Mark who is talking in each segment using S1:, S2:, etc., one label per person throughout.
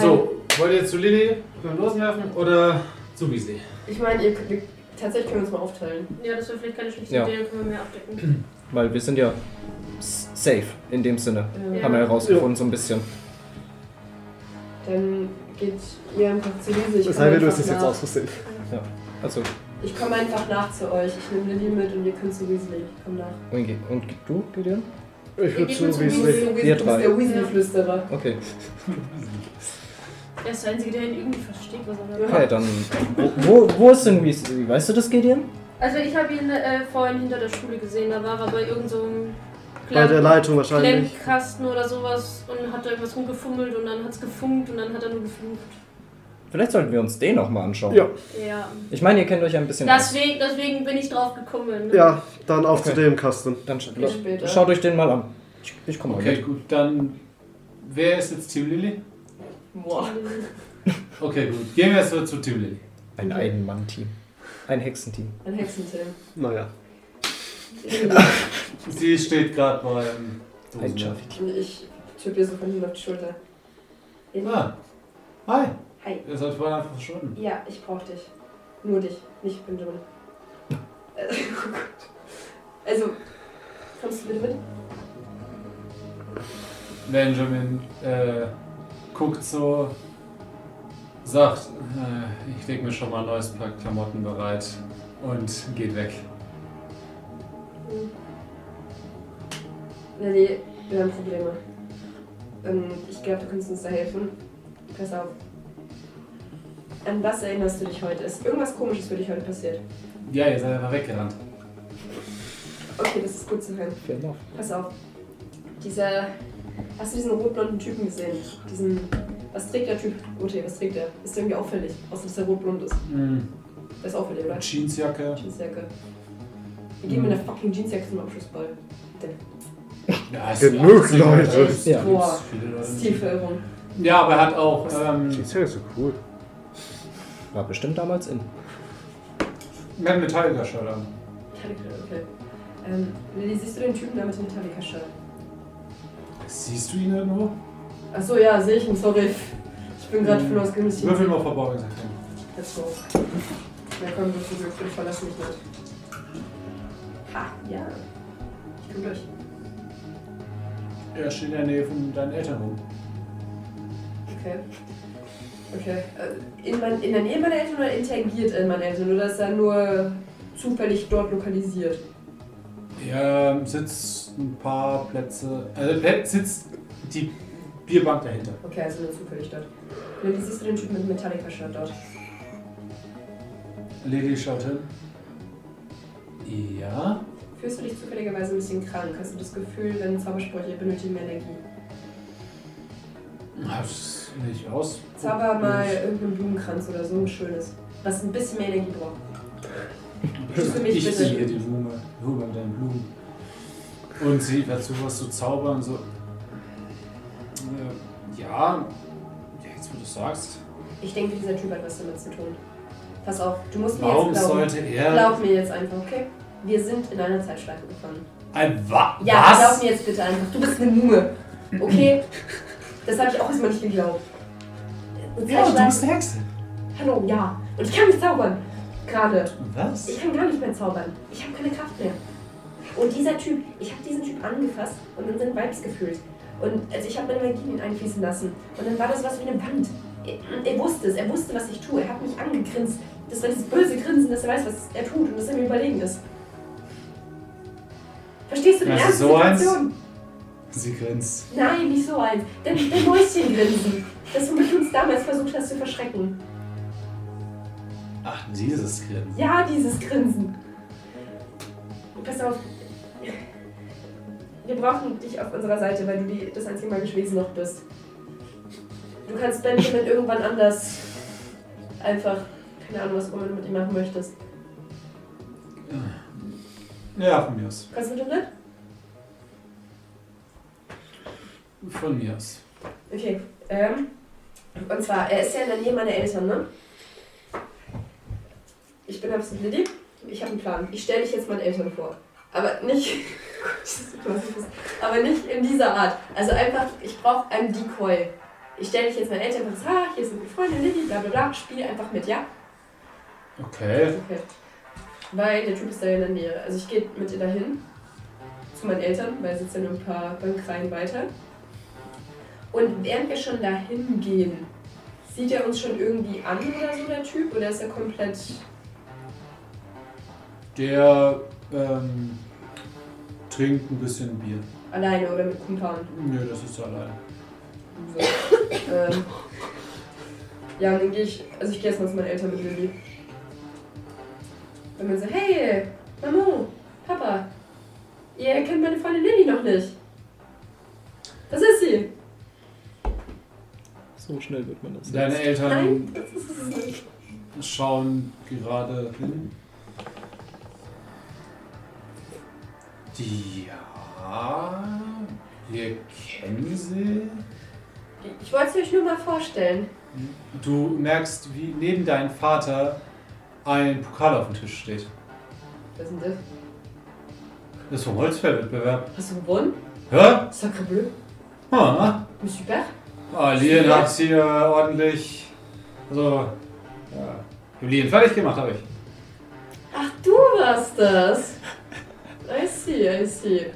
S1: So, wollt ihr zu Lilly beim Losenwerfen oder zu Weasley?
S2: Ich meine, ihr könnt, wir, tatsächlich können wir uns mal aufteilen.
S3: Ja, das wäre vielleicht keine schlechte
S4: Ja.
S3: Idee, dann können wir mehr abdecken.
S4: Weil wir sind ja s- safe in dem Sinne.
S2: Ähm,
S4: Haben wir herausgefunden, so ein bisschen.
S2: Dann geht ihr einfach zu Lise. Ich
S5: Das
S2: komme
S5: heißt, du
S2: einfach
S5: hast es jetzt
S2: nach.
S5: aus Versehen.
S4: Also,
S2: Ich komme einfach nach zu euch. Ich nehme Lilly mit und ihr könnt zu Weasley. Ich komme nach.
S4: und und du, Gideon?
S5: Ich
S3: Wir
S5: würde
S3: gehen
S5: zu
S3: jetzt
S2: Weasley,
S5: Weasley.
S2: du bist
S4: Ihr drei.
S2: der Weasley-Flüsterer.
S4: Okay.
S3: Er ist der Einzige, der ihn irgendwie versteht, was er will.
S2: Ja.
S4: Okay, dann. Wo, wo, wo ist denn Weasley? Weißt du das, Gideon?
S3: Also ich habe ihn äh, vorhin hinter der Schule gesehen, da war er bei irgendeinem so einem
S5: Bei der Leitung wahrscheinlich.
S3: Klemmkasten oder sowas und hat da irgendwas rumgefummelt und dann hat es gefunkt und dann hat er nur geflucht.
S4: Vielleicht sollten wir uns den nochmal anschauen.
S5: Ja.
S3: Ja.
S4: Ich meine, ihr kennt euch ja ein bisschen aus.
S3: Deswegen, deswegen bin ich drauf gekommen.
S5: Ja, dann auch zu
S4: Okay.
S5: dem Kasten.
S4: Dann sch
S2: Bis später.
S4: schaut euch den mal an. Ich, ich komme
S1: Okay, gut, dann. Wer ist jetzt Team Lilly?
S2: Boah.
S1: Okay, gut. Gehen wir erstmal zu Team Lilly.
S4: Ein Ein-Mann-Team. Ein Hexenteam.
S2: Ein Hexenteam.
S5: Naja.
S1: Sie steht gerade beim.
S4: Ein
S1: Dosenwerfen.
S4: Schaffit.
S2: Und ich tippe ihr so von hinten auf die Schulter.
S1: Ah. Hi.
S2: Hi.
S1: Ihr seid vorhin einfach verschwunden.
S2: Ja, ich brauch dich. Nur dich, nicht Benjamin. Äh, oh Gott. Also, kommst du bitte mit?
S1: Benjamin äh, guckt so, sagt, äh, ich leg mir schon mal ein neues Paar Klamotten bereit und geht weg.
S2: Lilly, wir haben Probleme. Ähm, ich glaube, du kannst uns da helfen. Pass auf. An was erinnerst du dich heute? Ist irgendwas komisches für dich heute passiert?
S1: Ja, ihr seid einfach weggerannt.
S2: Okay, das ist gut zu hören.
S4: Fair enough.
S2: Pass auf. Dieser. Hast du diesen rotblonden Typen gesehen? Diesen. Was trägt der Typ? OT, was trägt der? Ist der irgendwie auffällig? Außer dass er rotblond ist.
S1: Mhm.
S2: Der ist auffällig, oder?
S1: Jeansjacke.
S2: Jeansjacke. Wir gehen mit einer fucking Jeansjacke zum Abschlussball.
S1: Ja, ist
S5: Genug
S1: 80er,
S5: Leute.
S1: da gibt's
S4: Ja.
S2: Boah.
S1: viele Leute.
S2: Stilverirrung.
S1: Ja, aber er hat auch. Ähm,
S5: Jeansjacke ist so cool.
S4: War bestimmt damals in.
S1: Metal Metallica-Shirt an.
S2: Metallica, okay. Ähm, Lilly, siehst du den Typen da mit dem Metallica-Shirt?
S1: Siehst du ihn irgendwo?
S2: Achso, ja, sehe ich ihn, sorry. Ich bin gerade voll ausgegangen. dass ich ihn-
S1: Mhm. Würfel mal verborgen. sagt er.
S2: Let's go. Na komm, du versuchst, ich verlass mich nicht. Ha, ja. Ich komm durch.
S1: Er steht in der Nähe von deinen Eltern rum.
S2: Okay. Okay. Äh, In, mein, in der Nähe meiner Eltern oder interagiert er in meinen Eltern? Oder ist er nur zufällig dort lokalisiert?
S1: Er ähm, sitzt ein paar Plätze. Also Plätze sitzt die Bierbank dahinter.
S2: Okay, also nur zufällig dort. Lilly, siehst du den Typen mit dem Metallica-Shirt dort?
S1: Lady schaut hin. Ja.
S2: Fühlst du dich zufälligerweise ein bisschen krank? Hast du das Gefühl, wenn Zaubersprüche benötigen mehr Energie?
S1: Hab's nicht aus.
S2: Zauber mal irgendeinen Blumenkranz oder so, ein schönes. Was ein bisschen mehr Energie braucht. Tust du mich
S1: Ich
S2: bitte.
S1: ziehe die Blume. Blume mit deinen Blumen. Und sie dazu was zu zaubern, so. Äh, ja. ja, jetzt wo du sagst.
S2: Ich denke, dieser Typ hat was damit zu tun. Pass auf, du musst mir
S1: Warum
S2: jetzt glauben.
S1: sollte er.
S2: Glaub mir jetzt einfach, okay? Wir sind in einer Zeitschleife gefangen.
S1: Ein Wa
S2: Ja, glaub
S1: was?
S2: mir jetzt bitte einfach. Du bist eine Mumme. Okay? das habe ich auch erstmal nicht geglaubt. Eine
S1: Ja, du bist
S2: Zeitschleife.
S1: eine Hexe.
S2: Hallo, ja. Und ich kann nicht zaubern. Gerade.
S1: Was?
S2: Ich kann gar nicht mehr zaubern. Ich habe keine Kraft mehr. Und dieser Typ, ich habe diesen Typ angefasst und dann sind Vibes gefühlt. Und also ich habe meine Magie in ihn einfließen lassen. Und dann war das was wie eine Wand. Er, er wusste es, er wusste, was ich tue. Er hat mich angegrinst. Das war dieses böse Grinsen, dass er weiß, was er tut und dass er mir überlegen ist. Verstehst du den
S1: Also
S2: Ernst
S1: so
S2: der
S1: eins?
S2: Situation?
S1: Sie grinst.
S2: Nein, nicht so eins. Dein, dein Mäuschengrinsen. Das, womit du uns damals versucht hast zu verschrecken.
S1: Ach, dieses Grinsen.
S2: Ja, dieses Grinsen. Pass auf. Wir brauchen dich auf unserer Seite, weil du die, das einzige Mal gewesen noch bist. Du kannst Benjamin irgendwann anders einfach, keine Ahnung, was auch immer du mit ihm machen möchtest.
S1: Ja, von mir aus.
S2: Kannst du mit ihm mit?
S1: Von mir aus.
S2: Okay. Ähm, und zwar, er ist ja in der Nähe meiner Eltern, ne? Ich bin absolut Lilly. Ich habe einen Plan. Ich stelle dich jetzt meinen Eltern vor. Aber nicht. Gott, das ist so krass. aber nicht in dieser Art. Also einfach, ich brauche einen Decoy. ich stelle dich jetzt meinen Eltern einfach Haar, hier ist eine gute Freundin, Lilly, bla bla bla, spiel einfach mit, ja?
S1: Okay.
S2: Okay. Weil der Typ ist da in der Nähe. Also ich gehe mit ihr dahin, zu meinen Eltern, weil sie sind ein paar Bankreihen weiter. Und während wir schon dahin gehen, sieht er uns schon irgendwie an oder so, der Typ? Oder ist er komplett...
S1: Der ähm, trinkt ein bisschen Bier.
S2: Alleine oder mit Kumpanen.
S1: Nö, das ist er allein.
S2: So. ähm, ja, und dann gehe ich, also ich gehe erstmal zu meinen Eltern mit Lilly. Und dann so, hey, Mamo, Papa, ihr kennt meine Freundin Lilly noch nicht. Das ist sie.
S4: So schnell wird man das.
S1: Deine
S4: jetzt.
S1: Eltern
S2: Nein, das ist es nicht.
S1: schauen gerade hin. Ja, wir kennen sie.
S2: Ich wollte sie euch nur mal vorstellen.
S1: Du merkst, wie neben deinem Vater ein Pokal auf dem Tisch steht.
S2: Was ist denn das?
S1: Das ist vom Holzfellwettbewerb.
S2: Hast du gewonnen?
S1: Hä?
S2: Sacre bleu.
S1: Ah,
S2: Monsieur Père?
S1: Alien hat hier ordentlich. Also. Ja. Julian fertig gemacht habe ich.
S2: Ach, du warst das. I see, I see.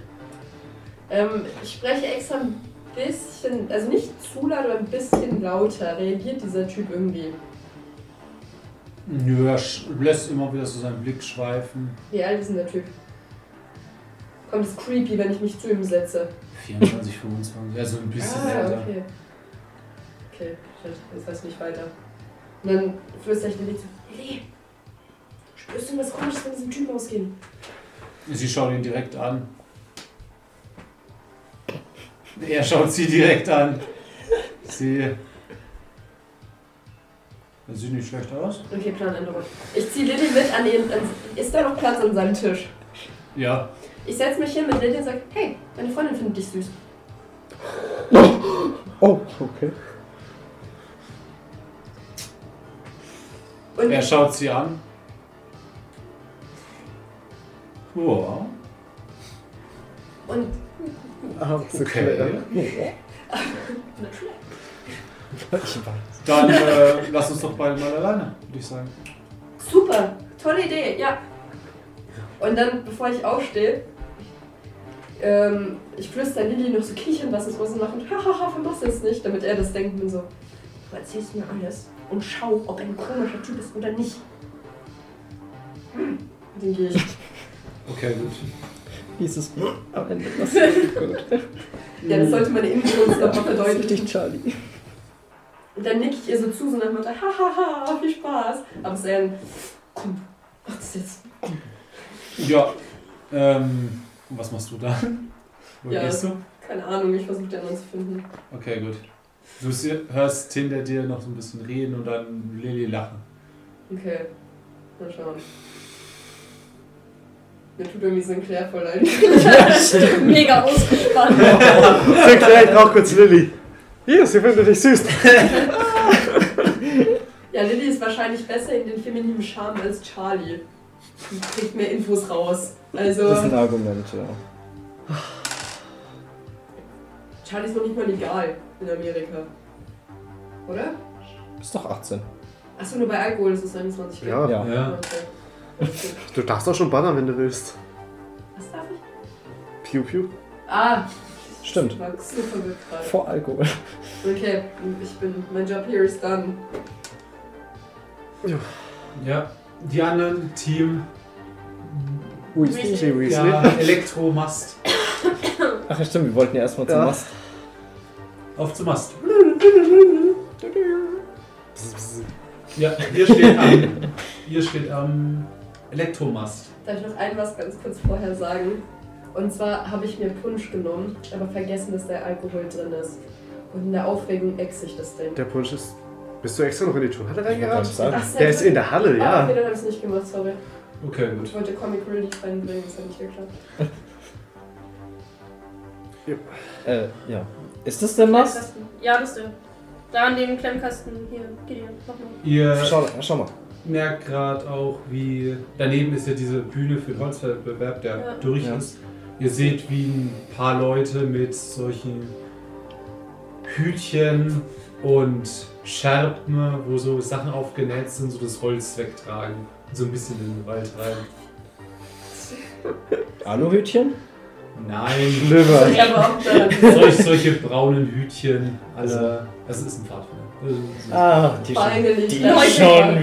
S2: Ähm, ich spreche extra ein bisschen, also nicht zu laut, aber ein bisschen lauter. Reagiert dieser Typ irgendwie?
S1: Nö, er sch- lässt immer wieder so seinen Blick schweifen.
S2: Wie alt ist denn der Typ? Kommt es creepy, wenn ich mich zu ihm setze?
S1: 24, 25, also ein bisschen
S2: Ah,
S1: älter.
S2: okay. Okay, shit, jetzt weiß ich nicht weiter. Und dann flüstere ich Lilly zu. Lilly, spürst du was Komisches von diesem Typen ausgehen?
S1: Sie schaut ihn direkt an. Er schaut sie direkt an. Sie. Das sieht nicht schlecht aus.
S2: Okay, Planänderung. Ich ziehe Lilly mit an den. An, ist da noch Platz an seinem Tisch?
S1: Ja.
S2: Ich setze mich hin mit Lilly und sage, hey, meine Freundin findet dich süß.
S4: Oh, okay.
S2: Und
S1: Er schaut sie an. Ja.
S2: und
S5: Ah, ist okay.
S1: Dann äh, lass uns doch beide mal alleine, würde ich sagen.
S2: super, tolle Idee, ja. Und dann, bevor ich aufstehe, ähm, ich flüster Lilly noch so kichern, was es was machen. Hahaha, vermach's jetzt nicht, damit er das denkt und so. Du erzählst mir alles und schau, ob er ein komischer Typ ist oder nicht. Hm. Dann gehe ich.
S1: Okay, gut.
S4: Dieses am Ende. Das gut.
S2: Ja, das sollte meine Inbrunst nochmal verdeutlichen.
S4: Richtig, Charlie.
S2: Und dann nick ich ihr so zu, so nach dem Motto, hahaha, viel Spaß. Aber es ist eher ein, komm, mach das jetzt.
S1: Ja. Ähm, und was machst du da? Wo
S2: Ja.
S1: gehst du?
S2: Keine Ahnung, ich versuche den anderen zu finden.
S1: Okay, gut. Du sie- hörst hinter dir noch so ein bisschen reden und dann Lilly lachen.
S2: Okay, mal schauen. Mir tut irgendwie Sinclair voll leid.
S3: Mega ausgespannt.
S5: Sinclair braucht kurz Lilly. Hier, sie findet dich süß.
S2: ja, Lilly ist wahrscheinlich besser in den femininen Charme als Charlie. Die kriegt mehr Infos raus.
S4: Das ist ein
S2: Also,
S4: Argument, ja.
S2: Charlie ist noch nicht mal legal in Amerika. Oder?
S4: Ist doch 18.
S2: Achso, nur bei Alkohol ist es 21
S5: Ja.
S4: Ja.
S1: Ja.
S2: Okay. Okay.
S5: Du darfst auch schon ballern, wenn du willst.
S2: Was darf ich?
S5: Piu piu.
S2: Ah,
S4: Stimmt.
S2: Ich war so verwirrt gerade.
S4: Vor Alkohol.
S2: Okay, ich bin, mein Job hier ist done.
S1: Ja. Die anderen Team
S4: Weasley.
S5: Gee Weasley.
S1: ja, Elektromast.
S4: Ach ja, stimmt, wir wollten ja erstmal zum
S5: Ja.
S4: Mast.
S1: Auf zum Mast. Ja, ihr steht am, ihr steht am Elektromast.
S2: Darf ich noch ein was ganz kurz vorher sagen? Und zwar habe ich mir Punsch genommen, aber vergessen, dass der Alkohol drin ist. Und in der Aufregung ex ich das Ding.
S5: Der Punsch ist. Bist du extra noch in die Turnhalle reingeraten?
S4: sagen.
S2: Ach,
S5: Der ist in der Halle,
S2: Ah, okay,
S5: ja.
S2: dann habe ich es nicht gemacht, sorry.
S1: Okay, gut.
S2: Ich wollte Comic Relief reinbringen, das hat nicht geklappt.
S4: Äh, ja. Ist das der Mast?
S3: Klemmkasten. Ja, das ist der. Da an dem Klemmkasten. Hier, Gideon, mach mal.
S1: Ihr
S4: Äh, Schau, ja, schau mal.
S1: merkt gerade auch, wie daneben ist ja diese Bühne für den Holzwettbewerb, der
S3: Ja.
S1: durch
S4: Ja.
S1: ist. Ihr seht, wie ein paar Leute mit solchen Hütchen und Scherpen, wo so Sachen aufgenäht sind, so das Holz wegtragen und so ein bisschen in den Wald rein.
S4: Aluhütchen?
S1: Nein,
S5: Liver.
S6: Ich habe auch daran.
S1: solch, solche braunen Hütchen, alle. Das ist ein Pfadfinder. Also, so-
S4: Ah, die
S6: Finally.
S4: Die
S6: Leute,
S4: schon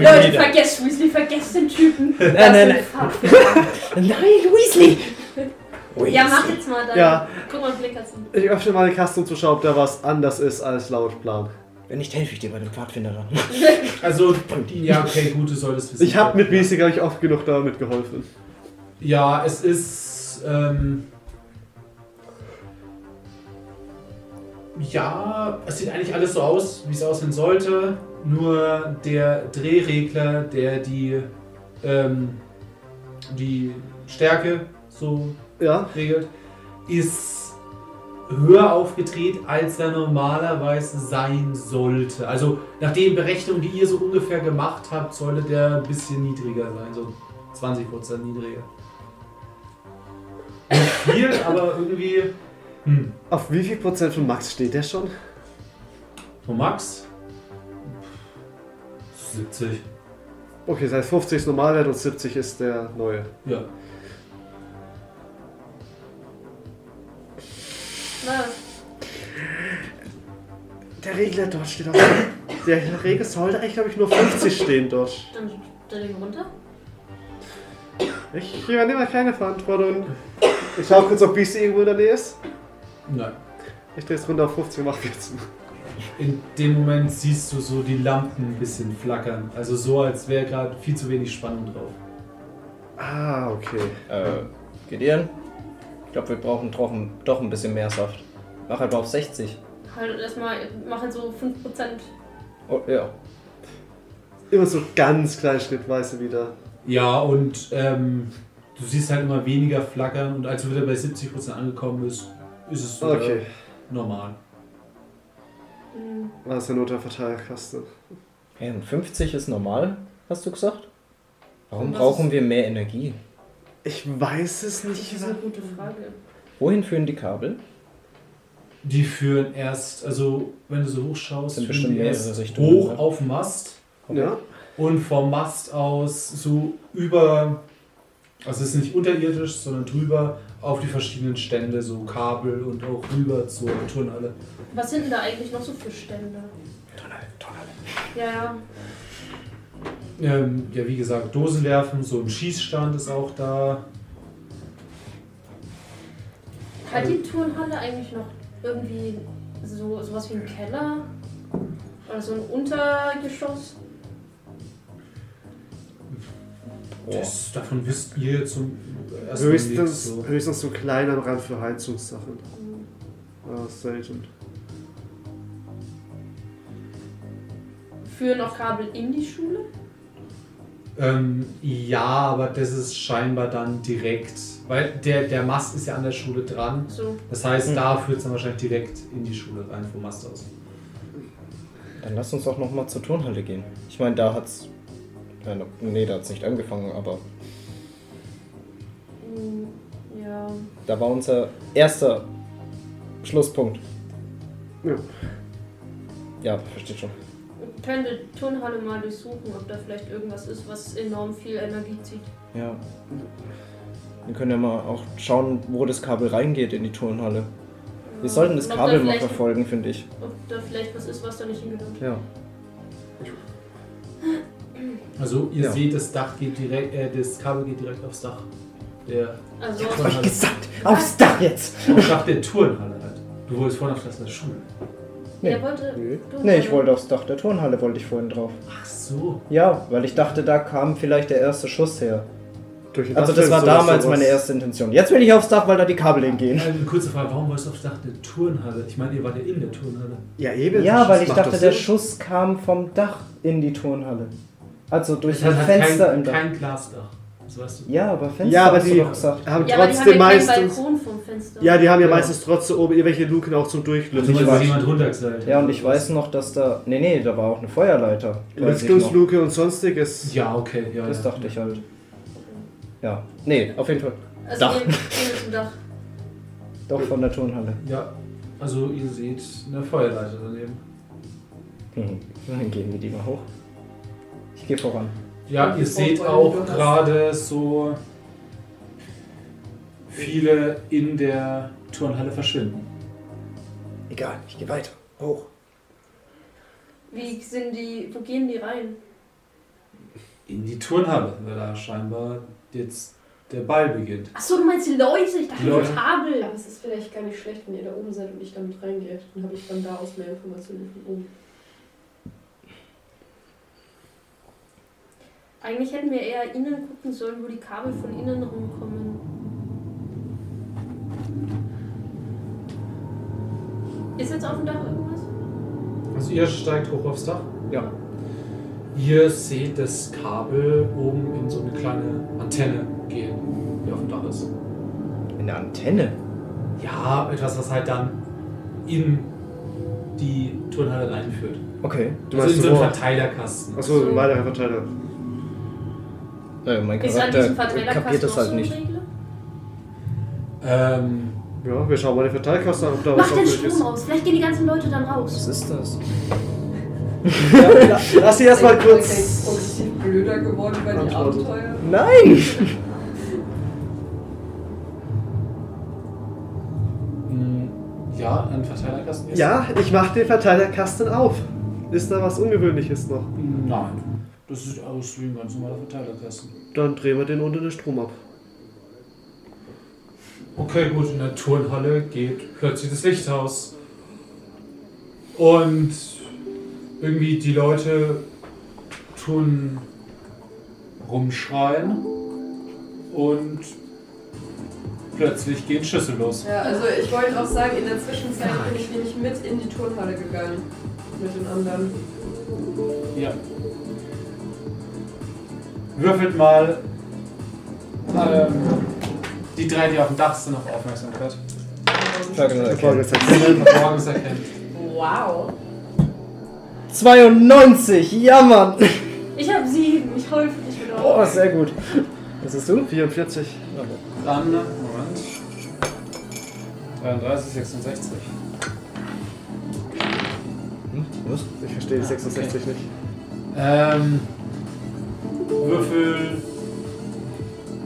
S3: Leute,
S4: wieder.
S3: vergesst Weasley, vergesst den Typen.
S4: Nein,
S3: Das
S4: nein,
S3: sind
S4: nein.
S3: Pfadfinder.
S4: Nein, Weasley! Weasley.
S3: Ja, mach jetzt mal deinen.
S5: Ja.
S3: Guck mal, Blick hast du.
S5: Ich öffne meine Kasten, um zu schauen, ob da was anders ist als laut Plan.
S4: Wenn nicht, helfe ich dir bei dem Pfadfinder dann.
S1: Also, ja, okay, gut, du solltest wissen.
S5: Ich habe mit Mäßig, glaube ich, oft genug damit geholfen.
S1: Ja, es ist. Ähm, ja, es sieht eigentlich alles so aus, wie es aussehen sollte. Nur der Drehregler, der die, ähm, die Stärke so
S5: Ja?
S1: regelt, ist höher aufgedreht, als er normalerweise sein sollte. Also nach den Berechnungen, die ihr so ungefähr gemacht habt, sollte der ein bisschen niedriger sein, so 20% niedriger. Nicht viel, aber irgendwie... Hm.
S5: Auf wie viel Prozent von Max steht der schon?
S1: Und Max? 70.
S5: Okay, das heißt 50 ist Normalwert und 70 ist der neue.
S1: Ja.
S3: Na,
S5: Der Regler dort steht auch. Der Regel sollte eigentlich, glaube ich, nur 50 stehen dort.
S3: dann stell den runter.
S5: Ich übernehme keine Verantwortung. Ich schaue kurz, ob BC irgendwo in der Nähe ist.
S1: Nein.
S5: Ich drehe es runter auf 50 und mache jetzt.
S1: In dem Moment siehst du so die Lampen ein bisschen flackern. Also so, als wäre gerade viel zu wenig Spannung drauf.
S5: Ah, okay.
S4: Äh, Gideon? Ich glaube, wir brauchen doch ein, doch ein bisschen mehr Saft. Mach halt mal auf 60.
S3: Halt erstmal, mach halt so 5%.
S4: Oh, ja.
S5: Immer so ganz klein schrittweise wieder.
S1: Ja, und ähm, du siehst halt immer weniger flackern und als du wieder bei 70% angekommen bist, ist es wieder
S5: Okay.
S1: normal.
S3: Hm.
S5: War es ja nur der Verteilerkasten.
S4: Hey, und 50 ist normal, hast du gesagt? Warum
S3: Was
S4: brauchen wir mehr Energie?
S5: Ich weiß es
S3: Das
S5: nicht.
S3: ist eine gute Frage.
S4: Wohin führen die Kabel?
S1: Die führen erst, also wenn du so hoch schaust,
S4: Sind
S1: führen
S4: bestimmt
S1: die
S4: mehrere
S1: erst
S4: Richtungen,
S1: hoch
S4: ne?
S1: auf den Mast
S5: Ja?
S1: und vom Mast aus so über, also es ist nicht unterirdisch, sondern drüber auf die verschiedenen Stände, so Kabel und auch rüber zur Turnhalle.
S3: Was sind denn da eigentlich noch so für Stände? Ja, ja.
S1: Ähm, ja, wie gesagt, Dosen werfen, so ein Schießstand ist auch da.
S3: Hat die Turnhalle eigentlich noch irgendwie so sowas wie einen Keller? Oder so ein Untergeschoss?
S4: Boah.
S1: Das, davon wisst ihr zum ersten
S5: Höchstens,
S1: Blick so.
S5: höchstens so klein am Rand für Heizungssachen. Ah, selten.
S3: Führen auch Kabel in die Schule?
S1: Ähm, ja, aber das ist scheinbar dann direkt, weil der, der Mast ist ja an der Schule dran.
S3: So,
S1: Das heißt, da führt es dann wahrscheinlich direkt in die Schule rein vom Mast aus.
S4: Dann lass uns doch nochmal zur Turnhalle gehen. Ich meine, da hat's. Äh, nee, da hat's nicht angefangen, aber
S3: hm, ja.
S4: da war unser erster Schlusspunkt.
S5: Ja.
S4: Ja, versteht schon.
S3: Ich könnte die Turnhalle mal durchsuchen, ob da vielleicht irgendwas ist, was enorm viel Energie zieht.
S4: Ja. Wir können ja mal auch schauen, wo das Kabel reingeht in die Turnhalle. Wir sollten das
S3: Und Äh, ob da
S4: Kabel mal
S3: vielleicht-
S4: verfolgen, finde ich.
S3: Ob da vielleicht was ist, was da nicht hingehört.
S4: Ja.
S1: Also ihr
S4: Ja.
S1: seht, das Dach geht direkt, äh, das Kabel geht direkt aufs Dach der
S3: Also,
S1: Turnhalle.
S4: gesagt, aufs Dach jetzt!
S1: aufs Dach der Turnhalle halt. Du wolltest vorhin auf das der Schule.
S4: Nee.
S3: er wollte. Turnhalle.
S4: Nee, ich wollte aufs Dach der Turnhalle, wollte ich vorhin drauf.
S1: Ach so.
S4: Ja, weil ich dachte, da kam vielleicht der erste Schuss her.
S5: Durch den
S4: Also
S5: Dachfeld
S4: das war
S5: ist sowas-
S4: damals
S5: sowas-
S4: meine erste Intention. Jetzt will ich aufs Dach, weil da die Kabel hingehen.
S1: Eine Also, kurze Frage, warum wolltest du aufs Dach der Turnhalle? Ich meine, ihr wart ja in der Turnhalle.
S5: Ja, eben.
S4: Ja,
S5: Das
S4: weil ich
S5: macht
S4: dachte,
S5: doch
S4: der
S5: Sinn.
S4: Schuss kam vom Dach in die Turnhalle. Also durch
S1: Es
S4: das
S1: hat halt
S4: Fenster
S1: kein,
S4: im Dach.
S1: kein Glasdach. Das weißt du.
S4: Ja, aber Fenster
S5: Ja, aber
S4: hast du
S5: die
S4: doch gesagt.
S5: haben
S3: Ja, aber die
S5: trotzdem
S3: haben ja keinen
S5: meistens.
S3: Balkon vom Fenster.
S5: Ja, die haben ja,
S1: Ja.
S5: meistens trotzdem oben irgendwelche Luken auch zum
S1: Also,
S5: Durchlüften.
S1: weil
S4: weiß-
S1: sich jemand runtergesellt.
S4: Ja, und ich weiß noch, dass da... Nee, nee, da war auch eine Feuerleiter. Weiß ich noch.
S5: Lüftungsluke und sonstiges.
S1: Ja, okay, ja.
S4: Das
S1: ja.
S4: dachte ich halt. Ja. Nee, auf jeden Fall.
S3: also
S4: Dach.
S3: Wir gehen zum Dach.
S4: Doch von der Turnhalle.
S1: Ja, also ihr seht eine Feuerleiter daneben.
S4: Mhm. Dann gehen wir die mal hoch. Ich gehe voran.
S1: Ja, ihr seht auch gerade so
S7: Viele in der Turnhalle verschwinden.
S4: Egal, ich gehe weiter. Hoch.
S3: Wie sind die, wo gehen die rein?
S7: In die Turnhalle, weil da scheinbar jetzt der Ball beginnt.
S3: Achso, du meinst die Leute? Ich dachte,
S7: Die Leute.
S3: die Kabel.
S2: Aber es ist vielleicht gar nicht schlecht, wenn ihr da oben seid und ich damit reingehe. Dann habe ich von da aus mehr Informationen von oben.
S3: Eigentlich hätten wir eher innen gucken sollen, wo die Kabel von innen rumkommen. Ist jetzt auf dem Dach irgendwas?
S1: Also ihr steigt hoch aufs Dach.
S4: Ja.
S1: Ihr seht das Kabel oben in so eine kleine Antenne gehen, die auf dem Dach ist.
S4: Eine Antenne?
S1: Ja, etwas, was halt dann in die Turnhalle reinführt.
S4: Okay.
S5: Du
S1: also in
S5: meinst
S1: so einen
S5: so,
S1: Verteilerkasten.
S5: Achso, ein weiterer Verteiler.
S4: Äh, mein
S3: Ist an diesem
S4: Charakter kapiert
S3: Verteilerkasten
S4: das
S3: auch
S4: halt
S3: so
S4: nicht.
S3: eine Regel?
S7: Ähm,
S5: Ja, wir schauen mal den Verteilkasten an, ob da was
S3: Mach den
S5: auffällig
S3: Strom
S5: ist.
S3: aus, vielleicht gehen die ganzen Leute dann raus.
S4: Was ist das?
S5: Lass sie erstmal
S2: Ich bin jetzt
S5: kurz.
S2: progressiv blöder geworden bei den
S5: Antworten.
S2: Abenteuer.
S4: Nein!
S7: mh, ja, ein Verteilerkasten ist.
S5: Ja, ich mach den Verteilerkasten auf. Ist da was Ungewöhnliches noch?
S7: Nein. Das sieht aus wie ein ganz normaler Verteilerkasten.
S5: Dann drehen wir den unter den Strom ab.
S1: Okay, gut, in der Turnhalle geht plötzlich das Licht aus. Und irgendwie die Leute tun
S7: Rumschreien und plötzlich gehen Schüsse los.
S2: Ja, also ich wollte auch sagen, in der Zwischenzeit bin ich nämlich mit in die Turnhalle gegangen. Mit den anderen.
S7: Ja. Würfelt mal ähm, die drei, die auf dem Dach sind, auf Aufmerksamkeit.
S4: Okay.
S7: Morgens erkennt.
S2: Wow.
S4: 92! Ja, Mann!
S3: Ich hab sieben, ich häufe mich wieder auf.
S4: Oh, sehr gut. Was ist du?
S5: 44.
S7: Dann, Moment. 33, 66.
S4: Hm? Was?
S5: Ich verstehe die 66 nicht.
S7: Ähm, würfel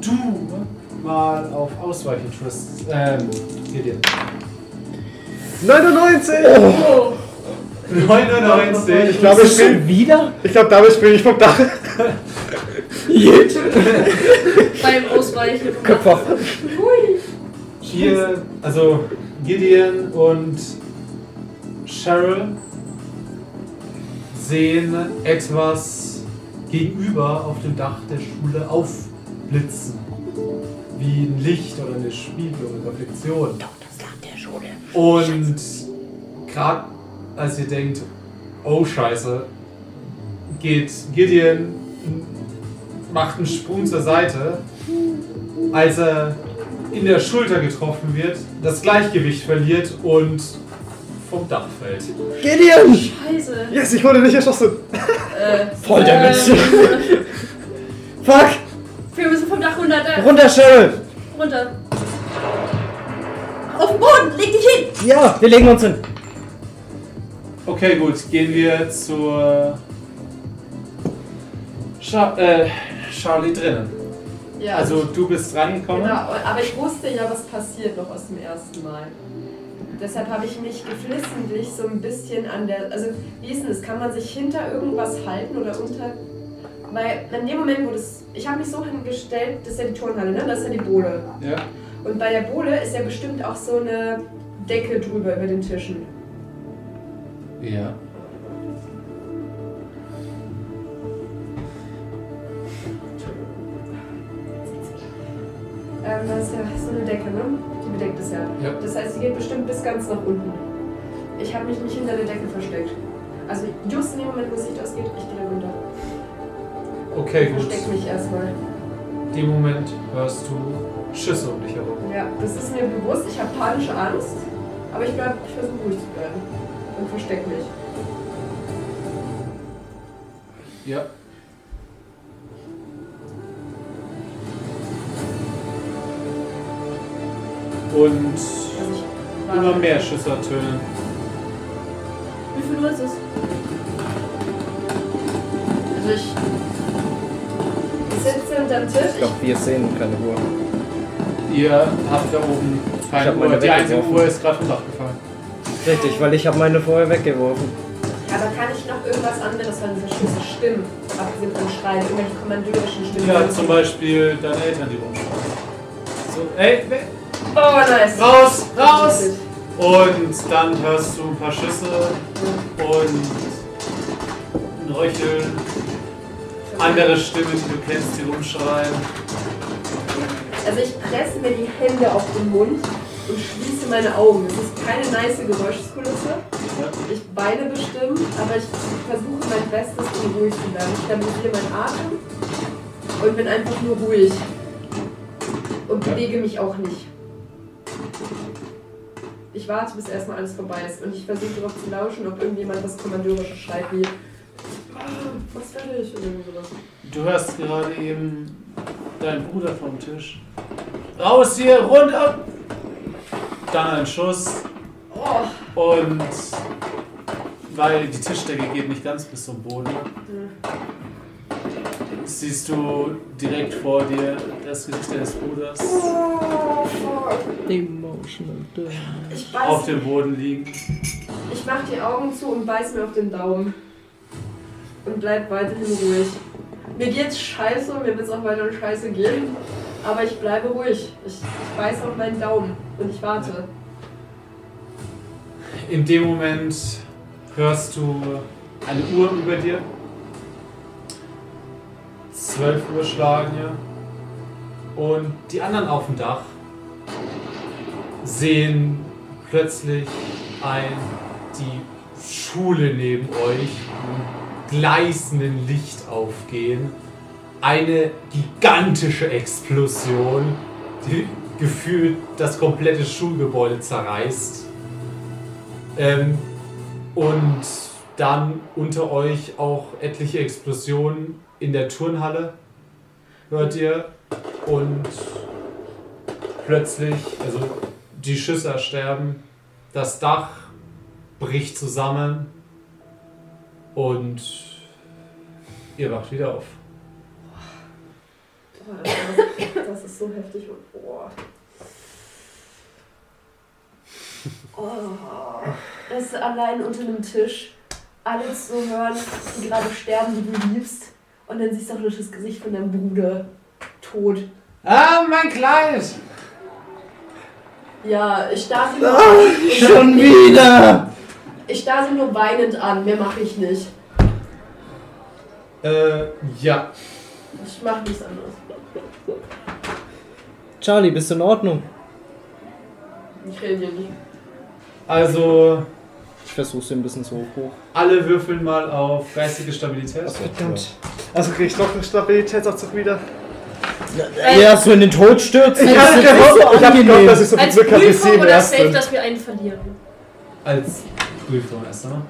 S7: du mal auf Ausweichen, Trist. Ähm, hier dir.
S5: 99!
S7: 99.
S5: Ich glaube, ich bin.
S4: schon wieder?
S5: Ich glaube, damit springe ich vom Dach.
S3: Beim Ausweichen.
S4: Köpfer.
S1: Ihr, also Gideon und Cheryl sehen etwas gegenüber auf dem Dach der Schule aufblitzen. Wie ein Licht oder eine Spiegel oder eine Reflexion. Doch, das Dach der Schule. Und gerade als ihr denkt, oh Scheiße, geht Gideon, macht einen Sprung zur Seite, als er in der Schulter getroffen wird, das Gleichgewicht verliert und vom Dach fällt.
S4: Gideon!
S3: Scheiße.
S5: Yes, ich wurde nicht erschossen.
S4: Voll Damage.
S3: Ähm,
S4: Fuck!
S3: wir müssen vom Dach runter, da,
S4: Runter, Cheryl!
S3: runter. Auf den Boden, leg dich hin!
S4: Ja, wir legen uns hin.
S7: Okay, gut, gehen wir zur Scha äh, Charlie drinnen.
S2: Ja,
S7: Also du bist rangekommen.
S2: Genau, aber ich wusste ja, was passiert noch aus dem ersten Mal. Deshalb habe ich mich geflissentlich so ein bisschen an der. Also, wie ist denn das? Kann man sich hinter irgendwas halten oder unter. Weil in dem Moment, wo das. Ich habe mich so hingestellt, das ist ja die Turnhalle, ne? Das ist ja die Bohle.
S7: Ja.
S2: Und bei der Bohle ist ja bestimmt auch so eine Decke drüber über den Tischen.
S7: Ja.
S2: Ähm, das ist ja so eine Decke, ne? Die bedeckt es ja.
S7: Ja.
S2: Das heißt, sie geht bestimmt bis ganz nach unten. Ich habe mich nicht hinter der Decke versteckt. Also just in dem Moment, wo das Licht ausgeht, ich gehe da runter.
S1: Okay, gut.
S2: Versteck mich erstmal.
S1: In dem Moment hörst du Schüsse um dich herum.
S2: Ja, das ist mir bewusst. Ich habe panische Angst. Aber ich bleib, ich versuche ruhig zu bleiben. Und versteck mich.
S7: Ja. Und
S2: Also ich
S7: immer mehr Schüsse ertönen.
S3: Wie viel Uhr ist es?
S2: übrig. Ich Also sitze hinterm Tisch.
S4: Ich glaube, wir sehen keine Uhr.
S1: Ihr habt da oben
S4: Ich hab
S1: keine Uhr.
S4: meine
S1: Die einzige
S4: weggeworfen.
S1: Uhr ist gerade vom Dach gefallen.
S4: Richtig, weil ich habe meine vorher weggeworfen.
S2: Aber kann ich noch irgendwas anderes hören? Diese Schüsse stimmen. Abgesehen von Schreien, irgendwelche kommandörischen Stimmen.
S1: Ja, zum Beispiel deine Eltern, die rumschauen. So, ey, weg,
S2: oh, nice.
S1: raus, raus! Und dann hörst du ein paar Schüsse und ein Röcheln. Andere Stimmen, die du kennst, die rumschreien.
S2: Also ich presse mir die Hände auf den Mund und schließe meine Augen. Es ist keine nice Geräuschkulisse. Ich weine bestimmt, aber ich versuche mein Bestes, um ruhig zu bleiben. Ich stabilisiere meinen Atem und bin einfach nur ruhig. Und bewege mich auch nicht. Ich warte, bis erstmal alles vorbei ist. Und ich versuche darauf zu lauschen, ob irgendjemand was Kommandeurisches schreit wie "Ah, was werde ich? Oder irgendwie sowas.
S1: Du hörst gerade eben deinen Bruder vom Tisch. Raus hier, runter! Dann ein Schuss.
S2: Oh,
S1: Und weil die Tischdecke geht nicht ganz bis zum Boden, siehst du direkt vor dir das Gesicht deines Bruders
S4: Emotional damage.
S2: ich
S1: auf
S2: beiß
S1: dem Boden liegen.
S2: Ich mach die Augen zu und beiß mir auf den Daumen. Und bleib weiterhin ruhig. Mir geht's scheiße und mir wird's auch weiter scheiße gehen. Aber ich bleibe ruhig. Ich, ich beiß auf meinen Daumen und ich warte.
S1: In dem Moment hörst du eine Uhr über dir. 12 Uhr schlagen hier. Und die anderen auf dem Dach sehen plötzlich ein, die Schule neben euch im gleißenden Licht aufgehen. Eine gigantische Explosion, die gefühlt das komplette Schulgebäude zerreißt. Ähm, und dann unter euch auch etliche Explosionen in der Turnhalle hört ihr. Und plötzlich, also die Schüsse ersterben, das Dach bricht zusammen und ihr wacht wieder auf.
S2: Boah, das, das ist so heftig und boah. Oh, das ist allein unter einem Tisch. Alle zu hören, die gerade sterben, die du liebst. Und dann siehst du auch noch das Gesicht von deinem Bruder. Tot.
S1: Ah, mein Kleid!
S2: Ja, ich darf
S1: Ah.
S2: ihn
S4: Schon wieder!
S2: Ich starr sie nur weinend an, mehr mache ich nicht.
S1: Äh, ja.
S2: Ich mache nichts anderes.
S4: Charlie, bist du in Ordnung?
S2: Ich rede hier nie.
S1: Also,
S4: Ich versuche sie ein bisschen zu hoch.
S1: alle würfeln mal auf geistige Stabilität.
S5: Verdammt. Also krieg ich noch einen Stabilitätsabzug wieder.
S2: Äh.
S4: Ja, so in den Tod stürzen.
S5: Ich
S4: das
S5: hab
S4: ist nicht
S5: gehofft,
S4: so
S5: ich hab
S4: angenehm.
S5: gehofft, dass ich so viel
S3: Als
S5: Glück habe wie sie
S3: Prüfung
S5: im
S3: oder Safe,
S5: ersten.
S3: dass wir einen verlieren.
S1: Als Prüfung erst einmal.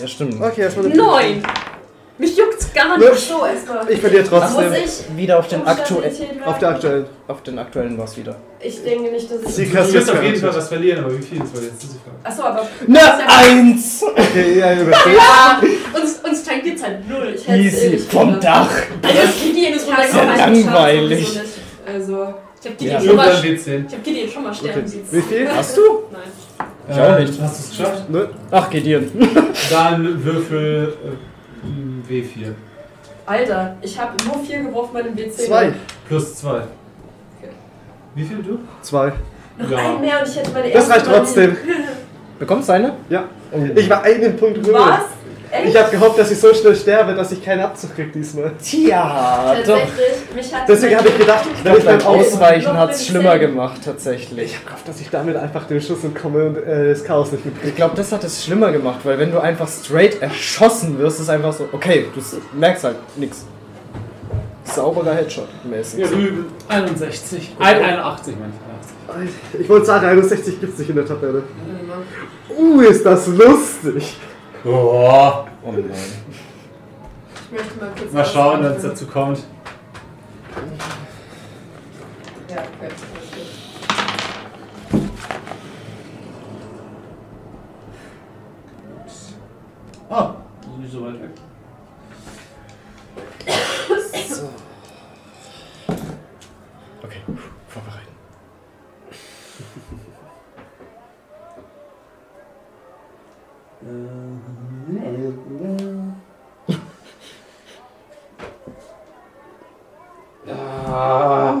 S4: Ja, stimmt.
S5: Okay, erstmal eine
S3: Neun! Mich juckt's gar
S5: Nö.
S3: nicht.
S2: So, erstmal.
S5: Ich verliere
S2: Muss
S5: trotzdem.
S2: ich?
S4: Wieder auf den
S2: um
S4: aktuellen.
S2: Stabilität
S5: Auf der aktuellen.
S4: Auf den aktuellen war es wieder.
S2: Ich denke nicht, dass ich.
S5: Sie
S1: Du wirst
S5: kassiert
S1: auf jeden Fall
S5: garantiert.
S1: was verlieren, aber wie viel ist jetzt diese Frage?
S2: Achso, aber.
S4: Ne, eins!
S5: Okay, ja, Junge.
S3: Ja, uns, uns tangiert's halt null.
S2: Ich hätte es eh
S4: Easy,
S2: nicht
S4: vom
S2: gedacht.
S4: Dach!
S3: Also das Gideon ist
S2: Ich hab's
S4: so
S3: runtergefallen.
S4: langweilig.
S2: sowieso nicht. Also.
S3: Ich hab
S4: Ja.
S3: Gideon schon mal,
S1: Irgendwann
S3: ich
S1: wird's sehen.
S3: hab Gideon schon mal sterben sieht.
S5: Wie viel?
S4: Hast du?
S3: Nein.
S4: Ich auch
S1: Äh,
S4: nicht.
S1: Hast du es geschafft?
S5: Ne?
S4: Ach, geht dir.
S1: Dann würfel äh, m, W4.
S2: Alter, ich habe nur vier geworfen bei dem WC.
S5: Zwei.
S1: Plus 2. Wie viel du?
S5: Zwei.
S2: Noch
S1: Ja.
S2: ein mehr und ich hätte meine
S5: Das
S2: erste.
S5: reicht trotzdem.
S4: Bekommst du eine?
S5: Ja.
S4: Oh.
S5: Ich war einen Punkt rüber.
S2: Was? Echt?
S5: Ich habe gehofft, dass ich so schnell sterbe, dass ich keinen Abzug krieg diesmal.
S4: Tja, doch.
S2: Tatsächlich, mich hat.
S5: Deswegen habe ich gedacht, wenn
S4: Doch,
S5: ich beim
S4: beim
S5: Aus.
S4: Ausweichen hat es
S2: Doch,
S4: schlimmer
S2: wenn ich-
S4: gemacht, tatsächlich.
S5: Ich habe gehofft, dass ich damit einfach den Schuss entkomme und äh, das Chaos nicht mitkriege.
S4: Ich glaube, das hat es schlimmer gemacht, weil wenn du einfach straight erschossen wirst, ist einfach so, okay, du s- merkst halt nix. Sauberer Headshot mäßig.
S1: Drüben. 61. Ein, 81, mein Freund.
S5: Ich wollte sagen, 61 gibt's nicht in der Tabelle.
S2: ne?
S5: Uh, ist das lustig.
S1: Oh.
S4: Oh nein.
S2: Ich möchte mal kurz.
S1: Mal schauen, wenn es dazu kommt.
S2: Ja, okay. okay.
S1: Oh, nicht so weit weg.
S4: So. Okay, vorbereiten.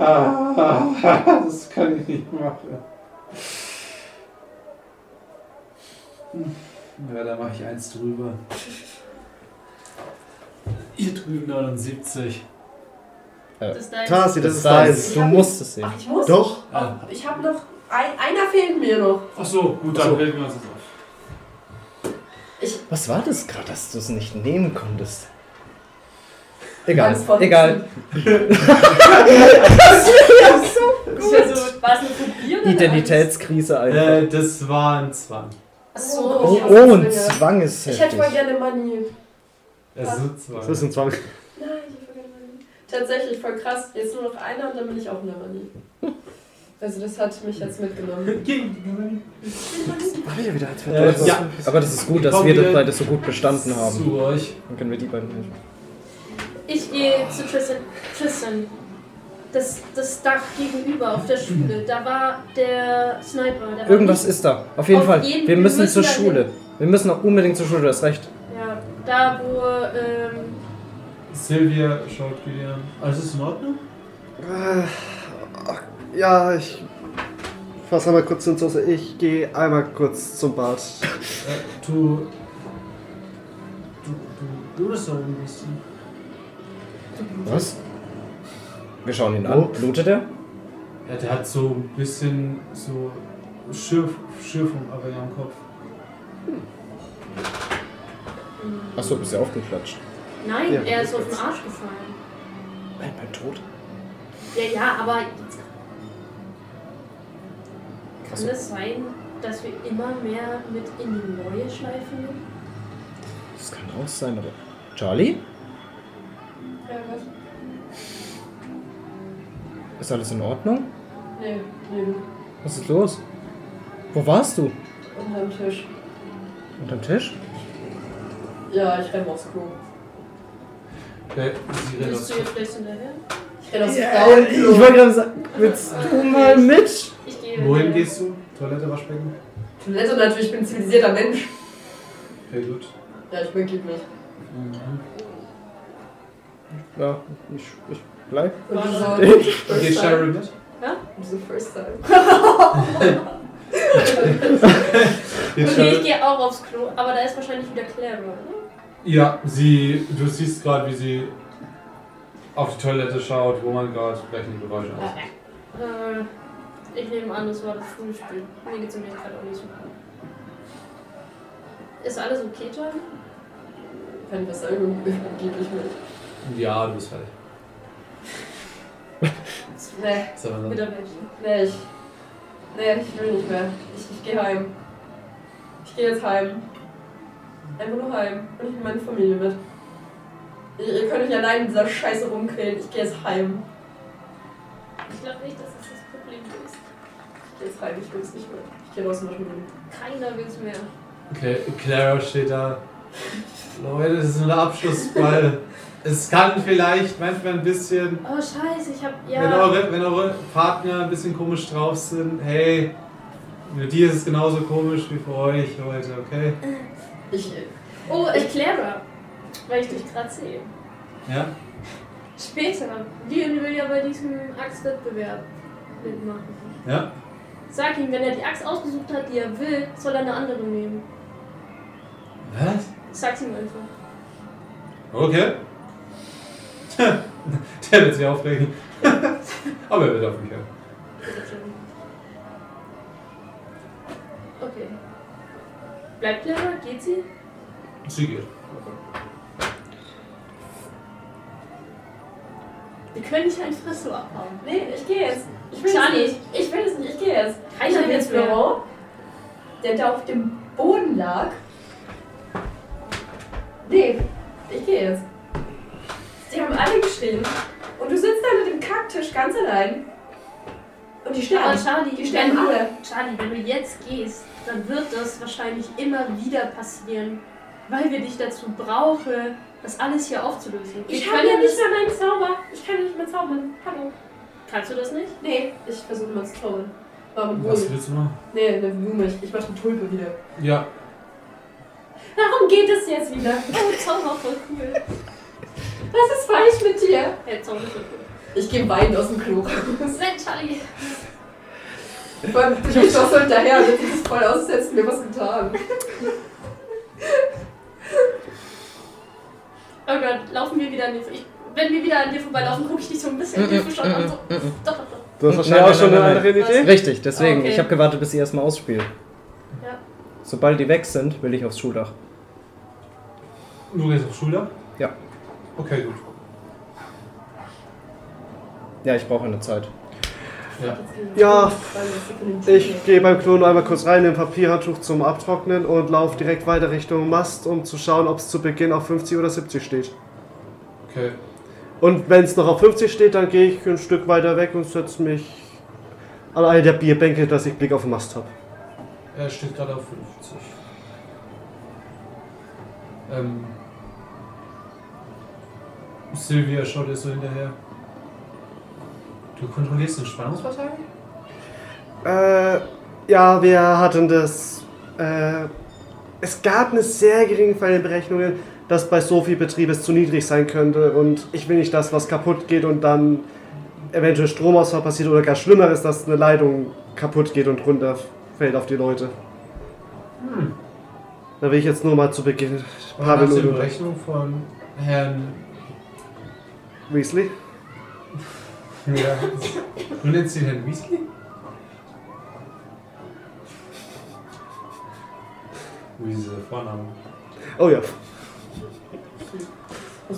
S1: Ah, das kann ich nicht machen. Hm, Ja, da mache ich eins drüber.
S8: Ihr drüben 79.
S3: Das ist dein.
S5: Tasi, das, ist deins.
S4: Du musst es sehen.
S2: Ach, ich muss?
S5: Doch,
S8: Ah.
S2: Oh, ich habe noch. Ein, einer fehlt mir noch.
S8: Ach so, gut,
S4: Ach
S8: dann
S4: so.
S8: bilden wir uns das auf.
S4: Was war das gerade, dass du es nicht nehmen konntest?
S2: Ganz
S4: Egal,
S2: vergessen.
S4: egal.
S2: Gut. Also, war es eine Probier oder
S4: Identitätskrise einfach.
S1: Äh, das war ein Zwang.
S2: Angst? Ach so.
S4: Oh, oh, ein Zwang ist
S2: Ich hätte mal
S4: heftig.
S2: gerne Manie.
S1: Es sind zwei.
S5: das ist ein Zwang.
S2: Nein, ich hätte voll gerne Manie. Tatsächlich, voll krass. Jetzt nur noch einer und dann bin ich auch in der Manie. Also das hat mich jetzt mitgenommen.
S4: War ja wieder als
S1: Äh, ja.
S4: Aber das ist gut, dass
S1: Komm
S4: wir das
S1: wieder
S4: beide so gut bestanden haben.
S1: Zu euch.
S4: Dann können wir die beiden helfen.
S3: Ich gehe zu Tristan. Tristan. Das, das Dach gegenüber auf der Schule, da war der Sniper. Der war
S4: Irgendwas
S3: nicht-
S4: ist da. Auf jeden
S3: Auf
S4: Fall.
S3: jeden-
S4: wir
S3: wir
S4: müssen
S3: müssen
S4: zur
S3: da hin.
S4: Schule. Wir müssen auch unbedingt zur Schule, du hast recht.
S3: Ja, da wo. Ähm,
S1: Silvia schaut wieder an. Alles ist in Ordnung?
S5: Ja, ich fasse einmal kurz den Soße. Ich gehe einmal kurz zum Bad.
S1: Äh, du. Du, du, du bist doch ein bisschen.
S4: Was? Wir schauen ihn an. Blutet er?
S1: Ja, der hat so ein bisschen so Schürf, Schürfung aber ja am Kopf.
S4: Achso, bist ja aufgeklatscht.
S3: nein,
S5: Ja,
S3: er ist auf den Arsch gefallen.
S4: Nein, beim Tod.
S3: Ja, ja, aber jetzt
S4: Ach
S3: kann
S4: so.
S3: es sein, dass wir immer mehr mit in die neue Schleife nehmen?
S4: Das kann auch sein, aber. Charlie?
S2: Ja, was?
S4: Ist alles in Ordnung?
S2: Nee, nee.
S4: Was ist los? Wo warst du?
S2: Unterm Tisch.
S4: Unterm Tisch?
S2: Ja, ich renne aufs Klo.
S1: Äh, sie rennt
S3: Willst
S1: aufs
S3: du ihr vielleicht hinterher?
S2: Ich renne aufs Frauenklo.
S4: Ich wollte gerade sagen, willst du mal mit?
S3: Ich gehe.
S1: Wohin gehst du? Toilette, Waschbecken?
S2: Toilette und Also natürlich, ich bin ein zivilisierter Mensch.
S1: Ja, gut.
S2: Ja, ich begib mich.
S1: Mhm.
S4: Ja, ich, ich bleib.
S2: Und du so,
S1: Und geht
S2: first time.
S1: Sherry mit?
S2: Und so first time.
S1: Geht
S3: Okay, ich gehe auch aufs Klo, aber da ist wahrscheinlich wieder Clara. ne?
S1: Ja, sie, du siehst gerade, wie sie auf die Toilette schaut, wo man gerade vielleicht die Geräusche hat.
S3: Äh, ich nehme an, das war das Frühstück. Mir geht's nämlich gerade auch nicht so gut. Ist alles okay, John?
S2: Wenn das irgendwie gebe ich mich.
S1: Ja, du bist fertig.
S2: Nee,
S1: Ist aber
S3: Mit
S1: dann-
S3: der Mädchen.
S2: nee, ich. Nee, ich will nicht mehr. Ich, ich gehe heim. Ich gehe jetzt heim. Einfach nur heim. Und ich nehme meine Familie mit. Ihr, ihr könnt nicht allein in dieser Scheiße rumquälen. Ich gehe jetzt heim.
S3: Ich glaube nicht, dass es das Problem ist.
S2: Ich gehe jetzt heim. Ich will es nicht mehr. Ich gehe raus und machen.
S3: Keiner will's mehr.
S1: Okay, Clara steht da. Leute, das ist nur der Abschlussball. es kann vielleicht manchmal ein bisschen,
S3: Oh, scheiße, ich hab.
S1: wenn,
S3: Ja.
S1: eure, wenn eure Partner ein bisschen komisch drauf sind, hey, für die ist es genauso komisch wie für euch heute, okay?
S2: Ich.
S3: Oh, ich Clara. Weil ich dich gerade sehe.
S1: Ja?
S3: Später. Leon will ja bei diesem Axtwettbewerb mitmachen.
S1: Ja?
S3: Sag ihm, wenn er die Axt ausgesucht hat, die er will, soll er eine andere nehmen.
S1: Was?
S3: Sag's ihm einfach.
S1: Okay. Tja, Der wird sich aufregen. Aber er wird auf mich hören.
S3: Bitte, John. Okay. Bleibt Clara? Geht sie?
S1: Sie geht.
S3: Wir können nicht einfach so abhauen.
S2: Nee, ich gehe jetzt. Ich will
S3: Charlie.
S2: es nicht. Ich will es nicht. Ich gehe jetzt. Ich
S3: Keiner
S2: habe jetzt
S3: will's mehr.
S2: Laurent, der da auf dem Boden lag. Nee, ich gehe jetzt. Die haben alle geschrien. Und du sitzt da mit dem Kacktisch ganz allein. Und die
S3: Aber
S2: sterben.
S3: Charlie,
S2: Die sterben
S3: wenn du-
S2: alle.
S3: Charlie, wenn du jetzt gehst, dann wird das wahrscheinlich immer wieder passieren, weil wir dich dazu brauchen, das alles hier aufzulösen. Wir
S6: Ich habe
S3: können
S6: ja nicht
S3: das,
S6: mehr meinen Zauber. Ich kann nicht mehr zaubern. Hallo.
S3: kannst du das nicht?
S6: Nee, ich versuche mal zu zaubern.
S2: War mit
S1: Was
S2: Blumen.
S1: willst du machen?
S2: Nee, eine Blume. Ich, ich mach eine Tulpe wieder.
S1: Ja,
S6: Darum geht es jetzt wieder.
S3: Oh, Zauber, voll cool.
S6: Was ist falsch mit dir?
S3: Ja, Zauber, voll cool.
S2: Ich gehe weinend aus dem Klo.
S3: Nein, Charlie.
S2: Vor allem, du gehst auch so hinterher, du bist voll aussetzen, mir was getan.
S3: Oh Gott, laufen wir wieder an dir ich, Wenn wir wieder an dir vorbeilaufen, gucke ich dich so ein bisschen hilfescheu an. So, doch, doch, doch.
S5: Du hast wahrscheinlich auch schon eine andere Idee.
S4: Richtig, deswegen.
S3: Okay.
S4: Ich habe gewartet, bis sie erstmal ausspielt.
S3: Ja.
S4: Sobald die weg sind, will ich aufs Schuldach.
S1: du gehst auf Schulter?
S4: Ja.
S1: Okay, gut.
S4: Ja, ich brauche eine Zeit.
S5: Ja, ich gehe beim Klo nur einmal kurz rein, nehme ein Papierhandtuch zum Abtrocknen und laufe direkt weiter Richtung Mast, um zu schauen, ob es zu Beginn auf 50 oder 70 steht.
S1: Okay.
S5: Und wenn es noch auf 50 steht, dann gehe ich ein Stück weiter weg und setze mich an eine der Bierbänke, dass ich Blick auf den Mast habe.
S1: Er steht gerade auf 50. Ähm. Silvia schaut dir so hinterher. Du kontrollierst den Spannungsverteil?
S5: Äh, ja, wir hatten das. Äh, es gab eine sehr geringe Fall der Berechnungen, dass bei so viel Betrieb es zu niedrig sein könnte und ich will nicht, dass was kaputt geht und dann eventuell Stromausfall passiert oder gar schlimmer ist, dass eine Leitung kaputt geht und runterfällt auf die Leute.
S1: Hm.
S5: Da will ich jetzt nur mal zu Beginn ein paar
S1: Nach der
S5: Minuten.
S1: Berechnung von Herrn.
S5: Weasley?
S1: Ja. Du nennst ihn Herrn Weasley? Weasley, Vorname.
S5: Oh ja,
S2: Hast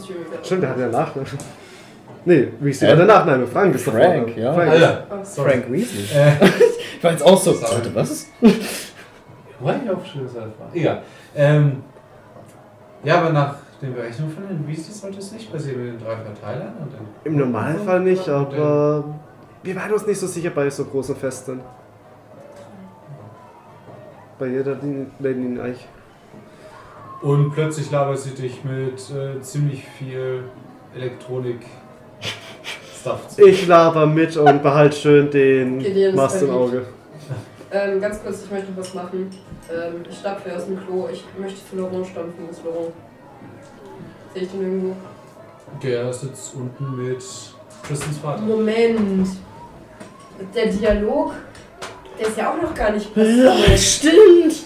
S2: du mir gesagt.
S5: stimmt, der hat ja einen Nachnamen. Nee, Weasley war
S4: Äh?
S5: der Nachname. Frank ist der
S4: Frank,
S5: Vorname.
S4: ja.
S5: Frank.
S1: Alter! Ah, Sorry.
S4: Weasley.
S1: Äh.
S4: Ich war jetzt auch so.
S1: Sorry.
S4: Warte, was?
S1: Wollte ich aufschreiben, das war Egal. Ähm, ja, aber nach den Berechnungen von den Weasleys sollte es nicht passieren mit den drei Verteilern. Und den
S5: Im Normalfall nicht, aber wir waren uns nicht so sicher bei so großen Festen. Bei jeder Lenin Eich.
S1: Und plötzlich labert sie dich mit äh, ziemlich viel Elektronik-Stuff zu.
S5: Ich laber mit und behalte schön den
S2: Gideon
S5: Mast
S2: ist
S5: im
S2: verliebt.
S5: Auge.
S2: Ähm, ganz kurz, ich möchte noch was machen. Ähm, ich stapfe aus dem Klo. Ich möchte zu Laurent stampfen. Wo ist Laurent? Sehe ich den irgendwo?
S1: Der sitzt unten mit Tristans Vater.
S2: Moment. Der Dialog, der ist ja auch noch gar nicht passiert.
S4: stimmt.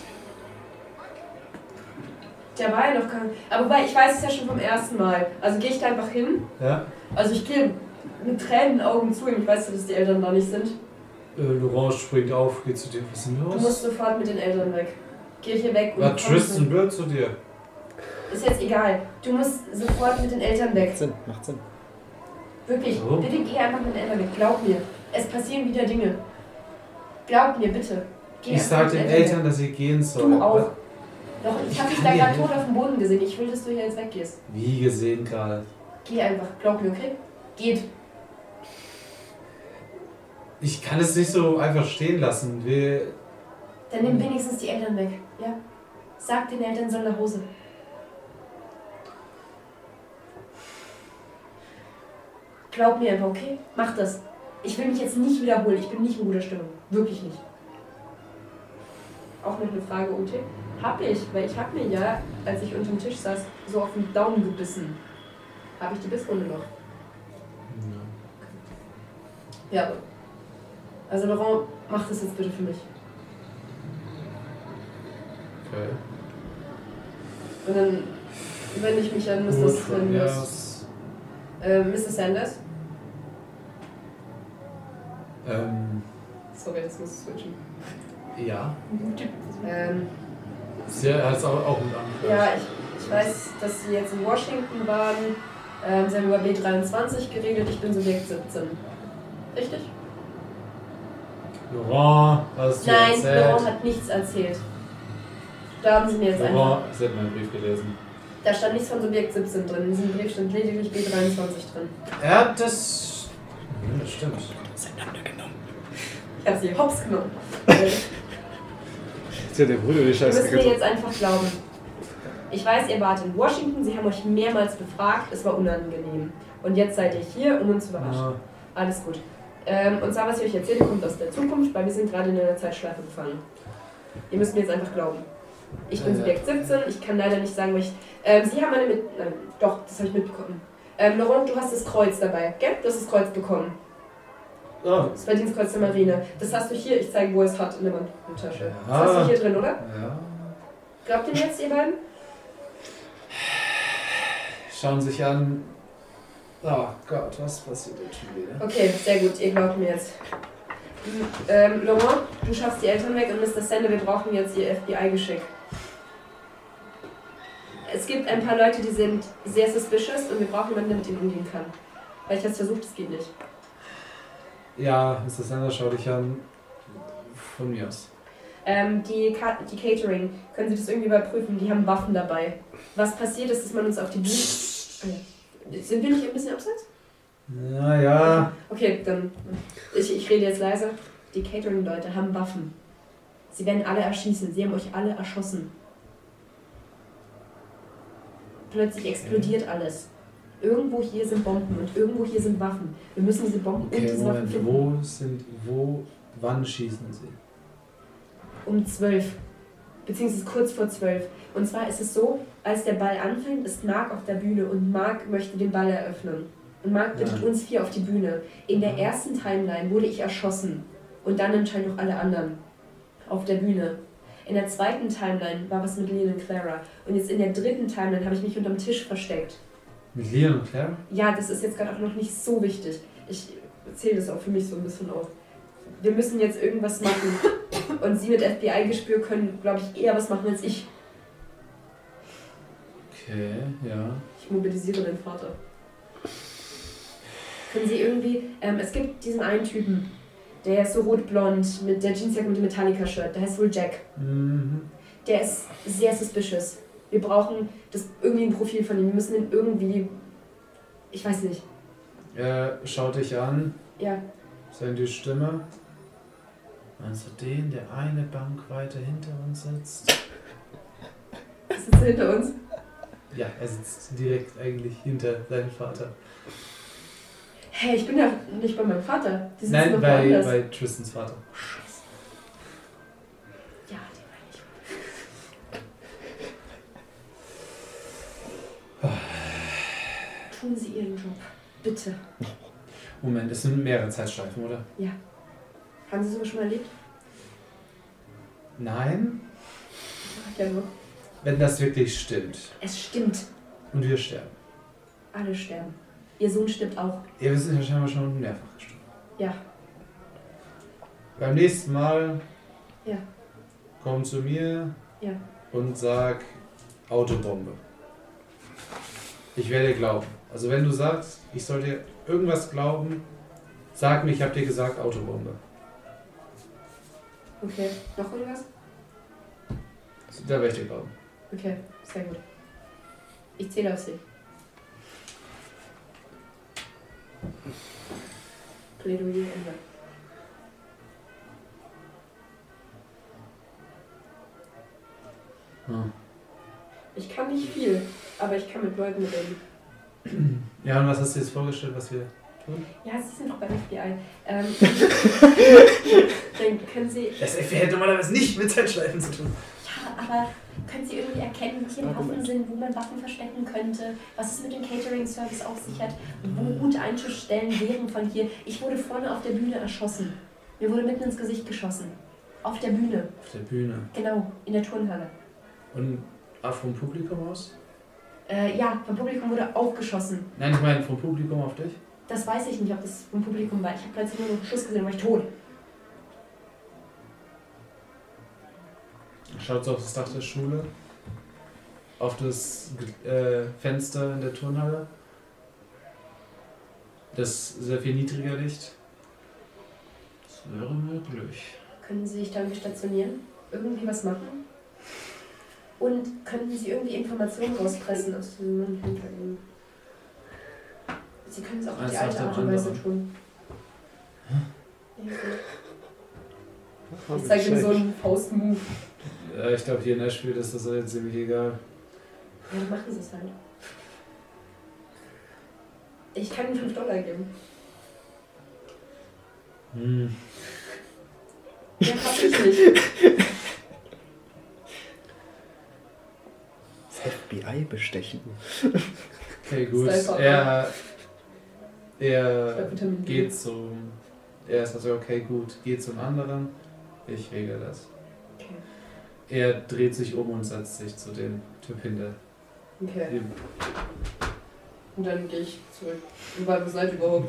S2: Der war ja noch gar nicht. Aber wobei, ich weiß es ja schon vom ersten Mal. Also gehe ich da einfach hin.
S1: Ja?
S2: Also ich gehe mit Tränen Augen zu ihm. Ich weiß ja, dass die Eltern da nicht sind.
S1: Äh, Laurent springt auf, geht zu dir. Was ist denn
S2: Du
S1: los?
S2: musst sofort mit den Eltern weg. Geh hier weg und
S1: War
S2: komm
S1: Tristan blöd zu dir?
S2: mit. Ist jetzt egal. Du musst sofort mit den Eltern weg.
S4: Sinn, macht Sinn.
S2: Wirklich.
S1: Oh.
S2: Bitte geh einfach mit den Eltern weg. Glaub mir. Es passieren wieder Dinge. Glaub mir, bitte. Geh
S1: Ich
S2: einfach
S1: sag
S2: mit
S1: den
S2: den
S1: Eltern, dass sie gehen sollen.
S2: Du auch. Doch, ich hab dich da
S1: kann
S2: gerade
S1: dir
S2: tot auf dem Boden gesehen. Ich will, dass du hier jetzt weggehst.
S1: Wie gesehen gerade.
S2: Geh einfach. Glaub mir, okay? Geht.
S1: Ich kann es nicht so einfach stehen lassen. Wir,
S2: Dann nimm wenigstens die Eltern weg. Ja? Sag den Eltern, sollen nach Hause. Glaub mir einfach, okay? Mach das. Ich will mich jetzt nicht wiederholen. Ich bin nicht in guter Stimmung. Wirklich nicht. Auch noch eine Frage, OT. Hab ich, weil ich hab mir ja, als ich unterm Tisch saß, so auf den Daumen gebissen. Habe ich die Bisswunde noch?
S1: Hm.
S2: Ja. aber- Also Laurent, mach das jetzt bitte für mich.
S1: Okay.
S2: Und dann wende ich mich an Mr.
S1: Gut, von mir
S2: Sanders.
S1: aus.
S2: Äh, Mr. Sanders?
S1: Ähm,
S2: Sorry, das muss ich switchen.
S1: ja.
S2: Ähm,
S1: Sie hat es auch, auch mit
S2: ja,
S1: angehört.
S2: ich, ich weiß, dass Sie jetzt in Washington waren. Ähm, Sie haben über B23 geredet. Ich bin Subjekt 17. Richtig?
S1: Laurent, hast du
S2: Nein,
S1: erzählt?
S2: Laurent hat nichts erzählt. Da haben Sie mir jetzt einfach.
S1: Laurent, sie hat meinen Brief gelesen.
S2: Da stand nichts von Subjekt 17 drin. In diesem Brief stand lediglich B23 drin.
S1: Er hat das... Hm, das stimmt.
S2: Ich habe sie hops genommen. Äh,
S5: Ist ja der Bruder die
S2: Sie
S5: Scheiße
S2: müssen mir
S5: getan.
S2: jetzt einfach glauben. Ich weiß, ihr wart in Washington, sie haben euch mehrmals befragt, es war unangenehm. Und jetzt seid ihr hier, um uns zu überraschen.
S1: Ah,
S2: Alles gut. Ähm, und zwar, was ich euch erzähle, kommt aus der Zukunft, weil wir sind gerade in einer Zeitschleife gefangen. Ihr müsst mir jetzt einfach glauben. Ich bin
S1: Äh.
S2: Subjekt 17, ich kann leider nicht sagen, weil ich... Ähm, Sie haben eine mit... Nein, doch, das habe ich mitbekommen. Ähm, Laurent, du hast das Kreuz dabei, gell? Du hast das Kreuz bekommen.
S1: Ah.
S2: Das Verdienstkreuz der Marine. Das hast du hier, ich zeige, wo er es hat, in der Manteltasche. Das hast
S1: Ja.
S2: du hier drin, oder?
S1: Ja.
S2: Glaubt ihr mir jetzt, ihr beiden?
S1: Schauen sich an. Ah Gott, was passiert der Typ wieder?
S2: Okay, sehr gut, ihr glaubt mir jetzt. Hm, Ähm, Laurent, du schaffst die Eltern weg und Mr. Sende, wir brauchen jetzt ihr FBI-Geschick. Es gibt ein paar Leute, die sind sehr suspicious und wir brauchen jemanden, der mit ihnen umgehen kann. Weil ich hab's versucht, es geht nicht.
S1: Ja, Mr. Sanders, schau dich an. Von mir aus.
S2: Ähm, die, Ka die Catering, können Sie das irgendwie überprüfen? Die haben Waffen dabei. Was passiert ist, dass man uns auf die Bühne... Ah ja. Sind wir nicht ein bisschen abseits?
S1: Naja.
S2: Okay, dann. Ich, ich rede jetzt leiser. Die Catering-Leute haben Waffen. Sie werden alle erschießen. Sie haben euch alle erschossen. Plötzlich explodiert alles. Irgendwo hier sind Bomben und irgendwo hier sind Waffen. Wir müssen diese Bomben und
S1: Okay,
S2: diese Waffen
S1: Moment.
S2: finden.
S1: Wo sind. Wo. Wann schießen sie?
S2: Um zwölf. Beziehungsweise kurz vor zwölf. Und zwar ist es so, als der Ball anfängt, ist Marc auf der Bühne und Marc möchte den Ball eröffnen. Und Marc bittet
S1: Ja.
S2: uns vier auf die Bühne. In der ersten Timeline wurde ich erschossen. Und dann anscheinend noch alle anderen. Auf der Bühne. In der zweiten Timeline war was mit Leon und Clara. Und jetzt in der dritten Timeline habe ich mich unterm Tisch versteckt.
S1: Mit Leon und Claire?
S2: Ja, das ist jetzt gerade auch noch nicht so wichtig. Ich zähle das auch für mich so ein bisschen auf. Wir müssen jetzt irgendwas machen. Und Sie mit FBI-Gespür können, glaube ich, eher was machen als ich.
S1: Okay, ja.
S2: Ich mobilisiere den Vater. Können Sie irgendwie. Ähm, es gibt diesen einen Typen, der ist so rot-blond, mit der Jeansjacke und dem Metallica-Shirt. Der heißt wohl Jack.
S1: Mhm.
S2: Der ist sehr suspicious. Wir brauchen das, irgendwie ein Profil von ihm. Wir müssen ihn irgendwie. Ich weiß nicht.
S1: Er schaut dich an.
S2: Ja,
S1: Sein die Stimme. Meinst du den, der eine Bank weiter hinter uns sitzt?
S2: das ist hinter uns.
S1: Ja, er sitzt direkt eigentlich hinter seinem Vater.
S2: Hey, ich bin ja nicht bei meinem Vater. Die sitzen
S1: Nein,
S2: noch
S1: bei,
S2: woanders.
S1: bei Tristans Vater.
S2: Ja, den meine ich. Tun Sie Ihren Job. Bitte.
S1: Moment, es sind mehrere Zeitschleifen, oder?
S2: Haben Sie sowas schon mal erlebt?
S1: Nein,
S2: Ach, ja, nur.
S1: wenn das wirklich stimmt
S2: Es stimmt.
S1: und wir sterben.
S2: Alle sterben. Ihr Sohn stirbt auch.
S1: Ihr wisst ja scheinbar schon mehrfach gestorben.
S2: Ja.
S1: Beim nächsten Mal
S2: Ja.
S1: komm zu mir
S2: Ja.
S1: und sag Autobombe. Ich werde dir glauben. Also wenn du sagst, ich soll dir irgendwas glauben, sag mir, ich habe dir gesagt Autobombe.
S2: Okay. Noch irgendwas?
S1: Da werde ich dir glauben.
S2: Okay. Sehr gut. Ich zähle auf Sie. Plädoyer Ende.
S1: Hm.
S2: Ich kann nicht viel, aber ich kann mit Leuten reden.
S1: Ja, und was hast du jetzt vorgestellt, was wir...
S2: Ja, Sie sind doch beim FBI. Ähm, dann können Sie,
S1: Das FBI hat normalerweise nicht mit Zeitschleifen zu tun.
S2: aber können Sie irgendwie erkennen, wo hier Waffen sind, wo man Waffen verstecken könnte, was es mit dem Catering-Service auf sich hat, wo gute Eintischstellen wären von hier. Ich wurde vorne auf der Bühne erschossen. Mir wurde mitten ins Gesicht geschossen. Auf der Bühne,
S1: Auf der Bühne.
S2: genau, in der Turnhalle.
S1: Und ah, vom Publikum aus?
S2: Äh, ja, vom Publikum wurde auch geschossen.
S1: Nein, ich meine vom Publikum auf dich.
S2: Das weiß ich nicht, ob das vom Publikum war. Ich habe plötzlich nur noch einen Schuss gesehen, war ich tot.
S1: Schaut so auf das Dach der Schule, auf das äh, Fenster in der Turnhalle. Das sehr viel niedriger Licht. Das wäre möglich.
S2: Können Sie sich da irgendwie stationieren? Irgendwie was machen? Und könnten Sie irgendwie Informationen rauspressen aus diesem Mund hinter Ihnen? Sie können es auch auf
S1: Eins
S2: die
S1: nach
S2: alte
S1: dem
S2: Art und Weise
S1: anderen.
S2: tun. Ja, gut. Ich zeige Ihnen so einen Post-Move.
S1: Äh, ich glaube, hier in Nashville ist das jetzt ziemlich egal.
S6: Ja, dann machen sie es halt. Ich kann ihnen 5 Dollar geben.
S1: Hm.
S6: Mehr hab ich nicht.
S4: Das FBI bestechen.
S1: Okay, gut.
S2: Style Papa.
S1: Er,
S2: Ich
S1: er
S2: glaub, Vitamin D.
S1: geht zum. Er ist also, okay, gut, geht zum anderen. Ich regel das.
S6: Okay.
S1: Er dreht sich um und setzt sich zu dem Typ hinter
S2: Okay.
S1: ihm.
S2: Und dann gehe ich zurück. Und weil wo seid ihr überhaupt?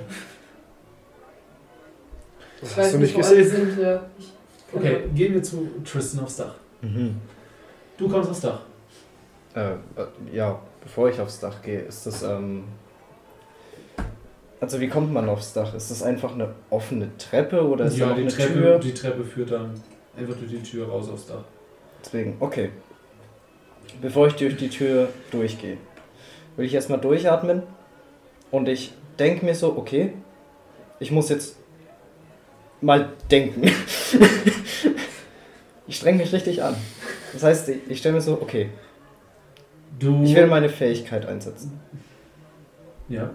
S4: Das
S2: Ich weiß nicht, wo alle sind. Ja. Ich kann
S1: Okay, gehen wir zu Tristan aufs Dach.
S4: Mhm.
S1: Du kommst aufs Dach.
S4: Äh, äh, ja, bevor ich aufs Dach gehe, ist das, ähm. Also wie kommt man aufs Dach? Ist das einfach eine offene Treppe oder ist da
S1: ja,
S4: noch
S1: die
S4: eine
S1: Treppe,
S4: Tür?
S1: die Treppe führt dann einfach durch die Tür raus aufs Dach.
S4: Deswegen, okay. Bevor ich durch die Tür durchgehe, will ich erstmal durchatmen und ich denke mir so, okay, ich muss jetzt mal denken. ich streng mich richtig an. Das heißt, ich- ich stelle mir so, okay,
S1: Du.
S4: ich will meine Fähigkeit einsetzen.
S1: ja.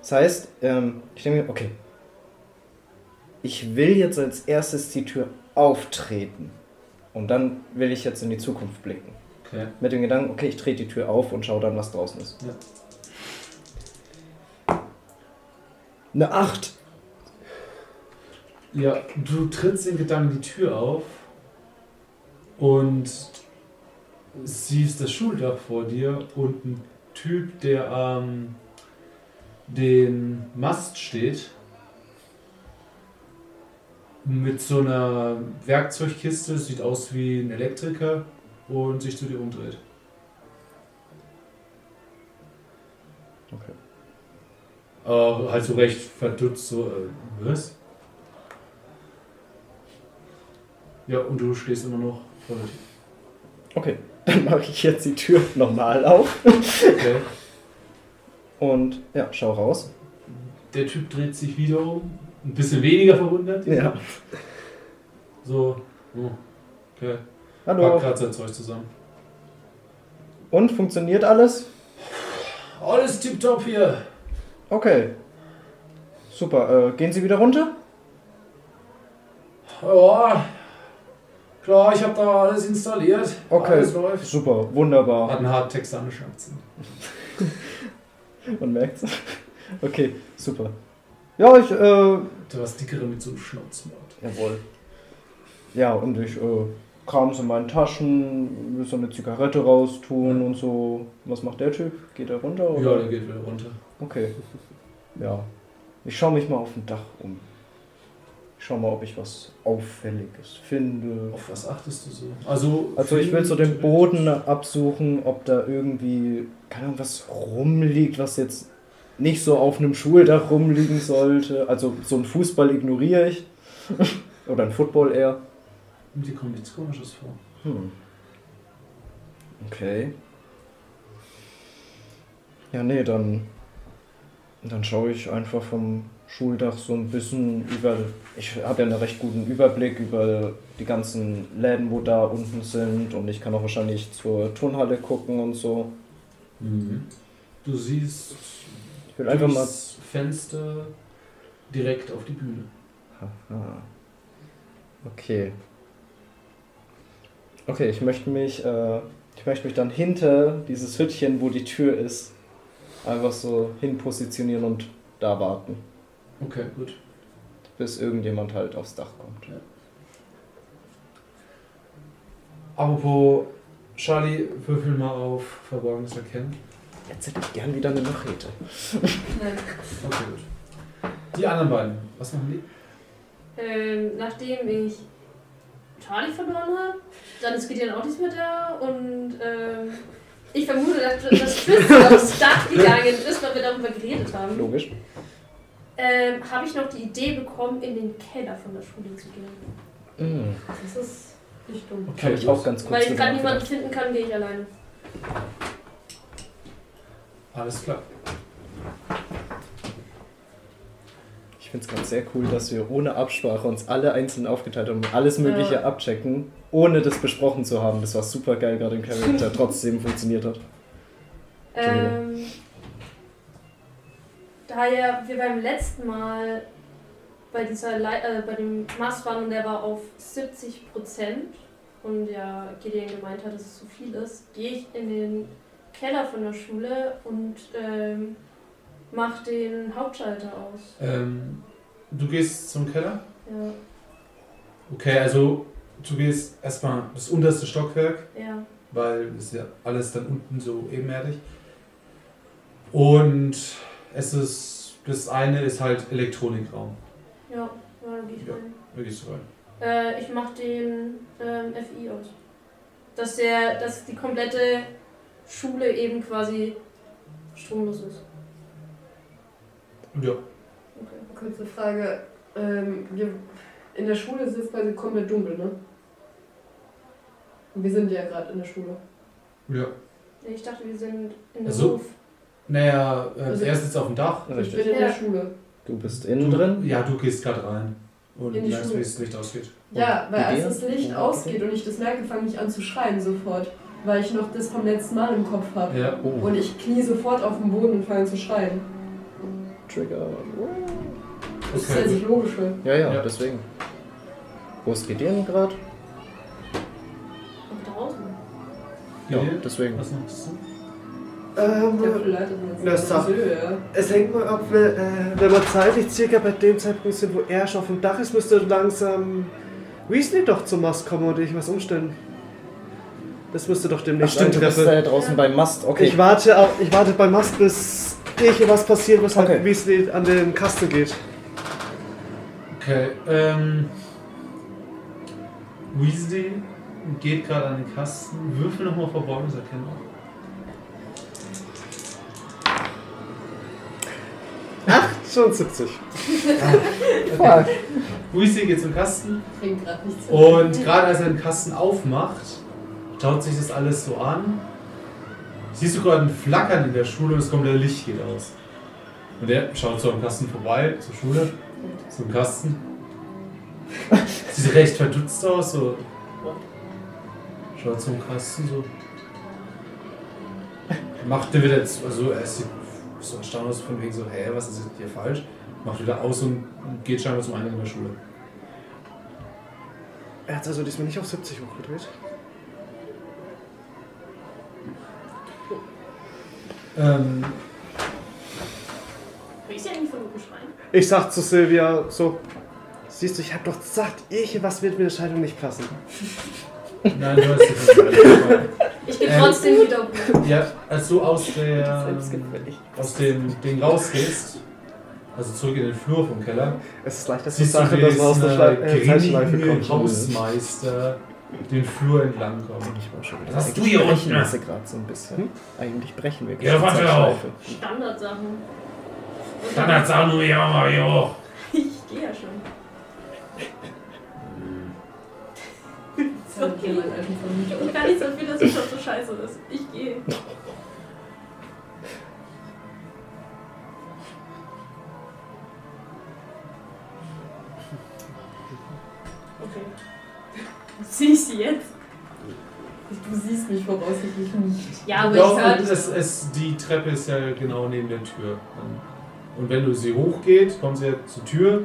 S4: Das heißt, ähm, ich denke mir, okay, ich will jetzt als erstes die Tür auftreten und dann will ich jetzt in die Zukunft blicken.
S1: Okay.
S4: Mit dem Gedanken, okay, ich drehe die Tür auf und schaue dann, was draußen ist.
S1: Ja.
S4: Eine 8.
S1: Ja, du trittst in Gedanken die Tür auf und siehst das Schuldach vor dir und ein Typ, der am den Mast steht, mit so einer Werkzeugkiste, sieht aus wie ein Elektriker und sich zu dir umdreht.
S4: Okay.
S1: Äh, halt so recht verdutzt, so, äh, was? Ja, und du stehst immer noch vor der Tür.
S4: Okay, dann mache ich jetzt die Tür normal auf
S1: Okay.
S4: und ja, schau raus.
S1: Der Typ dreht sich wieder um. Ein bisschen weniger verwundert.
S4: Ja.
S1: So. Oh. Okay.
S4: Hallo.
S1: Packt gerade sein Zeug zusammen.
S4: Und funktioniert alles?
S1: Alles tipptopp hier.
S4: Okay. Super. Äh, gehen Sie wieder runter?
S1: Ja. Klar, ich habe da alles installiert.
S4: Okay.
S1: Alles läuft.
S4: Super, wunderbar.
S1: Hat einen hart texanischen Akzent.
S4: Man merkt's. Okay, super. Ja, ich, äh,
S1: Der was dickere mit so einem Schnauzmord.
S4: Jawohl. Ja, und ich äh, kram so in meinen Taschen, will so eine Zigarette raustun und so. Was macht der Typ? Geht er runter?
S1: Ja,
S4: Oder?
S1: der geht wieder runter.
S4: Okay. Ja. Ich schaue mich mal auf dem Dach um. Ich schau mal, ob ich was Auffälliges finde.
S1: Auf was achtest du so? Also,
S4: Also ich will so den Boden absuchen, ob da irgendwie, keine Ahnung, was rumliegt, was jetzt nicht so auf einem Schuldach rumliegen sollte. Also so einen Fußball ignoriere ich. Oder einen Football eher.
S1: Dir kommt nichts komisches vor.
S4: Hm. Okay. Ja, nee, dann. Dann schaue ich einfach vom Schuldach so ein bisschen über. Ich habe ja einen recht guten Überblick über die ganzen Läden, wo da unten sind. Und ich kann auch wahrscheinlich zur Turnhalle gucken und so. Mhm.
S1: Du siehst
S4: Ich will einfach mal.
S1: durchs Fenster direkt auf die Bühne.
S4: Aha. Okay. Okay, ich möchte mich, äh, ich möchte mich dann hinter dieses Hüttchen, wo die Tür ist, einfach so hin positionieren und da warten,
S1: Okay, gut.
S4: bis irgendjemand halt aufs Dach kommt.
S1: Apropos Charlie, würfel mal auf Verborgenes Erkennen.
S4: Jetzt hätte ich gern wieder eine Machete.
S2: Nein.
S1: Okay, gut. Die anderen beiden, was machen die?
S3: Ähm, nachdem ich Charlie verloren habe, dann ist Gideon auch nicht mehr da und ähm, ich vermute, dass, dass Tristan aufs Dach gegangen ist, weil wir darüber geredet haben.
S4: Logisch.
S3: Ähm, habe ich noch die Idee bekommen, in den Keller von der Schule zu gehen.
S4: Mhm.
S2: Das ist nicht dumm.
S4: Habe ich auch ganz kurz
S3: Weil ich
S4: drüber
S3: gerade niemanden
S4: nachgedacht.
S3: finden kann, gehe ich alleine.
S1: Alles klar.
S4: Ich finde es gerade sehr cool, dass wir ohne Absprache uns alle einzeln aufgeteilt haben und alles Mögliche abchecken, ohne das besprochen zu haben. Das war super geil gerade im Charakter, trotzdem funktioniert hat.
S3: Ähm, da ja wir beim letzten Mal bei, dieser Lei- äh, bei dem Maß waren und der war auf 70 Prozent und ja Gideon gemeint hat, dass es zu viel ist, gehe ich in den Keller von der Schule und ähm, mach den Hauptschalter aus.
S1: Ähm, du gehst zum Keller?
S3: Ja,
S1: Okay, also du gehst erstmal das unterste Stockwerk.
S3: ja.
S1: weil es ist ja alles dann unten so ebenerdig. Und es ist, das eine ist halt Elektronikraum.
S3: Ja, ja, dann geh ich
S1: Ja.
S3: rein.
S1: Da gehst du rein.
S3: Äh, ich mach den ähm, FI aus. Dass der, dass die komplette Schule eben quasi stromlos ist.
S1: Und ja,
S3: Okay.
S2: Kurze Frage. Ähm, wir, in der Schule ist es quasi komplett dunkel, ne? Wir sind ja gerade in der Schule.
S1: ja.
S3: Nee, Ich dachte, wir sind in
S1: Ach
S3: der
S1: so.
S3: Hof.
S1: Naja, äh,
S2: Also-
S1: er sitzt auf dem Dach.
S2: Ich bin
S4: Richtig.
S2: in der
S3: Ja.
S2: Schule.
S4: Du bist
S1: Du,
S4: innen drin.
S1: Ja, du gehst gerade rein. Und
S2: In die
S1: merkst, wie
S2: Schule.
S1: das Licht ausgeht.
S2: Ja, weil als
S4: Idee?
S2: das Licht
S4: Ja, okay.
S2: ausgeht und ich das merke, fange ich an zu schreien sofort. Weil ich noch das vom letzten Mal im Kopf habe.
S1: Ja.
S4: Oh,
S2: Und ich knie sofort auf den Boden und fange an zu schreien.
S4: Trigger.
S2: Das ist ja
S1: Okay.
S2: das Logische.
S4: Ja, ja,
S1: Ja.
S4: deswegen. Wo ist Gideon gerade?
S3: Auch draußen.
S4: Ja,
S1: Gideon?
S4: deswegen.
S1: Was machst du?
S2: Der
S5: Ähm,
S2: leitet mir
S5: Das
S2: jetzt
S5: sagt-
S2: Höhe, ja.
S5: es hängt mal ab, wenn, äh, wenn wir zeitlich circa bei dem Zeitpunkt sind, wo er schon auf dem Dach ist, müsste langsam Weasley doch zur Mast kommen und ich was umstellen. Das müsste doch
S4: Ach,
S5: demnächst
S4: stimmt, du bist
S5: eintreffen.
S4: da ja draußen beim Mast. Okay.
S5: Ich warte, auf, ich warte bei Mast, bis ich was passiert, weshalb
S4: Okay.
S5: Weasley an den Kasten geht.
S1: Okay, ähm. Weasley geht gerade an den Kasten. Würfel nochmal Verborgenserkennung.
S5: Schon 70.
S1: Weasley geht zum Kasten.
S2: Bringt gerade nichts.
S1: Und gerade als er den Kasten aufmacht, schaut sich das alles so an. Siehst du gerade ein Flackern in der Schule und das komplette Licht geht aus. Und er schaut so am Kasten vorbei, zur Schule, zum Kasten. Sieht recht verdutzt aus, so. Schaut zum Kasten, so. Macht er wieder, zu- also er sieht so erstaunt aus, von wegen so, hä, was ist jetzt hier falsch? Macht wieder aus und geht scheinbar zum Eingang der Schule.
S5: Er hat also diesmal nicht auf 70 hochgedreht.
S1: Ähm,
S3: Krieg ich sie eigentlich von oben schreien?
S5: Ich sag zu Silvia so, siehst du, ich hab doch gesagt, ich was wird mir die Scheidung nicht passen.
S1: Nein, du hast es nicht.
S3: Ich gehe
S1: Ähm.
S3: trotzdem wieder hoch.
S1: Ja, als du aus, der,
S5: Selbstgefällig.
S1: aus dem Ding rausgehst, also zurück in den Flur vom Keller,
S5: Es ist leichter zu
S1: siehst du,
S5: sagen,
S1: wie
S5: dass man aus der Schle-
S1: dieser
S5: äh, Zeitschleife
S1: grimmige
S5: kommt.
S1: Hausmeister den Flur entlang kommt.
S4: Ich war schon wieder.
S1: Was hast du
S4: Eigentlich
S1: hier
S4: brechen
S1: unten? Hm?
S4: wir sie gerade so ein bisschen. Eigentlich brechen wir
S1: Ja,
S4: gerade
S1: warte
S4: die Zeitschleife.
S3: Standardsachen. Und
S1: hat's auch nur ja mal hier hoch.
S3: Ich gehe ja schon.
S2: Ja, okay, mein alter Vermieter.
S3: Ich kann nicht so viel, dass es schon so scheiße ist. Ich gehe. Okay. Sehe ich sie jetzt?
S2: Du siehst mich voraussichtlich nicht.
S3: Ja, aber
S1: Doch,
S3: ich höre
S1: es, es, es, die Treppe ist ja genau neben der Tür. Und wenn du sie hochgeht, kommt sie ja zur Tür,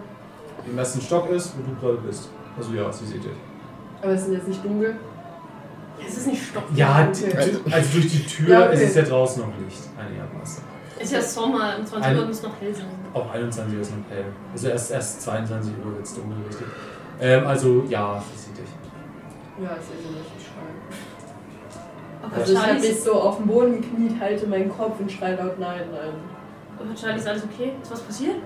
S1: die im ersten Stock ist, wo du gerade bist. Also ja, sie sieht dich.
S2: Aber es ist jetzt nicht dunkel.
S3: Es ist nicht stopp.
S1: Ja,
S2: Okay.
S1: d- d- also durch die Tür
S2: Ja, okay.
S1: es ist ja draußen noch Licht, einigermaßen.
S3: Es ist ja Sommer, um 20 Uhr muss es noch hell sein.
S1: Auch 21 Uhr ist noch hell. Also erst, erst 22 Uhr wird es dunkel, richtig. Ähm, also ja, das sieht dich.
S2: Ja, es ist ja nicht schreien.
S3: Aber
S2: Also ich habe
S3: Charlie,
S2: mich
S3: ist,
S2: so auf den Boden gekniet, halte meinen Kopf und schreie laut Nein, nein.
S3: aber Charlie, ist alles okay? Ist was passiert?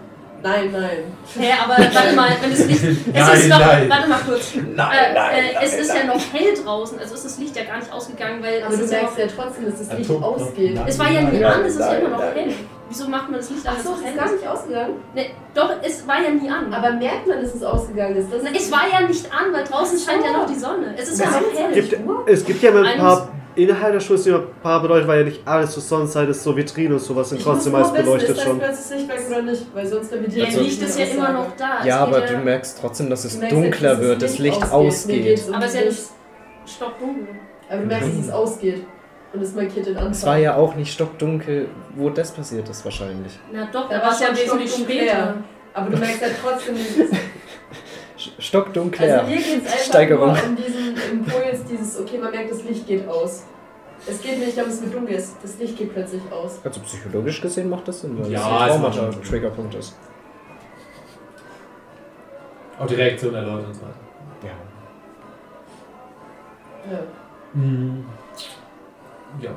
S2: Nein, nein.
S3: Hä, aber warte mal, wenn es nicht. Es ist
S1: Nein,
S3: noch,
S1: nein.
S3: Warte mal kurz. äh,
S1: Nein,
S3: äh, es ist ja noch hell draußen, also ist das Licht ja gar nicht ausgegangen, weil
S2: Aber
S3: es
S2: du
S3: ist ja
S2: merkst
S3: noch,
S2: ja trotzdem, dass das Licht
S1: Atom-
S2: ausgeht.
S1: Nein.
S3: Es war ja nie
S4: Nein,
S3: an, es ist ja
S4: nein,
S3: immer noch
S4: nein.
S3: hell. Wieso macht man das Licht an? wenn es
S2: Achso,
S3: noch
S2: es
S3: hell
S2: ist gar
S3: ist?
S2: nicht ausgegangen.
S3: Nee, doch, es war ja nie an.
S2: Aber merkt man, dass es ausgegangen ist? Das
S3: Na, es war ja nicht an, weil draußen scheint ja noch die Sonne. Es ist ja
S2: Was?
S3: noch hell.
S5: Gibt, es gibt ja mal ein
S3: Eines-
S5: paar, innerhalb der Schule sind ja ein paar beleuchtet, weil ja nicht alles zur Sonnenzeit ist, so Vitrinen und sowas sind trotzdem alles beleuchtet
S2: schon.
S5: schon.
S2: Ist das Lichtwerk oder nicht? Weil sonst damit
S3: Ja,
S4: Also-
S3: Licht ist ja immer noch da. Es
S4: Ja,
S3: geht
S4: aber du merkst trotzdem, dass es
S2: Du merkst ja,
S4: dunkler
S2: dass
S4: wird, das Licht
S2: Mir
S4: ausgeht.
S2: geht's um
S3: Aber es ist ja
S2: das-
S3: nicht stockdunkel.
S2: Aber du merkst, dass es ausgeht. Und es markiert den Anfang.
S4: Es war ja auch nicht stockdunkel, wo das passiert ist wahrscheinlich.
S3: Na doch,
S2: Da war
S3: da war es ja
S2: schon
S3: wesentlich
S2: Stunden
S3: später.
S2: her. Aber du merkst ja trotzdem dieses.
S4: Sch- Stockdunkel.
S2: Also
S4: ja.
S2: mir geht es einfach
S4: Steigerung.
S2: nur um diesen Impuls, dieses, okay, man merkt, das Licht geht aus. Es geht nicht darum, dass es mir dunkel ist. Das Licht geht plötzlich aus.
S4: Also psychologisch gesehen macht das Sinn, weil
S1: Ja, es
S4: das ein
S1: macht
S4: Traumata-
S1: schon Sinn.
S4: Triggerpunkt ist.
S1: Auch die Reaktion der Leute und so weiter.
S4: Ja.
S2: Ja.
S1: Mhm. Ja.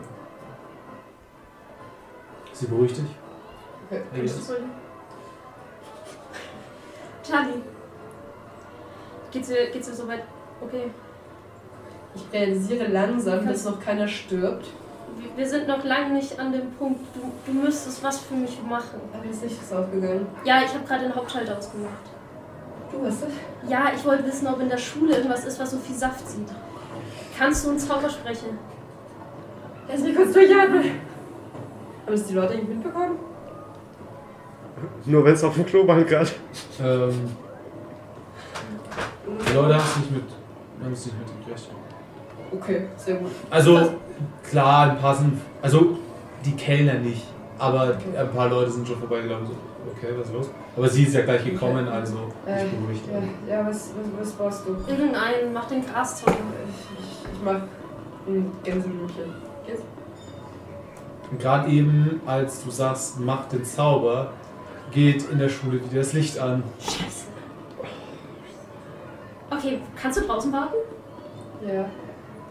S1: Sie beruhigt dich?
S2: Okay.
S1: Ja, jetzt.
S3: Charlie. Geht's dir, geht's dir so weit? Okay.
S2: Ich realisiere langsam, dass noch keiner stirbt.
S3: Wir, wir sind noch lange nicht an dem Punkt. Du, du müsstest was für mich machen.
S2: Aber das Licht ist ausgegangen.
S3: Ja, ich habe gerade den Hauptschalter ausgemacht.
S2: Du hast das?
S3: Ja, ich wollte wissen, ob in der Schule irgendwas ist, was so viel Saft sieht. Kannst du einen Zauber sprechen?
S2: Lass mich kurz durchatmen. Haben es die Leute nicht mitbekommen?
S5: Nur wenn es auf dem Klo war gerade.
S1: Ähm, die Leute haben es nicht mit. Haben es nicht mitgekriegt.
S2: Okay, sehr gut.
S1: Also, klar, ein paar sind. Also, die Kellner nicht. Aber ein paar Leute sind schon vorbeigelaufen. So, okay, was ist los? Aber sie ist ja gleich gekommen, also
S2: Äh,
S1: ich beruhigt.
S2: Ja, ja was, was, was brauchst du?
S3: Irgendeinen, mach den Graszauber.
S2: Ich, ich, ich mach ein Gänseblümchen. Geht's?
S1: Und gerade eben, als du sagst, mach den Zauber, geht in der Schule wieder das Licht an.
S3: Scheiße. Okay, kannst du draußen warten?
S2: Ja.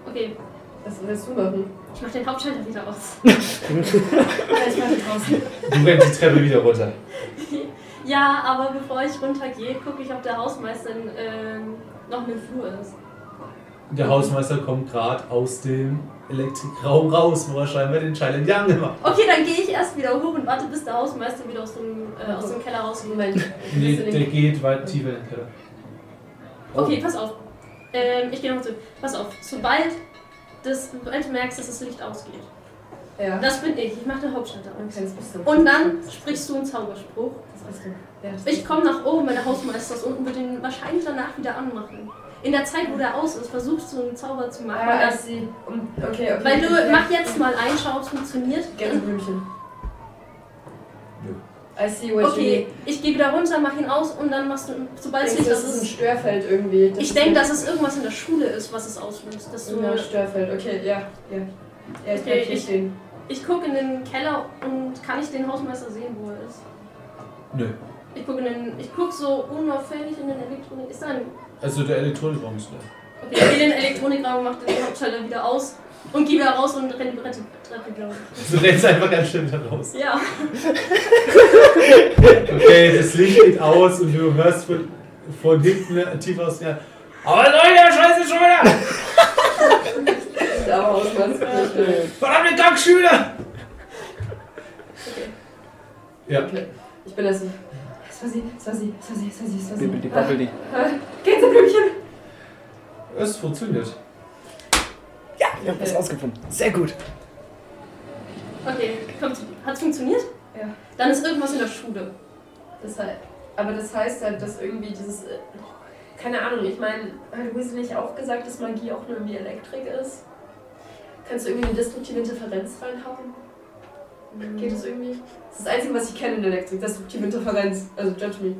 S3: Okay,
S2: Was willst du machen?
S3: ich mach den Hauptschalter wieder aus.
S2: Ich mache draußen.
S1: Du rennst die Treppe wieder runter.
S3: Ja, aber bevor ich runtergehe, gucke ich, ob der Hausmeister ähm, noch im Flur ist.
S1: Der Hausmeister kommt gerade aus dem Elektrikraum raus, wo er scheinbar den Silent Young gemacht
S3: Okay, dann gehe ich erst wieder hoch und warte, bis der Hausmeister wieder aus dem, äh, aus dem Keller rausgeht.
S2: Moment.
S1: hat.
S2: ich
S1: Nee,
S2: muss in
S1: der
S2: den-
S1: geht weit tiefer in den Keller.
S3: Okay, pass auf. Ähm, ich gehe noch zurück. Pass auf, sobald, das, sobald du merkst, dass das Licht ausgeht.
S2: Ja.
S3: Das bin ich, ich mache den Hauptschalter an.
S2: Okay, das bist du.
S3: Und dann sprichst du einen Zauberspruch.
S2: Das bist du. Ja, das
S3: Ich
S2: bist
S3: komme nach oben, weil der Hausmeister ist unten, wird ihn wahrscheinlich danach wieder anmachen. In der Zeit, wo der aus ist, versuchst du einen Zauber zu
S2: du.
S3: machen.
S2: Ah, ich sehe. Um, okay, okay.
S3: weil du, mach jetzt mal ein, schau, ob es funktioniert.
S2: Gänseblümchen.
S1: Nö.
S2: I see what
S3: Okay, ich gehe wieder runter, mach ihn aus und dann machst du,
S2: you mean.
S3: sobald es
S2: Denkst du,
S3: nicht
S2: das
S3: das
S2: ist ein
S3: ist.
S2: Störfeld irgendwie.
S3: Ich denke, dass es irgendwas in der Schule ist, was es auslöst. Dass du,
S2: Ja, Störfeld. Okay, ja, ja. Ja, ich
S3: Okay,
S2: bleib hier
S3: ich-
S2: stehen.
S3: Ich gucke in den Keller und kann ich den Hausmeister sehen, wo er ist.
S1: Nö.
S3: Ich gucke in den, ich guck so unauffällig in den Elektronik. Ist da ein.
S1: Also der Elektronikraum ist leer.
S3: Okay, ich gehe in den Elektronikraum, mach den Hauptschalter wieder aus und gehe wieder raus und renne die Treppe, Treppe, glaube ich.
S1: Du rennst einfach ganz schnell wieder raus.
S3: Ja.
S1: Okay, das Licht geht aus und du hörst von, von hinten tief aus der. Aber Leute, scheiße schon wieder!
S2: Aber Hausmannsblümchen.
S1: Verdammte Kackschüler!
S3: Okay.
S1: Ja,
S2: Ich bin das. Es war sie, es war sie, es war sie, es war sie, es war sie.
S4: Bibbidi babbidi.
S2: Ah, Gänseblümchen!
S1: es funktioniert.
S4: Ich hab was rausgefunden. Sehr gut.
S3: Okay, kommt. Hat's funktioniert?
S2: Ja.
S3: Dann ist irgendwas in der Schule.
S2: Das heißt, aber das heißt halt, dass irgendwie dieses. äh, Keine Ahnung, ich meine, hat Weasley nicht auch gesagt, dass Magie auch nur irgendwie Elektrik ist? Kannst du irgendwie eine destruktive Interferenz reinhauen?
S3: Mhm.
S2: Geht das irgendwie? Das ist das Einzige, was ich kenne in Elektrik, destruktive Interferenz. Also judge me.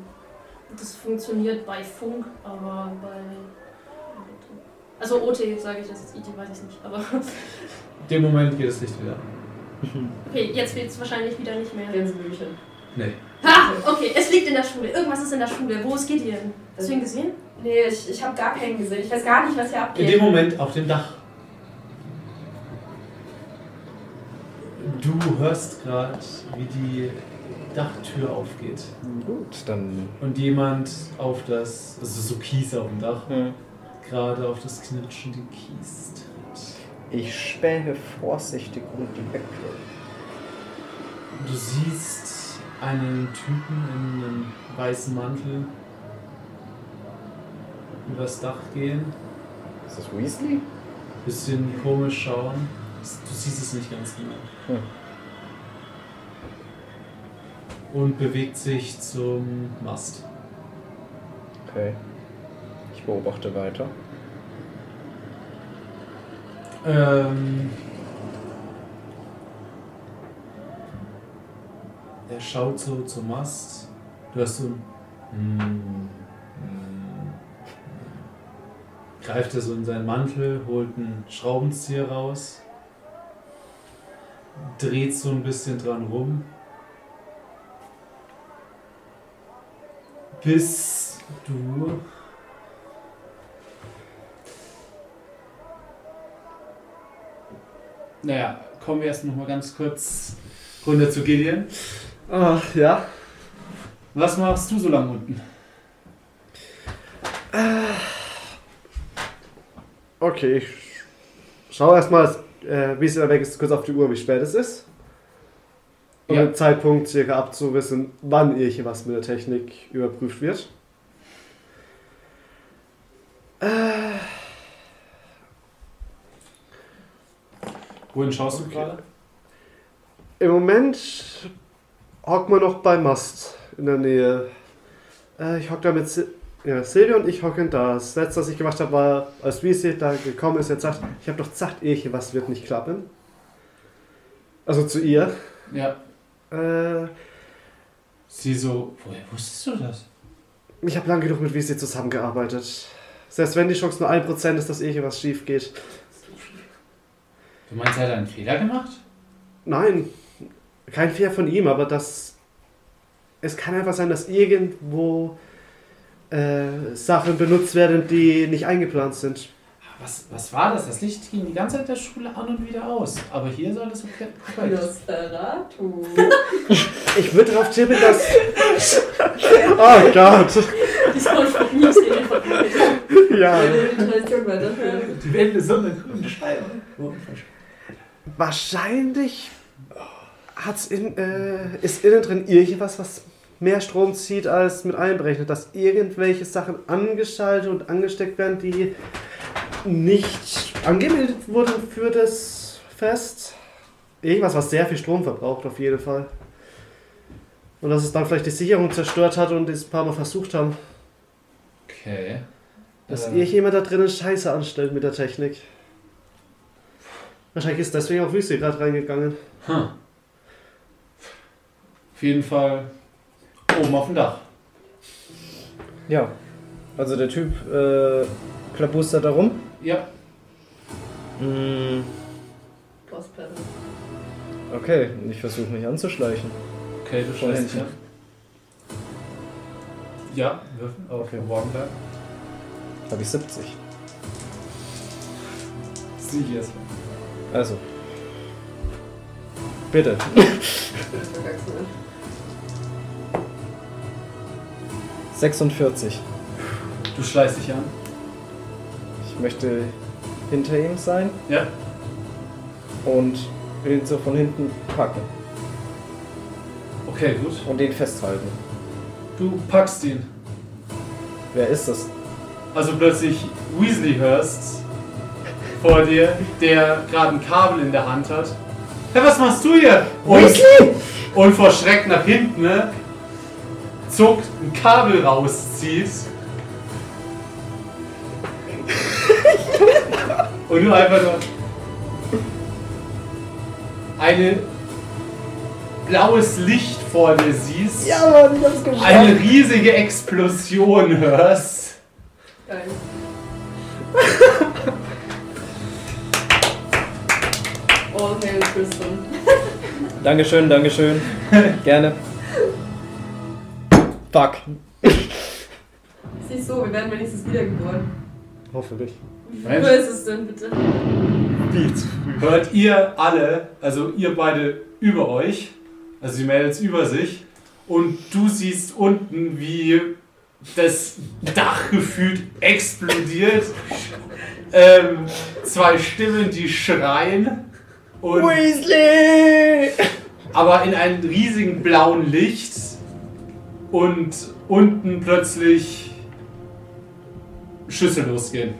S3: Das funktioniert bei Funk, aber bei. Also OT sage ich das jetzt, IT weiß ich nicht, aber.
S1: In dem Moment geht das Licht wieder an.
S3: Okay, jetzt wird es wahrscheinlich wieder nicht mehr.
S2: Gänseblümchen.
S1: Nee.
S3: Ha! Okay, es liegt in der Schule. Irgendwas ist in der Schule. Wo es geht ihr hin? Hast du ihn gesehen?
S2: Nee, ich, ich habe gar keinen gesehen. Ich weiß gar nicht, was hier
S1: In
S2: abgeht.
S1: dem Moment auf dem Dach. Du hörst gerade, wie die Dachtür aufgeht
S4: Gut, dann.
S1: und jemand auf das, also so Kies auf dem Dach, gerade auf das knirschende Kies tritt.
S4: Ich spähe vorsichtig um die Ecke.
S1: Du siehst einen Typen in einem weißen Mantel übers Dach gehen,
S4: Ist das Weasley?
S1: bisschen komisch schauen. Du siehst es nicht ganz genau.
S4: Hm.
S1: Und bewegt sich zum Mast.
S4: Okay. Ich beobachte weiter.
S1: Ähm,
S9: Er schaut so zum Mast. Du hast so ein. Mm, mm, greift er so in seinen Mantel, holt einen Schraubenzieher raus, dreht so ein bisschen dran rum, bis du
S1: Naja, kommen wir erst noch mal ganz kurz runter zu Gideon.
S5: Ach, ja.
S1: Was machst du so lange unten?
S5: Okay, ich schau erstmal, äh, wie es wieder weg ist, kurz auf die Uhr, wie spät es ist. Um
S1: Ja.
S5: den Zeitpunkt circa abzuwissen, wann hier was mit der Technik überprüft wird. Äh,
S1: Wohin schaust du
S5: Okay.
S1: gerade?
S5: Im Moment hocken wir noch bei Mast in der Nähe. Äh, ich hock da mit Sil ja, Silvia und ich hocken da. Das letzte, was ich gemacht habe, war, als Wiese da gekommen ist, jetzt sagt, ich habe doch gesagt, Ehe, was wird nicht klappen. Also zu ihr.
S1: Ja.
S5: Äh,
S1: Sie so, woher wusstest du das?
S5: ich habe lange genug mit Wiese zusammengearbeitet. Selbst wenn die Chance nur 1% ist, dass Ehe was schief geht.
S1: Du meinst, er hat einen Fehler gemacht?
S5: Nein, kein Fehler von ihm, aber das. Es kann einfach sein, dass irgendwo äh, Sachen benutzt werden, die nicht eingeplant sind.
S1: Ah, Was, was war das? Das Licht ging die ganze Zeit der Schule an und wieder aus. Aber hier soll das okay.
S2: Nosferatu.
S5: Ich würde darauf tippen, dass. oh Gott!
S3: Die ist voll von mir, die von mir.
S5: Ja.
S2: Meditation war das ja.
S9: Die Welt ist so eine grüne Scheibe.
S5: Wahrscheinlich hat's in, äh, ist innen drin irgendwas, was mehr Strom zieht als mit einberechnet, dass irgendwelche Sachen angeschaltet und angesteckt werden, die nicht angemeldet wurden für das Fest. Irgendwas, was sehr viel Strom verbraucht, auf jeden Fall. Und dass es dann vielleicht die Sicherung zerstört hat und es ein paar Mal versucht haben,
S1: Okay.
S5: dass
S1: Äh,
S5: irgendjemand da drinnen Scheiße anstellt mit der Technik. Wahrscheinlich ist deswegen auch Wüste gerade reingegangen.
S1: hm. Auf jeden Fall oben auf dem Dach.
S4: Ja. Also der Typ äh, klabustert da rum.
S1: Ja.
S4: Mm,
S2: Bossplatte.
S4: Okay, ich versuche mich anzuschleichen.
S1: Okay, du
S4: Voll
S1: schreist dich
S4: Händchen.
S1: an. Ja, würfen auf
S4: Okay.
S1: okay. Morgenberg.
S4: Habe ich 70.
S1: Sieh erstmal.
S4: Also. Bitte.
S2: Das war ganz cool.
S4: 46.
S1: Du schleißt dich an.
S4: Ich möchte hinter ihm sein
S1: Ja.
S4: und will ihn so von hinten packen
S1: Okay, gut.
S4: und den festhalten.
S1: Du packst ihn.
S4: Wer ist das?
S1: Also plötzlich Weasley hörst vor dir, der gerade ein Kabel in der Hand hat. Hey, was machst du hier? Und, und vor Schreck nach hinten, ne? Zuckt ein Kabel rauszieht. und du einfach nur eine blaues Licht vor dir siehst.
S4: Mann, ich hab's geschafft.
S1: eine riesige Explosion hörst.
S2: Geil. All hail Tristan.
S4: Dankeschön, Dankeschön. Gerne. Fuck.
S2: Siehst du, wir werden wenigstens wiedergeboren.
S5: Hoffentlich.
S2: Wie früh
S1: Mensch.
S2: ist es denn bitte?
S5: Viel zu früh.
S1: hört ihr alle, also ihr beide über euch, also die Mädels über sich, und du siehst unten, wie das Dach gefühlt explodiert. Ähm, zwei Stimmen, die schreien. Und
S4: Weasley!
S1: aber in einem riesigen blauen Licht und unten plötzlich Schüsse losgehen.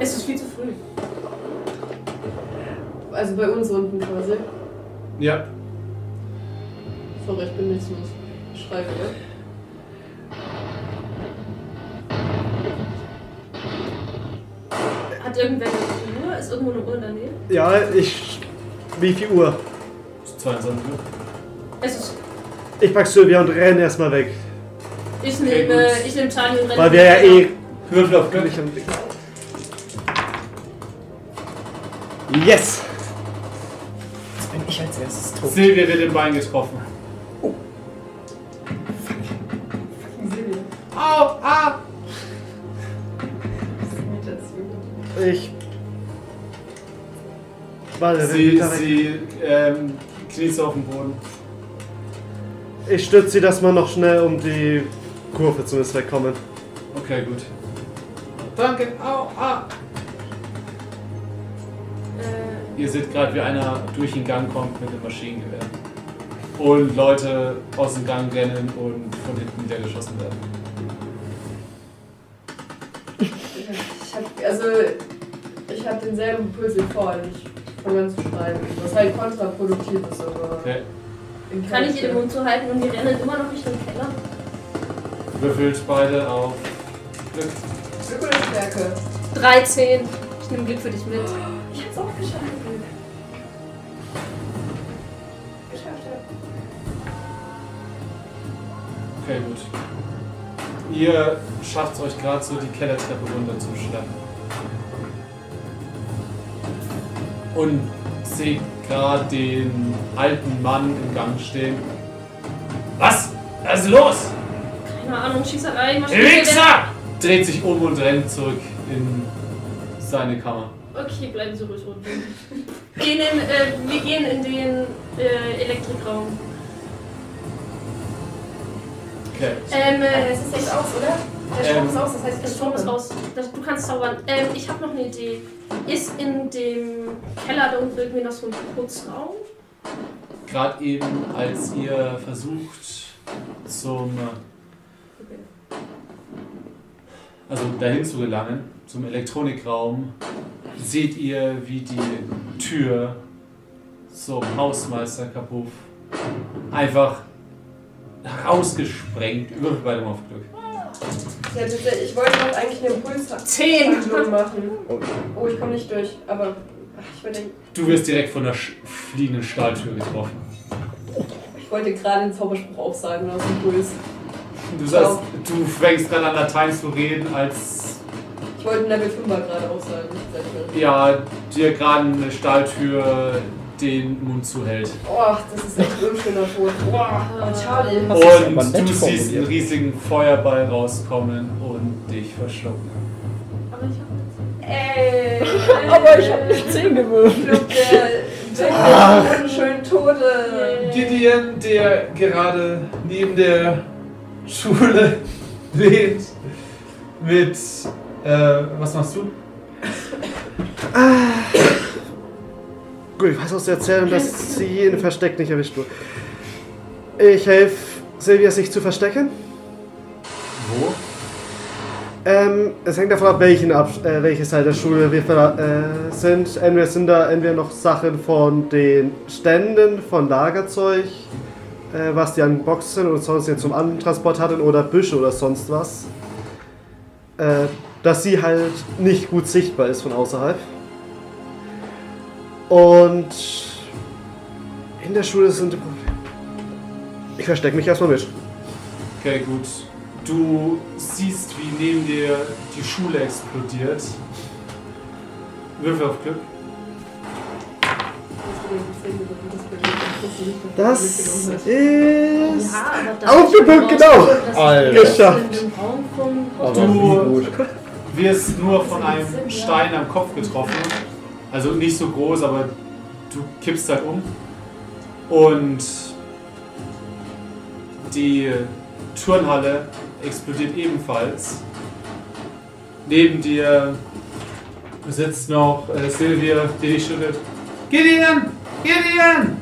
S3: Es ist viel zu früh.
S2: Also bei uns unten quasi.
S1: Ja,
S2: Sorry, ich bin nicht los. Schreibe, oder?
S3: Hat irgendwer eine Uhr? Ist irgendwo eine Uhr in der Nähe?
S5: Ja, ich. Wie viel Uhr?
S1: 22 Uhr.
S3: Es ist
S5: Ich pack Sylvia und renne erstmal weg.
S3: Ich
S1: Okay,
S3: nehme,
S1: gut.
S3: ich nehme Charlie und renne.
S5: Weil wir ja eh.
S1: Würfel auf Glück.
S5: nicht am Blick- Yes! Jetzt bin ich als erstes tot.
S1: Silvia wird im Bein getroffen. Au, ah!
S5: Ich. Warte,
S1: Sie,
S5: renn weg.
S1: sie ähm, kniet so auf dem Boden.
S5: Ich stütze sie, dass wir noch schnell um die Kurve zumindest wegkommen.
S1: Okay, gut. Danke, au, ah!
S3: Äh,
S1: Ihr seht gerade, wie einer durch den Gang kommt mit dem Maschinengewehr. Und Leute aus dem Gang rennen und von hinten niedergeschossen werden.
S2: Ich hab, also, ich hab denselben Impuls wie vorhin. Ich fange an zu schreiben. Was halt kontraproduktiv ist, aber.
S1: Okay.
S5: eh-
S2: in
S3: kann ich ihr den
S2: keinem
S3: Mund zuhalten und die rennen immer noch Richtung Keller?
S1: Würfelt beide auf Glück.
S2: Stück oder Stärke?
S3: 13. Ich nehme Glück für dich mit.
S10: Ich hab's auch geschafft. Geschafft, ja.
S1: Okay, gut. Ihr schafft es euch gerade so, die Kellertreppe runter zu schleppen. Und seht gerade den alten Mann im Gang stehen. Was? Was ist los?
S3: Keine Ahnung, Schießerei,
S1: Ihr
S3: Maschinengewehr.
S1: Wichser! Dreht sich um und rennt zurück in seine Kammer.
S3: Okay, bleiben Sie ruhig unten. Gehen in, äh, wir gehen in den äh, Elektrikraum.
S1: Okay.
S3: Ähm, äh,
S10: Das ist jetzt aus, oder? Der Strom
S1: Ähm,
S10: ist aus, das heißt,
S3: Der
S10: ich
S3: Strom
S10: kann
S3: ist
S10: schon.
S3: aus. Das, du kannst zaubern. Ähm, ich habe noch eine Idee. Ist in dem Keller da unten irgendwie noch so ein Putzraum?
S1: Gerade eben, als ihr versucht zum. Also dahin zu gelangen, zum Elektronikraum, seht ihr, wie die Tür zum Hausmeister Kapuff einfach rausgesprengt. Würfel beide mal auf Glück.
S2: Ja, bitte, ich wollte doch eigentlich eine Impulshandlung
S3: Zehn!
S2: machen. Oh, ich komme nicht durch, aber. ach, Ich wollte,
S1: Du wirst direkt von der sch- fliegenden Stahltür getroffen.
S2: ich wollte gerade den Zauberspruch aufsagen aus Impuls.
S1: Du, sagst, du fängst gerade an Latein zu reden, als
S2: Ich wollte Level 5er gerade aufsagen. nicht Level-
S1: ja, dir gerade eine Stahltür den Mund zuhält.
S2: Oh, das ist echt ein unschöner Spruch. Oh, Boah, Charlie.
S4: Das ist aber
S1: und
S4: nett
S1: du siehst einen
S4: formuliert.
S1: riesigen Feuerball rauskommen und dich verschlucken.
S3: Aber ich habe
S2: Ey!
S3: Aber ich
S2: hab
S3: nicht
S2: zehn gewürfelt. Ich glaub, der Jack ist schön Tode.
S11: Gideon, der gerade neben der Schule lebt, mit. Äh, was machst du?
S5: Gut, ich weiß aus der Erzählung, dass sie ihn versteckt nicht erwischt wurde. Ich helfe Silvia, sich zu verstecken.
S1: Wo?
S5: Ähm, es hängt davon ab, welchen Ab äh, welche Seite der Schule wir verla- äh, sind. Entweder sind da entweder noch Sachen von den Ständen, von Lagerzeug, äh, was die an Boxen und sonst jetzt zum Antransport hatten, oder Büsche oder sonst was. Äh, dass sie halt nicht gut sichtbar ist von außerhalb. Und in der Schule sind die Probleme. Ich verstecke mich erstmal mit.
S1: Okay, gut. Du siehst, wie neben dir die Schule explodiert. Würfel auf Glück.
S5: Das ist.
S3: Ja, aber Ah, da
S5: Auf den Punkt, genau.
S4: Alter.
S5: Geschafft.
S3: In dem Raum von
S4: Aber
S1: Du-
S4: wie gut.
S1: wirst nur von einem Stein am Kopf getroffen. Also nicht so groß, aber du kippst halt um. Und die Turnhalle explodiert ebenfalls. Neben dir sitzt noch äh, Silvia, die dich schüttelt. Gideon! Gideon!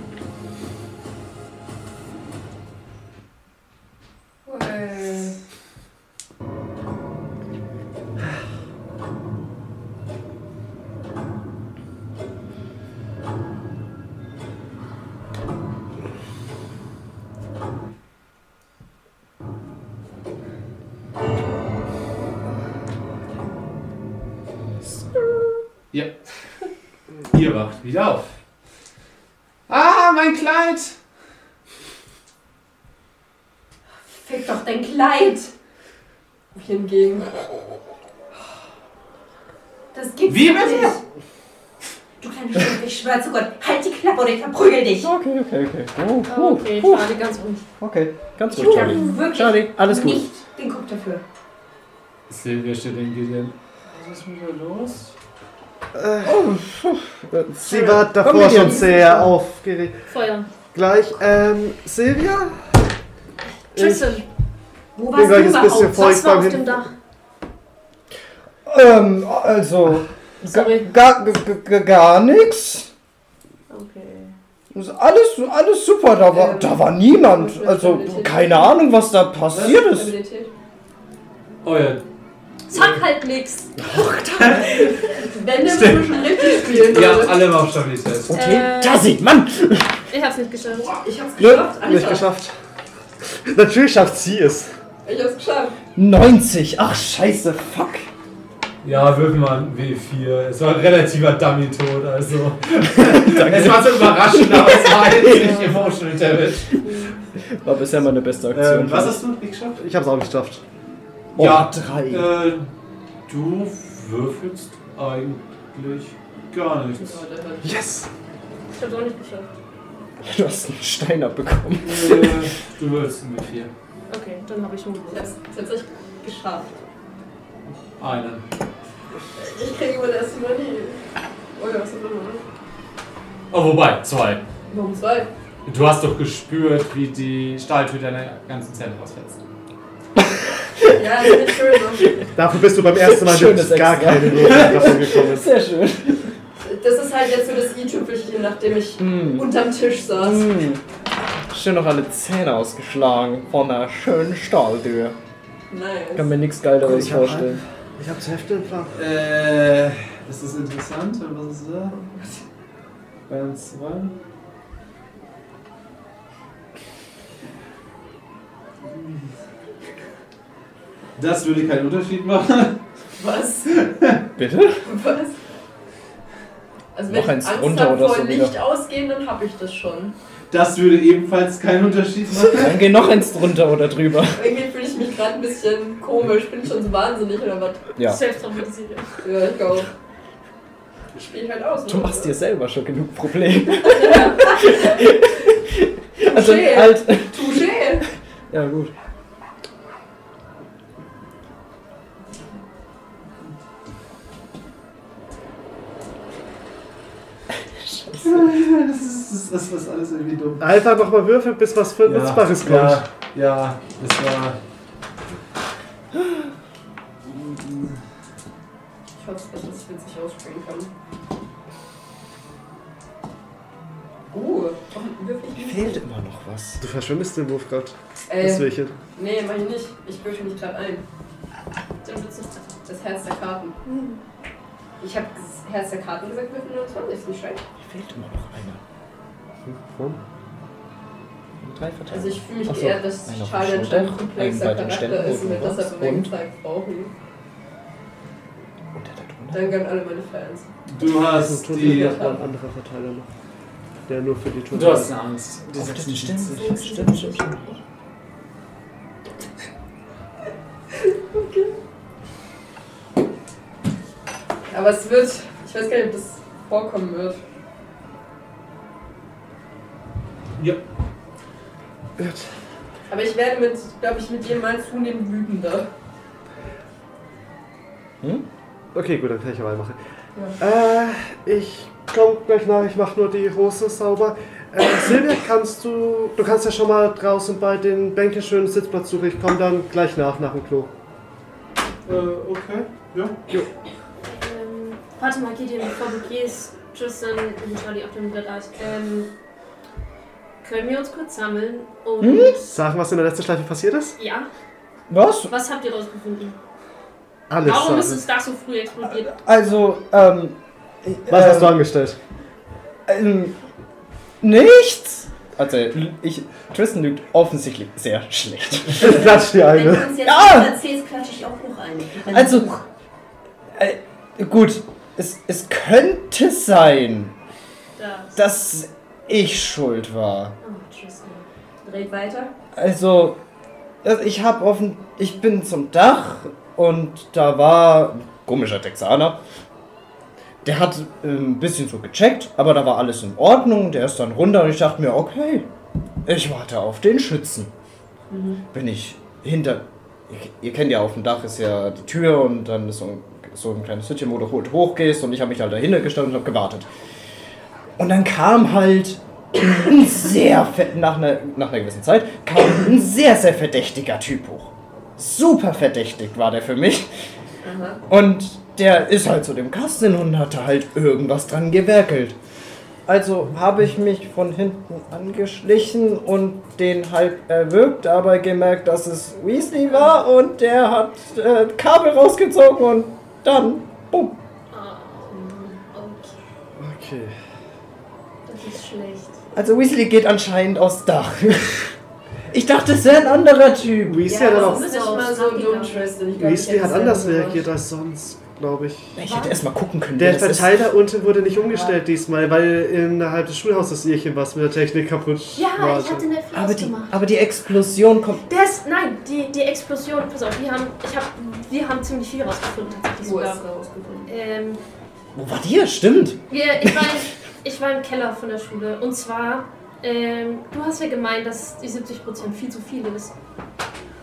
S1: Ja. Ihr wacht wieder auf. Ah, mein Kleid!
S6: Fick doch dein Kleid!
S2: Hingegen.
S6: Das gibt's
S7: Wie
S6: doch
S7: bitte?
S6: nicht! Du kleine Schwimmer, ich schwör zu Gott, halt die Klappe oder ich verprügel dich!
S4: genau. Okay, okay, okay. Oh,
S3: Oh,
S4: oh,
S3: okay,
S4: oh.
S3: Charlie, ganz ruhig.
S4: Okay, ganz
S6: Ich
S4: ruhig,
S6: darf
S4: Charlie.
S6: wirklich
S4: Charlie, alles gut.
S6: nicht den Kopf dafür.
S7: Silvia steht in Gideon. Was ist denn hier los?
S5: Sie war
S4: Komm
S5: davor
S4: mit dir.
S5: schon sehr aufgeregt.
S3: Feuer.
S5: Gleich, ähm, Silvia?
S3: Tristan,
S6: Wo
S5: Ich bin
S6: warst
S5: gleich
S6: du
S5: ein bisschen
S6: überhaupt?
S5: feucht
S3: was war
S5: beim
S3: auf dem
S5: Hin.
S3: Dach?
S4: Ähm, also.
S3: Sorry.
S4: Gar, gar, gar, gar nix.
S3: Okay.
S4: Ist Alles, alles super, da war,
S2: Ähm,
S4: da war niemand. Also, keine Ahnung, was da passiert ist.
S2: Stabilität.
S1: Euer.
S3: Sag halt nix.
S2: Wenn wir schon richtig spielen
S1: Ja,
S2: würde.
S1: alle mal auf Stabilität.
S4: Okay,
S3: Äh.
S4: da sieht man.
S3: Ich hab's nicht geschafft.
S2: Ich hab's
S4: Nö.
S2: geschafft. Alles
S5: Nicht
S2: klar.
S5: geschafft. Natürlich schafft sie es.
S2: Ich hab's geschafft.
S4: 90. Ach, scheiße, fuck.
S1: Ja, würfel mal ein W4. Es war ein relativer Dummy-Tod, also. es war so überraschend, aber es war jetzt nicht emotional damage.
S4: War bisher meine beste Aktion.
S1: Ähm, was hast du nicht geschafft?
S5: Ich hab's auch nicht geschafft.
S4: Oh,
S1: Ja,
S4: drei.
S1: Äh, du würfelst eigentlich gar nichts.
S5: Yes!
S3: Ich hab's auch nicht geschafft.
S4: Du hast einen Stein abbekommen.
S1: Äh, du würfelst mit vier.
S3: Okay, dann hab ich schon
S2: Ich hab's tatsächlich geschafft.
S1: Einen.
S2: Ich krieg immer das Money. Oder was auch immer.
S7: Oh, wobei, zwei.
S2: Warum zwei?
S7: Du hast doch gespürt, wie die Stahltür deine ganzen Zähne rausfetzt.
S2: Ja, das ist schön.
S5: Dafür bist du beim ersten Mal
S4: Schönes
S5: mit gar
S4: Extra.
S5: keine Noten davon gekommen. Ist.
S4: Sehr schön.
S2: Das ist halt jetzt so das i-Tüpfelchen, nachdem ich
S4: Hm.
S2: unterm Tisch saß.
S4: Mm. Schön noch alle Zähne ausgeschlagen von einer schönen Stahltür. Ich kann
S2: Nice.
S4: mir nichts Geileres
S5: Ich hab
S4: vorstellen.
S5: Ich hab zur Hälfte den Plan.
S7: Äh, das ist interessant. Und was ist da? Ganz zwei. Das würde keinen Unterschied machen.
S2: Was?
S4: Bitte?
S2: Was? Also
S4: Noch
S2: wenn
S4: eins
S2: ich Angst
S4: drunter
S2: habe
S4: oder
S2: vor
S4: so
S2: Licht
S4: wieder.
S2: ausgehen, dann habe ich das schon.
S7: Das würde ebenfalls keinen Unterschied machen.
S4: Dann geh noch eins drunter oder drüber.
S2: Irgendwie fühle ich mich gerade ein bisschen komisch. Bin ich schon so wahnsinnig oder was?
S4: Ja.
S3: Selbsttraumatisiert.
S2: Ja, ich glaube. Ich spiele halt aus.
S4: Du
S2: ne?
S4: machst dir selber schon genug Probleme. also
S2: Touché.
S4: halt.
S2: Touché!
S4: Ja gut.
S7: Das ist, das ist alles irgendwie dumm.
S5: Einfach nochmal würfeln, bis was für Nutzbares kommt.
S7: ja, ja, das war.
S2: Ich hoffe, dass ich das witzig ausspielen kann. Oh, warum würfel ich
S4: Fehlt immer noch was.
S5: Du verschwimmst den Wurf gerade. Das will
S2: Äh,
S5: ich hin.
S2: nee, mach ich nicht. Ich würfel mich gerade ein.
S3: Dann wird's nicht treffen.
S2: Das Herz der Karten. Ich habe das Herz der Karten gesagt, würfel 29, ist nicht schlecht.
S4: Fehlt immer noch einer. Drei verteilt.
S2: Also ich fühle mich
S4: Ach so.
S2: geehrt, dass
S4: Einen auf
S2: Charlie
S4: dem
S2: anscheinend ein
S4: Schulter,
S2: komplexer
S4: einen bei den
S2: Charakter ist und wir
S4: Ständen
S2: deshalb
S4: oben
S2: mehr
S4: und-
S2: Zeit halt brauchen.
S4: Und der da drunter.
S2: Dann gönnen alle meine Fans.
S7: Du hast die.
S5: hat ein anderer Verteiler noch. Der nur für die Tour.
S7: Du hast eine Angst. Die
S4: Oh,
S7: sechs
S4: das stimmt,
S7: Schützen.
S4: stimmt, stimmt, stimmt.
S2: Aber es wird, ich weiß gar nicht, ob das vorkommen wird.
S1: Ja.
S2: Aber ich werde mit, glaube ich, mit jedem Mal zunehmend wütender.
S5: Okay, gut, dann kann ich aber machen. Äh, ich komm gleich nach, ich mach nur die Hose sauber. Äh, Silvia, kannst du. Du kannst ja schon mal draußen bei den Bänken schönen Sitzplatz suchen. Ich komm dann gleich nach, nach dem Klo.
S7: Äh, okay, ja.
S3: Ähm, warte mal, Gideon, bevor du gehst, Tristan und Charlie auf dem Blatt ähm, können wir uns kurz sammeln und.
S5: Sagen, was in der letzten Schleife passiert ist?
S3: Ja,
S4: Was?
S3: was habt ihr rausgefunden?
S5: Alles.
S3: Warum ist
S5: sagen.
S3: es da so früh explodiert?
S4: Also, ähm.
S5: Was hast du
S4: ähm,
S5: angestellt?
S4: Ähm, nichts? Also, ich, Tristan lügt offensichtlich sehr schlecht.
S5: Es klatscht die
S6: Wenn
S5: eine.
S6: du uns jetzt
S4: Ja.
S6: was erzählst, klatsche ich auch noch eine. Wenn
S4: Ah! Also,
S6: du-
S4: äh, gut, es, es könnte sein,
S3: Da. ist-
S4: dass ich schuld war.
S3: Oh, Tristan.
S6: red weiter.
S4: Also, Also ich hab auf dem- ich bin zum Dach und da war ein komischer Texaner. Der hat äh, ein bisschen so gecheckt, aber da war alles in Ordnung. Der ist dann runter und ich dachte mir, okay, ich warte auf den Schützen. Bin ich hinter. Ihr, ihr kennt ja, auf dem Dach ist ja die Tür und dann ist so ein, so ein kleines Hütchen, wo du hoch- hochgehst und ich habe mich halt dahinter gestanden und habe gewartet. Und dann kam halt ein sehr ver- nach einer, nach einer gewissen Zeit kam ein sehr, sehr verdächtiger Typ hoch. Super verdächtig war der für mich. Und der ist halt zu dem Kasten und hatte halt irgendwas dran gewerkelt. Also habe ich mich von hinten angeschlichen und den halb erwürgt, aber gemerkt, dass es Weasley war und der hat äh, Kabel rausgezogen und dann, bumm.
S3: Ah,
S12: Okay,
S4: Okay.
S12: das ist schlecht.
S4: Also Weasley geht anscheinend aufs Dach. Ich dachte, es wäre ein anderer Typ.
S5: Weasley hat, dann
S2: das
S5: auch,
S2: ist
S12: auch-
S2: nicht mal so dumm, Tristan. Ich glaub, ich
S5: Weasley
S2: hätte
S5: hat
S2: selber
S5: anders
S2: gemacht.
S5: reagiert als sonst, glaube ich.
S4: Ich hätte erst mal gucken können.
S5: Der
S4: wer das ist.
S5: Verteiler unten wurde nicht umgestellt diesmal, weil innerhalb des Schulhauses irgendwas was mit der Technik kaputt war.
S3: Ja, ich hatte eine
S4: Aber
S3: Flaus
S4: die,
S3: gemacht.
S4: aber die Explosion kommt.
S3: Das, nein, die, die Explosion, pass auf, wir haben, ich hab, wir haben ziemlich viel rausgefunden tatsächlich
S2: Wo ist
S3: sogar.
S2: es rausgefunden?
S3: Ähm,
S4: Wo war die? Stimmt.
S3: wir, ich, war, ich war im Keller von der Schule und zwar, ähm, du hast ja gemeint, dass die 70% viel zu viel ist.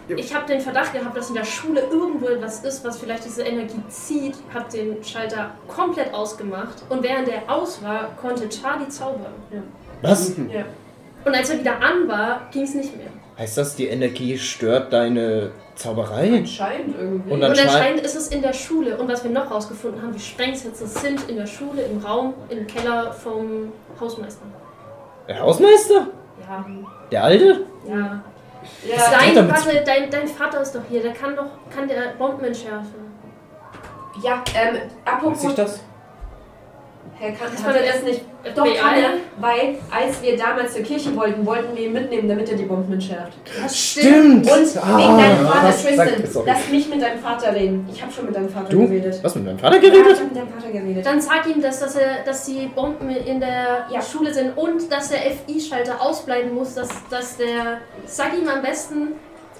S5: Jo.
S3: Ich habe den Verdacht gehabt, dass in der Schule irgendwo etwas ist, was vielleicht diese Energie zieht, habe den Schalter komplett ausgemacht und während er aus war, konnte Charlie zaubern.
S4: Was?
S3: Und als er wieder an war, ging es nicht mehr.
S4: Heißt das, die Energie stört deine Zauberei?
S2: Anscheinend irgendwie.
S4: Und
S3: Und
S4: Anscheinend-
S3: anscheinend ist es in der Schule. Und was wir noch rausgefunden haben, die Sprengsätze sind in der Schule, im Raum, im Keller vom Hausmeister.
S4: Der Hausmeister?
S3: Ja,
S4: Der Alte?
S3: ja.
S2: ja,
S4: hat
S3: Dein,
S4: damit
S3: warte, dein, dein Vater ist doch hier, der kann doch, kann der Bomben entschärfen.
S2: ja, ähm, apropos.
S4: das?
S2: Herr Kant,
S3: Das
S2: hat
S3: war
S2: er
S3: der-
S2: das nicht.
S3: FBI?
S2: Doch, kann er, weil als wir damals zur Kirche wollten, wollten wir ihn mitnehmen, damit er die Bomben entschärft.
S4: Stimmt.
S2: Und wegen deinem Vater,
S4: was?
S2: Tristan,
S4: Sag- sorry.
S2: lass mich mit deinem Vater reden. Ich habe schon mit deinem Vater
S4: Du?
S2: geredet.
S4: Was mit deinem Vater
S2: Ja, ich
S4: geredet?
S2: habe mit deinem Vater geredet.
S3: Dann sag ihm, dass, dass, er, dass die Bomben in der
S2: Ja.
S3: Schule sind und dass der FI-Schalter ausbleiben muss, dass, dass der. Sag ihm am besten,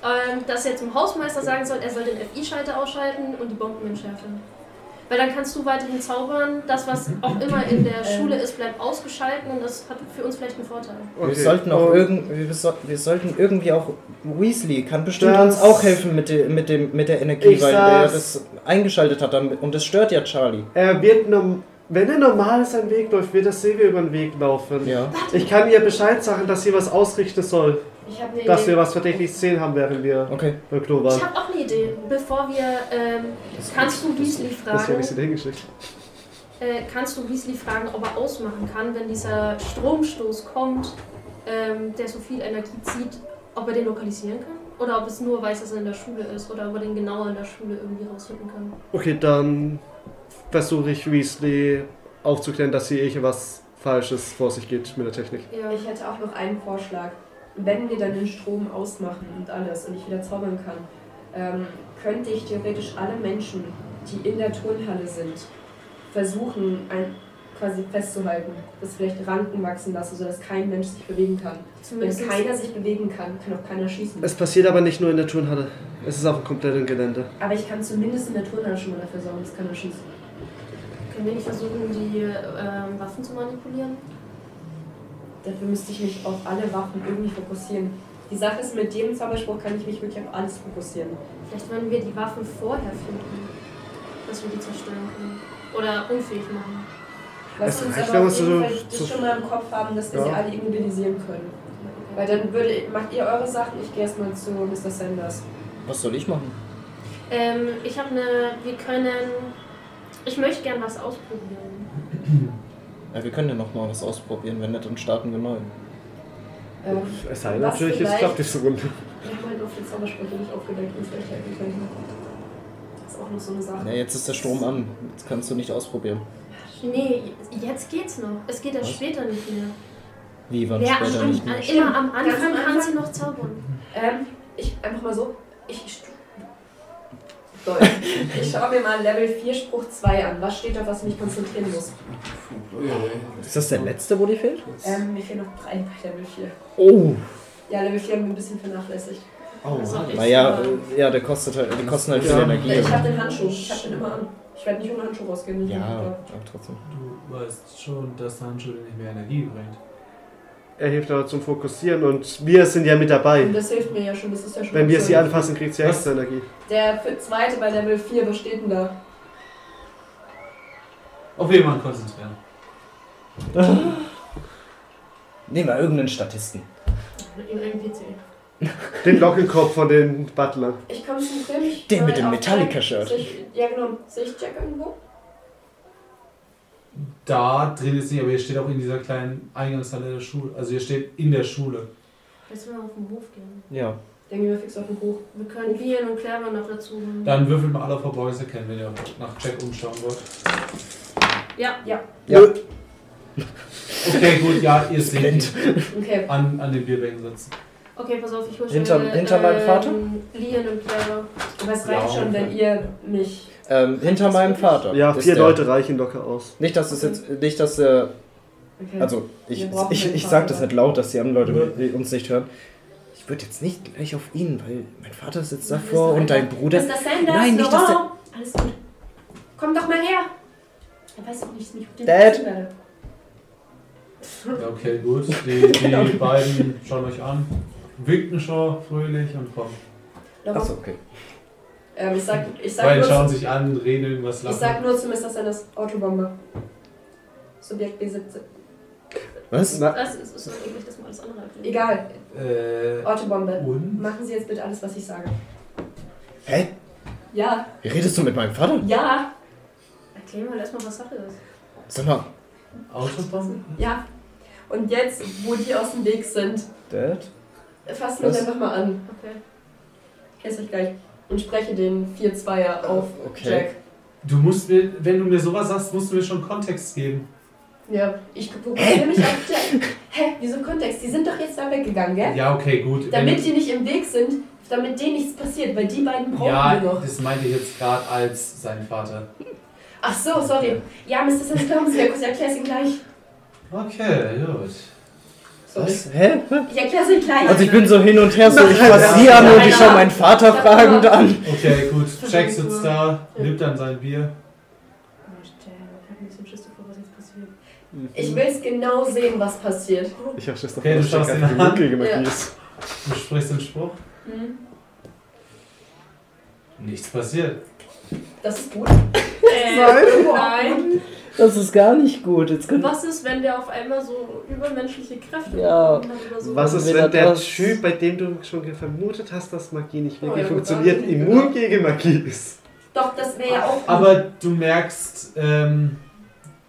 S3: ähm, dass er zum Hausmeister sagen soll, er soll den FI-Schalter ausschalten und die Bomben entschärfen. Weil dann kannst du weiterhin zaubern. Das, was auch immer in der Schule ist, bleibt ausgeschalten und das hat für uns vielleicht einen Vorteil.
S5: Okay.
S4: Wir, sollten auch
S5: Und
S4: irgend, wir, so, wir sollten irgendwie auch. Weasley kann bestimmt
S5: Das-
S4: uns auch helfen mit, de, mit, dem, mit der Energie,
S5: Ich
S4: weil der
S5: sag's.
S4: das eingeschaltet hat. Dann, und das stört ja Charlie.
S5: Er wird norm wenn er normal seinen Weg läuft, wird das Silvia über den Weg laufen.
S4: Ja.
S5: Ich kann ihr Bescheid sagen, dass sie was ausrichten soll,
S2: Ich habe eine
S5: dass wir
S2: Idee.
S5: was verdächtiges sehen haben, während wir
S4: Okay.
S5: beim Klo
S3: Ich
S5: waren.
S3: habe auch eine Idee. Bevor wir. Ähm, kannst du Weasley
S5: Das habe
S3: fragen?
S5: ich sie da hingeschickt.
S3: Äh, kannst du Weasley fragen, ob er ausmachen kann, wenn dieser Stromstoß kommt, ähm, der so viel Energie zieht, ob er den lokalisieren kann? Oder ob es nur weiß, dass er in der Schule ist oder ob er den genauer in der Schule irgendwie rausfinden kann.
S5: Okay, dann versuche ich Weasley aufzuklären, dass eh hier irgendwas Falsches vor sich geht mit der Technik.
S3: Ja.
S2: Ich hätte auch noch einen Vorschlag. Wenn wir dann den Strom ausmachen und alles und ich wieder zaubern kann, ähm, könnte ich theoretisch alle Menschen, die in der Turnhalle sind, versuchen, ein, quasi festzuhalten, dass vielleicht Ranken wachsen lassen, sodass kein Mensch sich bewegen kann.
S3: Zumindest
S2: Wenn keiner sich bewegen kann, kann auch keiner schießen.
S5: Es passiert aber nicht nur in der Turnhalle. Es ist auf dem kompletten Gelände.
S2: Aber ich kann zumindest in der Turnhalle schon mal dafür sorgen, dass keiner schießt.
S3: können wir nicht versuchen, die ähm, Waffen zu manipulieren.
S2: Dafür müsste ich mich auf alle Waffen irgendwie fokussieren. Die Sache ist, mit dem Zauberspruch kann ich mich wirklich auf alles fokussieren.
S3: Vielleicht wollen wir die Waffen vorher finden, dass wir die zerstören können. Oder unfähig machen.
S2: Lass
S5: Also, Es
S2: uns
S5: reicht,
S2: aber
S5: wenn
S2: auf jeden
S5: wir
S2: Fall
S5: so- so-
S2: das schon mal im Kopf haben, dass wir
S5: Ja.
S2: sie alle immobilisieren können. Weil dann würde, macht ihr eure Sachen, ich gehe erstmal zu Mr. Sanders.
S4: Was soll ich machen?
S3: Ähm, ich habe eine. Wir können. Ich möchte gern was ausprobieren.
S4: Ja, wir können ja nochmal was ausprobieren. Wenn nicht, dann starten wir neu.
S2: Ähm,
S5: Es sei
S2: Was
S5: natürlich, es
S2: vielleicht-
S5: klappt diese Runde.
S2: wir haben halt auf den Zauberspruch nicht aufgedeckt und vielleicht helfen können. Das ist auch noch so eine Sache.
S4: Na, jetzt ist der Strom an. Jetzt kannst du nicht ausprobieren.
S3: Nee, jetzt geht's noch. Es geht ja
S4: Was?
S3: später nicht mehr.
S4: Wie, wann
S3: Ja,
S4: später
S3: am,
S4: nicht mehr?
S3: an,
S2: Also,
S3: immer am
S2: Ganz
S3: Anfang
S2: am
S3: kann sie
S2: Anfang?
S3: noch zaubern.
S2: Ähm, ich einfach mal so, ich. stu- Deutsch. ich schaue mir mal Level 4 Spruch 2 an. Was steht da, was mich konzentrieren muss?
S4: Ist das der letzte, wo die fehlt?
S2: Ähm, mir fehlen noch drei bei Level 4.
S4: Oh!
S2: Ja, Level 4 haben wir ein bisschen vernachlässigt.
S5: Oh,
S13: Also ich-
S4: Naja, äh, ja, der kostet halt, die kosten halt viel
S5: Ja.
S4: Energie.
S2: Ich habe den Handschuh. Ich habe den immer an. Ich werde nicht ohne Handschuh rausgehen. wenn ich
S4: Ja,
S2: nicht
S4: aber trotzdem.
S1: Du weißt schon, dass Handschuhe nicht mehr Energie bringt.
S5: Er hilft aber zum Fokussieren und wir sind ja
S14: Und
S5: mit dabei.
S14: das hilft mir ja schon, das ist ja schon.
S5: Wenn wir sie
S14: so.
S5: anfassen, kriegt sie extra Energie.
S14: Der für- zweite bei Level 4, was steht denn da?
S1: Auf jemanden konzentrieren.
S4: Nehmen wir irgendeinen Statisten.
S3: In einem PC.
S5: Den Lockenkopf von den Butlern.
S2: Ich konzentriere mich.
S4: Den
S2: mal
S4: mit dem
S2: auf
S4: Metallica-Shirt.
S2: Jack. Sehe ich- Ja, genau. Sehe ich Jack irgendwo?
S1: Da drin ist nicht, aber ihr steht auch in dieser kleinen Eingangshalle der Schule. Also ihr steht in der Schule.
S3: Lass mal auf den Hof gehen.
S4: Ja.
S2: Dann gehen wir fix auf den Hoch.
S3: Wir können Bieren und Kläber noch dazu holen.
S1: Dann würfelt mal alle auf Verbeuße kennen, wenn ihr nach Jack umschauen wollt.
S3: Ja,
S4: Ja.
S1: Okay, gut, ja, ihr seht ihn
S2: Okay.
S1: an, an den Bierbänken sitzen.
S3: okay, pass auf, ich hol
S4: Hinter-
S3: schnell, ähm,
S4: hinter meinem Vater?
S3: Lian und Kläber.
S2: Aber es reicht
S1: Ja,
S2: schon, wenn
S1: okay.
S2: ihr mich.
S4: Ähm, hinter meinem Vater.
S5: Ja,
S4: ist
S5: vier
S4: der.
S5: Leute reichen locker aus.
S4: Nicht, dass es jetzt, nicht, dass der,
S2: Okay.
S4: also ich,
S2: Hm. Wir brauchen
S4: ich,
S2: den
S4: ich
S2: Vater.
S4: sag das nicht laut, dass die anderen Leute uns nicht hören. Ich würde jetzt nicht gleich auf ihn, weil mein Vater sitzt davor und dein Bruder.
S2: Mr. Sanders,
S4: Nein, nicht, dass
S2: Laurent. Alles gut. Komm doch mal her. Er weiß doch nicht, wie ich mit dem
S4: Dad.
S2: Ziel werde.
S1: Ja, okay, gut. Die,
S2: Genau.
S1: die beiden schauen euch an. Winken schon fröhlich und kommen.
S2: Laurent,
S4: Achso, okay.
S2: ähm, ich sag, ich sag
S1: Beide
S2: nur,
S1: schauen sich an, reden irgendwas
S2: ich
S1: lachen.
S2: sag nur zu Mr. Sanders Autobomber. Subjekt B17.
S4: Was?
S5: Na,
S3: Das ist, ist so eklig, dass man alles andere erklärt.
S2: Egal,
S1: Äh,
S2: Autobombe.
S1: und?
S2: Machen Sie jetzt bitte alles, was ich sage.
S4: Hä?
S2: Ja,
S4: Wie redest du mit meinem Vater?
S2: ja,
S3: Erklär mal erstmal, was Sache ist.
S4: Sag mal.
S1: Autobahn?
S2: ja. Und jetzt, wo die aus dem Weg sind,
S4: Dad?
S2: fassen wir
S4: Was?
S2: einfach mal an.
S3: Okay.
S2: Kennst euch gleich. Und spreche den 4-2er auf
S4: Ah, Okay.
S2: Jack.
S1: Du musst mir, wenn du mir sowas sagst, musst du mir schon Kontext geben.
S2: Ja, ich fokussiere mich auf Jack. Hä, wieso Kontext? Die sind doch jetzt da weggegangen, gell?
S1: Ja, okay, gut.
S2: Damit die nicht im Weg sind, damit denen nichts passiert, weil die beiden brauchen
S1: ja,
S2: wir noch.
S1: das meinte ich jetzt gerade als sein Vater.
S2: Ach so, sorry. Ja, Mr. Sims, glauben Sie mir kurz, ich erkläre es Ihnen gleich.
S1: Okay, gut.
S2: Sorry.
S4: Was? Hä?
S2: Ich erkläre es Ihnen gleich.
S4: Also ich bin so hin und her, so ich fasse
S5: Nein.
S4: sie an und
S2: Nein.
S4: ich schaue meinen Vater
S2: Nein.
S4: fragend an.
S1: Okay, gut. Jack sitzt da, nimmt dann sein Bier.
S3: Oh, Jack, ich hab ein bisschen Schiss davor, was jetzt passiert.
S5: Mhm.
S2: ich will es genau sehen, was passiert.
S5: Ich hab das doch
S1: Okay, du
S5: mal
S1: schaust
S5: stark
S1: ihn
S5: auf die
S1: an.
S5: Mücke gemacht.
S2: Ja.
S5: wie es-
S1: Du sprichst den Spruch. Mhm. Nichts passiert.
S2: Das ist gut.
S3: Äh, nein.
S4: Das ist gar nicht gut. Jetzt können
S3: Was ist, wenn der auf einmal so übermenschliche Kräfte
S4: Ja.
S3: bekommen hat oder so?
S5: Was ist,
S4: Weder
S5: wenn der
S4: das-
S5: Typ, bei dem du schon ge- vermutet hast, dass Magie nicht
S2: Oh, ja,
S5: wirklich
S2: gut,
S5: funktioniert,
S2: dann-
S5: immun gegen Magie ist?
S2: Doch, das wäre ja auch gut.
S1: Aber du merkst, ähm,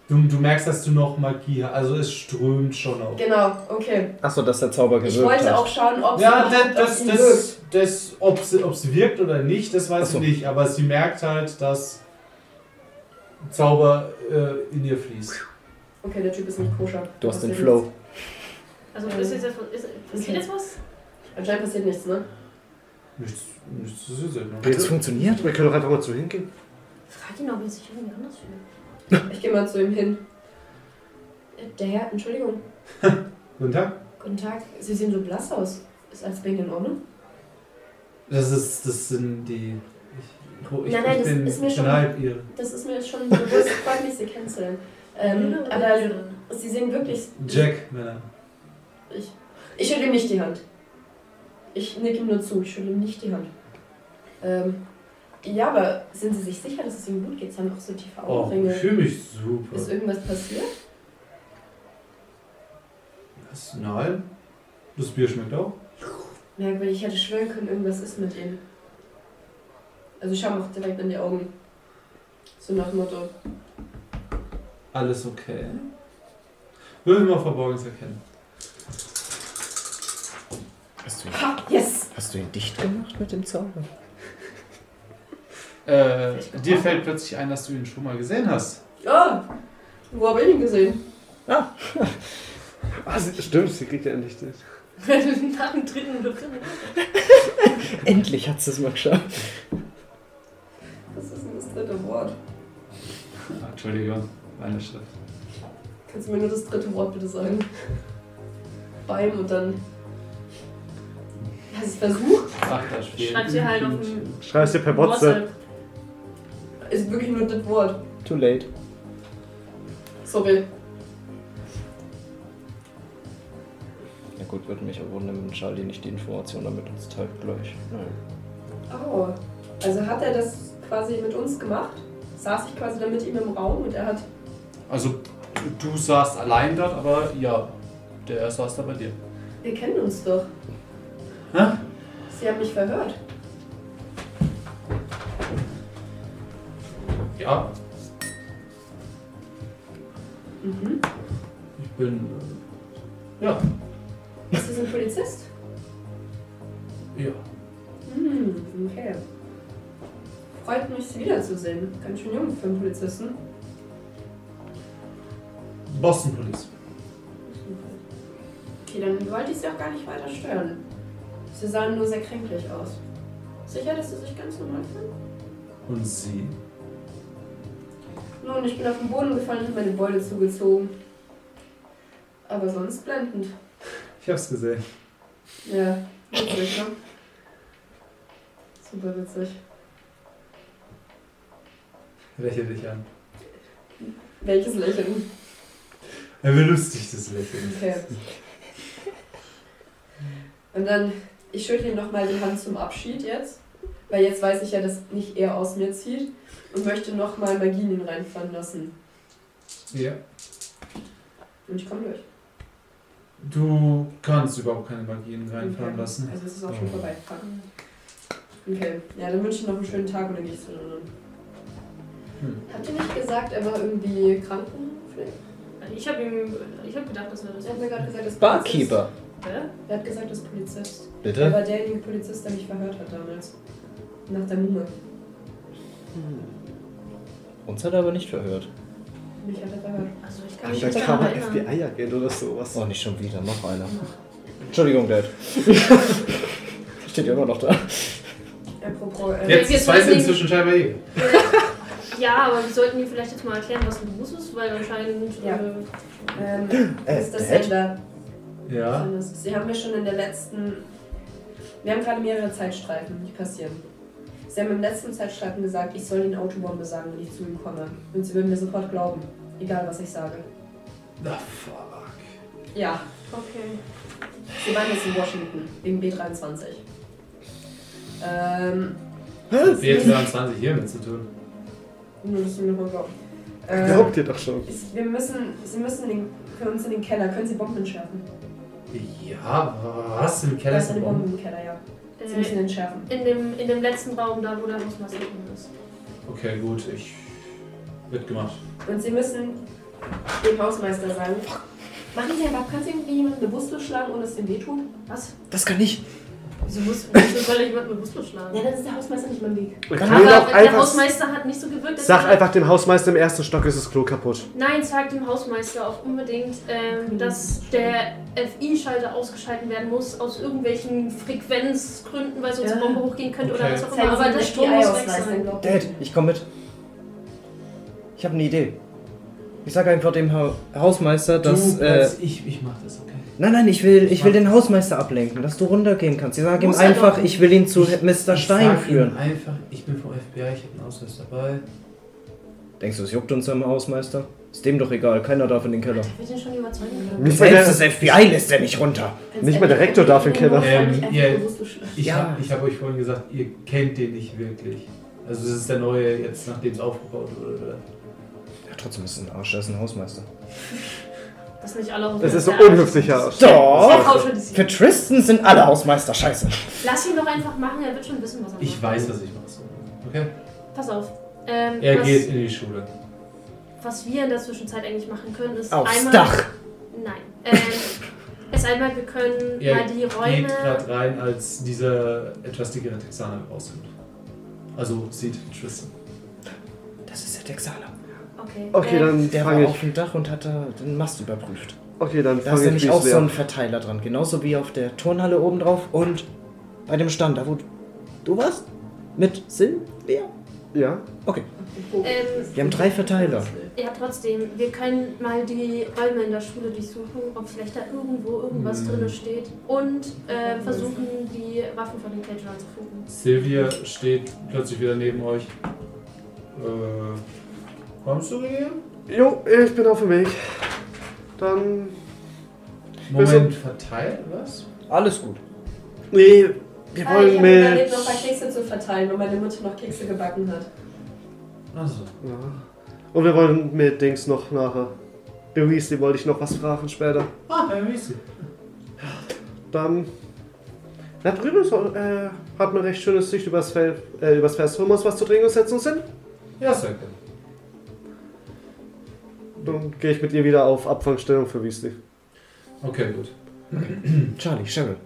S1: du, du merkst, dass du noch Magie hast. Also es strömt schon auf.
S2: Genau, okay.
S4: Achso, dass der Zauber
S2: Ich
S4: gewirkt
S2: wollte auch
S4: hat.
S2: schauen, ob
S1: Ja,
S2: sie
S1: das,
S2: ob
S1: das,
S2: sie wirkt.
S1: das, das, ob sie ob's wirkt oder nicht, das weiß
S4: Ach so.
S1: ich nicht. Aber sie merkt halt, dass Zauber äh, in ihr fließt.
S2: Okay, der Typ ist nicht koscher.
S4: Du hast den
S2: Passiert
S4: Flow.
S3: Also ist jetzt etwas, ist, passiert jetzt was?
S2: nichts. Anscheinend passiert nichts, ne?
S1: Nichts, nichts zu ne? sehen.
S4: Hat das funktioniert?
S5: Wir können doch einfach mal zu hingehen.
S3: Frag ihn, ob er sich irgendwie anders fühlt.
S2: Ich gehe mal zu ihm hin. Der Herr, Entschuldigung.
S1: Guten Tag.
S2: Guten Tag. Sie sehen so blass aus. Ist alles wegen in Ordnung?
S1: Das, ist, das sind die. Ich, ich,
S2: Nein, nein,
S1: ich
S2: das
S1: bin,
S2: ist mir
S1: ich bin
S2: schon-
S1: halb ihre.
S2: Das ist mir jetzt schon bewusst. Freut mich, Sie kennenzulernen. Ähm,
S1: Genau.
S2: aber Sie sehen wirklich...
S1: Jack, Männer.
S2: Ich, ich schüttle ihm nicht die Hand. Ich nicke ihm nur zu. Ich schüttle ihm nicht die Hand. Ähm, ja, aber sind Sie sich sicher, dass es Ihnen gut geht? Sie haben auch so tiefe
S1: Oh,
S2: Augenringe.
S1: ich fühle mich super.
S2: ist irgendwas passiert?
S1: Was? Nein. Das Bier schmeckt auch.
S2: Merkwürdig, ich hätte schwören können, irgendwas ist mit ihm. Also ich schau mir auch direkt in die Augen. So nach dem Motto.
S1: Alles okay. Würden wir mal Verborgenes erkennen.
S4: Hast du,
S2: Ha, yes!
S4: hast du ihn dicht gemacht mit dem Zauber?
S15: Äh, dir fällt plötzlich ein, dass du ihn schon mal gesehen hast.
S2: Oh! Wo habe ich ihn gesehen?
S5: Ah, sie- stimmt, sie kriegt ja endlich das.
S2: also,
S3: Nach dem dritten oder dritten.
S4: Endlich hat sie es mal geschafft.
S2: Was ist denn das dritte Wort?
S15: Entschuldigung, meine Schrift.
S2: Kannst du mir nur das dritte Wort bitte sagen? Beim und dann. Hast du es versucht?
S7: Ach, das Spiel.
S3: Schreib sie halt auf dem
S5: Schreib's dir per WhatsApp.
S2: Ist wirklich nur das Wort.
S4: Too late.
S2: Sorry.
S4: Ja gut, würde mich aber wundern, wenn Charlie nicht die Information damit uns teilt gleich. Naja.
S2: Oh. Also hat er das quasi mit uns gemacht? Saß ich quasi dann mit ihm im Raum und er hat.
S7: Also, du saßt allein dort, aber ja, der saß da bei dir.
S2: Wir kennen uns doch.
S7: Hä?
S2: Sie haben mich verhört.
S7: Ja,
S2: Mhm.
S1: Ich bin.
S7: ja,
S2: Ist das ein Polizist?
S1: äh,
S7: ja.
S2: Hm, okay. Freut mich, Sie wiederzusehen. Ganz schön jung für einen Polizisten.
S1: Boston Police.
S2: Okay, dann wollte ich Sie auch gar nicht weiter stören. Sie sahen nur sehr kränklich aus. Sicher, dass Sie sich ganz normal fühlen?
S1: Und sie.
S2: Nun, ich bin auf den Boden gefallen und habe meine Beule zugezogen. Aber sonst blendend.
S1: Ich hab's gesehen.
S2: Ja, witzig, ne? Super witzig.
S1: Lächel dich an.
S2: Welches Lächeln?
S1: Ein belustigtes Lächeln.
S2: Okay. Und dann, ich schüttle ihm nochmal die Hand zum Abschied jetzt. Weil jetzt weiß ich ja, dass nicht er aus mir zieht. Und möchte nochmal Magie in ihn reinfahren lassen.
S1: Ja.
S2: Und ich komme durch.
S1: Du kannst überhaupt keine Magien reinfahren
S2: Okay.
S1: lassen. Oh.
S2: Also es ist auch schon vorbei. Okay, ja, dann wünsche ich noch einen schönen Tag und dann gehe ich zu den anderen.
S1: Hm.
S2: Habt ihr nicht gesagt, er war irgendwie Krankenpflege?
S3: Also Ich habe ihm. Ich habe gedacht, das wäre das.
S2: Er hat mir gerade gesagt, das
S4: Barkeeper!
S3: Hä?
S2: Polizist. Er hat gesagt, das Polizist. Er
S4: Bitte?
S2: war derjenige Polizist, der mich verhört hat damals. Nach der Mumme.
S4: Uns hat er aber nicht verhört.
S2: Mich hat er verhört.
S3: Also ich kann
S5: Ach,
S3: mich
S5: da
S3: nicht
S5: kam halt
S3: daran
S5: ein
S3: erinnern.
S5: FBI-Agent oder sowas.
S4: Oh, nicht schon wieder, noch einer. Entschuldigung, Dad. Steht ja immer noch da.
S2: Apropos, äh,
S3: Ja.
S1: Jetzt
S3: Wir
S1: weiß
S3: sollten ihn-
S1: inzwischen scheinbar eh.
S3: Ja, aber wir sollten ihm vielleicht jetzt mal erklären, was ein Bus ist, weil anscheinend.
S2: Ja.
S3: Äh,
S2: ähm,
S4: Äh,
S2: ist das
S4: Dad?
S2: Sender.
S1: Ja.
S2: Sie haben mir schon in der letzten. Wir haben gerade mehrere Zeitstreifen, die passieren. Sie haben im letzten Zeitstreifen gesagt, ich soll den Autobombe sagen, wenn ich zu ihm komme. Und sie würden mir sofort glauben. Egal, was ich sage.
S1: Na Ah, fuck.
S2: Ja,
S3: okay.
S2: sie waren jetzt in Washington, wegen B23. Ähm,
S1: B23 hier mit zu tun.
S2: nur, dass du mir nochmal glaubst. Ähm,
S5: Glaubt ihr doch schon.
S2: ist- wir müssen, sie müssen den, für uns in den Keller. Können Sie Bomben entschärfen?
S1: Ja, was im
S2: Da
S1: Keller
S2: ist
S1: ist
S2: eine
S1: ein
S2: Bombe
S1: Bomben.
S2: im Keller, ja. Sie müssen
S3: Äh,
S2: entschärfen.
S3: in, dem, in dem letzten Raum, da wo der Hausmeister drin ist.
S1: Okay, gut, ich. Wird gemacht.
S2: Und sie müssen dem Hausmeister sagen. Machen Sie aber, kannst du irgendwie jemanden bewusstlos schlagen, ohne dass es ihm wehtut?
S3: Was?
S4: Das kann ich.
S3: Wieso, muss, wieso soll ich jemanden bewusstlos schlagen?
S2: Ja, dann ist der Hausmeister nicht mehr im Weg.
S5: Er
S3: Aber
S5: kann ihn auch
S3: der
S5: einfach.
S3: Hausmeister hat nicht so gewirkt. dass
S5: Sag
S3: er-
S5: einfach dem Hausmeister im ersten Stock ist das Klo kaputt.
S3: Nein, sag dem Hausmeister auch unbedingt, ähm, dass der FI-Schalter ausgeschalten werden muss, aus irgendwelchen Frequenzgründen, weil sonst
S2: Ja.
S3: eine Bombe hochgehen könnte oder
S1: Okay.
S3: was auch
S2: Zeigen
S3: immer.
S2: Sie
S3: Aber
S2: ihm
S3: der
S2: den
S3: Strom muss weg
S2: FBI-Ausweis, dann
S3: sein.
S2: glaubt
S4: Dad, ich komm mit. Ich habe eine Idee. Ich sage einfach dem ha Hausmeister, dass.
S1: du,
S4: äh,
S1: als ich, ich mach das, okay.
S4: nein, nein, ich will, ich will den Hausmeister ablenken, dass du runtergehen kannst. Ich sage ihm
S3: Muss er
S4: einfach,
S3: doch.
S4: ich will ihn zu Mr.
S1: Ich
S4: Stein
S1: sag ihm
S4: führen.
S1: Einfach, ich bin vom FBI, ich hab einen Ausweis dabei.
S4: Denkst du, es juckt uns am Hausmeister? Ist dem doch egal, keiner darf in den Keller.
S3: Ich will den schon überzeugen. können.
S5: Nicht mal der,
S4: FBI lässt er nicht runter.
S5: nicht mal der Rektor darf in den Keller.
S1: Ähm, ihr- Ich
S4: Ja.
S1: hab, ich hab euch vorhin gesagt, ihr kennt den nicht wirklich. Also das ist der neue, jetzt nachdem es aufgebaut wurde. Oder?
S4: Ja, trotzdem ist es ein Arsch, er ist ein Hausmeister.
S3: Das nicht alle
S5: Es ist so
S3: Hausmeister-
S5: unhöflich Oh. aus.
S4: Doch!
S3: Verpauschalisiert.
S4: Für Tristan sind alle Hausmeister scheiße.
S3: Lass ihn doch einfach machen, er wird schon wissen, was er
S1: Ich
S3: macht.
S1: weiß, was ich mache. Okay?
S3: Pass auf. Ähm,
S1: Er
S3: was,
S1: geht in die Schule.
S3: was wir in der Zwischenzeit eigentlich machen können, ist
S4: Aufs
S3: einmal.
S4: Dach!
S3: Nein. Ähm, ist einmal, wir können
S1: Er
S3: mal die
S1: geht
S3: Räume.
S1: gerade rein, als dieser etwas dickere Texaner rauskommt. Also sieht Tristan.
S4: Das ist der Texaner.
S3: Okay.
S5: Okay,
S3: ähm,
S5: dann
S4: Der war
S5: fange
S4: auf
S5: ich.
S4: dem Dach und hat da den Mast überprüft.
S5: Okay, dann
S4: Da ist
S5: fange ich
S4: nämlich auch
S5: Weasley
S4: so ein
S5: ab.
S4: Verteiler dran, genauso wie auf der Turnhalle oben drauf und bei dem Stand, da wo du warst? Mit Silvia?
S5: Ja?
S3: Ähm,
S4: Wir haben drei Verteiler.
S3: ja, trotzdem, wir können mal die Räume in der Schule durchsuchen, ob vielleicht da irgendwo irgendwas drin steht. Und äh, versuchen, die Waffen von den Caterern zu finden.
S1: Silvia steht plötzlich wieder neben euch. Äh, kommst du hier?
S5: Jo, ich bin auf dem Weg. Dann.
S1: Moment, verteilt, was?
S4: Alles gut.
S5: Nee, wir
S2: Ah, ich
S5: wollen
S2: habe mir überlegt, noch ein paar
S5: mit.
S2: Kekse zu verteilen, weil meine Mutter noch Kekse gebacken hat.
S1: Also,
S5: Ja. Und wir wollen mit Dings noch nachher. Der Weasley wollte ich noch was fragen später.
S1: ah, Herr Wiese.
S5: Dann. Da drüben ist, äh, hat man recht schönes Sicht übers Feld, äh, übers Fest. Holen wir uns was zu trinken und setzen uns hin.
S1: Ja, sehr gut.
S5: Dann gehe ich mit ihr wieder auf Abfangstellung für Weasley.
S1: Okay, gut.
S4: Charlie, Cheryl.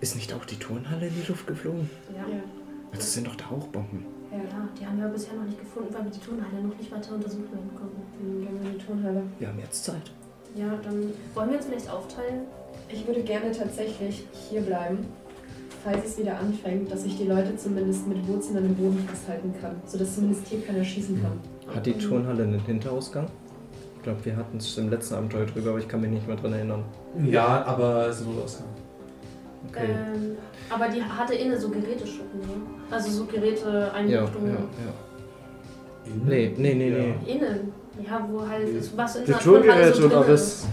S4: Ist nicht auch die Turnhalle in die Luft geflogen?
S3: Ja.
S2: Ja.
S4: Das sind doch da auch Bomben.
S3: ja, die haben wir bisher noch nicht gefunden, weil wir die Turnhalle noch nicht weiter untersuchen konnten.
S2: Dann gehen wir in die Turnhalle.
S4: Wir haben jetzt Zeit.
S3: Ja, dann wollen wir uns vielleicht aufteilen.
S2: Ich würde gerne tatsächlich hier bleiben, falls es wieder anfängt, dass ich die Leute zumindest mit Wurzeln an den Boden festhalten kann, sodass zumindest hier keiner schießen kann.
S4: Hat die Turnhalle einen Hinterausgang? Ich glaube, wir hatten es im letzten Abenteuer drüber, aber ich kann mich nicht mehr dran erinnern.
S1: Ja, aber es ist ein Notausgang.
S4: Okay.
S3: Ähm, aber die hatte inne so Geräteschuppen, ne? Also so
S4: ja, ja,
S3: Geräteeinrichtungen.
S4: ja. Nee, nee, nee, nee.
S3: Innen. Ja, wo halt ist was in
S5: Die
S3: der Turnhalle
S5: Turngeräte
S3: so
S5: und
S3: drin
S5: alles.
S3: ist.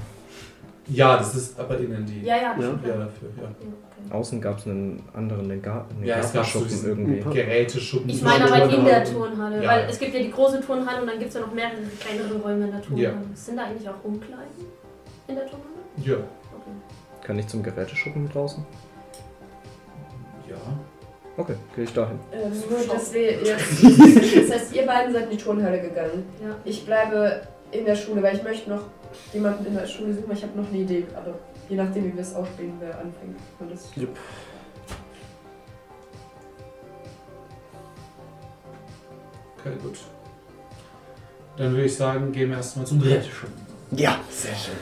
S1: Ja, das ist aber innen die.
S3: Ja, ja,
S5: Ja.
S3: ja.
S1: Ja, dafür, ja.
S3: Okay.
S4: Außen gab es einen anderen, den Garten, den
S1: Ja, es gab so
S4: Gartenschuppen
S1: diesen-
S4: irgendwie.
S1: Geräteschuppen.
S3: Ich meine aber halt in der
S1: Turnhalle.
S3: Turnhalle,
S1: Ja.
S3: weil es gibt ja die große Turnhalle und dann gibt es ja noch mehrere kleinere Räume in der
S1: Ja.
S3: Turnhalle. Sind da eigentlich auch Umkleiden in der Turnhalle?
S1: Ja.
S3: Okay.
S4: Kann ich zum Geräteschuppen draußen?
S1: Ja.
S4: Okay, gehe ich dahin.
S2: Ähm, nur, dass wir jetzt. das heißt, ihr beiden seid in die Turnhalle gegangen.
S3: Ja.
S2: Ich bleibe in der Schule, weil ich möchte noch jemanden in der Schule suchen, weil ich habe noch eine Idee. Aber je nachdem, wie wir es aufspielen, wer anfängt. Und das
S5: Jupp.
S1: Okay, gut. Dann würde ich sagen, gehen wir erstmal zum Geräteschuppen.
S4: Ja!
S1: Sehr schön.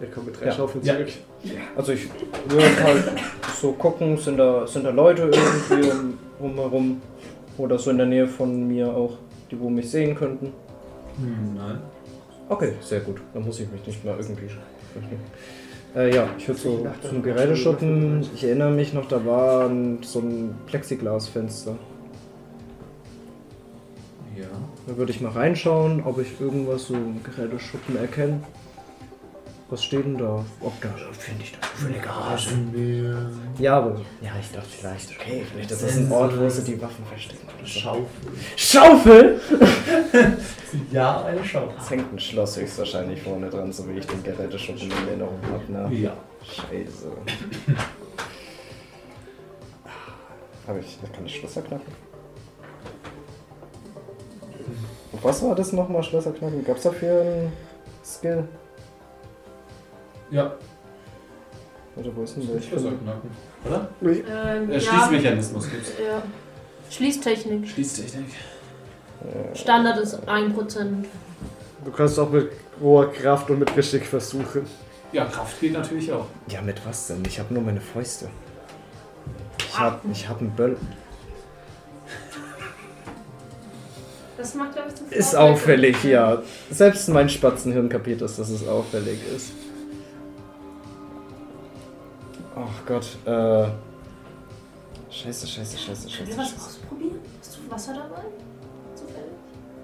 S5: Er kommt mit
S4: drei Ja.
S5: Schaufeln
S1: Ja.
S5: zurück.
S4: Also ich würde halt so gucken, sind da, sind da Leute irgendwie um- rumherum oder so in der Nähe von mir auch, die wo mich sehen könnten.
S1: Hm, nein.
S4: Okay, sehr gut. Dann muss ich mich nicht mal irgendwie. Äh, ja, ich würde so zum Geräteschuppen. Ich erinnere mich noch, da war ein- so ein Plexiglasfenster.
S1: Ja.
S4: Da würde ich mal reinschauen, ob ich irgendwas so im Geräteschuppen erkenne. Was steht denn da? Ob da finde ich das völlig
S1: Rasenmäher.
S4: Ja, aber. Ja, ich dachte vielleicht, okay, vielleicht ist das ein Ort, wo sie die Waffen verstecken. oder so.
S1: Schaufel.
S4: Schaufel!
S1: Ja, eine Schaufel.
S4: Es hängt ein Schloss höchstwahrscheinlich vorne dran, so wie ich den Geräteschuppen in Erinnerung habe. Ne?
S1: Ja.
S4: Scheiße. Hab ich, kann ich Schlösser knacken? Und Was war das nochmal, Schlösser knacken? Gab's dafür einen Skill?
S1: Ja,
S4: Oder wo ist denn
S1: das
S4: der?
S1: ist gesagt, Nacken. Oder?
S3: Ähm,
S16: Äh,
S3: ja.
S16: Schließmechanismus gibt's.
S3: ja. Schließtechnik.
S16: Schließtechnik.
S3: Standard ist 1%.
S5: Du kannst auch mit roher Kraft und mit Geschick versuchen.
S16: Ja, Kraft geht natürlich auch.
S4: Ja, mit was denn? Ich habe nur meine Fäuste. Ich hab, ich hab einen Böll.
S3: Das macht, glaube ich, zum
S4: Ist
S3: Vorteil.
S4: auffällig, ja. Selbst mein Spatzenhirn kapiert es, dass es auffällig ist. Ach Gott, äh. Scheiße, scheiße, scheiße,
S3: Können
S4: scheiße.
S3: wir was
S4: scheiße.
S3: ausprobieren? Hast du Wasser dabei? Zufällig?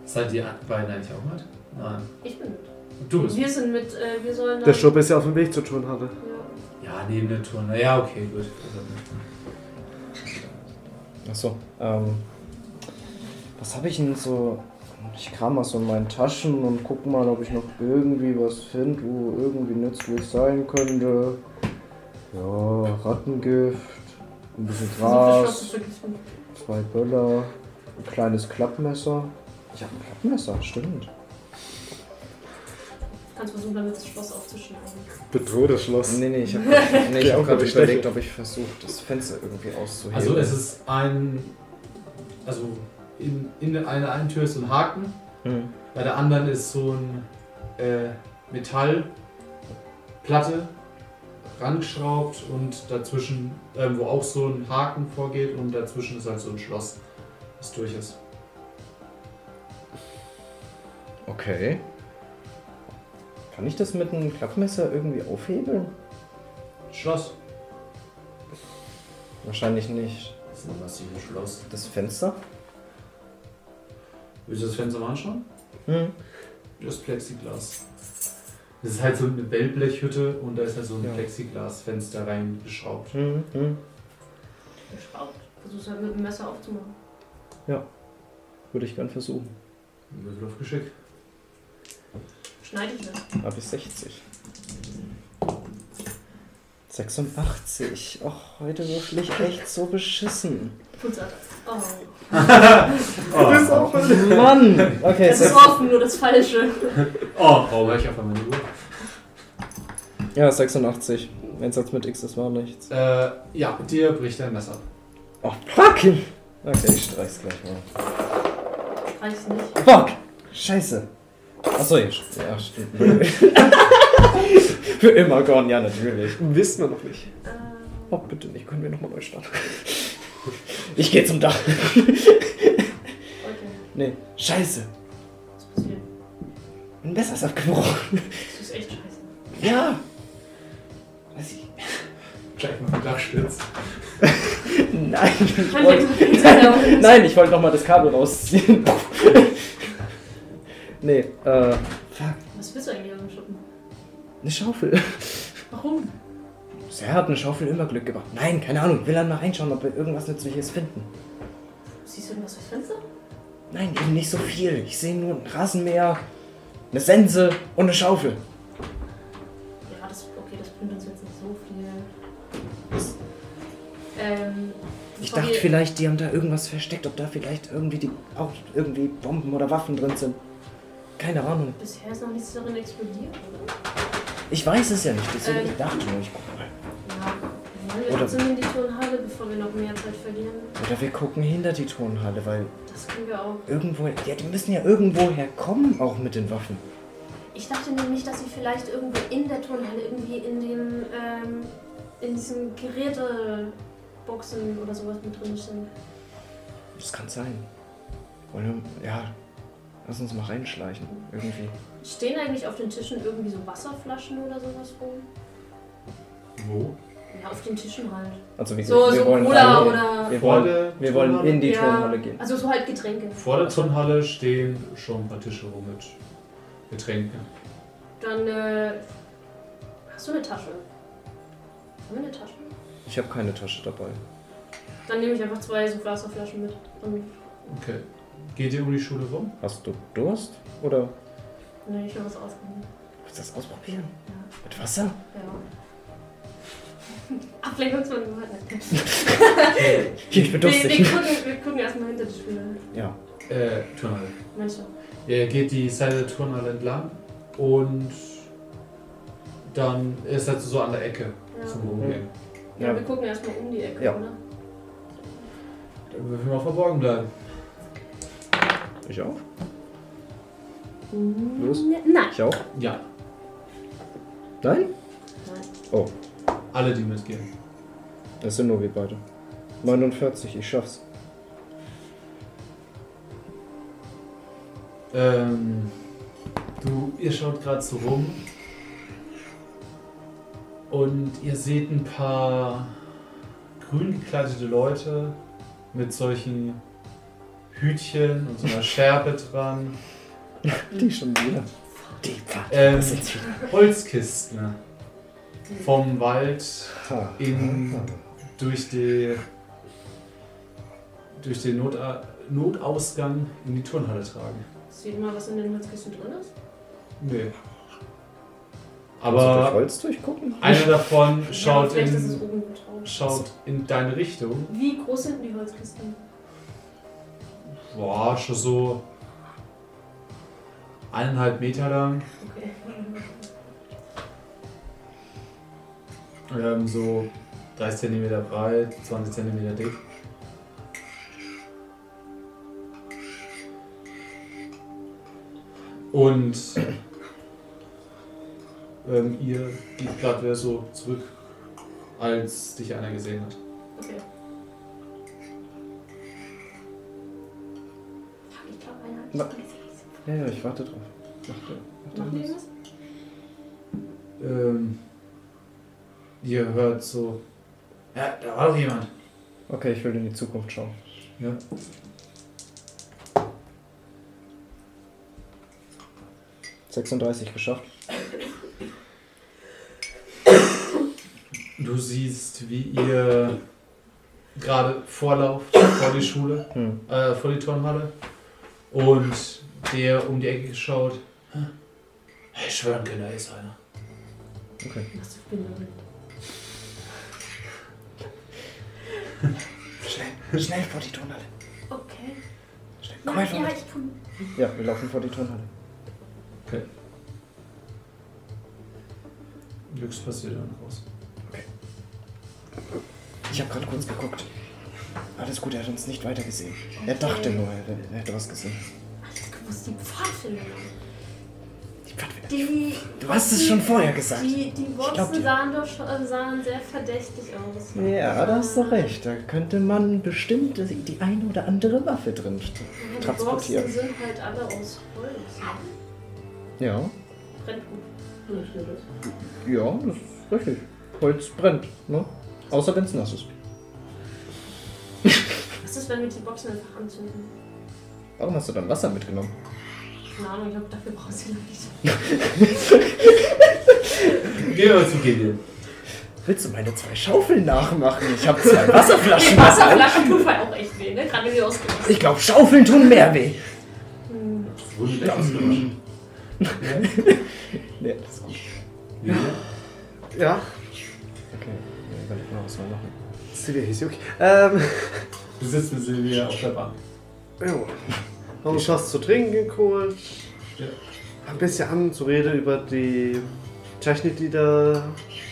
S1: Seid ihr beiden eigentlich auch mit? Nein.
S3: Ich bin mit.
S1: Du bist
S3: Wir sind mit, äh, wir sollen
S5: Der
S3: dann-
S5: Schuppe ist ja auf dem Weg zur Turnhalle.
S3: Ja.
S1: Ja, neben der Tour. Ja, okay, gut. Also,
S4: Achso, ähm. Was habe ich denn so. Ich kram mal so in meinen Taschen und guck mal, ob ich noch irgendwie was finde, wo irgendwie nützlich sein könnte. Ja, Rattengift, ein bisschen
S3: Versuch, das Schloss
S4: Gras.
S3: zu vergiften.
S4: Zwei Böller, ein kleines Klappmesser. Ich habe ein Klappmesser, stimmt.
S3: Kannst versuchen, damit das Schloss aufzuschneiden.
S5: Bedroht das Schloss.
S4: Nee, nee, ich habe nee, ich
S5: Ja,
S4: hab
S5: aber
S4: gerade
S5: ich
S4: überlegt,
S5: dachte-
S4: ob ich versuche, das Fenster irgendwie auszuheben.
S1: also es ist ein. Also in, in einer einen Tür ist so ein Haken,
S4: Hm.
S1: bei der anderen ist so ein äh, Metallplatte rangeschraubt und dazwischen, äh, wo auch so ein Haken vorgeht und dazwischen ist halt so ein Schloss, das durch ist.
S4: Okay. Kann ich das mit einem Klappmesser irgendwie aufhebeln?
S1: Schloss.
S4: Wahrscheinlich nicht.
S1: Das ist ein massives Schloss.
S4: Das Fenster?
S1: Willst du das Fenster mal anschauen?
S4: Hm.
S1: Das Plexiglas. Das ist halt so eine Wellblechhütte und da ist halt so ein
S4: Ja.
S1: Plexiglasfenster reingeschraubt.
S4: Hm, hm.
S3: Geschraubt. Versuch's halt mit dem Messer aufzumachen.
S4: Würde ich gern versuchen.
S1: Würfel auf Geschick.
S3: Schneide ich das.
S4: Habe ich 60. 86. Och, heute würfel ich echt so beschissen.
S3: Putzart. Oh.
S7: Oh,
S4: Mann! Okay,
S3: Das ist
S4: sech-
S3: offen, nur das Falsche.
S7: oh,
S1: Warum höre ich auf einmal eine Uhr?
S4: ja, 86. Einsatz mit X, das war nichts.
S1: Äh, ja, dir bricht dein Messer ab.
S4: Oh, fucking! Okay, ich streich's gleich mal.
S3: Reicht's nicht.
S4: Fuck! Scheiße! Achso, ja, st- ja stimmt. Für immer gone, ja, natürlich.
S5: Wissen wir noch nicht.
S3: Äh,
S4: Oh, bitte nicht, können wir nochmal neu starten. Ich gehe zum Dach.
S3: Okay.
S4: Nee, scheiße.
S3: Was passiert?
S4: Ein Messer ist abgebrochen.
S3: Das ist echt scheiße.
S4: Ja! Weiß ich.
S1: Jack mit dem Dach stürzt.
S4: Nein, ich
S3: Kann
S4: wollte.
S3: ich jetzt hinterher-
S4: Nein, ich wollte nochmal das Kabel rausziehen. nee, äh.
S3: Was willst du eigentlich aus dem Schuppen?
S4: Eine Schaufel.
S3: Warum?
S4: Sehr hat eine Schaufel immer Glück gebracht. Nein, keine Ahnung. Ich will dann mal reinschauen, ob wir irgendwas Nützliches finden.
S3: Siehst du irgendwas durchs Fenster?
S4: Nein, eben nicht so viel. Ich sehe nur ein Rasenmäher, eine Sense und eine Schaufel.
S3: Ja, das, okay, das bringt uns jetzt nicht so viel. Ähm,
S4: Ich
S3: bevor
S4: dachte
S3: wir-
S4: vielleicht, die haben da irgendwas versteckt, ob da vielleicht irgendwie die auch irgendwie Bomben oder Waffen drin sind. Keine Ahnung.
S3: Bisher ist noch nichts darin explodiert, oder?
S4: Ich weiß es ja nicht, deswegen
S3: Ähm.
S4: ich dachte nur, ich gucke mal.
S3: Ja. Wollen wir
S4: Oder-
S3: trotzdem in die Turnhalle, bevor wir noch mehr Zeit verlieren?
S4: Oder wir gucken hinter die Tonhalle, weil
S3: Das können wir auch.
S4: irgendwo. Ja, die müssen ja irgendwo herkommen, auch mit den Waffen.
S3: Ich dachte nämlich, dass sie vielleicht irgendwo in der Turnhalle, irgendwie in dem, ähm, in diesen Geräteboxen oder sowas mit drin sind.
S4: Das kann sein. Wollen wir, ja, lass uns mal reinschleichen. Irgendwie.
S3: Stehen eigentlich auf den Tischen irgendwie so Wasserflaschen oder sowas rum?
S1: Wo?
S3: Ja, auf den Tischen halt.
S4: Also wie
S3: So, so Cola
S4: rein-
S3: oder.
S4: Wir
S1: Vor
S4: wollen,
S1: der
S4: wir wollen in die
S3: ja,
S4: Turnhalle gehen.
S3: Also so halt Getränke.
S1: Vor der Turnhalle stehen schon ein paar Tische rum mit Getränken.
S3: Dann, äh. Hast du eine Tasche? Haben wir eine Tasche?
S4: Ich habe keine Tasche dabei.
S3: Dann nehme ich einfach zwei so Wasserflaschen mit. Und
S1: Okay. Geht ihr um die Schule rum?
S4: Hast du Durst? Oder
S3: dann ich noch was ausprobieren.
S4: willst du das ausprobieren?
S3: Ja.
S4: Mit Wasser?
S3: Ja. Ablenkung von
S4: Hier, ich bin
S3: wir, wir,
S4: durstig.
S3: gucken, wir gucken erstmal hinter die Spüle.
S4: Ja.
S1: Äh, Turnhalle.
S3: Meinst du?
S1: Ihr geht die Seite der Turnhalle entlang und dann ist halt so an der Ecke
S3: Ja.
S1: zum Rumgehen.
S3: ja.
S4: Ja.
S3: wir gucken erstmal um die Ecke,
S4: Ja.
S3: oder?
S1: Dann würfeln wir mal verborgen bleiben.
S4: Ich auch. Los.
S3: Nein. Hm, ne, Nein.
S4: Ich auch.
S1: Ja,
S4: Nein?
S1: alle, die mitgehen.
S4: Das sind nur wir beide. 49, ich schaff's.
S1: Ähm, du, ihr schaut gerade so rum und ihr seht ein paar grün gekleidete Leute mit solchen Hütchen und so einer Schärpe dran.
S3: Hm.
S4: Die schon wieder. Die Pfad.
S1: Ähm,
S4: Das sind wieder.
S1: Holzkisten vom Wald
S4: Ha.
S1: in, durch, die, durch den Nota Notausgang in die Turnhalle tragen.
S3: Sieht mal, was in den Holzkisten drin ist.
S1: Nee.
S4: Kannst du durch
S1: Aber
S4: Holz durchgucken?
S1: einer davon
S3: ja,
S1: schaut,
S3: vielleicht ist es
S1: in,
S3: oben getraut.
S1: schaut in deine Richtung.
S3: Wie groß sind denn die Holzkisten?
S1: Boah, schon so eineinhalb Meter lang.
S3: Okay.
S1: Ähm, so 30 Zentimeter breit, 20 Zentimeter dick. Und ähm, ihr geht gerade wieder so zurück als dich einer gesehen hat.
S17: Okay. Ich glaube, einer hat
S4: Na-
S17: mich gesehen.
S4: Ja, ja, ich warte drauf. Macht der- macht der
S17: Macht ihr
S4: was?
S17: irgendwas?
S1: Ähm, ihr hört so. Ja, da war doch jemand.
S4: Okay, ich will in die Zukunft schauen.
S1: Ja.
S4: ...36 geschafft.
S1: Du siehst, wie ihr gerade vorlauft vor die Schule.
S4: Hm.
S1: äh, vor die Turnhalle und der um die Ecke geschaut. "Hä? Hey, schwören können, da ist einer.
S3: Was du bin
S4: Schnell, schnell vor die Turnhalle.
S17: Okay.
S4: Schnell,
S17: Ja, ja, ich komm.
S4: Ja, wir laufen vor die Turnhalle.
S1: Nix passiert dann groß.
S4: Ich habe gerade kurz geguckt. Alles gut, er hat uns nicht weitergesehen. Er dachte nur, er, er hätte was gesehen.
S17: Alles gewusst, die Pfadfinderin.
S4: Die Pfadfinder.
S17: Die,
S4: Du hast es schon vorher gesagt.
S17: die, die
S4: glaub dir.
S17: Wurzeln sahen doch schon, äh, sahen sehr verdächtig aus.
S4: Ja, da hast du recht. Da könnte man bestimmt die eine oder andere Waffe drin
S17: Ja, Die Wurzeln
S4: transportieren.
S17: sind halt alle aus Holz.
S4: Ja,
S17: Brennt gut.
S3: Hm,
S4: ja, das ist richtig. Holz brennt, ne? Außer wenn es nass ist.
S17: Was ist, wenn wir die Boxen einfach anzünden?
S4: Warum hast du dann Wasser mitgenommen?
S17: Keine Ahnung, ich glaube, dafür brauchst du nicht.
S1: Geh mal zu Gideon.
S4: Willst du meine zwei Schaufeln nachmachen? Ich habe zwei Wasserflaschen.
S17: Die Wasserflaschen tun halt auch echt weh, ne? Gerade wenn die ausgelassen
S4: Ich glaube, Schaufeln tun mehr weh.
S1: Das wurde nicht ausgewaschen.
S4: Nee, das ist gut.
S5: Ja,
S4: Okay, wir überlegen mal, was wir machen.
S5: Silvia hieß sie, okay. Ähm,
S1: Du sitzt mit Silvia auf der Bank.
S5: jo. Haben uns was zu trinken geholt.
S1: Ja.
S5: Ein bisschen anzureden über die Technik, die da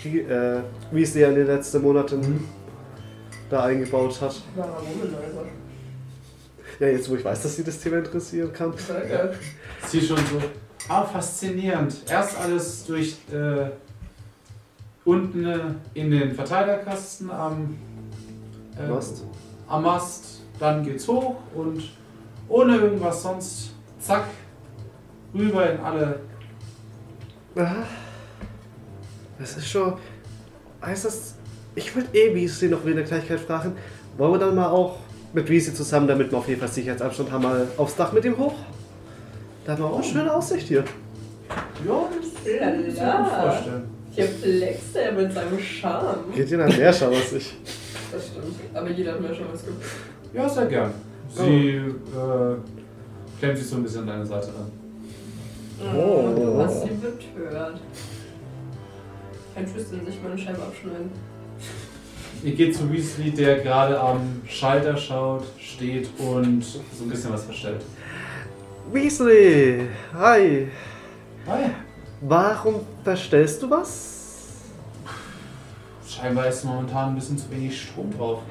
S5: die, äh, Weasley in den letzten Monaten da eingebaut hat.
S2: Warum denn also?
S5: Ja, jetzt wo ich weiß, dass sie das Thema interessieren kann.
S2: Danke.
S1: Sie schon so. Ah, faszinierend. Erst alles durch äh, unten äh, in den Verteilerkasten am äh,
S5: Was?
S1: am Mast, dann geht's hoch und ohne irgendwas sonst, zack, rüber in alle.
S5: Ah, Das ist schon. Heißt das. Ich würde eh Weasley noch wegen der Gleichheit fragen. Wollen wir dann mal auch mit Weasley zusammen, damit wir auf jeden Fall Sicherheitsabstand haben, mal aufs Dach mit ihm hoch? Da haben wir auch eine schöne Aussicht hier.
S1: Ja, das kann ich mir gut
S2: Lala.
S1: vorstellen.
S2: Hier flext er mit seinem Charme.
S5: Geht jeder mehr schau was ich.
S2: Das stimmt. Aber jeder hat mir schon was gibt.
S1: Ja, sehr gern. Sie äh, klemmt sich so ein bisschen an deine Seite an.
S4: Oh.
S2: Was sie betört. Kein Tschüss, wenn sich meine Scheibe abschneiden.
S1: Ihr geht zu Weasley, der gerade am Schalter schaut, steht und so ein bisschen was verstellt.
S5: Weasley! Hi!
S1: Hi.
S5: Warum verstellst du was?
S1: Scheinbar ist momentan ein bisschen zu wenig Strom drauf.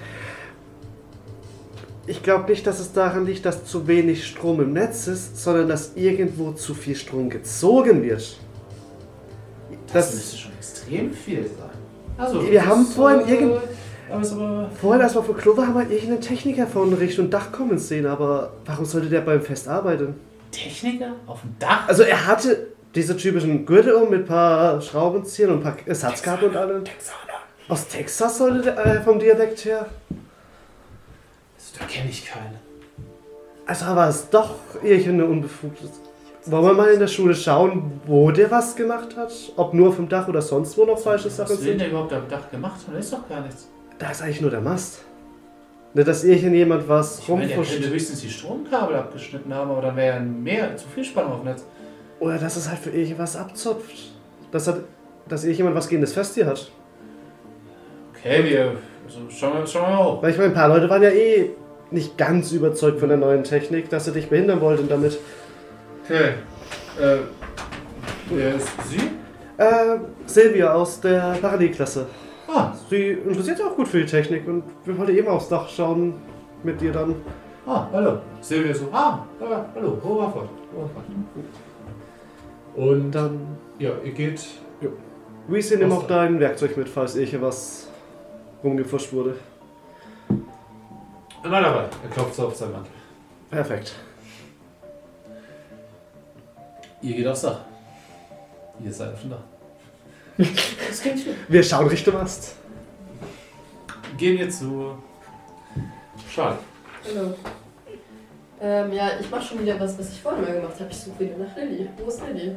S5: Ich glaube nicht, dass es daran liegt, dass zu wenig Strom im Netz ist, sondern dass irgendwo zu viel Strom gezogen wird.
S1: Das,
S5: Das-
S1: müsste schon extrem viel sein. Also,
S5: Wir
S1: das
S5: haben
S1: ist,
S5: vorhin
S1: äh,
S5: irgend-
S1: Aber es ist aber
S5: Vorhin, als wir vor Klo waren, haben halt wir irgendeinen Techniker vorne Richtung Dach kommen sehen, aber warum sollte der beim Fest arbeiten?
S1: Techniker auf dem Dach?
S5: Also er hatte diese typischen Gürtel um mit ein paar Schraubenziehen und ein paar Ersatzkabel und alle. Aus Texas sollte der, äh, vom Dialekt her.
S1: Also, da kenne ich keinen.
S5: Also war es doch irgendeine unbefugtes. Wollen wir mal in der Schule schauen, wo der was gemacht hat? Ob nur auf dem Dach oder sonst wo noch falsche Sachen
S1: Was will denn
S5: sind?
S1: der überhaupt am Dach gemacht haben? Da ist doch gar nichts.
S5: Da ist eigentlich nur der Mast. Nicht, dass irgendjemand was
S1: Ich meine, der
S5: rumfuscht.
S1: könnte höchstens die Stromkabel abgeschnitten haben, aber dann wäre ja mehr, zu viel Spannung auf dem Netz.
S5: Oder dass es halt für irgendwas abzupft. Dass, hat, dass irgendjemand was gegen das Fest hier hat.
S1: Okay, wir. Also schauen wir, schauen wir mal hoch.
S5: Weil ich meine, ein paar Leute waren ja eh nicht ganz überzeugt von der neuen Technik, dass sie dich behindern wollten damit.
S1: Okay. Äh. Wer ist sie?
S5: Äh, Silvia aus der Parallelklasse.
S1: Ah,
S5: Sie interessiert sich auch gut für die Technik und wir wollten eben aufs Dach schauen mit dir dann.
S1: ah, hallo. Silvia so. Ah, ah, hallo. Hoverfort. Hoverfort. Und
S5: Dann
S1: ja, ihr geht.
S5: Weasley nimm
S1: Was
S5: auch
S1: dann?
S5: dein Werkzeug mit, falls ich hier was rumgepfuscht wurde.
S1: Na dabei, er klopft so auf seinen Mantel.
S5: Perfekt.
S7: Ihr geht aufs Dach. Ihr seid auf dem Dach.
S3: Das klingt schön.
S5: Wir schauen Richtung Ast.
S7: Gehen wir zu
S1: Schade.
S2: Genau. Ähm, ja, ich mach schon wieder was, was ich vorhin mal gemacht habe. Ich suche wieder nach Lilly. Wo ist Lilly?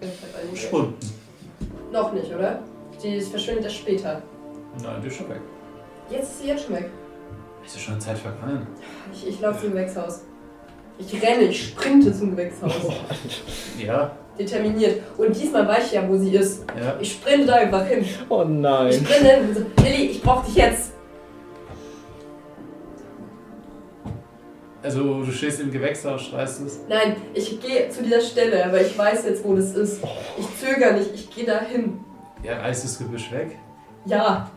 S2: Ich hab einen-
S7: Spunden.
S2: Noch nicht, oder? Die verschwindet erst später.
S7: Nein, die ist schon weg.
S2: Jetzt ist sie jetzt schon weg.
S7: Es ist schon eine Zeit vergangen.
S2: Ich, ich laufe zum Gewächshaus. Ich renne, ich sprinte zum Gewächshaus.
S7: Ja,
S2: Determiniert. Und diesmal weiß ich ja, wo sie ist.
S7: ja.
S2: Ich sprinte da einfach hin.
S4: Oh
S2: Ich
S4: nein.
S2: sprinte hin und so, Lilly, ich brauch dich jetzt.
S7: Also du stehst im Gewächshaus, schreist es.
S2: Nein, ich gehe zu dieser Stelle, weil ich weiß jetzt, wo das ist. Ich zögere nicht, ich gehe dahin.
S7: Ja, reißt das Gebüsch weg.
S2: Ja,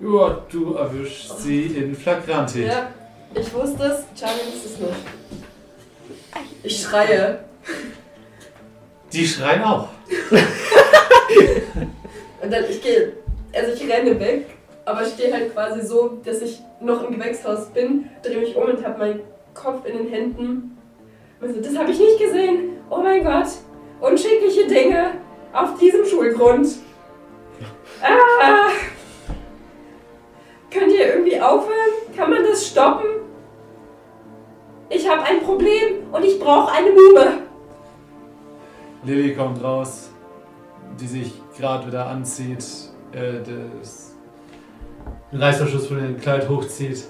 S7: Ja, du erwischst sie in Flagranti.
S2: ja, ich wusste es. Charlie wusste es nicht. Ich schreie.
S7: Die schreien auch.
S2: Und dann, ich gehe, also ich renne weg, aber stehe halt quasi so, dass ich noch im Gewächshaus bin, drehe mich um und habe meinen Kopf in den Händen. Und so, das habe ich nicht gesehen. Oh mein Gott. Unschickliche Dinge auf diesem Schulgrund. Ah. Könnt ihr irgendwie aufhören? Kann man das stoppen? Ich habe ein Problem und ich brauche eine Mume.
S7: Lilly kommt raus, die sich gerade wieder anzieht, äh, das den Reißverschluss von dem Kleid hochzieht.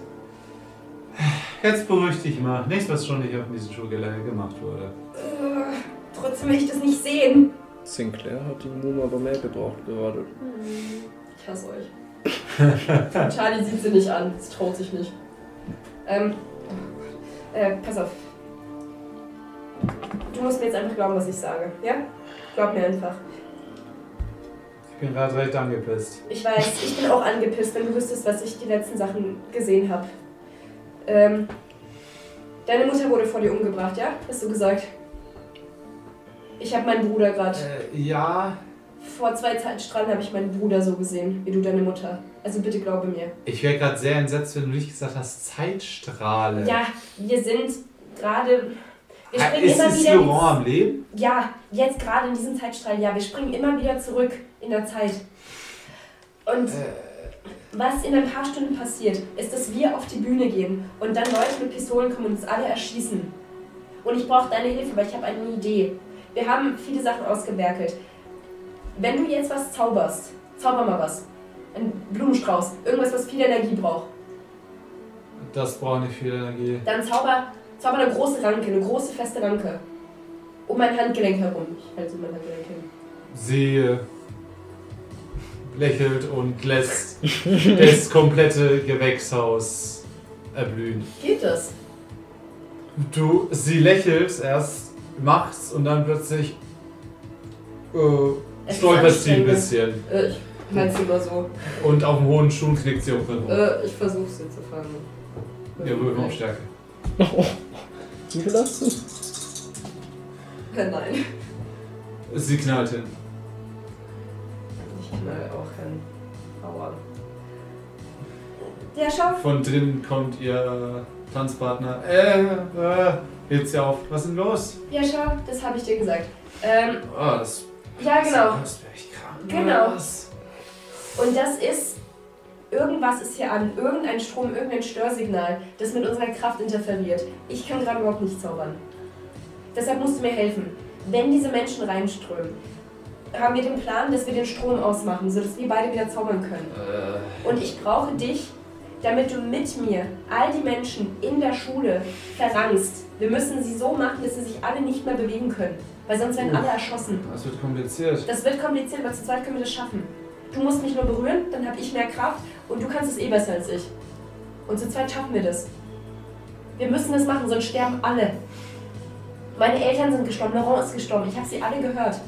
S7: Jetzt beruhig dich mal. Nichts, was schon nicht auf diesem Schulgelände gemacht wurde.
S2: Äh, Trotzdem will ich das nicht sehen.
S4: Sinclair hat die Mumu aber mehr gebraucht gerade.
S2: Ich hasse euch. Charlie sieht sie nicht an, sie traut sich nicht. Ähm, äh, pass auf. Du musst mir jetzt einfach glauben, was ich sage, ja? Glaub mir einfach.
S7: Ich bin gerade recht angepisst.
S2: Ich weiß, ich bin auch angepisst, wenn du wüsstest, was ich die letzten Sachen gesehen habe. Ähm, deine Mutter wurde vor dir umgebracht, ja? Hast du gesagt? Ich habe meinen Bruder gerade.
S1: Äh, ja,
S2: Vor zwei Zeitstrahlen habe ich meinen Bruder so gesehen, wie du deine Mutter. Also bitte glaube mir.
S1: ich wäre gerade sehr entsetzt, wenn du nicht gesagt hast, Zeitstrahle.
S2: Ja, wir sind gerade. Wir
S1: Ah,
S2: springen
S1: ist,
S2: immer
S1: ist
S2: wieder.
S1: Laurent am Leben?
S2: Ja, jetzt gerade in diesem Zeitstrahl, ja, wir springen immer wieder zurück in der Zeit. Und
S1: Äh.
S2: was in ein paar Stunden passiert, ist, dass wir auf die Bühne gehen und dann Leute mit Pistolen kommen und uns alle erschießen. Und ich brauche deine Hilfe, weil ich habe eine Idee. Wir haben viele Sachen ausgewerkelt. Wenn du jetzt was zauberst, zauber mal was. Ein Blumenstrauß, irgendwas, was viel Energie braucht.
S1: Das braucht nicht viel Energie.
S2: Dann zauber, zauber eine große Ranke, eine große feste Ranke. Um mein Handgelenk herum. Ich halte so mein Handgelenk hin.
S1: Sie äh, lächelt und lässt das komplette Gewächshaus erblühen.
S2: Geht das?
S1: Du, sie lächelt, erst macht's und dann plötzlich äh,
S2: Es ist
S1: stolpert sie
S2: anstrengend.
S1: ein bisschen.
S2: Äh, ich halte es immer so.
S1: Und auf dem hohen Schuh knickt sie um auf den Rücken.
S2: Äh, ich versuche sie zu fangen. Äh.
S1: Ihr Würfel auf Stärke.
S4: Zugelassen?
S2: Äh, Nein.
S1: Sie knallt hin.
S2: Ich knall auch hin. Aua. Der Schauf.
S1: Von drinnen kommt ihr Tanzpartner. Äh, äh, hebt sie auf. Was ist denn los?
S2: Ja, schau, das habe ich dir gesagt. Ähm,
S1: Ah, das,
S2: ja, genau.
S1: das wäre echt krank.
S2: Genau.
S1: Was?
S2: Und das ist. Irgendwas ist hier an. Irgendein Strom, irgendein Störsignal, das mit unserer Kraft interferiert. Ich kann gerade überhaupt nicht zaubern. Deshalb musst du mir helfen. Wenn diese Menschen reinströmen, haben wir den Plan, dass wir den Strom ausmachen, sodass wir beide wieder zaubern können.
S1: Äh,
S2: Und ich brauche dich, damit du mit mir all die Menschen in der Schule verrangst. Wir müssen sie so machen, dass sie sich alle nicht mehr bewegen können, weil sonst werden alle erschossen.
S1: das wird kompliziert.
S2: Das wird kompliziert, aber zu zweit können wir das schaffen. Du musst mich nur berühren, dann habe ich mehr Kraft und du kannst es eh besser als ich. Und zu zweit schaffen wir das. Wir müssen das machen, sonst sterben alle. Meine Eltern sind gestorben, Laurent ist gestorben, ich habe sie alle gehört.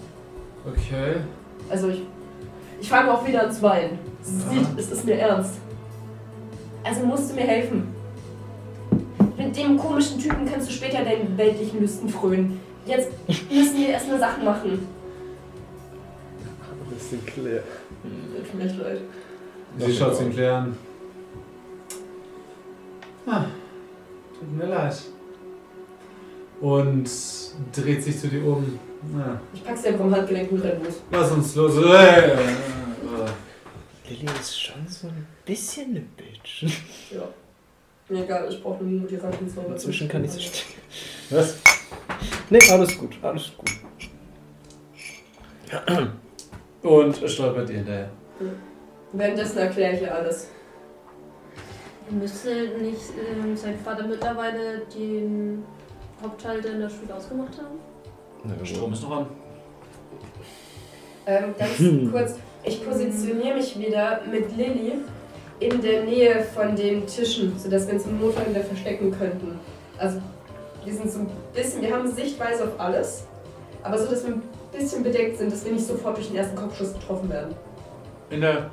S1: Okay.
S2: Also ich, ich fange auch wieder an zu weinen. Sie sieht, es ist mir ernst. Also musst du mir helfen. Mit dem komischen Typen kannst du später deinen weltlichen Lüsten frönen. Jetzt müssen wir erstmal Sachen machen.
S5: Ein bisschen clear.
S2: Tut mir echt leid.
S1: Sie schaut Sinclair an. Ah,
S18: Tut mir leid.
S1: und dreht sich zu dir um. Na,
S2: Ich pack's dir vom Handgelenk und renn los.
S1: lass uns los. Äh, äh,
S4: Lilly ist schon so ein bisschen eine Bitch.
S2: Mir egal, ich brauche nur die Rackenzauber.
S4: Inzwischen kann ich sie stehen. Was? Nee, alles gut, alles gut.
S1: äh. Und stolpert dir hinterher.
S2: Währenddessen erkläre ich ihr alles.
S3: Müsste nicht ähm, sein Vater mittlerweile den Hauptschalter in der Schule ausgemacht haben?
S1: Der Strom ist noch an.
S2: Ähm, ganz kurz, ich positioniere mich wieder mit Lilly in der Nähe von den Tischen, sodass wir uns im Notfall wieder verstecken könnten. Also, wir sind so ein bisschen, wir haben Sichtweise auf alles, aber so, dass wir ein bisschen bedeckt sind, dass wir nicht sofort durch den ersten Kopfschuss getroffen werden.
S1: In der.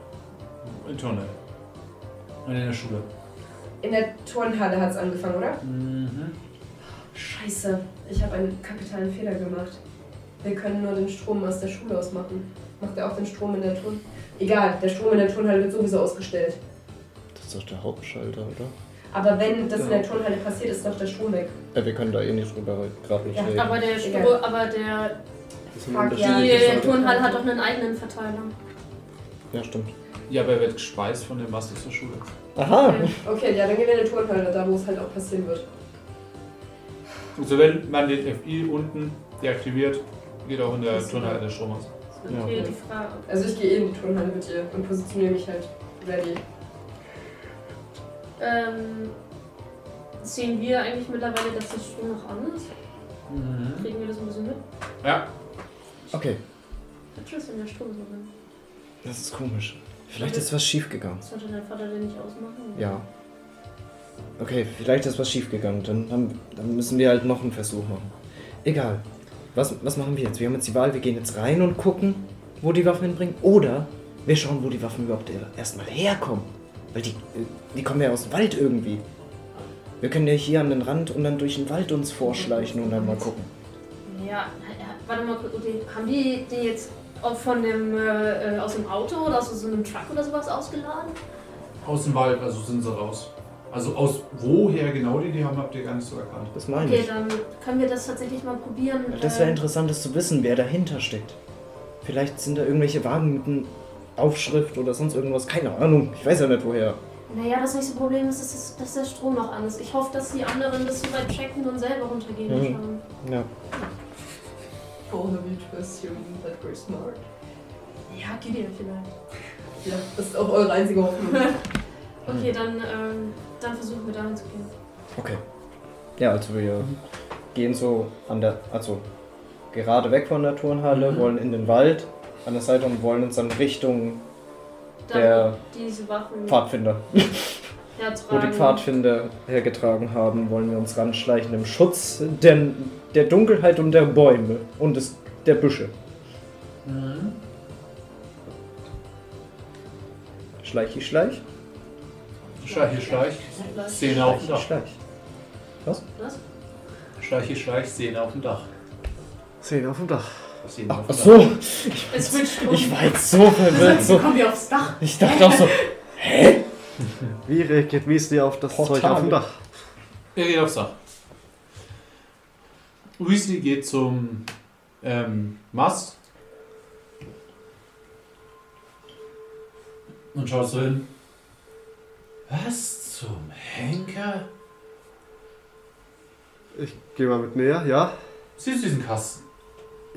S1: In Turnhalle. Und in der Schule.
S2: In der Turnhalle hat es angefangen, oder?
S1: Mhm.
S2: Scheiße, ich habe einen kapitalen Fehler gemacht. Wir können nur den Strom aus der Schule ausmachen. Macht er auch den Strom in der Turn? Egal, der Strom in der Turnhalle wird sowieso ausgestellt.
S4: Das ist doch der Hauptschalter, oder?
S2: Aber wenn das in der Turnhalle passiert, ist doch der Strom weg.
S4: Ja, wir können da eh nicht drüber gerade nicht
S2: Ja,
S4: reden.
S3: Aber der Spur, aber der
S4: Das sind
S2: Fuck,
S4: unterschiedliche
S2: ja.
S4: Sachen.
S3: die Turnhalle hat doch einen eigenen Verteiler.
S4: Ja, stimmt.
S1: Ja, aber er wird gespeist von dem Master zur Schule.
S4: Aha!
S2: Okay, ja, dann gehen wir in die Turnhalle, da wo es halt auch passieren wird.
S1: Also, wenn man den FI unten deaktiviert, geht auch in der Turnhalle der Strom aus.
S4: Ja.
S3: Okay, die Frage.
S2: Also ich gehe eh in die Turnhalle mit dir und positioniere mich halt ready.
S3: Ähm, sehen wir eigentlich mittlerweile, dass das Strom noch an ist? Kriegen wir das ein bisschen mit?
S1: Ja,
S4: Okay,
S3: Tschüss, wenn der Strom so an.
S4: das ist komisch. Vielleicht ist was schiefgegangen.
S3: Sollte dein Vater den nicht ausmachen?
S4: Ja. Okay, vielleicht ist was schiefgegangen. Dann, dann, dann müssen wir halt noch einen Versuch machen. Egal. Was, was machen wir jetzt? Wir haben jetzt die Wahl, wir gehen jetzt rein und gucken, wo die Waffen hinbringen. Oder wir schauen, wo die Waffen überhaupt erstmal herkommen. Weil die, die kommen ja aus dem Wald irgendwie. Wir können ja hier an den Rand und dann durch den Wald uns vorschleichen und dann mal gucken.
S3: Ja, äh, warte mal kurz. Okay. Haben die den jetzt auch von dem, äh, äh, aus dem Auto oder aus so einem Truck oder sowas ausgeladen?
S1: aus dem Wald, also sind sie raus. Also, aus woher genau die die haben, habt ihr gar nicht so erkannt.
S4: Das meine
S3: Okay,
S4: ich.
S3: dann können wir das tatsächlich mal probieren.
S4: Das wäre
S3: äh,
S4: interessant, das zu wissen, wer dahinter steckt. Vielleicht sind da irgendwelche Wagen mit einer Aufschrift oder sonst irgendwas. Keine Ahnung. Ich weiß ja nicht, woher.
S3: Naja, das nächste Problem ist, dass, es- dass der Strom noch an ist. Ich hoffe, dass die anderen das so weit checken und selber runtergehen und
S4: Mhm.
S3: schauen.
S4: Ja.
S19: Follow me to assume that we're smart.
S3: Ja, Gideon vielleicht.
S19: Ja, das ist auch eure einzige Hoffnung.
S3: Okay, dann, ähm, dann versuchen wir dahin zu gehen.
S4: Okay. Ja, also wir gehen so an der, also gerade weg von der Turnhalle, wollen in den Wald an der Seite und wollen uns dann Richtung
S3: Dann
S4: Der
S3: diese Waffen
S4: Pfadfinder, wo
S3: hertragen.
S4: die Pfadfinder hergetragen haben, wollen wir uns ranschleichen im Schutz der, der Dunkelheit und der Bäume und des, der Büsche.
S1: Mhm.
S4: Schleich, ich schleich.
S1: Schleich, schleich. Szene auf dem
S4: Schleich, ich
S1: Dach.
S4: schleich.
S3: Was?
S1: Schleich, schleich. Szene auf dem Dach.
S5: Szene auf dem Dach.
S1: Szene auf dem
S4: Ach
S1: Dach.
S4: so,
S3: Es wird Strom.
S4: ich war jetzt so verwirrt. So.
S3: Kommen wir aufs Dach.
S4: Ich dachte auch so,
S5: Wie reagiert Weasley auf das
S4: Portal.
S5: Zeug auf dem Dach?
S1: Er geht aufs Dach. Weasley geht zum ähm, Mast und schaut so hin. Was zum Henker?
S5: Ich gehe mal mit näher, ja.
S1: Siehst du diesen Kasten?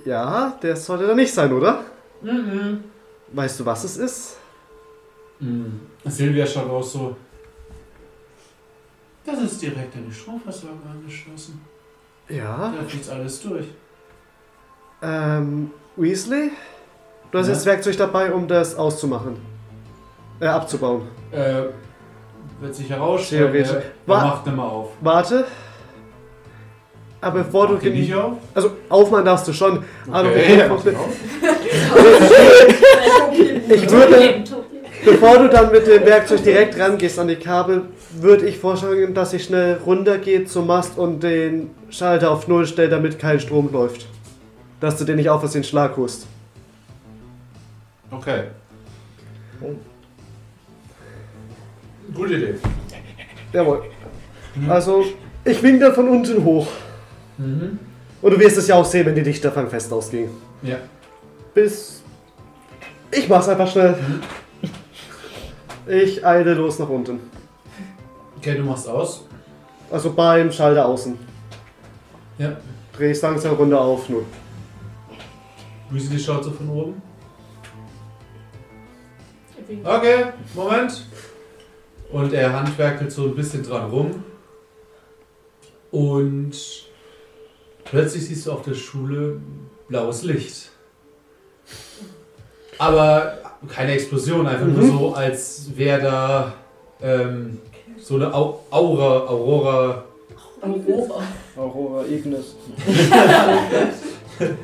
S5: Ja, der sollte da nicht sein, oder?
S1: Mhm.
S5: Weißt du, was es ist?
S1: Mhm. Silvia schaut auch so. Das ist direkt an die Stromversorgung angeschlossen.
S5: Ja.
S1: Da fließt alles durch.
S5: Ähm, Weasley? Du hast
S1: Ja.
S5: jetzt Werkzeug dabei, um das auszumachen. Äh, abzubauen.
S1: Äh, wird sich herausstellen.
S5: Theoretisch.
S1: Er, er
S5: Wa-
S1: macht immer auf.
S5: Warte. Aber bevor du
S1: Macht ihr nicht
S5: gehen. Ah,
S1: auf?
S5: Also, aufmachen darfst du schon. Aber
S1: Okay,
S5: bevor,
S1: macht ihr auf.
S5: ich würde, bevor du dann mit dem Werkzeug direkt rangehst an die Kabel, würde ich vorschlagen, dass ich schnell runtergehe zum Mast und den Schalter auf Null stelle, damit kein Strom läuft. Dass du dir nicht auf was den Schlag hust.
S1: Okay. Oh. Gute Idee.
S5: Jawohl. Also, ich wink dann von unten hoch.
S1: Mhm.
S5: Und du wirst es ja auch sehen, wenn die Dichter vom Fest ausging.
S1: Ja.
S5: Bis. Ich mach's einfach schnell. Ich eile los nach unten.
S1: Okay, du machst aus.
S5: Also beim Schalter außen.
S1: Ja.
S5: Dreh ich langsam runter auf nun.
S1: Weasley schaut so von oben.
S3: Übrigens.
S1: Okay, Moment. Und er handwerkelt so ein bisschen dran rum. Und plötzlich siehst du auf der Schule blaues Licht. Aber keine Explosion, einfach nur so, als wäre da ähm, so eine Au Aura, Aurora.
S6: Aurora.
S4: Aurora Ignis.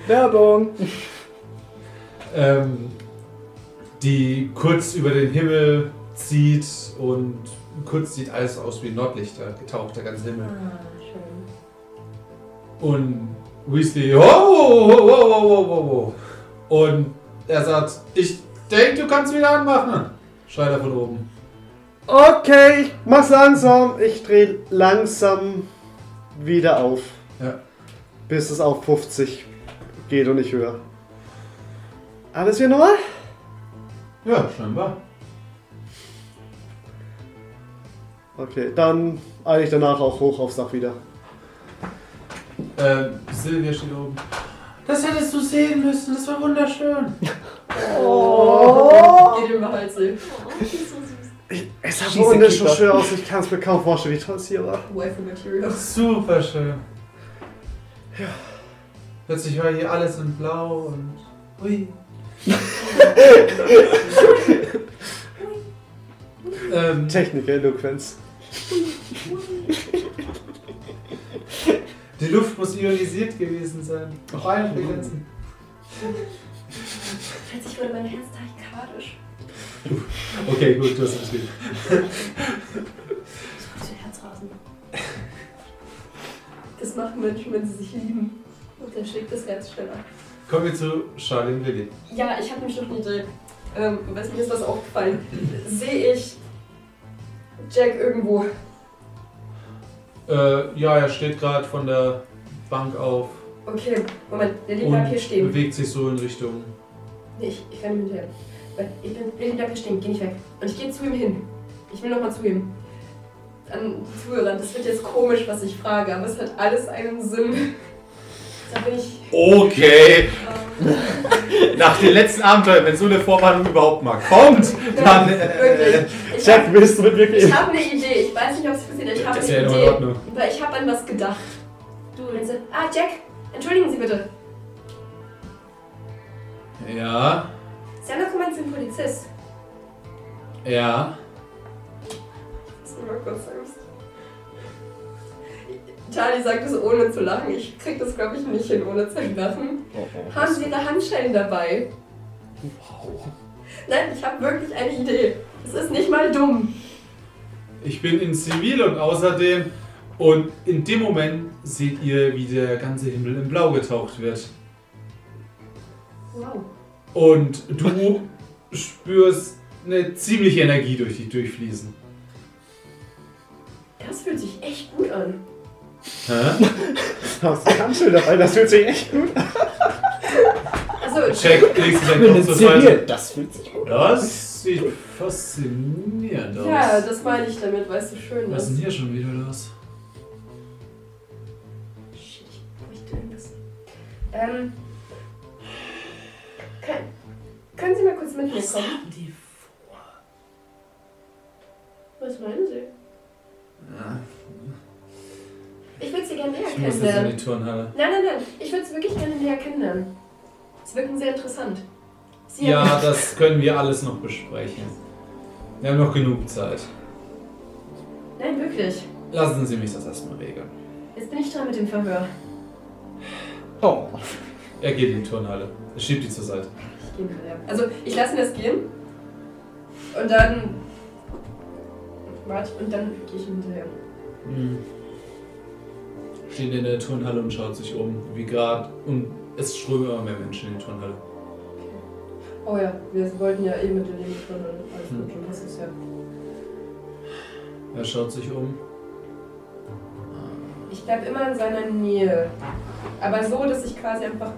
S4: Werbung!
S1: ähm, die kurz über den Himmel zieht und kurz sieht alles aus wie Nordlichter, getaucht der ganze Himmel.
S6: Ah, schön.
S1: Und Weasley, oh, oh, oh, oh, oh, oh, oh. Und er sagt, ich denke, du kannst wieder anmachen. Schreit er von oben.
S5: Okay, ich mach's langsam. Ich dreh langsam wieder auf.
S1: Ja.
S5: Bis es auf 50 geht und nicht höher. Alles hier normal?
S1: Ja, scheinbar.
S5: Okay, dann eile ich danach auch hoch aufs Dach wieder.
S1: Ähm, Silvia steht oben. Das hättest du sehen müssen, das war wunderschön.
S2: Geht über Halsel.
S17: Oh, die ist so süß.
S5: Es sah so wunderschön schön aus, ich kann es mir kaum vorstellen, wie toll es hier war.
S2: Waifu Material.
S1: Super schön. Ja. Plötzlich war hier alles in Blau und. Ui. ähm,
S5: Technik, Eloquenz.
S1: die Luft muss ionisiert gewesen sein. Auf allen Frequenzen.
S6: Plötzlich wurde mein Herz tachykardisch.
S1: Okay, gut, du hast es gut.
S17: Ich hab so Herzrasen.
S2: Das machen Menschen, wenn sie sich lieben. Und dann schlägt das Herz schneller.
S1: Kommen wir zu Charlene Willi.
S2: Ja, ich habe nämlich noch eine Idee. Ähm, was mir ist was aufgefallen. Sehe ich Jack irgendwo?
S1: Äh, ja, er steht gerade von der Bank auf
S2: Okay, Moment, der liegt
S1: und
S2: bleibt hier stehen.
S1: bewegt sich so in Richtung.
S2: Nee, ich, ich renne ihm hinterher. Weil Ich bin, der liegt bleibt hier stehen, geh nicht weg. Und ich gehe zu ihm hin. Ich will nochmal zu ihm. An die Zuhörer, das wird jetzt komisch, was ich frage, aber es hat alles einen Sinn. Da bin ich.
S7: Okay,
S2: Ähm,
S7: nach den letzten Abenteuern, wenn so eine Vorwarnung überhaupt mal kommt, dann. Äh,
S2: wirklich. Ich hab-
S5: Jack, willst du mit mir gehen?
S2: Ich habe eine Idee. Ich weiß nicht, ob es passiert. Ich habe
S1: Das
S2: eine
S1: ist ja in
S2: Idee.
S1: Ordnung.
S2: Aber ich habe an was gedacht. Du und sie, ah Jack, entschuldigen Sie bitte.
S1: Ja,
S2: Sie haben doch gemeint, Sie sind Polizist.
S1: ja.
S2: Das ist immer kurz Angst. Charlie sagt es ohne zu lachen. Ich krieg das glaube ich nicht hin, ohne zu lachen. Haben Sie Ihre Handschellen dabei? Wow. Nein, ich habe wirklich eine Idee. Es ist nicht mal dumm.
S1: Ich bin in Zivil und außerdem. Und in dem Moment seht ihr, wie der ganze Himmel in Blau getaucht wird.
S2: Wow.
S1: Und du spürst eine ziemliche Energie durch dich durchfließen.
S6: Das fühlt sich echt gut an.
S1: Hä?
S5: Das ist ganz schön dabei, das fühlt sich echt gut
S2: Also,
S1: Check, legst du deinen Kopf zur Seite.
S4: Inszeniert, das fühlt sich gut
S1: Das sieht faszinierend aus.
S2: ja, das meine ich damit, weißt du, schön
S1: Was ist denn hier schon wieder los?
S6: Shit, ich bräuchte irgendwas. Ähm. Kann, können Sie mal kurz mit mir kommen?
S3: Was meinen Sie?
S6: Ich würde Sie gerne näher
S1: Ich muss jetzt in
S6: kennenlernen.
S1: die Turnhalle.
S6: Nein, nein, nein. Ich würde Sie wirklich gerne näher kennenlernen. Sie wirken sehr interessant. Sie haben-
S1: Ja, das können wir alles noch besprechen. Wir haben noch genug Zeit.
S6: Nein, wirklich.
S1: Lassen Sie mich das erstmal regeln.
S6: Jetzt bin ich dran mit dem Verhör.
S4: Oh.
S1: Er geht in die Turnhalle. Er schiebt die zur Seite.
S2: Ich gehe hinterher. Also ich lasse ihn das gehen. Und dann. Warte, und dann gehe ich ihm hinterher.
S1: Steht in der Turnhalle und schaut sich um, wie gerade. Und es strömen immer mehr Menschen in die Turnhalle.
S2: Oh ja, wir wollten ja eh mit dir reden können. Alles gut,
S1: Hm.
S2: schon passt es ja.
S1: Er schaut sich um.
S2: Ich bleib immer in seiner Nähe. Aber so, dass ich quasi einfach.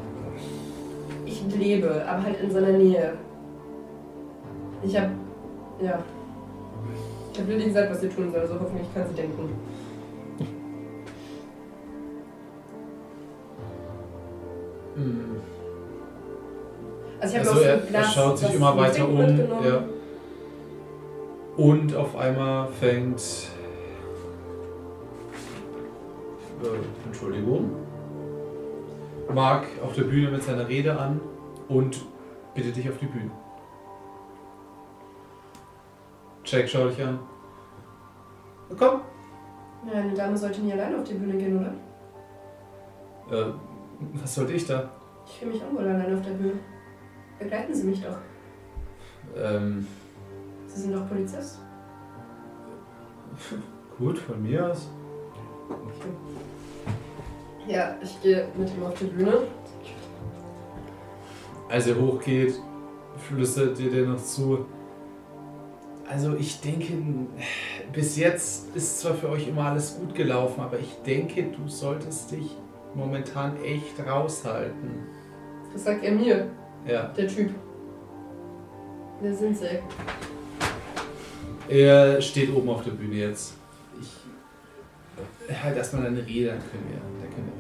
S2: Ich lebe, aber halt in seiner Nähe. Ich hab. Ja. Ich hab Lilly gesagt, was sie tun soll, also hoffentlich kann sie denken.
S1: Hm.
S2: Also, ich hab mir auch
S1: Also
S2: so
S1: er,
S2: ein
S1: er
S2: Glas,
S1: schaut sich
S2: was
S1: immer
S2: zum
S1: weiter
S2: Trinken
S1: um.
S2: mitgenommen.
S1: Ja. Und auf einmal fängt. Äh, Entschuldigung. Mark auf der Bühne mit seiner Rede an und bittet dich auf die Bühne. Jack, schau dich an. Na Komm.
S2: Ja, eine Dame sollte nie alleine auf die Bühne gehen, oder?
S1: Äh, was sollte ich da?
S2: Ich fühle mich unwohl alleine auf der Bühne. Begleiten Sie mich doch.
S1: Ähm,
S2: Sie sind doch Polizist.
S1: gut, von mir aus.
S2: Ja, ich gehe mit ihm auf die Bühne.
S1: Als er hochgeht, flüstert ihr dir noch zu. Also ich denke, bis jetzt ist zwar für euch immer alles gut gelaufen, aber ich denke, du solltest dich momentan echt raushalten.
S2: Das sagt er mir,
S1: Ja.
S2: der Typ. Wer sind Sie?
S1: Er steht oben auf der Bühne jetzt. Ich halt erstmal deine Rede, dann können wir, dann können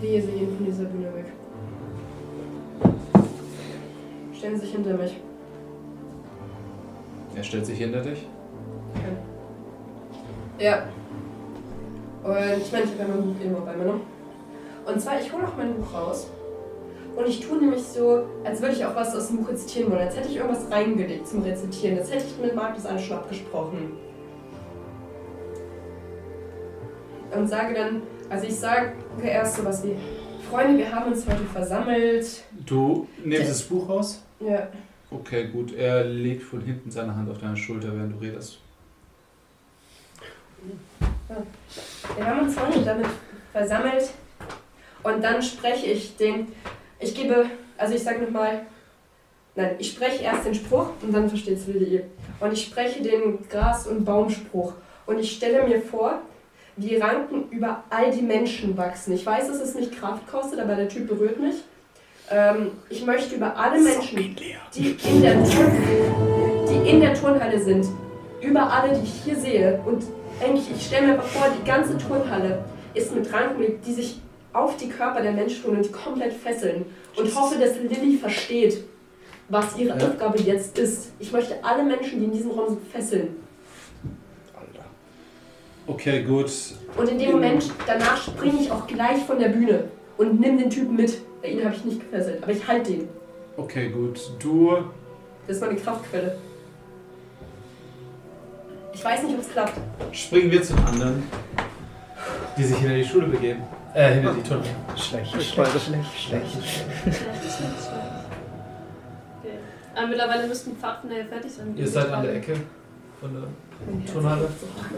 S1: wir reden.
S2: Wehe, Sie gehen von dieser Bühne weg. Stellen Sie sich hinter mich.
S1: Er stellt sich hinter dich.
S2: Ja. Und ich meine, ich habe ja mein Buch immer bei mir, ne? Und zwar, ich hole auch mein Buch raus. Und ich tue nämlich so, als würde ich auch was aus dem Buch rezitieren wollen. Als hätte ich irgendwas reingelegt zum Rezitieren. Als hätte ich mit Markus alles schon abgesprochen. Und sage dann, also ich sage erst sowas wie, Freunde, wir haben uns heute versammelt.
S7: Du nimmst das Buch raus.
S2: Ja,
S1: Okay, gut. Er legt von hinten seine Hand auf deine Schulter, während du redest.
S2: Wir haben uns heute damit versammelt und dann spreche ich den, ich gebe, also ich sage nochmal, nein, ich spreche erst den Spruch und dann versteht es Lilly. Und ich spreche den Gras- und Baumspruch und ich stelle mir vor, wie Ranken über all die Menschen wachsen. Ich weiß, dass es mich Kraft kostet, aber der Typ berührt mich. Ähm, ich möchte über alle Menschen, die in, der Turn, die in der Turnhalle sind, über alle, die ich hier sehe und eigentlich, ich stelle mir aber vor, die ganze Turnhalle ist mit Ranken, die sich auf die Körper der Menschen tun und die komplett fesseln. Und hoffe, dass Lilly versteht, was ihre
S1: Ja.
S2: Aufgabe jetzt ist. Ich möchte alle Menschen, die in diesem Raum sind, fesseln.
S1: Okay, gut.
S2: Und in dem Moment, danach springe ich auch gleich von der Bühne und nimm den Typen mit. Bei ihnen habe ich nicht gefesselt, aber ich halte den.
S7: Okay, gut. Du
S2: Das ist meine Kraftquelle. Ich weiß nicht, ob es klappt.
S1: springen wir zu den anderen, die sich hinter die Schule begeben. Äh, hinter die Tunnel.
S4: Schlecht, schlecht, schlecht, schlecht.
S3: Vielleicht ist nicht so. Okay. Aber mittlerweile müssten die Pfadfinder ja fertig sein.
S1: Ihr seid an der Ecke von der Turnhalle.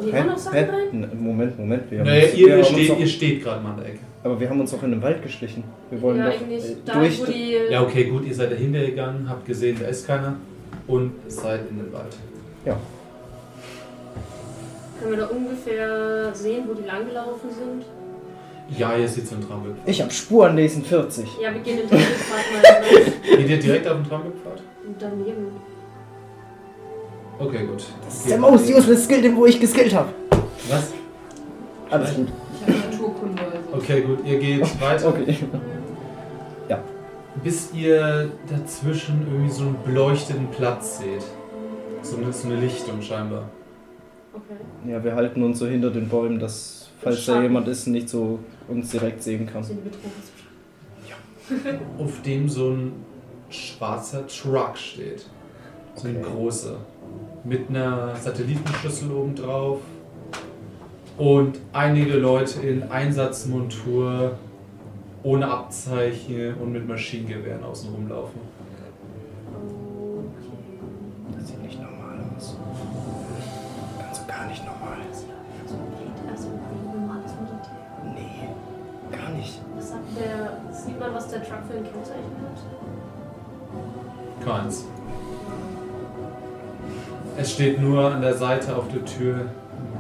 S3: Die haben noch Sachen rein?
S4: Moment, Moment. Wir haben
S1: Naja,
S4: uns- wir
S1: ihr,
S4: haben
S1: ihr,
S4: uns
S1: steht,
S4: auch-
S1: ihr steht gerade mal an der Ecke.
S4: Aber wir haben uns auch in den Wald geschlichen. Wir wollen
S3: Ja,
S4: doch äh,
S3: eigentlich. Da,
S4: durch.
S3: wo die.
S1: Ja, okay, gut, ihr seid dahinter gegangen, habt gesehen, da ist keiner und seid in den Wald.
S3: Können wir da ungefähr sehen, wo die langgelaufen sind?
S1: Ja, ihr seht so einen Trampel.
S4: Ich hab Spuren lesen 40.
S3: Ja, wir gehen den Trampelpfad mal raus.
S1: Geht ihr direkt auf den Trampelpfad?
S3: Und daneben.
S1: Okay, gut.
S4: Das ist der most useless Skill, den wo ich geskillt habe.
S1: Was?
S4: Alles gut.
S2: Ich habe Naturkunde. Also.
S1: Okay, gut, ihr geht weiter.
S4: Okay.
S1: bis ihr dazwischen irgendwie so einen beleuchteten Platz seht. So eine, so eine Lichtung scheinbar.
S3: Okay.
S4: Ja, wir halten uns so hinter den Bäumen, dass, falls da
S3: Schatten.
S4: jemand ist, nicht so uns direkt sehen kann.
S3: Sind die betrunken zwischen.
S1: auf dem so ein schwarzer Truck steht. So ein
S4: Okay.
S1: großer. Mit einer Satellitenschüssel oben drauf. Und einige Leute in Einsatzmontur ohne Abzeichen und mit Maschinengewehren außen rumlaufen.
S4: Das sieht nicht normal aus. Ganz und gar nicht normal.
S3: So ein Bild, also ein normales Militär.
S4: Nee, gar nicht.
S3: Was sagt der. Sieht man, was der Truck für ein Kennzeichen hat?
S1: Keins. Es steht nur an der Seite auf der Tür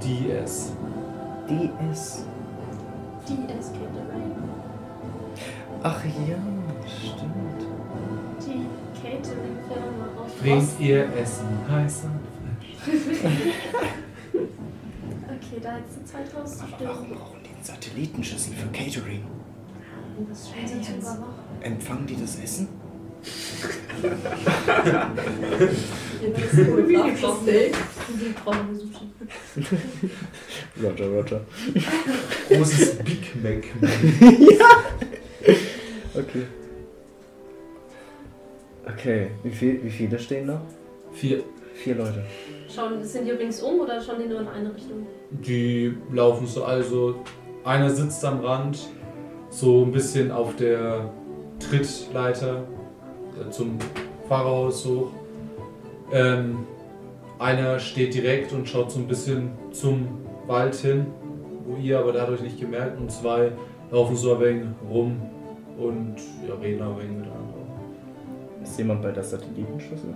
S1: DS.
S4: DS.
S3: Die es kennt rein.
S4: Ach ja, stimmt.
S3: Die Catering-Firma aus
S1: Bringt ihr Essen heiß und frisch.
S3: Okay, da jetzt die Zeit rauszustimmen.
S4: brauchen die Satellitenschüssel für Catering?
S3: Um Das scheint sie zu überwachen.
S4: Empfangen die das Essen?
S3: Wir brauchen Sushi.
S4: Roger, Roger.
S1: Großes Big Mac.
S4: Okay. Okay, wie, viel, wie viele stehen da?
S1: Vier.
S4: Vier Leute.
S3: Schauen, sind die ringsum oder schauen die nur in eine Richtung?
S1: Die laufen so, also einer sitzt am Rand, so ein bisschen auf der Trittleiter äh, zum Fahrerhaus hoch. Ähm, einer steht direkt und schaut so ein bisschen zum Wald hin, wo ihr aber dadurch nicht gemerkt und zwei laufen so ein wenig rum und ja, reden ein wenig miteinander.
S4: Ist jemand bei der Satellitenschüssel?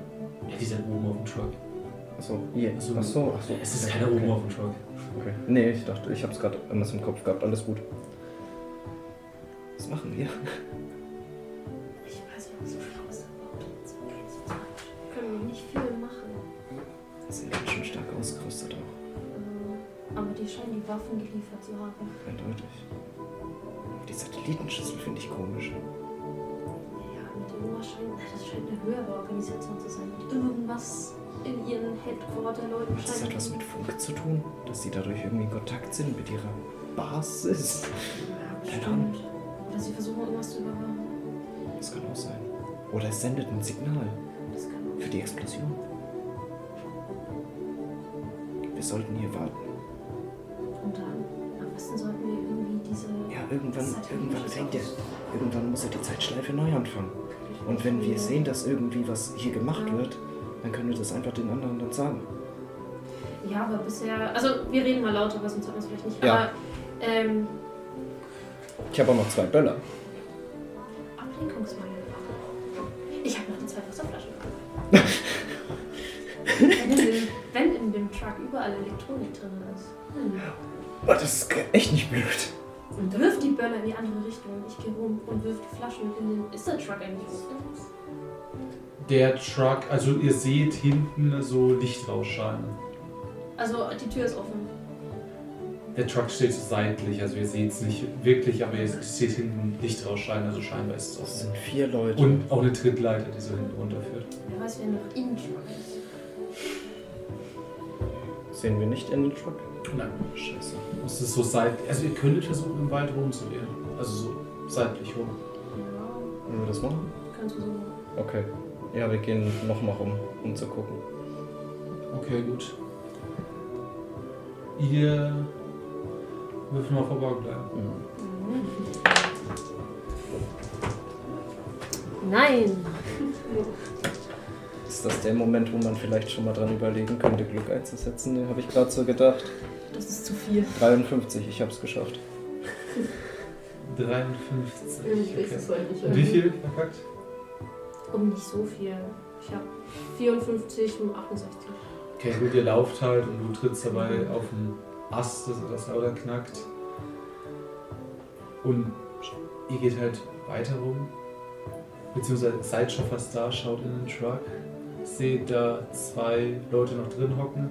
S1: Ja, die sind oben auf dem Truck.
S4: Achso, hier.
S1: So.
S4: Achso, achso.
S1: Es ist keiner oben auf dem Truck.
S4: Okay. Nee, ich dachte, ich hab's gerade anders im Kopf gehabt. Alles gut. Was machen wir?
S3: Ich weiß nicht, ob so schlau ist. Können wir nicht viel machen.
S4: Sind ganz schön stark ausgerüstet auch.
S3: Äh, Aber die scheinen die Waffen geliefert zu haben.
S4: Eindeutig. Die Satellitenschüssel finde ich komisch.
S3: Ja, mit dem Ohr scheint, das scheint eine höhere Organisation zu sein. Mit irgendwas in ihren Headquarter-Leuten
S4: Hat das
S3: scheint.
S4: etwas mit Funk zu tun? Dass sie dadurch irgendwie in Kontakt sind mit ihrer Basis?
S3: Ja,
S4: Keine Ahnung.
S3: bestimmt. Oder sie versuchen irgendwas zu überwachen.
S4: Das kann auch sein. Oder es sendet ein Signal
S3: Das kann
S4: für die Explosion. Wir sollten hier warten.
S3: Und dann, am besten sollten wir irgendwie diese.
S4: Ja, irgendwann, irgendwann fängt er. Irgendwann muss er die Zeitschleife neu anfangen. Und wenn wir sehen, dass irgendwie was hier gemacht wird, dann können wir das einfach den anderen dann sagen.
S3: Ja, aber bisher. Also, wir reden mal lauter, weil sonst hört man es vielleicht nicht.
S4: Ja.
S3: Aber. Ähm,
S4: Ich habe auch noch zwei Böller.
S3: Ablenkungsmangel. Ich habe noch die zwei Wasserflaschen. wenn, in dem, wenn in dem Truck überall Elektronik drin ist. Hm.
S4: Oh, das ist ge- echt nicht blöd.
S3: Und wirf die Böller in die andere Richtung. Ich gehe rum und wirf die Flaschen in den. Ist der Truck eigentlich hoch?
S1: Der Truck, also ihr seht hinten so ne? Licht rausscheinen.
S3: Also, die Tür ist offen.
S1: Der Truck steht so seitlich, also ihr seht es nicht wirklich, aber ihr seht hinten Licht rausscheinen, also scheinbar ist es
S4: Das
S1: offen.
S4: sind vier Leute.
S1: Und auch eine Trittleiter, die so hinten runterführt.
S3: Wer weiß, wer noch in den Truck ist.
S4: sehen wir nicht in den Truck?
S1: Nein,
S4: Scheiße.
S1: es ist so seitlich. Also ihr könntet versuchen, im Wald rumzugehen. Also so seitlich rum.
S3: Ja,
S4: Wollen wir das machen?
S3: kannst du so machen.
S4: Okay. Ja, wir gehen nochmal rum, um zu gucken.
S1: Okay, gut. Ihr würfel mal verborgen bleiben.
S3: Nein!
S4: Ist das der Moment, wo man vielleicht schon mal dran überlegen könnte, Glück einzusetzen? Ne, habe ich gerade so gedacht.
S3: Das ist zu viel.
S4: 53, ich habe es geschafft.
S2: Ich
S1: 53.
S2: weiß es
S1: Okay.
S2: heute nicht.
S1: Wie viel verkackt?
S3: Um nicht so viel. Ich um habe 54 und 68.
S1: Okay, gut, ihr lauft halt und du trittst dabei auf den Ast, dass das lauter knackt. Und ihr geht halt weiter rum. Beziehungsweise seid schon fast da, schaut in den Truck. Seht da zwei Leute noch drin hocken.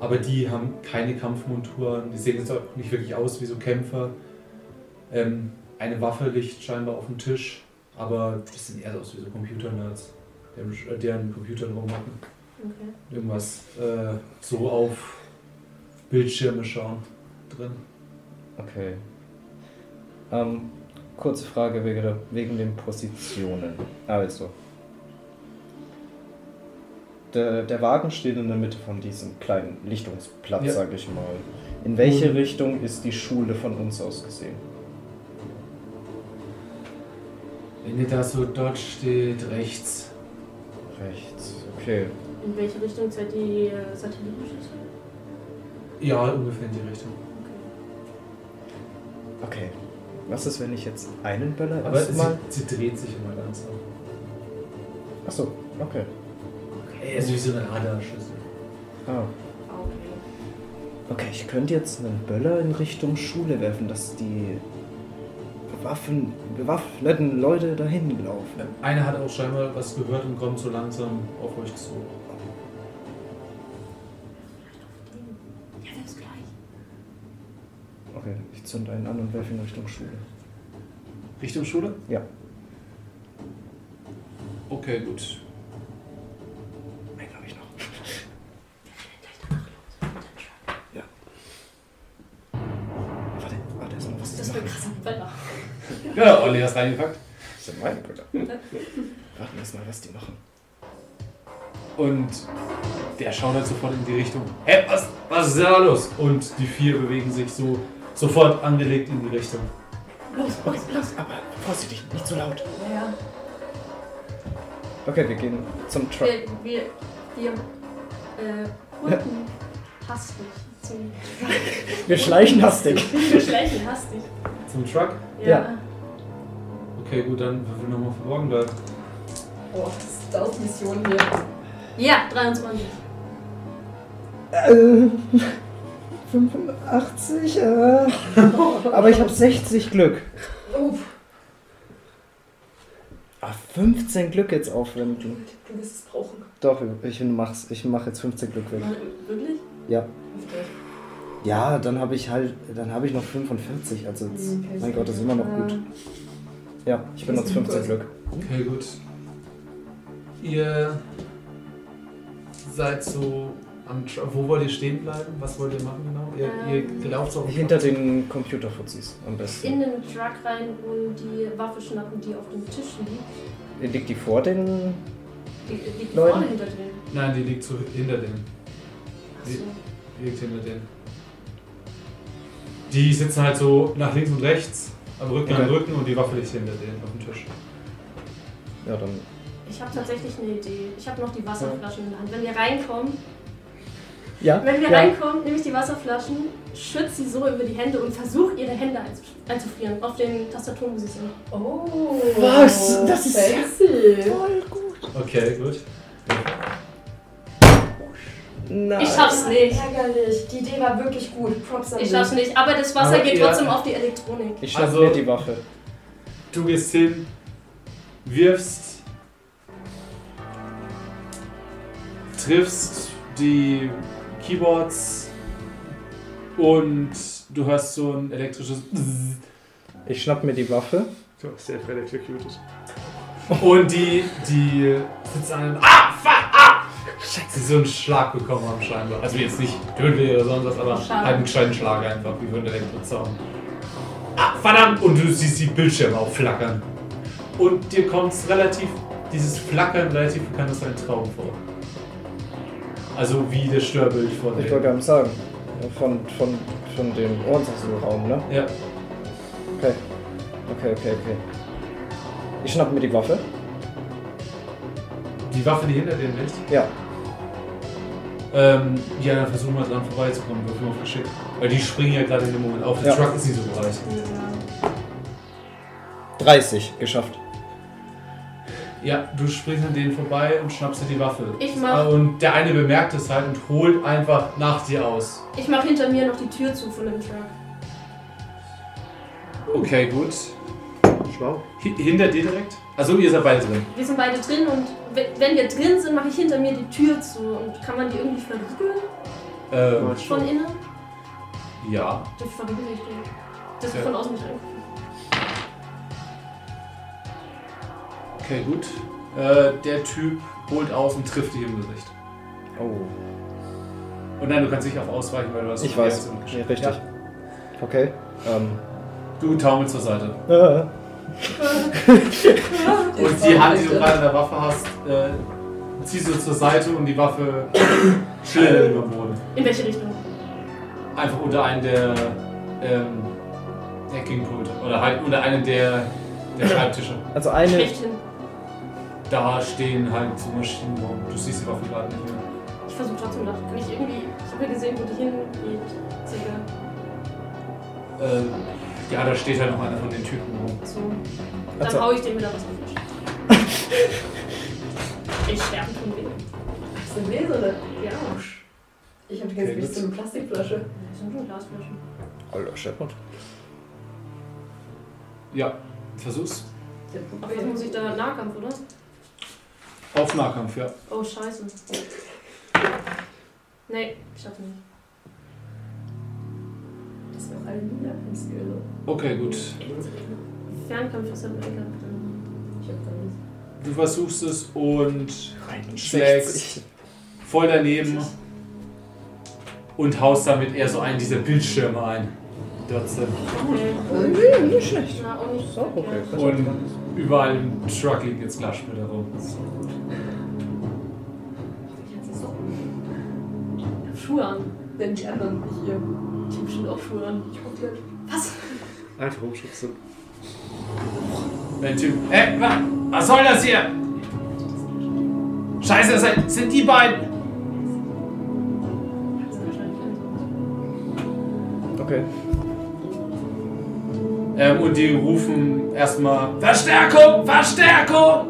S1: Aber die haben keine Kampfmonturen. Die sehen jetzt auch nicht wirklich aus wie so Kämpfer. Ähm, eine Waffe liegt scheinbar auf dem Tisch. Aber das sind eher so aus wie so Computer-Nerds, deren- deren Computern rumhocken
S3: Okay.
S1: irgendwas äh, so auf Bildschirme schauen drin.
S4: Okay. Ähm, kurze Frage wegen, der, wegen den Positionen. Also. Der, der Wagen steht in der Mitte von diesem kleinen Lichtungsplatz,
S1: Ja.
S4: sage ich mal. In welche
S1: Mhm.
S4: Richtung ist die Schule von uns aus gesehen?
S1: Wenn ihr da so dort steht, rechts.
S4: Rechts. Okay.
S3: In welche Richtung zeigt die äh, Satellitenschüssel?
S1: Ja, ungefähr in die Richtung.
S4: Okay. Was ist, wenn ich jetzt einen Böller
S1: Aber
S4: erstmal.
S1: sie, sie dreht sich immer langsam.
S4: Achso, okay.
S7: also
S1: Okay, so wie so eine Radarschüssel.
S4: Ah,
S2: Okay.
S4: okay, ich könnte jetzt einen Böller in Richtung Schule werfen, dass die bewaffen, bewaffneten Leute dahin laufen.
S1: Einer hat auch scheinbar was gehört und kommt so langsam auf euch zu.
S17: Ja, wir haben's gleich.
S4: Okay, ich zünd einen an und werfe ihn Richtung Schule.
S7: Richtung Schule?
S4: Ja.
S7: Okay, gut.
S4: Einen habe ich noch. Ja. Warte, warte, ist noch was
S3: Das
S4: zu
S3: war
S4: machen.
S3: krass. Weiter.
S7: Ja, Olli, hast reingepackt.
S4: Das sind meine Güter. Warten wir mal, was die machen.
S7: Und der schaudert sofort in die Richtung. Hä, was, was ist denn da los?
S1: Und die vier bewegen sich so sofort angelegt in die Richtung.
S4: Los, los, los, aber vorsichtig, nicht zu laut. Okay, wir gehen zum Truck.
S3: Wir, wir, wir äh, hunden hastig. Zum
S4: Wir schleichen hastig.
S3: wir schleichen hastig.
S1: Zum Truck?
S3: Ja.
S4: Ja.
S1: Okay, gut, dann würfeln wir nochmal verborgen bleiben.
S2: Oh, das ist Stealth-Mission hier.
S3: Ja, 23.
S4: Äh, 85, äh, aber ich habe 60 Glück.
S2: Uff,
S4: Ah, 15 Glück jetzt aufwenden.
S2: du wirst es brauchen.
S4: Doch, ich mach's. Ich mach jetzt 15 Glück weg.
S3: Wirklich?
S4: Ja.
S2: Heftig.
S4: Ja, dann habe ich halt, dann habe ich noch 45. Also, jetzt,
S2: Okay,
S4: mein Gott, das ist immer noch gut. Ja, ich bin jetzt 15 Glück.
S1: Okay, gut. Ihr seid so am Truck. Wo wollt ihr stehen bleiben? Was wollt ihr machen genau? Ihr,
S3: Ähm,
S1: ihr lauft so auf dem
S4: Hinter
S1: Truck.
S4: den Computerfuzis am besten.
S3: In den Truck rein und die Waffe schnappen, die auf dem Tisch liegt.
S4: Liegt die vor den
S3: Die, die liegt
S4: Leute.
S3: vorne hinter drin.
S1: Nein, die liegt so hinter denen.
S3: Achso.
S1: Die liegt hinter denen. Die sitzen halt so nach links und rechts, am Rücken am
S4: Okay.
S1: Rücken und die Waffe liegt hinter denen auf dem Tisch.
S4: Ja, dann.
S3: Ich habe tatsächlich eine Idee. Ich habe noch die Wasserflaschen in der Hand. Wenn wir reinkommen,
S4: Ja?
S3: wenn wir
S4: ja.
S3: reinkommen, nehme ich die Wasserflaschen, schütze sie so über die Hände und versuche ihre Hände einzusch- einzufrieren. Auf den Tastaturen, wo sie sind.
S2: Oh.
S4: Was? Das ist-
S2: Fancy.
S1: Okay, gut.
S4: Nein.
S3: Ich schaff's nicht.
S2: Ärgerlich. Die Idee war wirklich gut. Props an
S3: Ich
S2: dich.
S3: schaff's nicht. Aber das Wasser
S1: Aber
S3: geht
S1: ihr-
S3: trotzdem auf die Elektronik.
S4: Ich schnapp
S1: Also-
S4: mir die Waffe.
S7: Du gehst hin, wirfst, triffst die Keyboards und du hörst so ein elektrisches Bzzz.
S4: Ich schnapp mir die Waffe.
S5: Du hast sehr viel executed.
S7: und die, die sitzen an einem Ah, fuck, ah!
S1: Sie so einen Schlag bekommen haben scheinbar. Also jetzt nicht tödlich oder sonst was, aber
S3: Schade.
S1: halt einen gescheiten Schlag einfach, wie von Elektrozaun. Ah, verdammt! Und du siehst die Bildschirme auch flackern. Und dir kommt relativ, dieses Flackern relativ bekannt aus deinem Traum vor. Also wie das Störbild von
S4: Ich
S1: dem-
S4: wollte gerade sagen. Von, von, von dem Ohrensasselraum, ne?
S1: Ja,
S4: Okay. Okay, okay, okay. Ich schnapp mir die Waffe.
S1: die Waffe, die hinter dir liegt.
S4: Ja.
S1: Ähm, ja, dann versuchen wir dran vorbeizukommen, würfel mal verschickt. Weil die springen ja gerade in dem Moment auf. Der
S4: Ja.
S1: Truck ist nicht so breit.
S4: 30. Geschafft.
S1: Ja, du springst an denen vorbei und schnappst dir die Waffe.
S3: Ich mach-
S1: Und der eine bemerkt es halt und holt einfach nach dir aus.
S3: Ich mache hinter mir noch die Tür zu von dem Truck.
S7: Okay, gut.
S5: Schlau.
S7: Hi- Hinter dir direkt? Also ihr seid beide drin.
S3: Wir sind beide drin und we- wenn wir drin sind, mache ich hinter mir die Tür zu. Und kann man die irgendwie verriegeln
S7: Ähm,
S3: von innen?
S7: ja.
S3: Das verriegel ich die. Das
S7: Ja.
S3: wird von außen nicht angeguckt.
S7: Okay, gut. Äh, der Typ holt aus und trifft dich im Gesicht.
S4: Oh.
S7: Und nein, du kannst nicht auf ausweichen, weil du hast
S4: Ich weiß.
S7: Ja,
S4: Ja, richtig. Okay. Ähm.
S7: Du taumelst zur Seite.
S4: Äh,
S7: Und die Hand, die du gerade in der Waffe hast, äh, ziehst du zur Seite und die Waffe schlittert über den Boden.
S3: In welche Richtung?
S7: Einfach unter einen der ähm, Hackingpult. Oder halt unter einen der, der Schreibtische.
S4: also eine.
S3: Schlechthin.
S7: Da stehen halt so Maschinenbomben. Du siehst die Waffe gerade nicht mehr.
S3: Ich versuche trotzdem noch. Kann ich irgendwie. Ich habe ja gesehen, wo die hingeht. Zicke.
S7: Ähm, ja, da steht halt noch einer von den Typen rum.
S3: So. Dann
S4: Also-
S3: hau ich dem wieder was auf den Tisch. Ich sterbe von wegen.
S2: Das ist eine Lesere.
S3: Ja.
S2: Ich habe die ganze
S4: Okay,
S2: Zeit
S4: gut.
S2: so eine Plastikflasche.
S3: Das sind nur Glasflaschen.
S4: Alter Shepard.
S1: Ja, versuch's.
S3: Auf was muss ich da? Nahkampf, oder?
S1: Auf Nahkampf, ja.
S3: Oh, scheiße. Nee, ich schaff nicht.
S2: Das wäre auch eine Lina-Skill.
S1: Okay, gut.
S3: Fernkampf ist halt aber egal.
S2: Ich hab da nichts.
S1: Du versuchst es und
S4: 61.
S1: voll daneben und haust damit eher so einen dieser Bildschirme ein. Dotze.
S4: Nee, nicht schlecht.
S3: Na, auch nicht
S4: Ist auch okay.
S1: Und überall im Truck liegt jetzt Glassplitter rum.
S2: Ich hatte so.
S3: Ich hab Schuhe an.
S2: Denn die anderen nicht hier.
S3: Ich hab bestimmt auch Schuhe an.
S2: Ich guck halt. dir.
S5: Einfach rumschubsen.
S1: Mein Typ. Hä? wa- Was soll das hier? Scheiße, das sind- sind die beiden.
S4: Okay.
S1: Ähm, und die rufen erstmal Verstärkung, Verstärkung!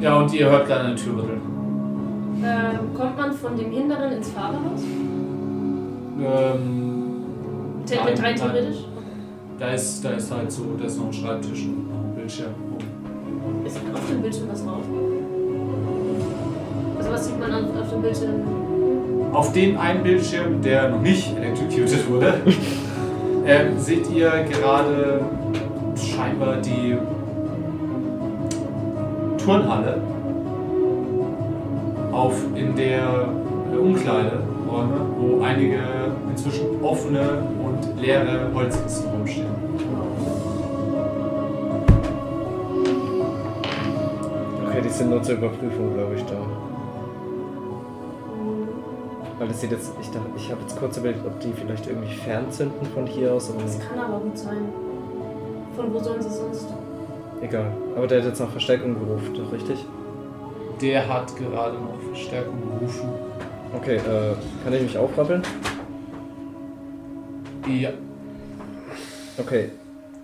S1: Ja, und ihr hört gerade eine Tür rütteln.
S3: Ähm, kommt man von dem Hinteren ins Fahrerhaus?
S1: Ähm,
S3: The
S1: Nein,
S3: mit rein
S1: nein.
S3: theoretisch?
S1: da ist, da ist halt so, da ist noch ein Schreibtisch und ein Bildschirm.
S3: Ist auf dem Bildschirm was drauf? Also was sieht man an, auf dem Bildschirm?
S1: Auf dem einen Bildschirm, der noch nicht electrocuted wurde, ähm, seht ihr gerade scheinbar die Turnhalle, auf, in der äh, Umkleideräume, wo einige inzwischen offene und leere Holzkisten rumstehen.
S4: Okay, die sind nur zur Überprüfung, glaube ich, da. Weil das sieht jetzt, ich dachte, ich habe jetzt kurz überlegt, ob die vielleicht irgendwie fernzünden von hier aus, aber
S3: Das kann aber gut sein. Von wo sollen sie sonst?
S4: egal. Aber der hat jetzt nach Verstärkung gerufen, doch, richtig?
S1: Der hat gerade noch Verstärkung gerufen.
S4: Okay, äh, kann ich mich aufrappeln?
S1: Ja,
S4: Okay,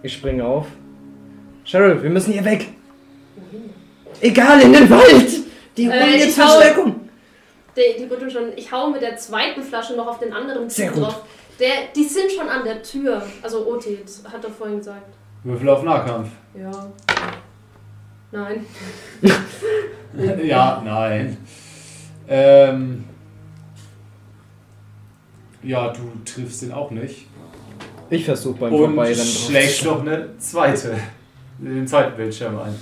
S4: ich springe auf. Sheriff, wir müssen hier weg! Egal, in den Wald! Die holen
S3: Äh, ich
S4: jetzt
S3: hau-
S4: Verstärkung!
S3: Die, die rütteln schon. Ich hau mit der zweiten Flasche noch auf den anderen
S4: Sehr
S3: Typ
S4: gut.
S3: drauf. Der, die sind schon an der Tür. Also Oti hat er vorhin gesagt.
S1: Würfel auf Nahkampf.
S3: Ja. Nein.
S1: Ja, nein. Ähm, ja, du triffst ihn auch nicht.
S4: Ich versuche beim
S1: Und
S4: Vorbei dann
S1: schlägst noch eine zweite, den zweiten Bildschirm ein.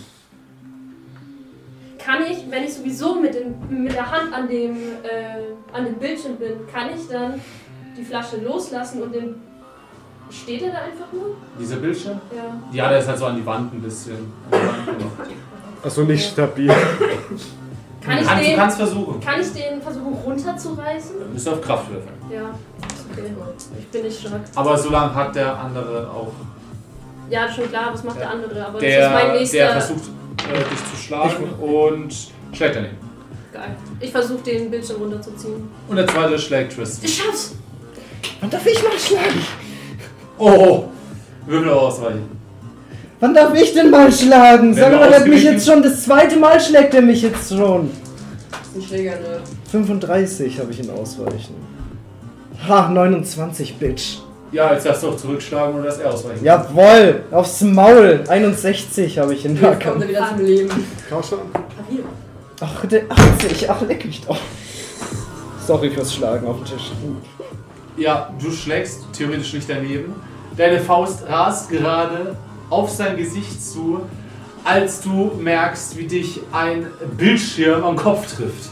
S3: Kann ich, wenn ich sowieso mit, dem, mit der Hand an dem, äh, an dem Bildschirm bin, kann ich dann die Flasche loslassen und den. Steht er da einfach nur?
S1: Dieser Bildschirm?
S3: Ja.
S1: Ja, der ist halt so an die Wand ein bisschen. An die Wand gemacht.
S5: Achso, nicht stabil.
S3: Kann ich
S1: Kannst- du
S3: den.
S1: kannst versuchen.
S3: Kann ich den versuchen runterzureißen?
S1: Dann müsst ihr auf Kraft würfeln.
S3: Ja. Ist Okay. Ich bin nicht stark.
S1: Aber so lange hat der andere auch.
S3: Ja, schon klar, was macht der andere? Aber das ist mein
S1: Der,
S3: nächster.
S1: der versucht, äh, dich zu schlagen und schlägt daneben.
S3: Geil. Ich versuche den Bildschirm runterzuziehen.
S1: Und der zweite schlägt Tristan.
S3: Ich schaff's!
S4: Wann darf ich mal schlagen?
S1: Oh! Würfel auch ausweichen.
S4: Wann darf ich denn mal schlagen?
S1: Wenn
S4: Sag
S1: wir
S4: mal, der hat mich
S1: ausgewichen-
S4: jetzt schon, das zweite Mal schlägt er mich jetzt schon.
S2: Das ist ein Schläger, ne?
S4: 35 habe ich ihn ausweichen. Ha, 29, Bitch.
S1: Ja, jetzt darfst du auch zurückschlagen oder dass er ausweichen.
S4: Jawoll, aufs Maul. 61 habe ich in
S2: Jetzt kommt er
S4: Nahkampf.
S2: wieder zum Leben.
S5: Kauscher?
S4: Ach, der 80, ach, leck mich doch. Sorry fürs Schlagen auf den Tisch.
S1: Ja, du schlägst theoretisch nicht daneben. Deine Faust rast gerade auf sein Gesicht zu, als du merkst, wie dich ein Bildschirm am Kopf trifft.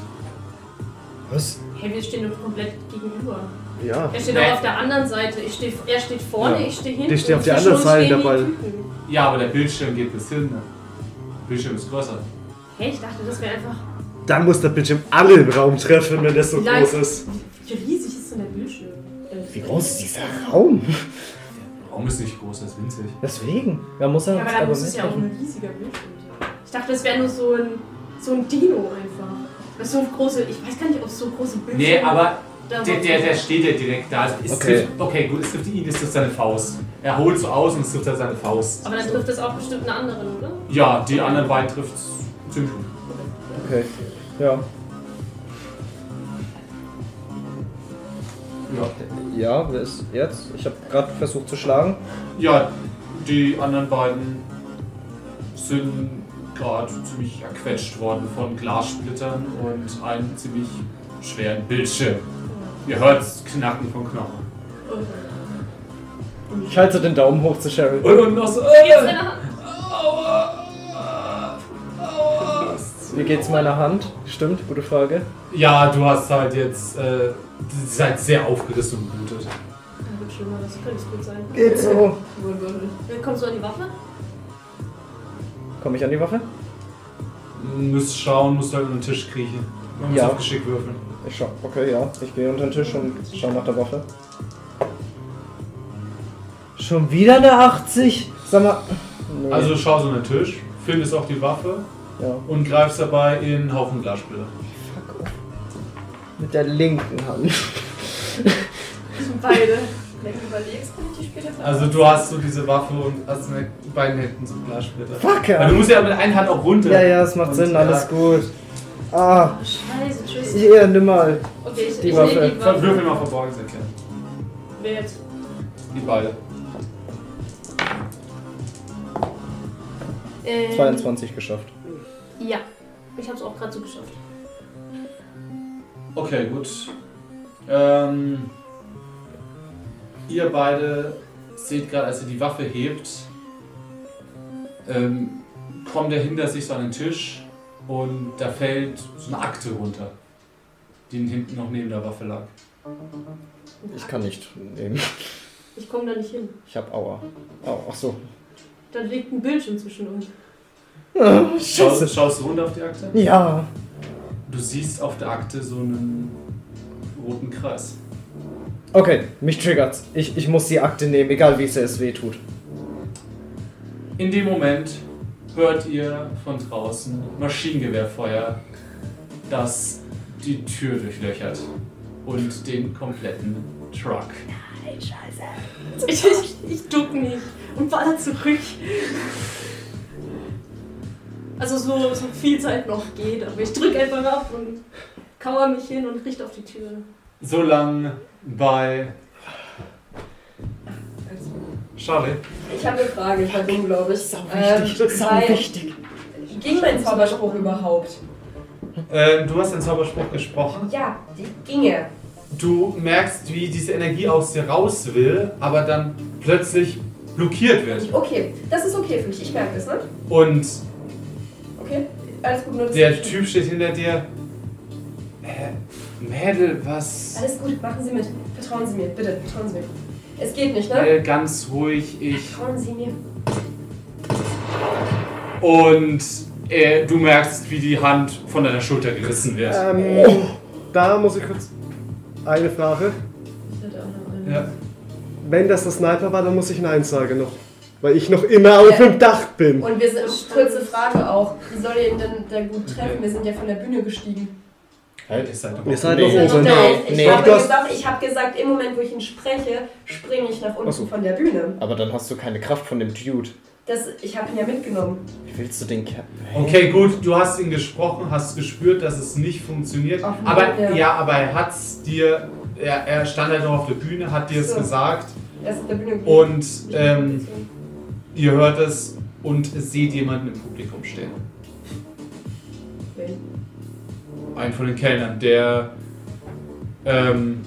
S4: Was?
S3: Hey, wir stehen doch komplett gegenüber.
S5: Ja.
S3: Er steht
S1: Nee.
S3: doch auf der anderen Seite. Ich steh, er steht vorne,
S5: Ja.
S3: ich stehe hinten.
S5: Die stehen auf
S3: Zwischen
S5: der anderen
S3: uns
S5: Seite
S3: stehen die
S5: dabei.
S3: Typen.
S1: Ja, aber der Bildschirm geht bis hin. Ne? Der Bildschirm ist größer.
S3: Hey, ich dachte, das wäre einfach.
S5: Dann muss der Bildschirm alle im Raum treffen, wenn das so
S3: Wie lang-
S5: groß ist.
S3: Wie riesig ist denn der Bildschirm?
S4: Wie groß ist dieser Raum?
S1: Der Raum ist nicht groß, er ist winzig.
S4: Deswegen. Da muss er
S3: Ja, aber da muss es
S4: nicht
S3: ja auch
S4: treffen.
S3: ein riesiger Bildschirm sein. Ich dachte, das wäre nur so ein, so ein Dino einfach. Das so große, ich weiß gar nicht, ob es so große Bildschirme
S1: Nee, aber
S3: da
S1: der, der, der steht ja direkt da. Also es
S4: Okay.
S1: Trifft, okay, gut, es trifft ihn, es trifft seine Faust. Er holt so aus und es trifft halt seine Faust.
S3: Aber dann trifft das auch bestimmt einen anderen, oder?
S1: Ja, die anderen beiden trifft ziemlich gut.
S4: Okay. Ja.
S7: Ja.
S4: Ja, wer ist jetzt? Ich habe gerade versucht zu schlagen.
S7: Ja, die anderen beiden sind gerade ziemlich erquetscht worden von Glassplittern und einem ziemlich schweren Bildschirm. Ihr hört Knacken von Knochen.
S4: Ich halte den Daumen hoch zu Cheryl.
S7: Und unten noch so.
S3: Jetzt
S7: Äh,
S3: deine Hand.
S7: aua, aua.
S4: Wie geht's meiner Hand? Stimmt, gute Frage.
S1: Ja, du hast halt jetzt. Äh, ihr seid sehr aufgerissen und blutet.
S3: Ja, wird schlimmer, das könnte es gut sein.
S4: Geht so.
S3: Dann Kommst du an die Waffe?
S4: Komme ich an die Waffe?
S1: Müsst schauen, musst halt unter den Tisch kriechen. Man muss
S4: Ja.
S1: auf Geschick würfeln.
S4: Ich schau. Okay, ja. Ich gehe unter den Tisch und schau nach der Waffe. Schon wieder eine 80? Sag mal. Nee.
S1: Also du schaust unter den Tisch, findest auch die Waffe
S4: Ja.
S1: und greifst dabei in einen Haufen Glassplitter.
S4: Fuck off. Mit der linken Hand.
S2: Beide. Wenn du überlegst, kann ich die später ver-
S1: Also du hast so diese Waffe und hast mit beiden Händen so Glassplitter.
S4: Fuck
S1: Weil du
S4: ja.
S1: musst ja mit einer Hand auch runter.
S4: Ja, ja, das macht
S1: Und,
S4: Sinn,
S1: ja,
S4: alles gut. Ah,
S3: Oh, Scheiße, tschüss.
S4: hier, nimm mal.
S3: Okay, ich, ich
S4: Die
S3: nehme
S4: Waffe.
S3: die Waffe.
S7: Würfel mal verborgen erkennen.
S3: Wer jetzt?
S7: Die beide.
S3: Ähm,
S4: 22 geschafft.
S3: Ja. Ich hab's auch gerade so geschafft.
S7: Okay, gut. Ähm, ihr beide seht gerade, als ihr die Waffe hebt, ähm, kommt er hinter sich so an den Tisch und da fällt so eine Akte runter, die hinten noch neben der Waffe lag.
S4: Ich kann nicht nehmen.
S3: Ich komme da nicht hin.
S4: Ich hab Aua. Au, ach so.
S3: Da liegt ein Bildschirm zwischen uns.
S7: Schaust,
S4: Oh, Scheiße.
S7: schaust du runter auf die Akte?
S4: Ja.
S7: Du siehst auf der Akte so einen roten Kreis.
S4: Okay, mich triggert's. Ich, ich muss die Akte nehmen, egal wie es es weh tut.
S7: In dem Moment hört ihr von draußen Maschinengewehrfeuer, das die Tür durchlöchert und den kompletten Truck.
S3: Ich, ich, ich duck mich und baller zurück. Also so, so viel Zeit noch geht, aber ich drück einfach ab und kauer mich hin und richte auf die Tür.
S7: So lang bei Charlie.
S2: Ich habe eine Frage, ich war dumm, glaube ich. ähm, bei- Ging mein Zauberspruch überhaupt?
S1: Äh, du hast den Zauberspruch gesprochen.
S6: Ja, die ginge.
S1: Du merkst, wie diese Energie aus dir raus will, aber dann plötzlich blockiert wird.
S6: Okay, das ist okay für mich. Ich merke das, ne?
S1: Und
S6: Okay, alles gut, nur das
S1: der Typ steht hinter dir. Äh, Mädel, was?
S6: Alles gut, machen Sie mit. Vertrauen Sie mir, bitte, vertrauen Sie mir. Es geht nicht, ne?
S7: Äh, ganz ruhig, ich.
S6: Vertrauen Sie mir.
S7: Und äh, du merkst, wie die Hand von deiner Schulter gerissen wird.
S5: Ähm, da muss ich kurz. Eine Frage.
S1: Ja.
S5: Wenn das der Sniper war, dann muss ich Nein sagen noch. Weil ich noch immer auf dem Dach bin.
S2: Und wir sind, kurze Frage auch, wie soll ihr ihn denn da gut treffen? Wir sind ja von der Bühne gestiegen.
S1: Halt
S7: Hey, ihr seid doch-
S5: Ihr seid
S4: Oh,
S7: Nee.
S5: doch oben.
S2: Nein, ich
S4: Also nee.
S2: habe
S5: Du hast-
S2: gesagt, ich habe gesagt, im Moment, wo ich ihn spreche, springe ich nach unten
S4: Ach so.
S2: von der Bühne.
S4: Aber dann hast du keine Kraft von dem Dude.
S2: Das, ich habe ihn ja mitgenommen.
S4: Wie willst du den Cap?
S1: Okay, gut, du hast ihn gesprochen, hast gespürt, dass es nicht funktioniert.
S2: Offenbar,
S1: Aber
S2: ja.
S1: ja. aber er hat's dir. Er, er stand halt noch auf der Bühne, hat dir es
S2: So.
S1: gesagt.
S2: Er ist auf der Bühne geblieben.
S1: Und ähm, ihr hört es und seht jemanden im Publikum stehen. Einen von den Kellnern, der ähm,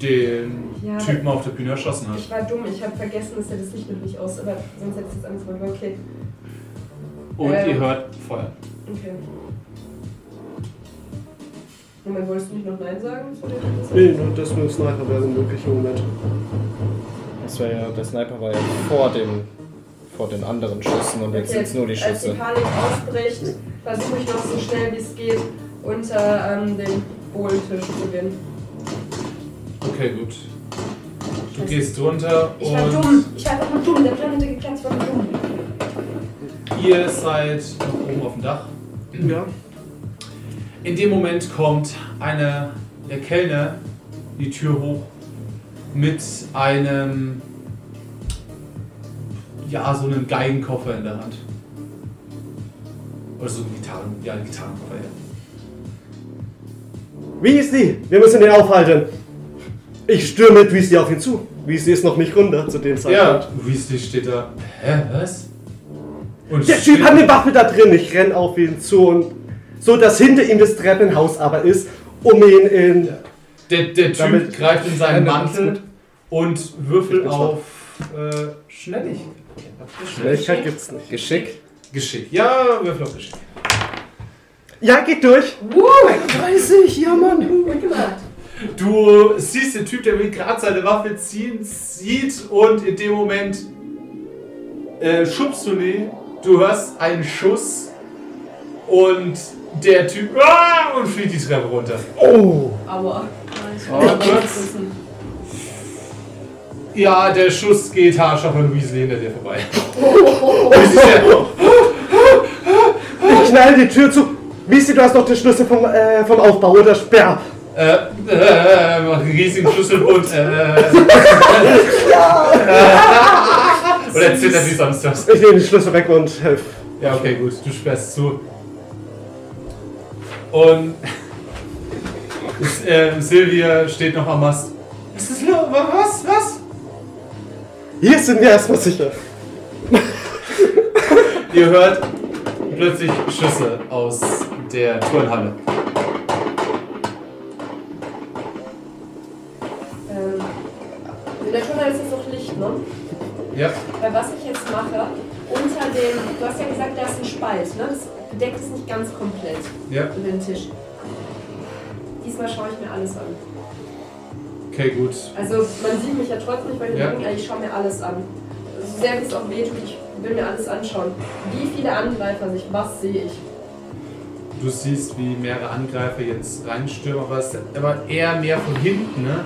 S1: den
S2: Ja.
S1: Typen auf der Bühne erschossen hat.
S2: Ich war dumm, ich habe vergessen, dass er das Licht noch nicht aus, aber sonst hätte ich jetzt alles mal okay.
S7: Und
S2: Äh.
S7: ihr hört Feuer.
S2: Okay. Moment, wolltest du nicht noch Nein sagen? zu dem-
S5: Nee, nur das mit dem Sniper wäre ein möglicher Moment.
S4: Das war ja, der Sniper war ja vor dem, vor den anderen Schüssen und jetzt
S2: Okay, also
S4: sind's nur die
S2: Als die
S4: Schüsse.
S2: Panik ausbricht, versuche ich noch so schnell wie es geht unter ähm, den Bohltisch zu gehen.
S1: Okay, gut. Du gehst runter
S6: Ich war
S1: und
S6: dumm. Ich war einfach nur dumm. Der Plan hätte geklappt. Ich war nur dumm.
S1: ihr seid noch oben auf dem Dach.
S5: Ja.
S1: In dem Moment kommt eine, der Kellner die Tür hoch mit einem, ja, so einem Geigenkoffer in der Hand. Oder so ein Gitarren, ja, ein Gitarrenkoffer, ja.
S5: Wie ist die? Wir müssen den aufhalten. Ich stürme mit Weasley auf ihn zu. Weasley ist noch nicht runter zu dem Zeitpunkt.
S20: Ja.
S1: Weasley steht da. Hä, was? Und
S5: Der Typ hat eine Waffe da drin. Ich renn auf ihn zu und so, dass hinter ihm das Treppenhaus aber ist, um ihn in.
S1: Der, der Typ
S5: Damit-
S1: greift in seinen
S5: Ja, das ist
S1: Mantel und würfelt
S5: Ich bin
S1: auf äh, Schnelligkeit.
S5: Schnelligkeit gibt's nicht.
S4: Geschick?
S1: Geschick. Ja, würfel auf Geschick.
S5: Ja, geht durch.
S1: Wow!
S5: 30, ja Mann.
S2: Gut gemacht.
S1: Du siehst den Typ, der will gerade seine Waffe ziehen, sieht und in dem Moment äh, schubst du ihn. Du hörst einen Schuss und der Typ ah, und fliegt die Treppe runter.
S5: Oh.
S21: Aua.
S4: Oh,
S1: Aber kurz, ja, der Schuss geht haarscharf von Weasley hinter dir vorbei. Und es ist der,
S5: Ich knall die Tür zu. Weasley, du hast noch den Schlüssel vom, äh, vom Aufbau oder Sperr.
S1: äh, äh, mach einen riesigen Schlüsselbund. Äh, oder zittert wie sonst was.
S5: Ich nehme den Schlüssel weg und helf.
S1: Ja, okay, gut, du sperrst zu. Und S- ähm, Silvia steht noch am Mast. Was ist los? Wa- Was? Was?
S5: Hier sind wir erstmal sicher.
S1: Ihr hört plötzlich Schüsse aus der Turnhalle.
S2: Ähm, in der Tunnel ist jetzt noch Licht, ne?
S1: Ja.
S2: Weil was ich jetzt mache, unter dem, du hast ja gesagt, da ist ein Spalt, ne? Das bedeckt es nicht ganz komplett
S1: Ja.
S2: unter den Tisch. Diesmal schaue ich mir alles an.
S1: Okay, gut.
S2: Also man sieht mich ja trotzdem nicht, weil
S1: Ja.
S2: ja. ich schaue mir alles an. So sehr wie es auch wehtut, ich will mir alles anschauen. Wie viele Angreifer sich, was sehe ich?
S1: Du siehst, wie mehrere Angreifer jetzt reinstürmen, aber, es sind aber eher mehr von hinten, ne?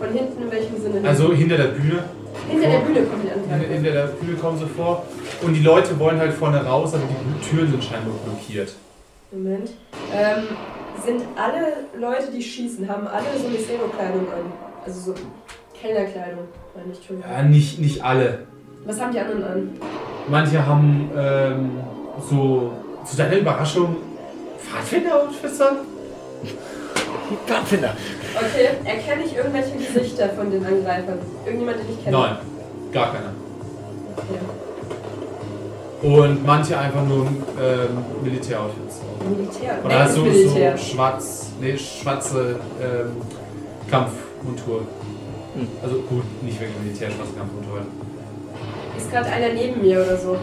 S2: Von hinten in welchem Sinne?
S1: Also hinter der Bühne.
S2: Hinter der
S1: vor-
S2: Bühne kommen die
S1: Hinter,
S2: Angreifer.
S1: hinter der Bühne kommen sie vor. Und die Leute wollen halt vorne raus, aber die Türen sind scheinbar blockiert.
S2: Moment. Ähm, sind alle Leute, die schießen, haben alle so eine Szene-Kleidung an? Also so Kellnerkleidung, meine ich schon.
S1: Ja, nicht, nicht alle.
S2: Was haben die anderen an?
S1: Manche haben ähm, so zu deiner Überraschung Pfadfinder-Outfits an.
S4: Pfadfinder.
S2: Okay, erkenne ich irgendwelche Gesichter von den Angreifern? Irgendjemand, den ich kenne?
S1: Nein, gar keiner.
S2: Okay.
S1: Und manche einfach nur ähm, Militär-Outfits.
S2: Militär.
S1: Oder halt so, so
S2: Militär.
S1: schwarz, nee, schwarze ähm, Kampfmontur.
S4: Hm.
S1: Also gut, nicht wirklich Militär, schwarze Kampfmontur.
S2: Ist gerade einer neben mir oder so?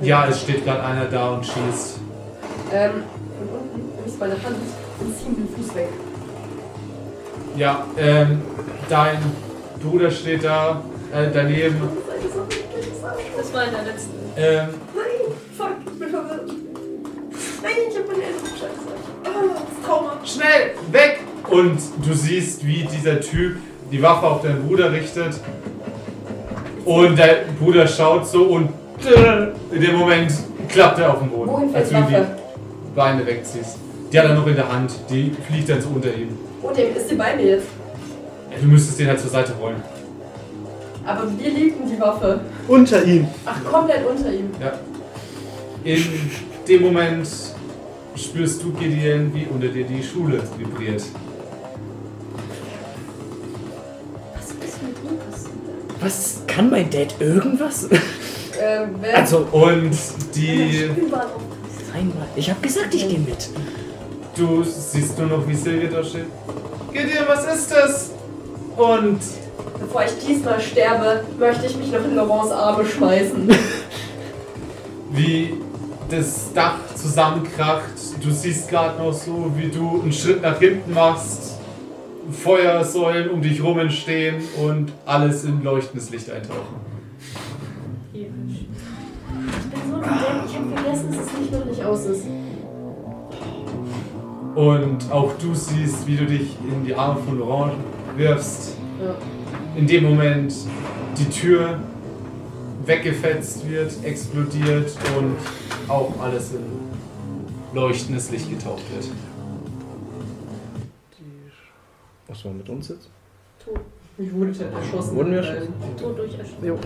S1: Ja, es steht gerade einer da und schießt.
S2: Ähm, von unten nimmst meine Hand und zieh den Fuß weg.
S1: Ja, ähm, dein Bruder steht da äh, daneben.
S3: Das war in der letzten.
S1: Ähm,
S2: Fuck, ich bin verwirrt. Nein, ich hab meine Eltern scheiße. Ah, das ist Trauma.
S1: Schnell, weg! Und du siehst, wie dieser Typ die Waffe auf deinen Bruder richtet. Und dein Bruder schaut so und äh, in dem Moment klappt er auf den Boden.
S2: Wohin
S1: als
S2: fällt
S1: du ihm
S2: Waffe?
S1: die Beine wegziehst. Die hat er noch in der Hand. Die fliegt dann so unter ihm.
S2: Oh, dem ist die Beine jetzt.
S1: Ja, Du müsstest den halt zur Seite rollen.
S2: Aber wir liebten die Waffe.
S5: Unter ihm.
S2: Ach, komplett unter ihm.
S1: Ja. In dem Moment spürst du, Gideon, wie unter dir die Schule vibriert.
S3: Was ist mit ihm passiert?
S4: Was? Kann mein Dad irgendwas?
S2: Ähm, wer
S4: Also,
S1: Und die.
S3: Überall auf.
S4: einmal. Ich hab gesagt, ich gehe mit.
S1: Du siehst nur noch, wie Silvia da steht. Gideon, was ist das? Und
S2: Bevor ich diesmal sterbe, möchte ich mich noch in Laurents Arme schmeißen.
S1: wie das Dach zusammenkracht. Du siehst gerade noch so, wie du einen Schritt nach hinten machst. Feuersäulen um dich rum entstehen und alles in leuchtendes Licht eintauchen.
S2: Ich bin so verdammt, ich habe vergessen, dass es nicht wirklich aus ist.
S1: Und auch du siehst, wie du dich in die Arme von Laurent wirfst.
S2: Ja.
S1: In dem Moment die Tür weggefetzt wird, explodiert und auch alles in leuchtendes Licht getaucht wird.
S4: Was war mit uns jetzt?
S2: Ich wurde schon erschossen.
S4: Wurden wir
S2: Nein.
S4: schon?
S3: Tod durch Erschöpfung.
S4: Jo.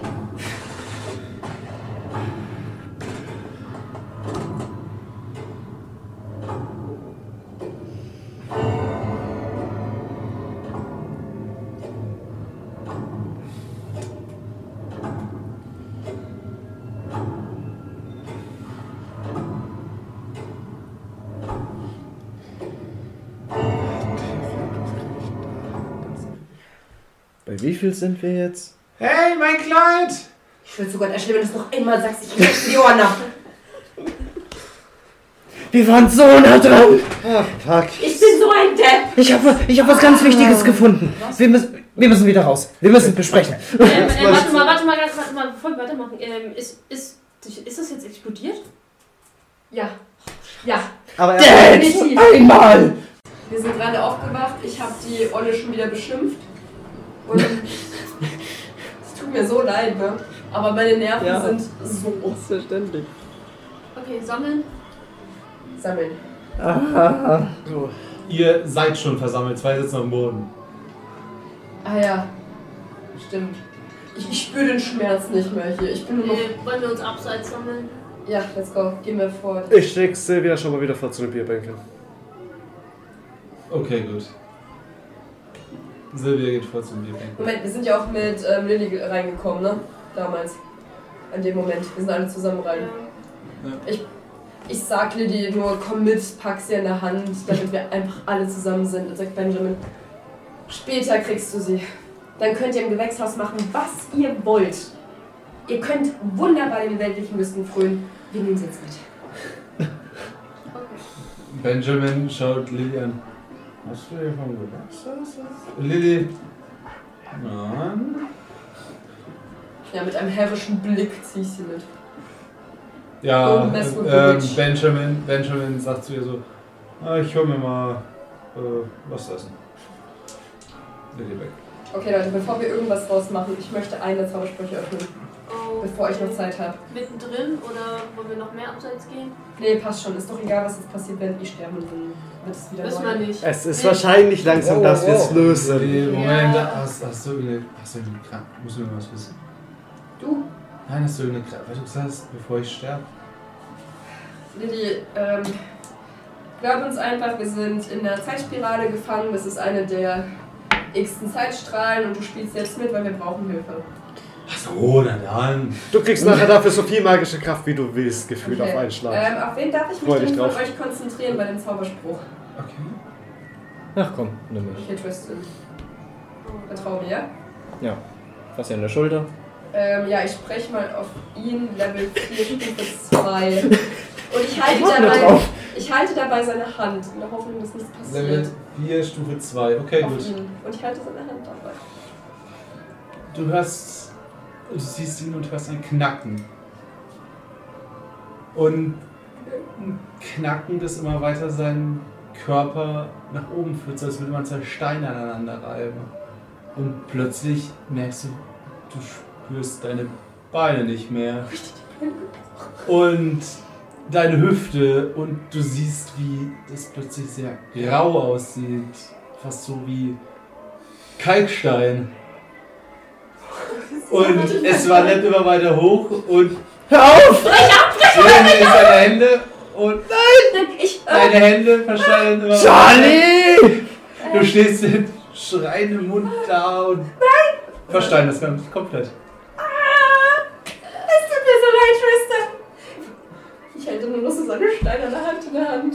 S4: Bei wie viel sind wir jetzt?
S1: Hey, mein Kleid!
S6: Ich würde sogar erschlimm, wenn du es noch einmal sagst, ich krieg die Ohren ab.
S4: Wir waren so nah dran! Ah, fuck.
S6: Ich bin so ein Depp.
S4: Ich habe ich hab was
S2: Ah.
S4: ganz Wichtiges gefunden. Wir müssen, wir müssen wieder raus. Wir müssen besprechen.
S3: Ähm, äh, warte mal, warte mal, ganz- warte mal, bevor wir weitermachen. Ähm, ist, ist, ist das jetzt explodiert?
S2: Ja. Ja.
S5: Aber er
S4: Dad! Einmal!
S2: Wir sind gerade aufgewacht. Ich habe die Olle schon wieder beschimpft. Und es tut mir so leid, ne? Aber meine Nerven
S5: Ja.
S2: sind so
S5: Selbstverständlich.
S3: Okay, sammeln.
S2: sammeln.
S5: So.
S1: Ihr seid schon versammelt, zwei sitzen am Boden.
S2: Ah ja. Stimmt. Ich, ich spüre den Schmerz nicht mehr hier. Ich bin nur noch.
S3: Äh, wollen wir uns abseits sammeln?
S2: Ja, let's go. Gehen wir fort.
S5: Ich schicke Silvia schon mal wieder vor zu den Bierbänken.
S1: Okay, gut. Silvia geht vor zum Bierbank.
S2: Moment, wir sind ja auch mit ähm, Lilly reingekommen, ne? Damals. An dem Moment. Wir sind alle zusammen rein.
S3: Ähm,
S2: Ich, ich sag Lilly nur, komm mit, pack sie in der Hand, damit wir einfach alle zusammen sind. Und sagt Benjamin, später kriegst du sie.
S6: Dann könnt ihr im Gewächshaus machen, was ihr wollt. Ihr könnt wunderbar den weltlichen Lüsten frönen. Wir nehmen sie jetzt mit.
S1: Benjamin schaut Lilly an. Hast du hier vom Gewächshaus? Lilly. Nein.
S2: Ja, mit einem herrischen Blick zieh ich sie mit.
S1: Ja,
S2: Don't mess with the
S1: ähm,
S2: witch.
S1: Benjamin, Benjamin sagt zu ihr so, ah, ich hol mir mal äh, was zu essen. Lilly weg.
S2: Okay, Leute, bevor wir irgendwas draus machen, ich möchte eine Zaubersprüche öffnen,
S3: Oh,
S2: bevor ich noch
S3: okay.
S2: Zeit habe.
S3: Mittendrin oder wollen wir noch mehr abseits gehen?
S2: Nee, passt schon. Ist doch egal, was jetzt passiert, wenn ich sterbe, dann wird es wieder
S3: Wissen
S2: neu.
S3: wir nicht.
S5: Es ist
S3: Nee.
S5: wahrscheinlich langsam,
S4: Wow,
S5: dass wir es
S4: wow.
S5: lösen.
S1: Lilly, Moment,
S3: Ja.
S1: hast, hast du irgendeine, hast du irgendeine Krankheit? Muss mir was wissen.
S2: Du,
S1: Nein, hast du irgendeine Krankheit? Was du gesagt hast, bevor ich sterbe?
S2: Lilly, ähm, glaub uns einfach, wir sind in der Zeitspirale gefangen. Das ist eine der x-ten Zeitstrahlen und du spielst selbst mit, weil wir brauchen Hilfe.
S1: Ach so, na dann.
S5: Du kriegst nachher dafür so viel magische Kraft, wie du willst, gefühlt
S2: Okay.
S5: auf einen Schlag.
S2: Ähm, auf wen darf ich mich
S5: Freu dich
S2: denn von
S5: drauf.
S2: euch konzentrieren bei dem Zauberspruch?
S1: Okay.
S4: Ach komm, nimm mich.
S2: Okay, Tristan. Vertrau mir, ja?
S4: Ja. Fass ihn an der Schulter.
S2: Ähm, ja, ich spreche mal auf ihn, Level 4, Stufe 2. Und ich halte,
S4: mach mir
S2: dabei,
S4: drauf.
S2: ich halte dabei seine Hand in der Hoffnung, dass nichts passiert.
S1: Level 4, Stufe 2. Okay,
S2: auf
S1: gut.
S2: ihn. Und ich halte seine Hand dabei.
S1: Du hörst, du siehst ihn und hörst ein Knacken. Und ein Knacken, das immer weiter seinen Körper nach oben führt, so als würde man zwei Steine aneinander reiben. Und plötzlich merkst du, du spürst deine Beine nicht mehr. Und deine Hüfte und du siehst, wie das plötzlich sehr grau aussieht. Fast so wie Kalkstein. Und es wandert immer weiter hoch und.
S4: Hör auf!
S1: Irgendwie ist seine Hände und
S6: Ich,
S2: Ähm,
S1: deine Hände verschweigen immer.
S4: Charlie!
S1: weiter. Du stehst mit schreiendem Mund da und. Nein! das Ganze komplett.
S6: es tut mir so leid, Tristan.
S2: Ich halte nur noch so seine Steine an der Hand in der Hand.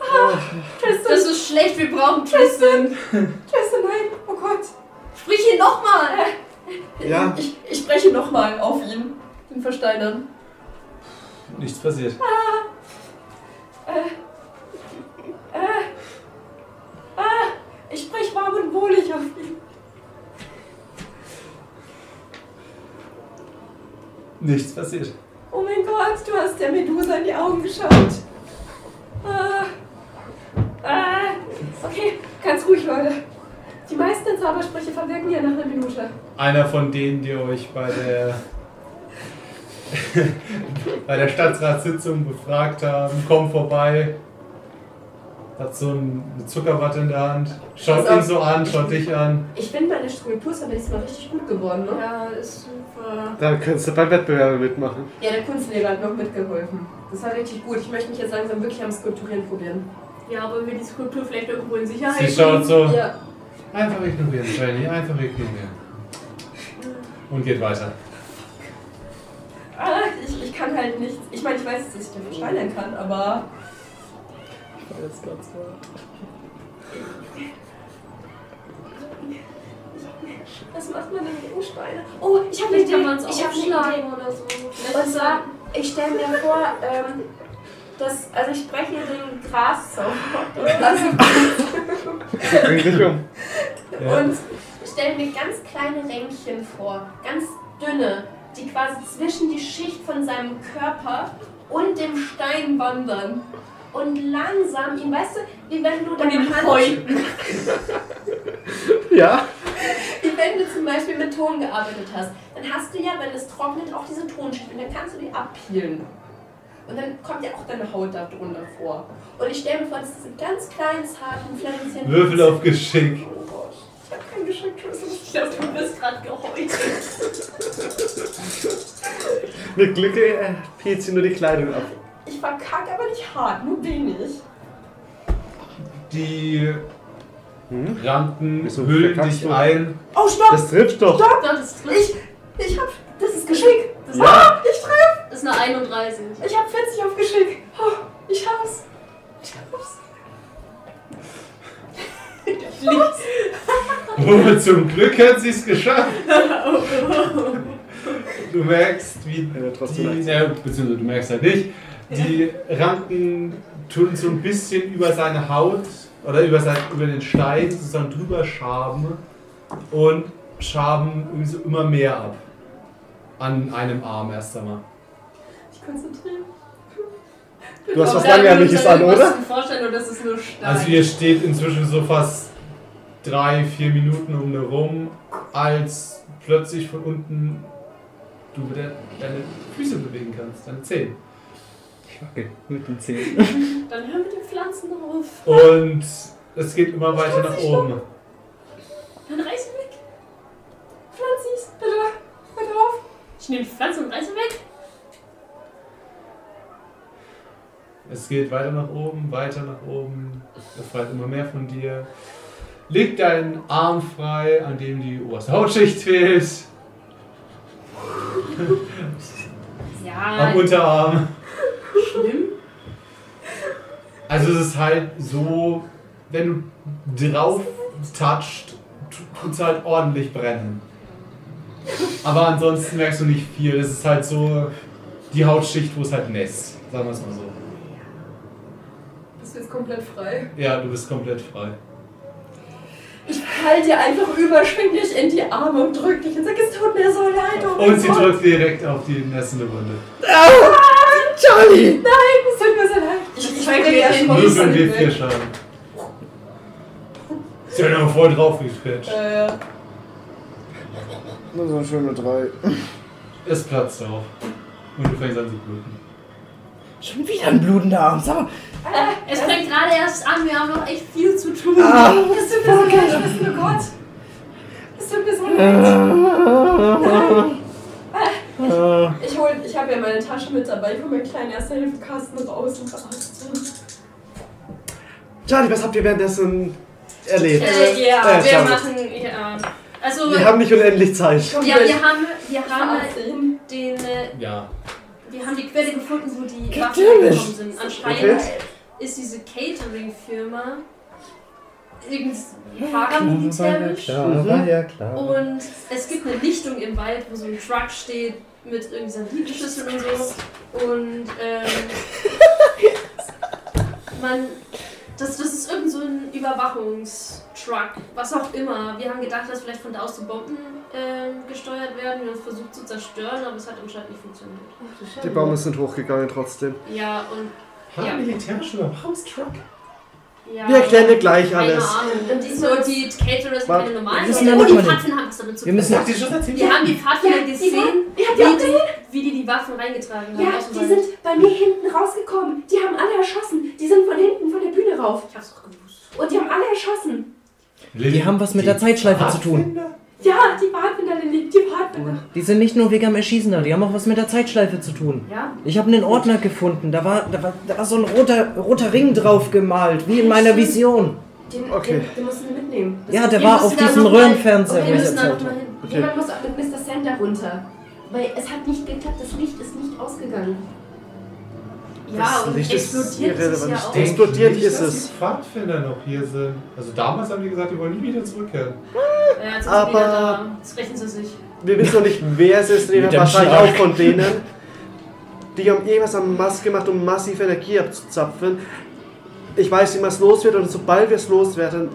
S2: Ah,
S1: Oh.
S3: Das ist schlecht, wir brauchen Tristan.
S2: Tristan, nein, oh Gott. Äh,
S3: Sprich ihn nochmal.
S5: Ja.
S2: Ich, ich spreche nochmal auf ihn, den Versteinern.
S1: Nichts passiert.
S2: Ah. Äh, äh, Ich spreche warm und wohlig auf ihn.
S1: Nichts passiert.
S2: Oh mein Gott, du hast der Medusa in die Augen geschaut. Ah. Ah. Okay, ganz ruhig, Leute. Die meisten Zaubersprüche verwirken ja nach einer Minute.
S1: Einer von denen, die euch bei der. bei der Stadtratssitzung befragt haben, komm vorbei. Hat so eine Zuckerwatte in der Hand. Schaut
S6: Pass auf.
S1: ihn so an, schaut dich an.
S6: Ich bin bei der Struktur aber diesmal richtig gut geworden, ne?
S2: Ja, ist super.
S5: Dann könntest du beim Wettbewerb mitmachen.
S2: Ja, der Kunstlehrer hat noch mitgeholfen. Das war richtig gut. Ich möchte mich jetzt langsam wirklich am Skulpturieren probieren.
S3: Ja, wollen wir die Skulptur vielleicht irgendwo in
S1: Sie
S3: Sicherheit
S1: schaut so.
S2: Ja.
S1: Einfach ignorieren, Jenny, einfach ignorieren. Und geht weiter.
S2: Ah, ich, ich kann halt nichts. Ich meine, ich weiß, dass ich den versteinern kann, aber.
S5: Jetzt ganz klar.
S2: Lass mal. Steine. Oh, ich habe eine
S3: Vielleicht
S2: Idee.
S3: kann man es
S2: Ich habe eine Idee.
S3: aufschlagen oder so.
S2: Und zwar, ich stelle mir vor, ähm, dass, also ich spreche den Graszauber. Also,
S7: Bring dich um.
S2: und stelle mir ganz kleine Ränkchen vor, ganz dünne, die quasi zwischen die Schicht von seinem Körper und dem Stein wandern. Und langsam ihn, weißt du, wie wenn du deine
S3: ihn
S2: Hand,
S3: häuten.
S5: Ja.
S2: wie wenn du zum Beispiel mit Ton gearbeitet hast, dann hast du ja, wenn es trocknet, auch diese Tonschicht und dann kannst du die abpeelen. Und dann kommt ja auch deine Haut da drunter vor. Und ich stelle mir vor, dass diese ganz kleinen, zarten Pflänzchen...
S1: Würfel auf Geschick.
S2: Oh Gott, ich habe kein Geschenk, ich glaube, du bist gerade gehäutet.
S5: Mit Glück äh, peelt sie nur die Kleidung ab.
S2: Ich war kack, aber nicht hart, nur wenig.
S1: Die Ranken
S5: Wieso
S1: hüllen
S5: verkackst
S1: dich
S5: Hm? du?
S1: ein.
S2: Oh, stopp!
S5: Das trifft doch.
S3: Gott, das ist,
S2: Ich, ich hab. Das ist Geschick! Das ah, ich treffe!
S3: das ist eine 31.
S2: Ich hab 40 auf Geschick! Oh, ich hab's! Ich hab's!
S1: Oh, zum Glück hat sie es geschafft. Du merkst, wie
S5: Ja, trotzdem
S1: die, ja, beziehungsweise du merkst halt nicht, die Ranken tun so ein bisschen über seine Haut oder über, sein, über den Stein sozusagen drüber schaben und schaben irgendwie so immer mehr ab. An einem Arm erst einmal.
S2: Ich konzentriere.
S5: Du hast was
S3: Dann
S5: Langjähriges an,
S3: irgendwas
S5: oder?
S3: zu Vorstellen und das ist nur Stein.
S1: Also ihr steht inzwischen so fast drei, vier Minuten um eine rum, als plötzlich von unten du wieder deine Füße bewegen kannst, deine Zehen.
S7: Okay, mit den Zehen.
S3: Dann hör mit den Pflanzen auf.
S1: Und es geht immer weiter nach oben.
S3: Dann reiß ihn weg.
S2: Pflanzis, bitte! Bitte auf!
S3: Ich nehme die Pflanze und reiß ihn weg.
S1: Es geht weiter nach oben, weiter nach oben. Er freit immer mehr von dir. Leg deinen Arm frei, an dem die oberste Hautschicht fehlt.
S3: Ja,
S1: Am Unterarm.
S3: schlimm.
S1: Also es ist halt so, wenn du drauf touchst, tut es halt ordentlich brennen. Aber ansonsten merkst du nicht viel. Es ist halt so die Hautschicht, wo es halt nässt. Sagen wir es mal so.
S22: Bist du jetzt komplett frei?
S1: Ja, du bist komplett frei.
S2: Halt dir einfach über, schwing dich in die Arme und drück dich und sag, es tut mir so leid. Oh mein
S1: Und sie
S2: Gott.
S1: drückt direkt auf die nässende Wunde.
S5: Charlie!
S2: Nein, es tut mir so leid. Ich, ich will ja schon
S1: Nur wenn wir vier schaden. Sie hat aber voll draufgequetscht.
S22: Äh,
S7: Das sind schöne drei.
S1: Es platzt auf. Und du fängst an zu bluten.
S7: Schon wieder ein blutender Arm. Sag mal.
S3: Äh, Es fängt gerade erst an, wir haben noch echt viel zu tun.
S5: Ah,
S2: Es
S5: äh,
S2: tut mir so leid, ich bin oh Gott. Es tut mir so leid.
S7: Äh,
S22: ich hol, ich habe ja meine Tasche mit dabei. Ich hole meinen kleinen Erste-Hilfe-Kasten raus und verarzte.
S5: Charlie, was habt ihr währenddessen erlebt?
S3: Äh, ja,
S5: Äh,
S3: wir
S5: schade.
S3: machen. Ja. Also,
S5: Wir haben nicht unendlich Zeit.
S3: ja, wir haben, wir haben
S22: Verarzte ihn.
S3: den, äh,
S1: Ja.
S3: wir haben die Quelle gefunden, wo die
S7: Natürlich.
S3: Waffen hergekommen sind. Anscheinend
S5: Okay.
S3: ist diese Catering-Firma
S5: Hm,
S3: irgendein paramilitärisch.
S7: Ja, war ja klar.
S3: Und es gibt eine Lichtung im Wald, wo so ein Truck steht mit irgendwie Satellitenschüsseln und so. Und ähm, man, das, das ist irgend so ein Überwachungstruck, was auch immer. Wir haben gedacht, dass vielleicht von da aus die Bomben ähm, gesteuert werden. Wir haben es versucht zu zerstören, aber es hat anscheinend nicht funktioniert.
S5: Die Bäume sind hochgegangen trotzdem.
S3: Ja, und Ja.
S1: militärische Überwachungstruck?
S3: ja.
S5: Wir erklären dir gleich
S3: keine
S5: alles.
S3: Ahnung. Und die, so, die Caterer sind
S5: Warte,
S3: keine
S7: wir
S3: normalen
S7: müssen
S3: Leute.
S7: ja
S3: Und die
S7: nicht mal-
S3: Pfaffen haben was damit zu
S7: Wir
S3: tun.
S7: müssen.
S1: schon erzählt?
S3: Wir haben die Pfaffen
S2: die
S3: gesehen,
S2: Ihr habt
S3: wie
S2: die auch
S3: die, wie die die Waffen reingetragen haben.
S2: Ja,
S3: aus dem
S2: die
S3: Wald.
S2: sind bei mir hinten rausgekommen. Die haben alle erschossen. Die sind von hinten von der Bühne rauf.
S3: Ich hab's doch gewusst.
S2: Und die haben alle erschossen.
S7: Die haben was mit der
S4: Ah.
S7: Zeitschleife zu tun.
S2: Ja, die Pfadfinder, Lilly, die Pfadfinder.
S7: Die sind nicht nur wegen am Erschießen da, die haben auch was mit der Zeitschleife zu tun.
S3: Ja?
S7: Ich habe einen Ordner gefunden, da war, da war, da war so ein roter, roter Ring drauf gemalt, wie in meiner Vision.
S2: Den,
S5: Okay.
S2: den, den musst du mitnehmen.
S7: Ja, der
S3: Wir
S7: war
S3: müssen
S7: auf
S3: da
S7: diesem
S3: noch mal-
S7: Röhrenfernseher,
S3: Okay,
S7: wo
S3: wir
S7: ich
S3: müssen da noch
S7: erzählt
S3: mal
S7: habe.
S3: hin.
S5: Okay.
S2: Jemand muss auch mit Mr. Center runter. Weil es hat nicht geklappt, das Licht ist nicht ausgegangen.
S17: Ja,
S5: Das
S17: und
S5: Licht ist
S17: explodiert ist es ja
S5: irrelevant.
S17: auch.
S5: Denk- Explodiert
S1: nicht,
S5: ist
S1: dass
S5: es.
S1: Die Pfadfinder noch hier sind. Also damals haben die gesagt, die wollen nie wieder zurückkehren.
S3: Ja, jetzt sind sie wieder
S5: Aber-
S3: da. Jetzt rächen sie sich.
S5: Wir wissen noch nicht, wer es ist,
S4: Mit
S5: reden
S4: dem
S5: wahrscheinlich
S4: Schlag.
S5: auch von denen. Die haben irgendwas am Mast gemacht, um massiv Energie abzuzapfen. Ich weiß nicht, was los wird, und sobald wir es loswerden,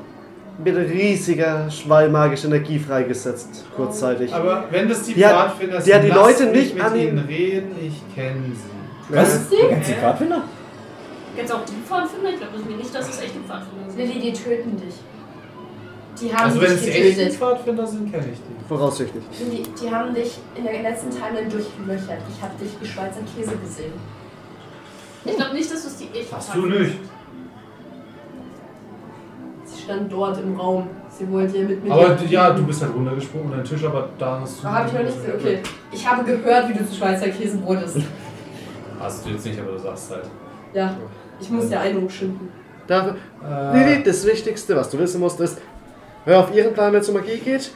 S5: wird ein riesiger Schwall magische Energie freigesetzt, kurzzeitig.
S1: Aber wenn das die
S5: Ja,
S1: Pfadfinder
S5: ja, die
S1: lasst
S5: Leute
S1: mich
S5: nicht
S1: mit
S5: an den-
S1: ihnen reden, ich kenne sie.
S4: Was? Die ganze Pfadfinder?
S3: Jetzt auch die Pfadfinder? Ich glaube nicht, dass es echte Pfadfinder sind.
S2: Lilly, die töten dich. Die haben
S1: Also wenn es
S2: dich
S1: die echten
S2: getötet.
S1: Pfadfinder sind, kenne ich die.
S5: Voraussichtlich.
S2: Die, die haben dich in der letzten Timeline durchlöchert. Ich habe dich wie Schweizer Käse gesehen.
S3: Ich glaube nicht, dass es die echten
S1: Hast du nicht.
S2: Sie stand dort im Raum. Sie wollte mit mir.
S1: Aber ja, du bist halt runtergesprungen an den Tisch, aber da hast du...
S2: Da habe ich noch nicht gesehen. Okay. Ich habe gehört, wie du zu Schweizer Käse wurdest.
S1: Hast du jetzt nicht, aber du sagst halt.
S2: Ja. Ich muss ja Eindruck schinden.
S5: Dafür,
S1: Äh,
S5: Lili, das Wichtigste, was du wissen musst, ist, hör auf ihren Plan, wenn es um Magie geht.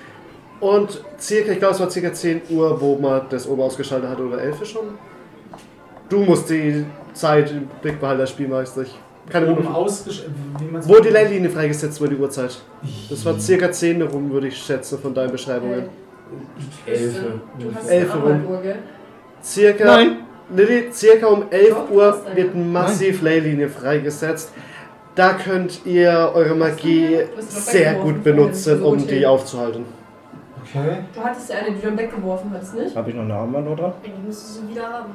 S5: Und circa, ich glaube, es war circa 10 Uhr, wo man das Ober ausgeschaltet hat, oder 11 Uhr schon. Du musst die Zeit im Blick behalten als Spielmeister. Ich kann
S1: oben
S5: nur,
S1: ausgesch... Wie man's
S5: wo die Leitlinie freigesetzt wurde, die Uhrzeit. Das war circa 10 Uhr rum, würde ich schätzen, von deinen Beschreibungen.
S1: Elfe.
S2: Äh, Du hast
S5: Elfe
S2: eine
S5: rum.
S2: Armbanduhr, gell?
S5: Circa,
S4: Nein.
S5: Lilly, circa um 11
S2: Doch,
S5: Uhr
S2: das ist
S5: wird massiv Leylinie freigesetzt. Da könnt ihr eure Magie
S2: Du hast doch
S5: sehr
S2: weggeworfen,
S5: gut benutzen,
S2: so
S5: um
S2: gut
S5: die
S2: hin.
S5: aufzuhalten.
S1: Okay.
S2: Du hattest ja eine, die du dann weggeworfen hast, nicht?
S4: Habe ich noch eine Armband oder?
S17: Die müsste sie wieder haben.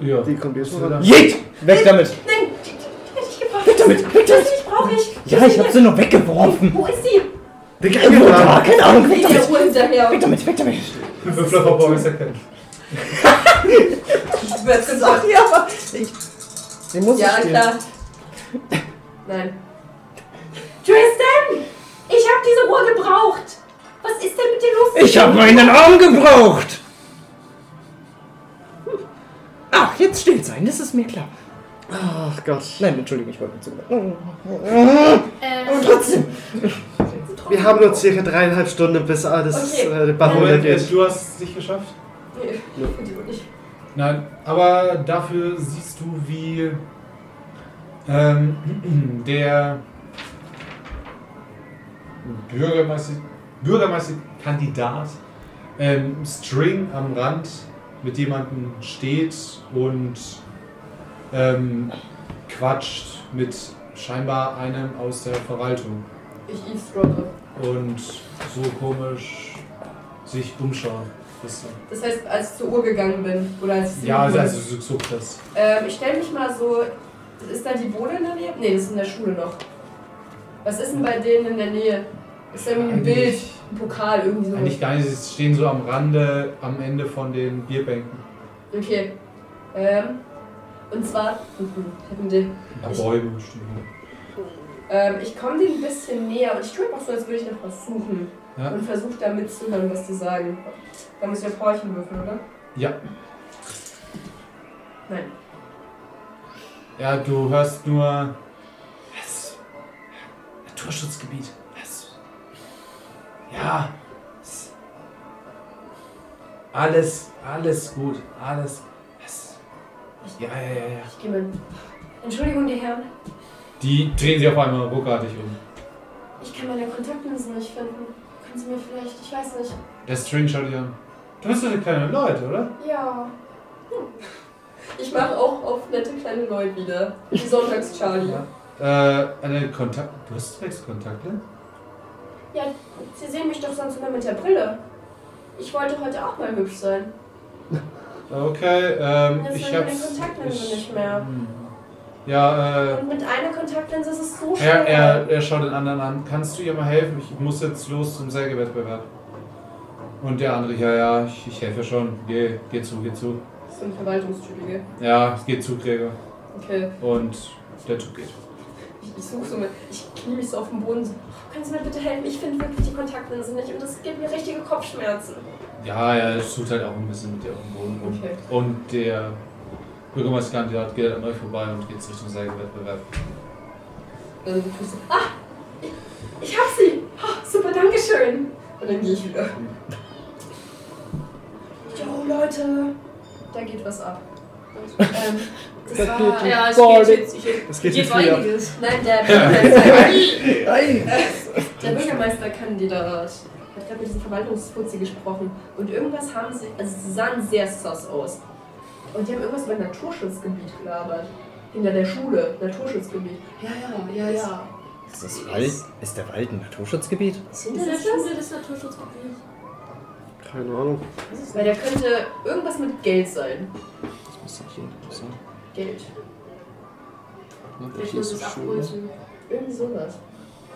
S1: Ja.
S5: Die kommt jetzt schon.
S4: Jeet! Weg damit!
S6: Nein, die, die, die hätte ich gebraucht.
S4: Weg damit! Weg damit!
S6: Die brauche ich.
S4: Ja, ich hab sie noch weggeworfen!
S6: Wo ist die?
S5: Digga,
S4: Irgendwo da,
S5: Plan.
S4: keine Ahnung, weg
S2: Geh der
S4: damit!
S2: Uhr hinterher.
S4: Weg damit, weg damit!
S1: Würfler verborgen ist erkennen.
S2: Du wirst gesagt.
S4: Die muss
S2: Ja,
S4: ich
S2: klar. Nein.
S6: Tristan! Ich habe diese Uhr gebraucht. Was ist denn mit dir los?
S4: Ich habe meinen Arm gebraucht! Hm. Ach, jetzt still sein, das ist mir klar.
S5: Ach Gott.
S4: Nein, Entschuldigung, ich wollte nicht zugehört.
S3: Äh,
S4: Trotzdem!
S5: Wir haben nur circa dreieinhalb Stunden, bis alles
S2: Okay.
S5: äh, den Bach
S1: Moment,
S5: runtergeht.
S1: du hast es nicht geschafft?
S2: Nee. Die Uhr nicht.
S1: Nein, aber dafür siehst du, wie ähm, der Bürgermeister, Bürgermeisterkandidat ähm, String am Rand mit jemandem steht und ähm, quatscht mit scheinbar einem aus der Verwaltung
S2: Ich eavesdroppe.
S1: und so komisch sich umschauen. Bisschen.
S2: Das heißt, als ich zur Uhr gegangen bin, oder als ich sie
S1: Ja,
S2: geholt
S1: also so zuckt das.
S2: Ähm, ich stelle mich mal so. Ist da die Wohle in der Nähe? Nee, das ist in der Schule noch. Was ist denn bei denen in der Nähe? Ist da irgendwie ein Bild,
S1: Eigentlich-
S2: ein Pokal, irgendwie so?
S1: Eigentlich gar nicht, sie stehen so am Rande, am Ende von den Bierbänken.
S2: Okay. Ähm, und zwar. Mhm, hätten die-
S1: Ja,
S2: Ich-
S1: Bäume stehen.
S2: Ähm, ich komme denen ein bisschen näher und ich tue einfach so, als würde ich nach was suchen.
S1: Ja.
S2: Und versuche da mitzuhören, was die sagen. Da muss ich ja Porchen würfeln, oder?
S1: Ja.
S2: Nein.
S1: Ja, du hörst nur. Was? Naturschutzgebiet. Was? Ja. Es- Alles, alles gut. Alles. Was? Ja, ja, ja, ja.
S2: Ich gehe mal. Entschuldigung, die Herren.
S1: Die drehen sich auf einmal ruckartig um.
S2: Ich kann meine Kontaktlinsen nicht finden. Können Sie mir vielleicht. Ich weiß nicht.
S1: Der String schaut dich an. Du bist doch eine kleine Leute, oder?
S2: Ja. Hm. Ich mache auch auf nette kleine Leute wieder. Wie sonntags Charlie.
S1: Ja. Äh, eine Kontakt. Du hast direkt Kontakte?
S2: Sie sehen mich doch sonst immer mit der Brille. Ich wollte heute auch mal hübsch sein.
S1: Okay, ähm,
S2: Jetzt
S1: ich
S2: sind wir
S1: hab's.
S2: den Kontaktlinsen
S1: ich-
S2: nicht mehr.
S1: Hm. Ja, äh,
S2: Und mit einer Kontaktlinse ist es so schwer.
S1: er, er, er schaut den anderen an. Kannst du ihr mal helfen? Ich muss jetzt los zum Sägewettbewerb. Und der andere, ja, ja, ich, ich helfe schon. Geh, geh zu, geh zu.
S2: So ein Verwaltungstyp, gell?
S1: Ja, geh zu, Gregor.
S2: Okay.
S1: Und der Zug geht.
S2: Ich, ich suche so mal. Ich knie mich so auf den Boden. So.
S6: Können Sie mir bitte helfen? Ich finde wirklich die Kontaktlinse nicht und das gibt mir richtige Kopfschmerzen.
S1: Ja, er tut halt auch ein bisschen mit dir auf dem Boden rum.
S2: Okay.
S1: Und der Bürgermeisterkandidat geht halt an euch vorbei und geht Richtung Sägewettbewerb.
S2: Dann tue Äh, Ah, ich so.
S6: Ich hab sie. Oh, super, danke schön.
S2: Und dann gehe ich wieder.
S6: Jo, Leute.
S2: Da geht was ab.
S3: aus.
S2: Ähm, das
S5: Das
S2: war,
S5: geht
S2: ja,
S3: Ja, es geht
S5: Sorry.
S3: jetzt. Ich,
S5: Das geht
S3: geht
S5: nicht früher.
S3: einiges.
S2: nein, der Bürgermeister,
S5: Nein!
S2: der Bürgermeisterkandidat hat gerade mit diesem Verwaltungsputzi gesprochen und irgendwas haben sie, also sie sahen sehr sus aus. Und die haben irgendwas über Naturschutzgebiet gelabert. Hinter der Schule, Naturschutzgebiet. Ja, ja, ja, ja.
S4: Ist, das Wald, ist der Wald ein Naturschutzgebiet?
S3: Sind das
S2: das
S3: der Schule des Naturschutzgebiets?
S5: Keine Ahnung.
S2: Weil der könnte irgendwas mit Geld sein.
S4: Das muss doch hier sein.
S2: Geld.
S3: Ich muss es abholzen.
S2: Irgendwie sowas.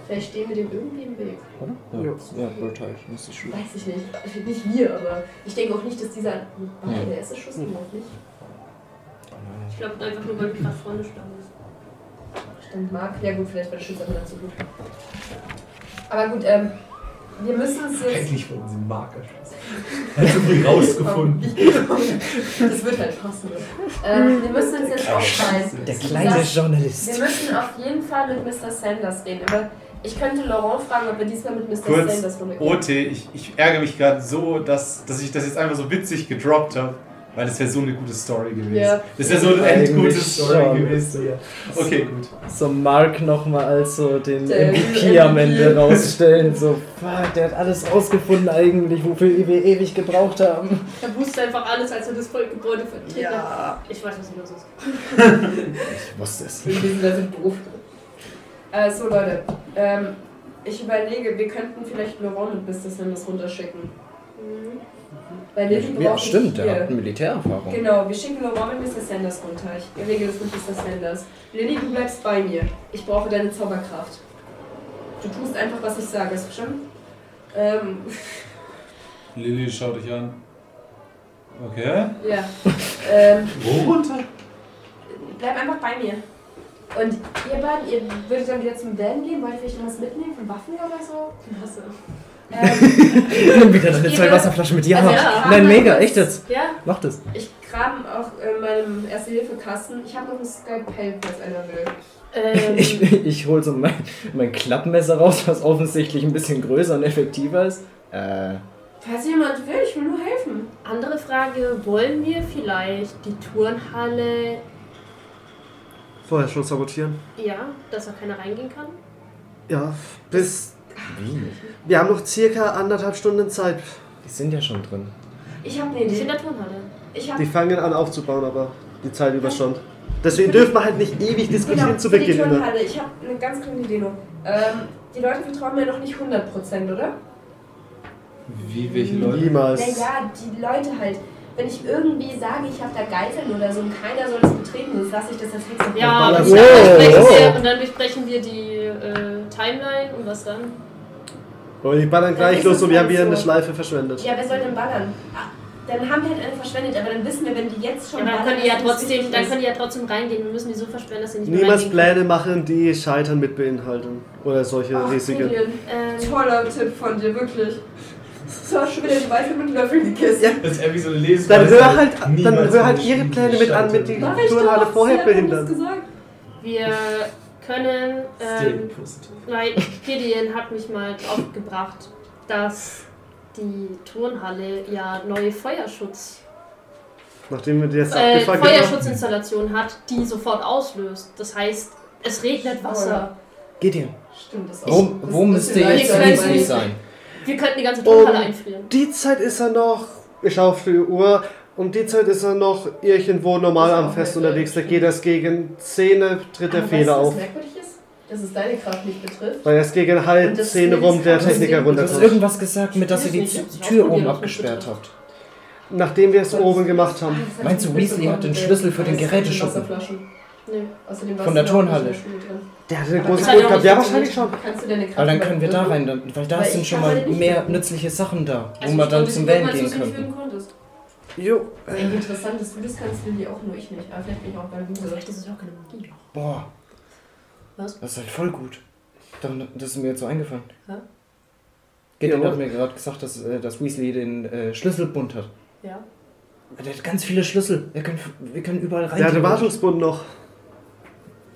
S2: Vielleicht stehen wir dem irgendwie im Weg.
S4: Oder?
S5: Ja.
S4: Ja, Birdteil, das ist die Schule.
S2: Weiß ich nicht. Also Nicht wir, aber ich denke auch nicht, dass dieser. Warte, der ist Schuss überhaupt nicht.
S3: Ich glaube einfach nur, weil du gerade vorne standest.
S2: Stimmt, Marc. Ja, gut, vielleicht war der Schütze einfach nicht so gut. Aber gut, ähm, wir müssen es jetzt.
S1: Endlich wurden sie Marker. Hat so viel rausgefunden.
S2: Oh, Das wird halt passen. Ähm, wir müssen uns jetzt aufschreiben.
S4: Der
S2: kleine Wir
S4: Journalist.
S2: müssen auf jeden Fall mit Mr. Sanders reden. Aber ich könnte Laurent fragen, ob wir diesmal mit Mr.
S7: Kurz,
S2: Sanders reden.
S7: OT, ich, ich ärgere mich gerade so, dass, dass ich das jetzt einfach so witzig gedroppt habe, weil das wäre so eine gute Story gewesen.
S2: Ja.
S7: Das wäre so eine
S4: Eigentlich
S7: endgute
S4: schon.
S7: Story gewesen. Ja. Okay, gut.
S4: So Mark nochmal als so den
S2: Der
S4: MVP am Ende
S2: MVP.
S4: rausstellen. So, fuck, der hat alles rausgefunden eigentlich, wofür wir ewig gebraucht haben.
S3: Er wusste einfach alles, als er das Gebäude vertreten hat. Ich weiß, was hier los ist.
S4: Ich wusste es.
S2: Wir sind da so doof. Äh, so Leute, ähm, ich überlege, wir könnten vielleicht Laurent mit Business Nimbus runterschicken. Weil Lilly braucht
S4: Ja,
S2: nicht
S4: stimmt, der hat
S2: viel.
S4: eine Militärerfahrung.
S2: Genau, wir schicken Laurent mit Mr. Sanders runter. Ich regel das mit Mr. Sanders. Lilly, du bleibst bei mir. Ich brauche deine Zauberkraft. Du tust einfach, was ich sage, ist schon? Ähm,
S7: Lilly, schau dich an. Okay.
S2: ja. ähm,
S7: Worunter?
S2: bleib einfach bei mir. Und ihr beiden, ihr würdet dann wieder zum Dan gehen? Wollt ihr vielleicht noch was mitnehmen? Von Waffen oder so?
S3: Hast du-
S2: Ähm,
S4: Nimm wieder deine zwei Wasserflaschen mit. Ja,
S2: Also,
S3: ja.
S4: nein, mega, echt jetzt.
S3: Ja,
S4: Mach das.
S2: Ich graben auch in meinem Erste-Hilfe-Kasten. Ich habe noch ein Skalpell, falls einer will.
S3: ähm,
S4: Ich, ich hol so mein, mein Klappmesser raus, was offensichtlich ein bisschen größer und effektiver ist. Äh,
S2: Falls jemand will, ich will nur helfen.
S3: andere Frage, wollen wir vielleicht die Turnhalle,
S5: Vorher schon sabotieren.
S3: ja, dass da keiner reingehen kann?
S5: Ja, bis.
S4: wie?
S5: Wir haben noch circa anderthalb Stunden Zeit.
S4: Die sind ja schon drin.
S2: Ich habe eine
S3: Wir sind in
S2: Idee.
S3: der Turnhalle.
S2: Ich habe
S5: Die fangen an aufzubauen, aber die Zeit überstand. Deswegen dürfen wir halt nicht ewig diskutieren zu
S2: Genau. die
S5: Beginn. ne? immer.
S2: Turnhalle. Ich habe eine ganz kleine Idee noch. Ähm, die Leute vertrauen mir noch nicht 100%, oder?
S7: Wie, welche Leute?
S5: Niemals.
S2: Naja, die Leute halt. Wenn ich irgendwie sage, ich habe da Geiseln oder so und keiner soll es betreten, sonst lasse ich das als Hexe.
S3: Ja, und dann,
S5: Wow.
S3: besprechen wir, und dann besprechen wir die äh, Timeline und was dann?
S5: Aber die ballern
S2: Dann
S5: gleich
S2: ist
S5: los
S2: es
S5: und wir haben
S2: halt
S5: wieder eine
S2: so.
S5: Schleife verschwendet.
S2: Ja, wer soll denn ballern? Ah, Dann haben wir halt eine verschwendet, aber dann wissen wir, wenn die jetzt schon
S3: Ja, dann können die ja
S2: ballern, dass es
S3: trotzdem,
S2: wichtig
S3: dann
S2: ist.
S3: können die ja trotzdem reingehen. Wir müssen die so versperren, dass sie nicht mehr
S5: Niemals
S3: reingehen
S5: Pläne machen, die Scheitern mit beinhalten. Oder solche
S2: Ach,
S5: riesige.
S2: Gideon.
S3: können. Ähm,
S2: Toller Tipp von dir, wirklich. Du hast schon wieder den Weichel mit Löffeln gegessen.
S1: Das ist irgendwie so eine Lesung.
S5: Dann hör halt, dann hör halt ihre Pläne mit an, mit die
S2: Mach ich doch,
S5: Turnhalle
S2: sie
S5: vorher
S2: hat mir das
S5: behindern.
S2: gesagt.
S3: wir können, ähm,
S1: Still positiv.
S3: weil Gideon hat mich mal draufgebracht, dass die Turnhalle ja neue Feuerschutz
S5: Nachdem wir die jetzt
S3: äh,
S5: abgefackelt haben.
S3: Feuerschutzinstallation hat, die sofort auslöst. Das heißt, es regnet Wasser.
S4: Gideon.
S2: Stimmt, das
S4: Wo, wo müsste jetzt
S3: leichter als
S4: Friedrich
S3: ich.
S4: sein?
S3: Wir könnten die ganze Turnhalle einfrieren.
S5: Die Zeit ist er noch. Ich schaue auf die Uhr. Um die Zeit ist er noch irgendwo normal
S2: Das ist
S5: am
S2: auch
S5: Fest
S2: nett,
S5: unterwegs. Da geht das gegen 10, tritt der Fehler
S2: weißt, du,
S5: auf.
S2: Was merkwürdig ist, dass es deine Kraft nicht betrifft.
S5: Weil erst gegen
S2: Und
S5: halb
S2: das
S5: 10
S2: Bild
S5: rum
S2: ist
S5: der
S2: alles
S5: Techniker
S2: neben-
S4: Du hast
S5: runterkommt.
S4: irgendwas gesagt, mit dass ihr die
S3: Ich weiß nicht,
S4: Tür
S3: ob
S4: oben
S3: das
S4: abgesperrt
S3: betrifft.
S4: habt.
S5: Nachdem wir es oben gemacht haben.
S2: Das hat
S4: Meinst du,
S2: nichts
S4: Weasley hat den
S2: mitbekommen,
S4: Schlüssel für
S2: der-
S4: den
S2: der-
S4: Geräteschuppen?
S2: Wasserflaschen.
S3: Nee.
S2: Außerdem
S4: Von
S2: warst
S4: der
S2: du da auch nicht
S4: Turnhalle.
S2: in Schule drin.
S5: Der hat den
S2: Ah, Aber
S5: großen
S2: das hat
S5: Boot
S2: ja auch
S5: gehabt.
S2: nicht
S5: Ja, wahrscheinlich schon.
S2: funktioniert. Kannst du deine Kraft
S4: Aber dann können wir da
S2: überprüfen?
S4: rein, dann, weil da
S2: Weil
S4: sind
S2: ich
S4: schon
S2: kann
S4: mal
S2: heute nicht
S4: mehr
S2: mitmachen.
S4: nützliche Sachen da, wo
S3: halt Also
S4: man
S3: ich
S4: dann
S3: wollte
S4: zum
S3: nicht, weil
S4: Van
S3: du
S4: gehen
S3: es nicht
S4: könnten.
S3: üben konntest.
S5: Jo.
S2: Ey, Interessant, dass du das kannst, Lilly, auch nur ich nicht. Aber vielleicht bin ich auch bei Google.
S3: Vielleicht ist es auch keine Magie.
S4: Boah.
S3: Was?
S4: Das ist halt voll gut. Dann, das ist mir jetzt so eingefallen.
S3: Ja.
S4: Gideon
S5: Ja.
S4: hat mir gerade gesagt, dass, äh, dass Weasley den äh, Schlüsselbund hat.
S3: Ja.
S4: Der hat ganz viele Schlüssel. Wir können, wir können überall rein.
S5: Der hat den Wartungsbund noch.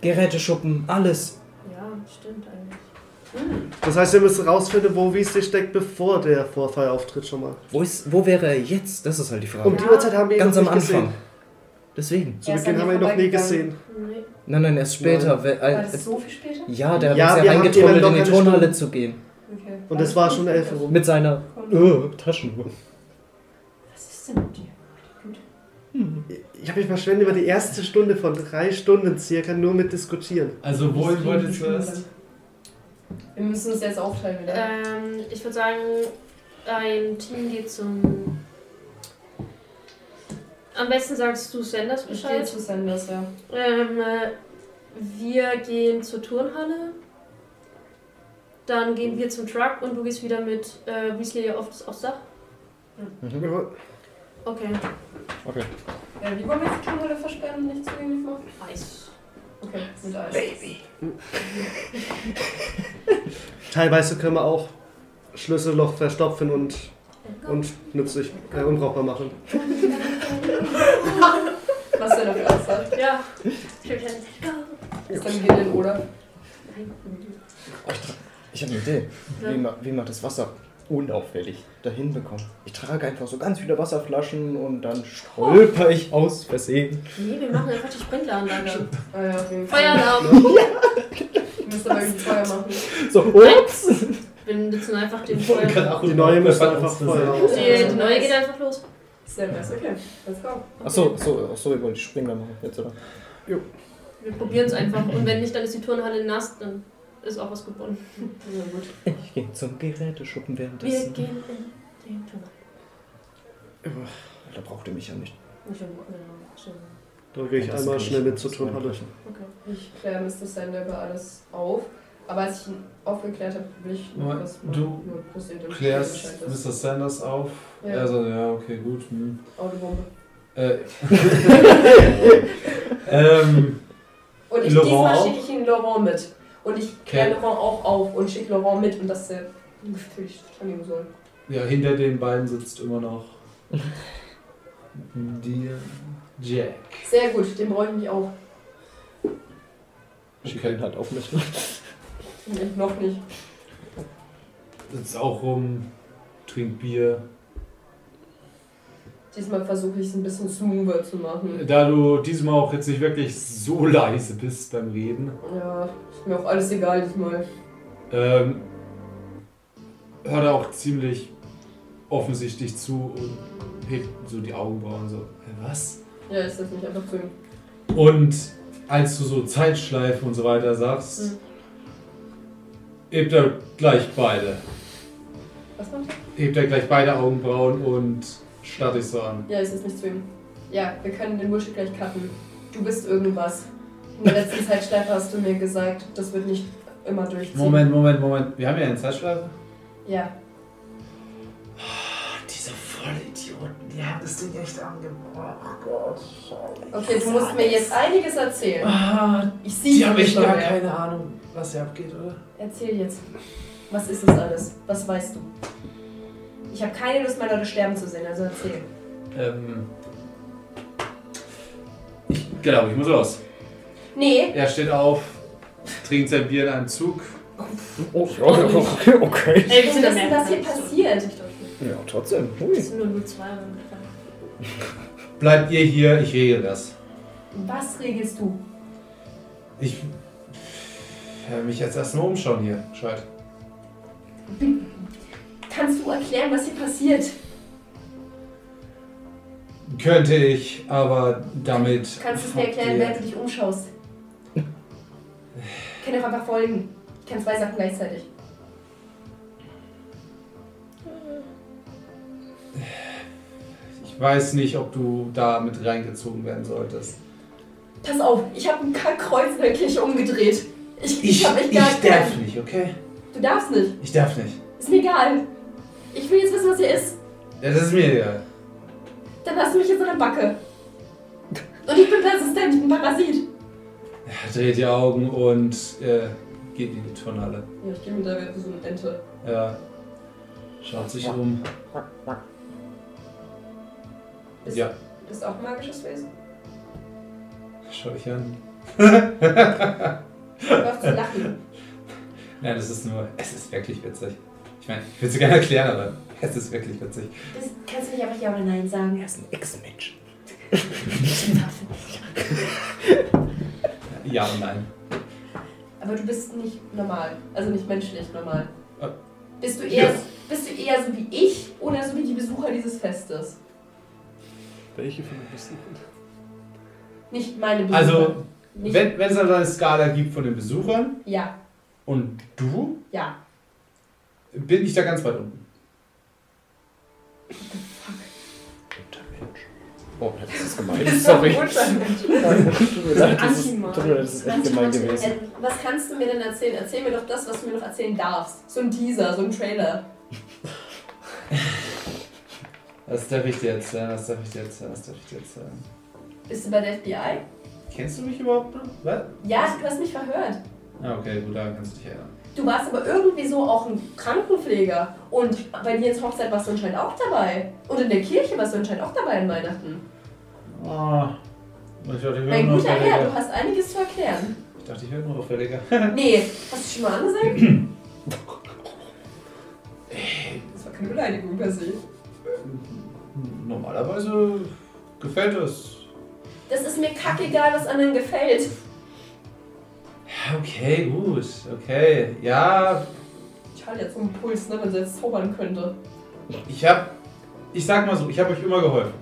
S4: Geräteschuppen, alles.
S3: Ja, stimmt eigentlich.
S5: Das heißt, wir müssen rausfinden, wo Weasley steckt, bevor der Vorfall auftritt schon mal.
S4: Wo, ist, wo wäre er jetzt? Das ist halt die Frage.
S5: Um die Uhrzeit haben wir ihn
S4: Ganz
S5: noch
S4: am
S5: nicht
S4: Anfang.
S5: gesehen.
S4: Deswegen.
S5: Zu
S2: Er ist an
S5: Beginn
S2: mir
S5: haben wir ihn noch nie
S2: vorbeigegangen.
S5: gesehen.
S23: Nee.
S4: Nein, nein, erst später. we-
S2: War
S4: Äh,
S2: das so viel später?
S4: ja, der hat
S5: Ja,
S4: uns
S5: wir
S4: ja
S5: haben
S4: reingetrollt,
S5: jemanden
S4: in die
S5: locker
S4: Turnhalle zu gehen.
S2: Okay.
S5: Und es war schon elf Uhr rum.
S4: Mit seiner äh, Taschenuhr.
S2: Was ist denn mit dir?
S5: Ich habe mich verschwendet über die erste Stunde von drei Stunden circa nur mit diskutieren.
S24: Also wohin wollt ihr zuerst?
S2: Wir müssen uns jetzt aufteilen wieder.
S4: Äh,
S3: Ähm, ich würde sagen, ein Team geht zum. Am besten sagst du Senders
S2: ich gehe
S3: Bescheid.
S2: zu Sanders, ja.
S3: Ähm, äh, wir gehen zur Turnhalle. Dann gehen wir zum Truck und du gehst wieder mit äh, Weasley auf das aufs Dach. Okay.
S4: Okay.
S2: Ja, wie wollen wir jetzt die Turnhalle versperren und nicht zugänglich machen?
S3: Eis.
S2: Okay, mit Eis. Baby.
S5: Teilweise können wir auch Schlüsselloch verstopfen und, und nützlich, äh, unbrauchbar machen.
S2: Was denn auf Eis hat?
S3: Ja. Go.
S2: Ist dann Gillen, oder?
S4: Ich habe eine Idee. Wie, ma wie man das Wasser unauffällig dahin bekommt. Ich trage einfach so ganz viele Wasserflaschen und dann stolper ich aus Versehen.
S3: Nee, wir machen einfach die Sprinkleranlage.
S2: Ah ja, auf jeden Fall.
S3: Feueralarm.
S2: Wir müssen aber irgendwie Feuer machen.
S4: So, oh. ups!
S3: Wir nutzen einfach den Feuer.
S5: Die neue müssen einfach Feuer aus.
S3: Die, die neue geht einfach los.
S2: Sanders, okay. Let's go.
S4: Achso, so, achso, wir wollen die Springer machen jetzt, oder?
S3: Wir probieren es einfach. Und wenn nicht, dann ist die Turnhalle nass, dann ist auch was gewonnen.
S2: Ja, gut.
S4: Ich gehe zum Geräteschuppen
S3: Wir
S4: währenddessen.
S3: gehen in den Turnhalle.
S4: Da braucht ihr mich ja nicht.
S3: Ich bin- genau, so.
S5: Da gehe ich
S4: Das
S5: einmal
S4: kann
S5: schnell mit zu
S4: das kann
S5: tun.
S4: ich.
S2: Ich kläre Mr. Sander über alles auf. Aber als ich ihn aufgeklärt habe, will ich nur,
S24: Nein,
S2: dass
S24: du
S2: nur passiert und
S24: Klärst
S2: Bescheid ist.
S24: Mr. Sanders auf.
S2: Ja.
S24: Er so, ja, okay, gut. Hm.
S2: Autobombe.
S24: Äh, ähm,
S2: Und ich,
S24: Laurent
S2: diesmal
S24: auch?
S2: schicke ich ihn Laurent mit. Und ich kläre
S24: Okay.
S2: Laurent auch auf und schicke Laurent mit und dass er natürlich annehmen soll.
S24: ja, hinter den beiden sitzt immer noch dir Jack.
S2: Sehr gut, den brauche ich nicht auch.
S4: Schicken hat auf mich.
S2: Nee, noch nicht.
S24: Sitzt auch rum, trinkt Bier.
S2: Diesmal versuche ich es ein bisschen smoother zu machen.
S1: Da du diesmal auch jetzt nicht wirklich so leise bist beim Reden,
S2: Ja, ist mir auch alles egal diesmal.
S1: ähm, hört er auch ziemlich offensichtlich zu und hebt so die Augenbrauen so. "Hä, Was?
S2: Ja, ist das nicht einfach zu ihm.
S24: Und als du so Zeitschleife und so weiter sagst,
S2: Mhm.
S24: hebt er gleich beide.
S2: Was macht er?
S24: Hebt er gleich beide Augenbrauen und starrt dich so an.
S2: Ja, ist das nicht zu ihm. Ja, wir können den Bullshit gleich cutten. Du bist irgendwas. In der letzten Zeitschleife hast du mir gesagt, das wird nicht immer durchziehen.
S24: Moment, Moment, Moment. Wir haben ja eine Zeitschleife.
S2: Ja,
S24: Oh, Diese Vollidioten, die haben das Ding echt angebracht. Oh Gott, scheiße.
S2: okay, du musst mir jetzt einiges erzählen.
S24: Ah,
S2: Ich sehe
S24: die haben
S2: dich
S24: echt
S2: nicht
S24: gar
S2: mehr.
S24: keine Ahnung, was hier abgeht, oder?
S2: Erzähl jetzt. Was ist das alles? Was weißt du? Ich habe keine Lust, meine Leute sterben zu sehen, also erzähl.
S1: Ähm, ich glaube, Genau, ich muss raus.
S2: Nee,
S1: Er steht auf, trinkt sein Bier in einem Zug.
S4: Oh, ja, okay, okay.
S23: Ey,
S2: wir sind am Merken.
S4: Ja, trotzdem. Hui.
S3: Das sind nur nur zwei. aber wir fahren.
S24: Bleibt ihr hier, ich regel das.
S2: was regelst du?
S24: Ich werde mich jetzt erstmal umschauen hier, Scheit.
S2: Kannst du erklären, was hier passiert?
S24: Könnte ich, aber damit.
S2: Kannst du es mir erklären, während du dich umschaust? Ich kann doch einfach folgen. Ich kann zwei Sachen gleichzeitig.
S24: Ich weiß nicht, ob du da mit reingezogen werden solltest.
S2: Pass auf, ich habe ein Kackkreuz in der Kirche umgedreht. Ich, ich, hab echt gar keinen-
S24: nicht, okay?
S2: Du darfst nicht.
S24: Ich darf nicht.
S2: Ist mir egal. Ich will jetzt wissen, was hier ist.
S24: Ja, das ist mir egal.
S2: Dann hast du mich jetzt an der Backe. Und ich bin persistent, ich bin Parasit.
S24: Er dreht die Augen und äh, geht in die Turnhalle.
S2: Ja, ich gehe mit der so eine Ente.
S24: Ja. Schaut sich um.
S2: Bist,
S24: Ja,
S2: bist auch ein magisches Wesen?
S24: schau ich an.
S2: Hör auf zu lachen.
S24: Nein, das ist nur, es ist wirklich witzig. Ich meine, ich würde es gerne erklären, aber es ist wirklich witzig.
S2: Das kannst du nicht einfach Ja oder Nein sagen.
S4: Er ist ein Ex-Mensch.
S24: Ja und nein.
S2: Aber du bist nicht normal. Also nicht menschlich normal.
S24: Äh.
S2: Bist du eher, bist du eher so wie ich oder so wie die Besucher dieses Festes?
S24: Welche von den Besuchern?
S2: Nicht meine Besucher.
S24: Also,
S2: nicht,
S24: wenn, wenn es also eine Skala gibt von den Besuchern
S2: Ja,
S24: und du,
S2: ja.
S24: bin ich da ganz weit unten.
S4: Oh, das ist gemein. Sorry. Tut mir leid, das ist,
S3: Antimal.
S4: tut mir leid, das ist echt gemein gewesen.
S2: Äh, was kannst du mir denn erzählen? Erzähl mir doch das, was du mir noch erzählen darfst. So ein Teaser, so ein Trailer.
S24: Das darf ich dir erzählen, das darf ich dir erzählen, das darf ich dir erzählen.
S2: Bist du bei der FBI?
S24: Kennst du mich überhaupt noch? Was?
S2: Ja, du hast mich verhört.
S24: Ah, okay, gut, da kannst du dich erinnern.
S2: Du warst aber irgendwie so auch ein Krankenpfleger. Und bei Nils Hochzeit warst du anscheinend auch dabei. Und in der Kirche warst du anscheinend auch dabei an Weihnachten.
S24: Ah, ich dachte, ich höre
S2: Mein
S24: nur auf
S2: guter Herr, du
S24: Verleger.
S2: hast einiges zu erklären.
S24: Ich dachte, ich höre nur auf Verleger.
S2: Nee, hast du schon mal angesagt? Das war keine Beleidigung per se.
S24: Hm, Normalerweise gefällt es.
S2: Das ist mir kackegal, was anderen gefällt.
S24: Okay, gut, okay. Ja,
S2: Ich hatte jetzt so einen Puls, ne, wenn sie jetzt zaubern könnte.
S24: ich hab. Ich sag mal so, ich habe euch immer geholfen.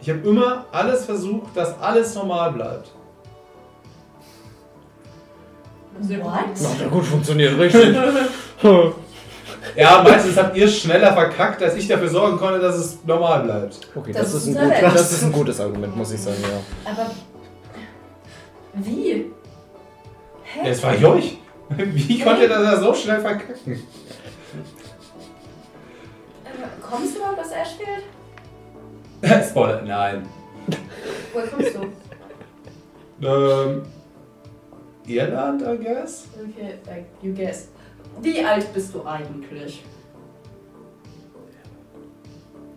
S24: Ich habe immer alles versucht, dass alles normal bleibt.
S2: What?
S4: Hat ja gut funktioniert, richtig.
S24: Ja, meistens habt ihr schneller verkackt, als ich dafür sorgen konnte, dass es normal bleibt.
S4: Okay,
S2: Das
S4: das,
S2: ist
S4: ist ein
S2: unser
S4: gut,
S2: Welt.
S4: das ist ein gutes Argument, muss ich sagen, ja.
S2: Aber. Wie? Ähm,
S24: Ja, Das war ich euch. Wie konnte ihr das da so schnell verkacken?
S2: Äh, Kommst du überhaupt aus Ashfield?
S24: Spoiler, nein.
S2: Woher kommst du?
S24: Ähm. Irland, I guess?
S2: Okay, like, you guess. Wie alt bist du eigentlich?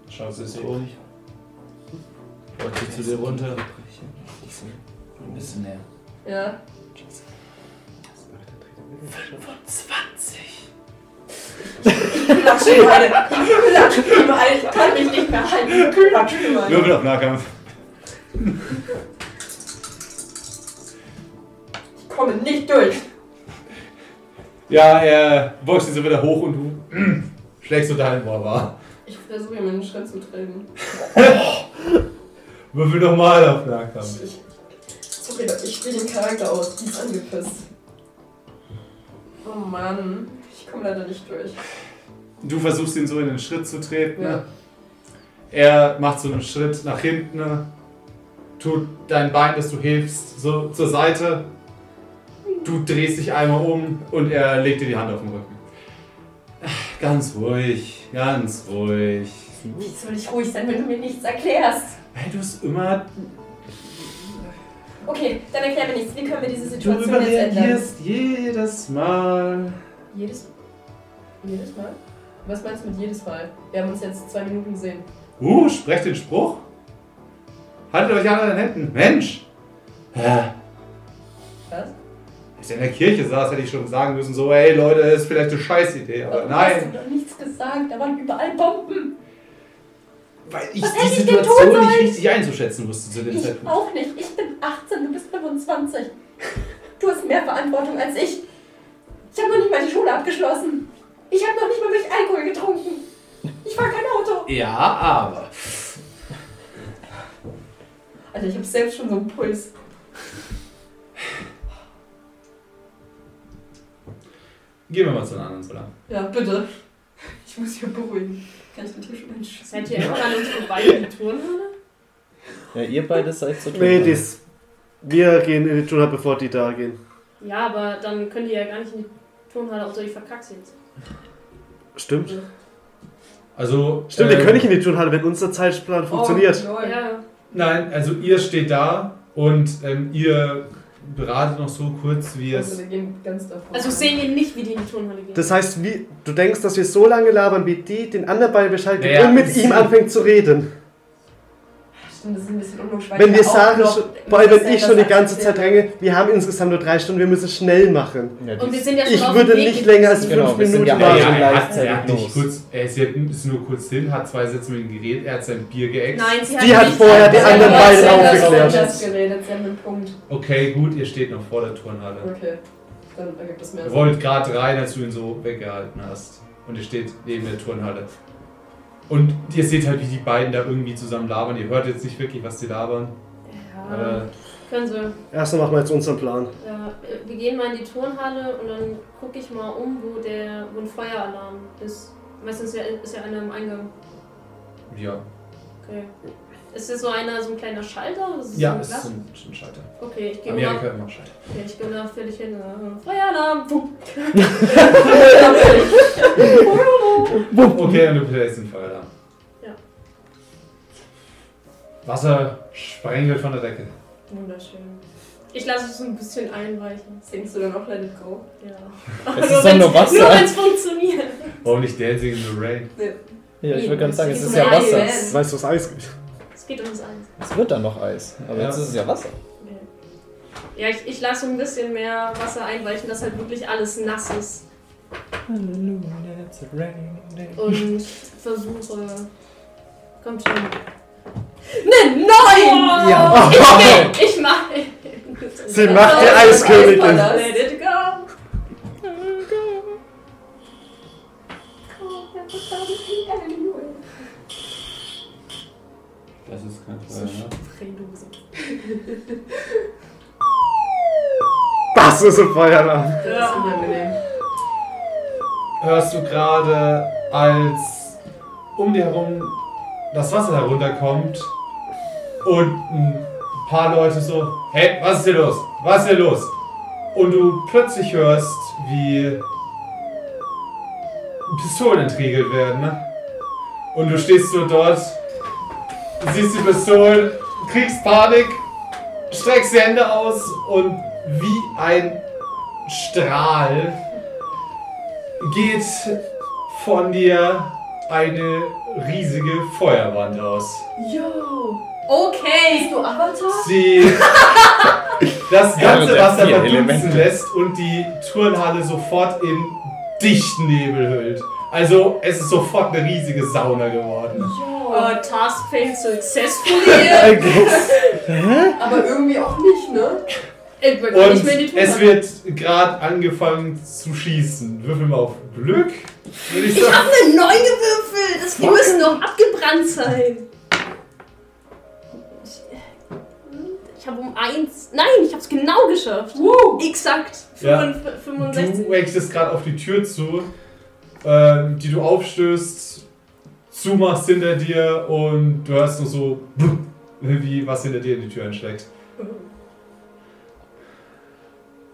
S24: Schaut sie sich um. Wollt sie zu dir runter? Ein bisschen näher.
S2: Ja.
S24: 25.
S2: Kühlaksch überall. Kühlaksch überall. Ich kann mich nicht mehr halten. Kühlaksch überall.
S1: Würfel auf Nahkampf.
S2: Ich komme nicht durch.
S1: Ja, er beugt ihn so wieder hoch und du mm, schlägst du deinen Wabba.
S2: Ich versuche ihm einen Schritt zu treiben.
S1: Würfel nochmal auf Nahkampf.
S2: Ich, sorry, Leute, ich spiele den Charakter aus. Die ist angepisst. Oh Mann. Ich komme leider nicht durch.
S1: Du versuchst ihn so in den Schritt zu treten. ne?
S2: Ja.
S1: Er macht so einen Schritt nach hinten, ne? tut dein Bein, das du hebst, so zur Seite. Du drehst dich einmal um und er legt dir die Hand auf den Rücken. Ganz ruhig, ganz ruhig.
S2: Wie soll ich ruhig sein, wenn du mir nichts erklärst?
S1: Hey, du bist immer.
S2: Okay, dann erklär mir nichts. Wie können wir diese
S1: Du
S2: Situation jetzt ändern?
S1: überreagierst jedes Mal.
S2: Jedes, jedes Mal? Was meinst du mit jedes Mal? Wir haben uns jetzt zwei Minuten gesehen.
S1: Uh, sprecht den Spruch. Haltet euch alle an den Händen. Mensch! Äh,
S2: Was?
S1: Als er in der Kirche saß, hätte ich schon sagen müssen, so, hey Leute, ist vielleicht eine Scheißidee, aber
S2: Hast
S1: nein.
S2: du doch nichts gesagt. Da waren überall Bomben.
S24: Weil ich
S2: Was
S24: die
S2: hätte ich denn
S24: Situation
S2: tun
S24: nicht
S2: sollen?
S24: richtig einzuschätzen wusste zu dem
S2: Ich
S24: Zeitpunkt.
S2: auch nicht. Ich bin 18, du bist 25. Du hast mehr Verantwortung als ich. Ich habe noch nicht mal die Schule abgeschlossen. Ich habe noch nicht mal wirklich Alkohol getrunken. Ich fahre kein Auto.
S24: Ja, aber.
S2: Alter, ich habe selbst schon so einen Puls.
S24: Gehen wir mal zu einer anderen Zelle.
S2: Ja, bitte. Ich muss hier beruhigen. Kann ich den Tisch schon einschützen?
S3: Seid ihr immer an uns vorbei in die Turnhalle?
S4: Ja, ihr beide seid zu
S5: Nee,
S4: tun.
S5: dies, wir gehen in die Tuna, bevor die da gehen.
S3: Ja, aber dann könnt ihr ja gar nicht in die Turnhalle, außer ich verkack's jetzt.
S5: Stimmt.
S24: Also.
S5: Stimmt, wir
S24: ähm,
S5: können nicht in die Turnhalle, wenn unser Zeitplan funktioniert.
S2: Oh, lol.
S3: Ja,
S24: Nein, also ihr steht da und ähm, ihr beratet noch so kurz, wie
S2: Also,
S24: es.
S2: wir gehen ganz davon.
S3: also sehen wir nicht, wie die in die Turnhalle gehen.
S5: Das heißt, wie, du denkst, dass wir so lange labern, wie die den anderen beiden Bescheid geben
S24: Naja,
S5: und mit
S24: sie-
S5: ihm anfängt zu reden.
S2: Stimmt, das ist ein bisschen unlogisch. weil
S5: Wenn
S2: ja
S5: wir
S2: auch
S5: Sarah
S2: noch
S5: schon, vor allem wenn
S2: Miss
S5: ich schon die
S2: Sanders
S5: ganze Zeit dränge, wir haben insgesamt nur drei Stunden, wir müssen schnell machen.
S4: Ja, die
S3: Und wir sind ja schon
S5: Ich
S3: auf
S5: würde
S3: dem Weg
S5: nicht länger als
S3: gewesen.
S4: Genau,
S5: fünf
S4: wir sind
S5: Minuten
S4: ja
S1: Ja, ja,
S4: alle-
S5: warten.
S1: er hat,
S4: gleichzeitig
S1: er hat nicht
S4: los.
S1: kurz, er ist, jetzt, ist nur kurz hin, hat zwei Sätze mit ihm geredet, er hat sein Bier geäxt.
S3: Nein, sie hat
S5: Die hat
S3: nicht-
S5: vorher die
S3: sie hat
S5: anderen
S3: nicht-
S5: beiden
S3: sie hat
S5: aufgeklärt.
S3: nicht-
S2: Sie hat das geredet, sie haben einen Punkt.
S1: Okay, gut, ihr steht noch vor der Turnhalle.
S2: Okay, dann ergibt das mehr
S1: Ihr
S2: Sinn.
S1: wollt gerade rein, als du ihn so weggehalten hast. Und ihr steht neben der Turnhalle. Und ihr seht halt, wie die beiden da irgendwie zusammen labern. Ihr hört jetzt nicht wirklich, was die labern.
S3: Ja,
S1: Aber
S3: können sie.
S5: Erstmal machen wir jetzt unseren Plan.
S3: Ja, äh, wir gehen mal in die Turnhalle und dann gucke ich mal um, wo der wo ein Feueralarm ist. Meistens ist ja, ist ja einer im Eingang.
S1: ja,
S3: Okay. Ist das so einer, so ein kleiner Schalter? Ist das
S1: ja,
S3: so ein
S1: es ist
S3: Glas?
S1: ein, ein Scheiter.
S3: Okay, ich gehe mal.
S1: Amerika immer Scheiter.
S3: Okay, ich gehe mal völlig hin. äh, Feueralarm! Puh.
S1: Okay, und du bläst den Feueralarm.
S3: Ja.
S1: Wasser sprengelt von der Decke.
S3: Wunderschön. Ich lasse es so ein bisschen einweichen.
S2: Singst du dann auch Let It Go?
S3: Ja.
S4: Es
S3: Nur
S4: ist doch nur
S3: wenn's- Nur
S4: Wasser.
S3: wenn es funktioniert.
S1: Warum nicht Dancing in the Rain?
S4: Ja, ich würde ganz sagen, es
S2: Es
S4: ist
S2: ist
S4: ja
S2: ein
S4: Wasser.
S2: Eis.
S5: Weißt du, was Eis gibt?
S3: um Es geht ums Eins.
S4: Es wird dann noch Eis. Aber
S1: Ja.
S4: jetzt ist es ja Wasser.
S3: Ja, ich, ich lasse ein bisschen mehr Wasser einweichen, dass halt wirklich alles nass ist. Und versuche. Kommt schon. Ne, neun!
S4: Ja.
S3: Ich will, ich mach. Äh,
S5: Sie macht die
S2: Weiß man
S5: Eiskönigin.
S2: das?
S3: Let it go!
S25: Das ist kein Feuer. ne?
S3: Fredose.
S5: Das ist ein Feueralarm.
S2: Das ist unangenehm.
S1: hörst du gerade, als um dir herum das Wasser herunterkommt und ein paar Leute so, hey, was ist hier los? Was ist hier los? Und du plötzlich hörst, wie Pistolen entriegelt werden. Ne? Und du stehst so dort, siehst die Pistolen, kriegst Panik, streckst die Hände aus und wie ein Strahl geht von dir eine riesige Feuerwand aus.
S2: Yo!
S3: Okay!
S2: Bist du Avatar?
S1: Sie das
S4: Ja, mit
S1: ganze
S4: der
S1: Wasser
S4: vier
S1: verdunsten
S4: Elemente.
S1: lässt und die Turnhalle sofort in dichten Nebel hüllt. Also es ist sofort eine riesige Sauna geworden.
S2: Yo!
S3: Uh, task failed successfully.
S2: Aber irgendwie auch nicht, ne?
S3: Ich will
S1: Und
S3: nicht mehr in die
S1: es
S3: Turnhalle.
S1: wird gerade angefangen zu schießen. Würfel mal auf Glück, würde ich
S3: Ich
S1: sagen.
S3: habe eine 9 gewürfelt! Das, die müssen doch abgebrannt sein! Ich, ich habe um 1. Nein, ich habe es genau geschafft! Exakt!
S1: Ja.
S3: 55 65.
S1: Du wächtest gerade auf die Tür zu, ähm, die du aufstößt, zumachst hinter dir und du hörst nur so, wie was hinter dir in die Tür einschlägt.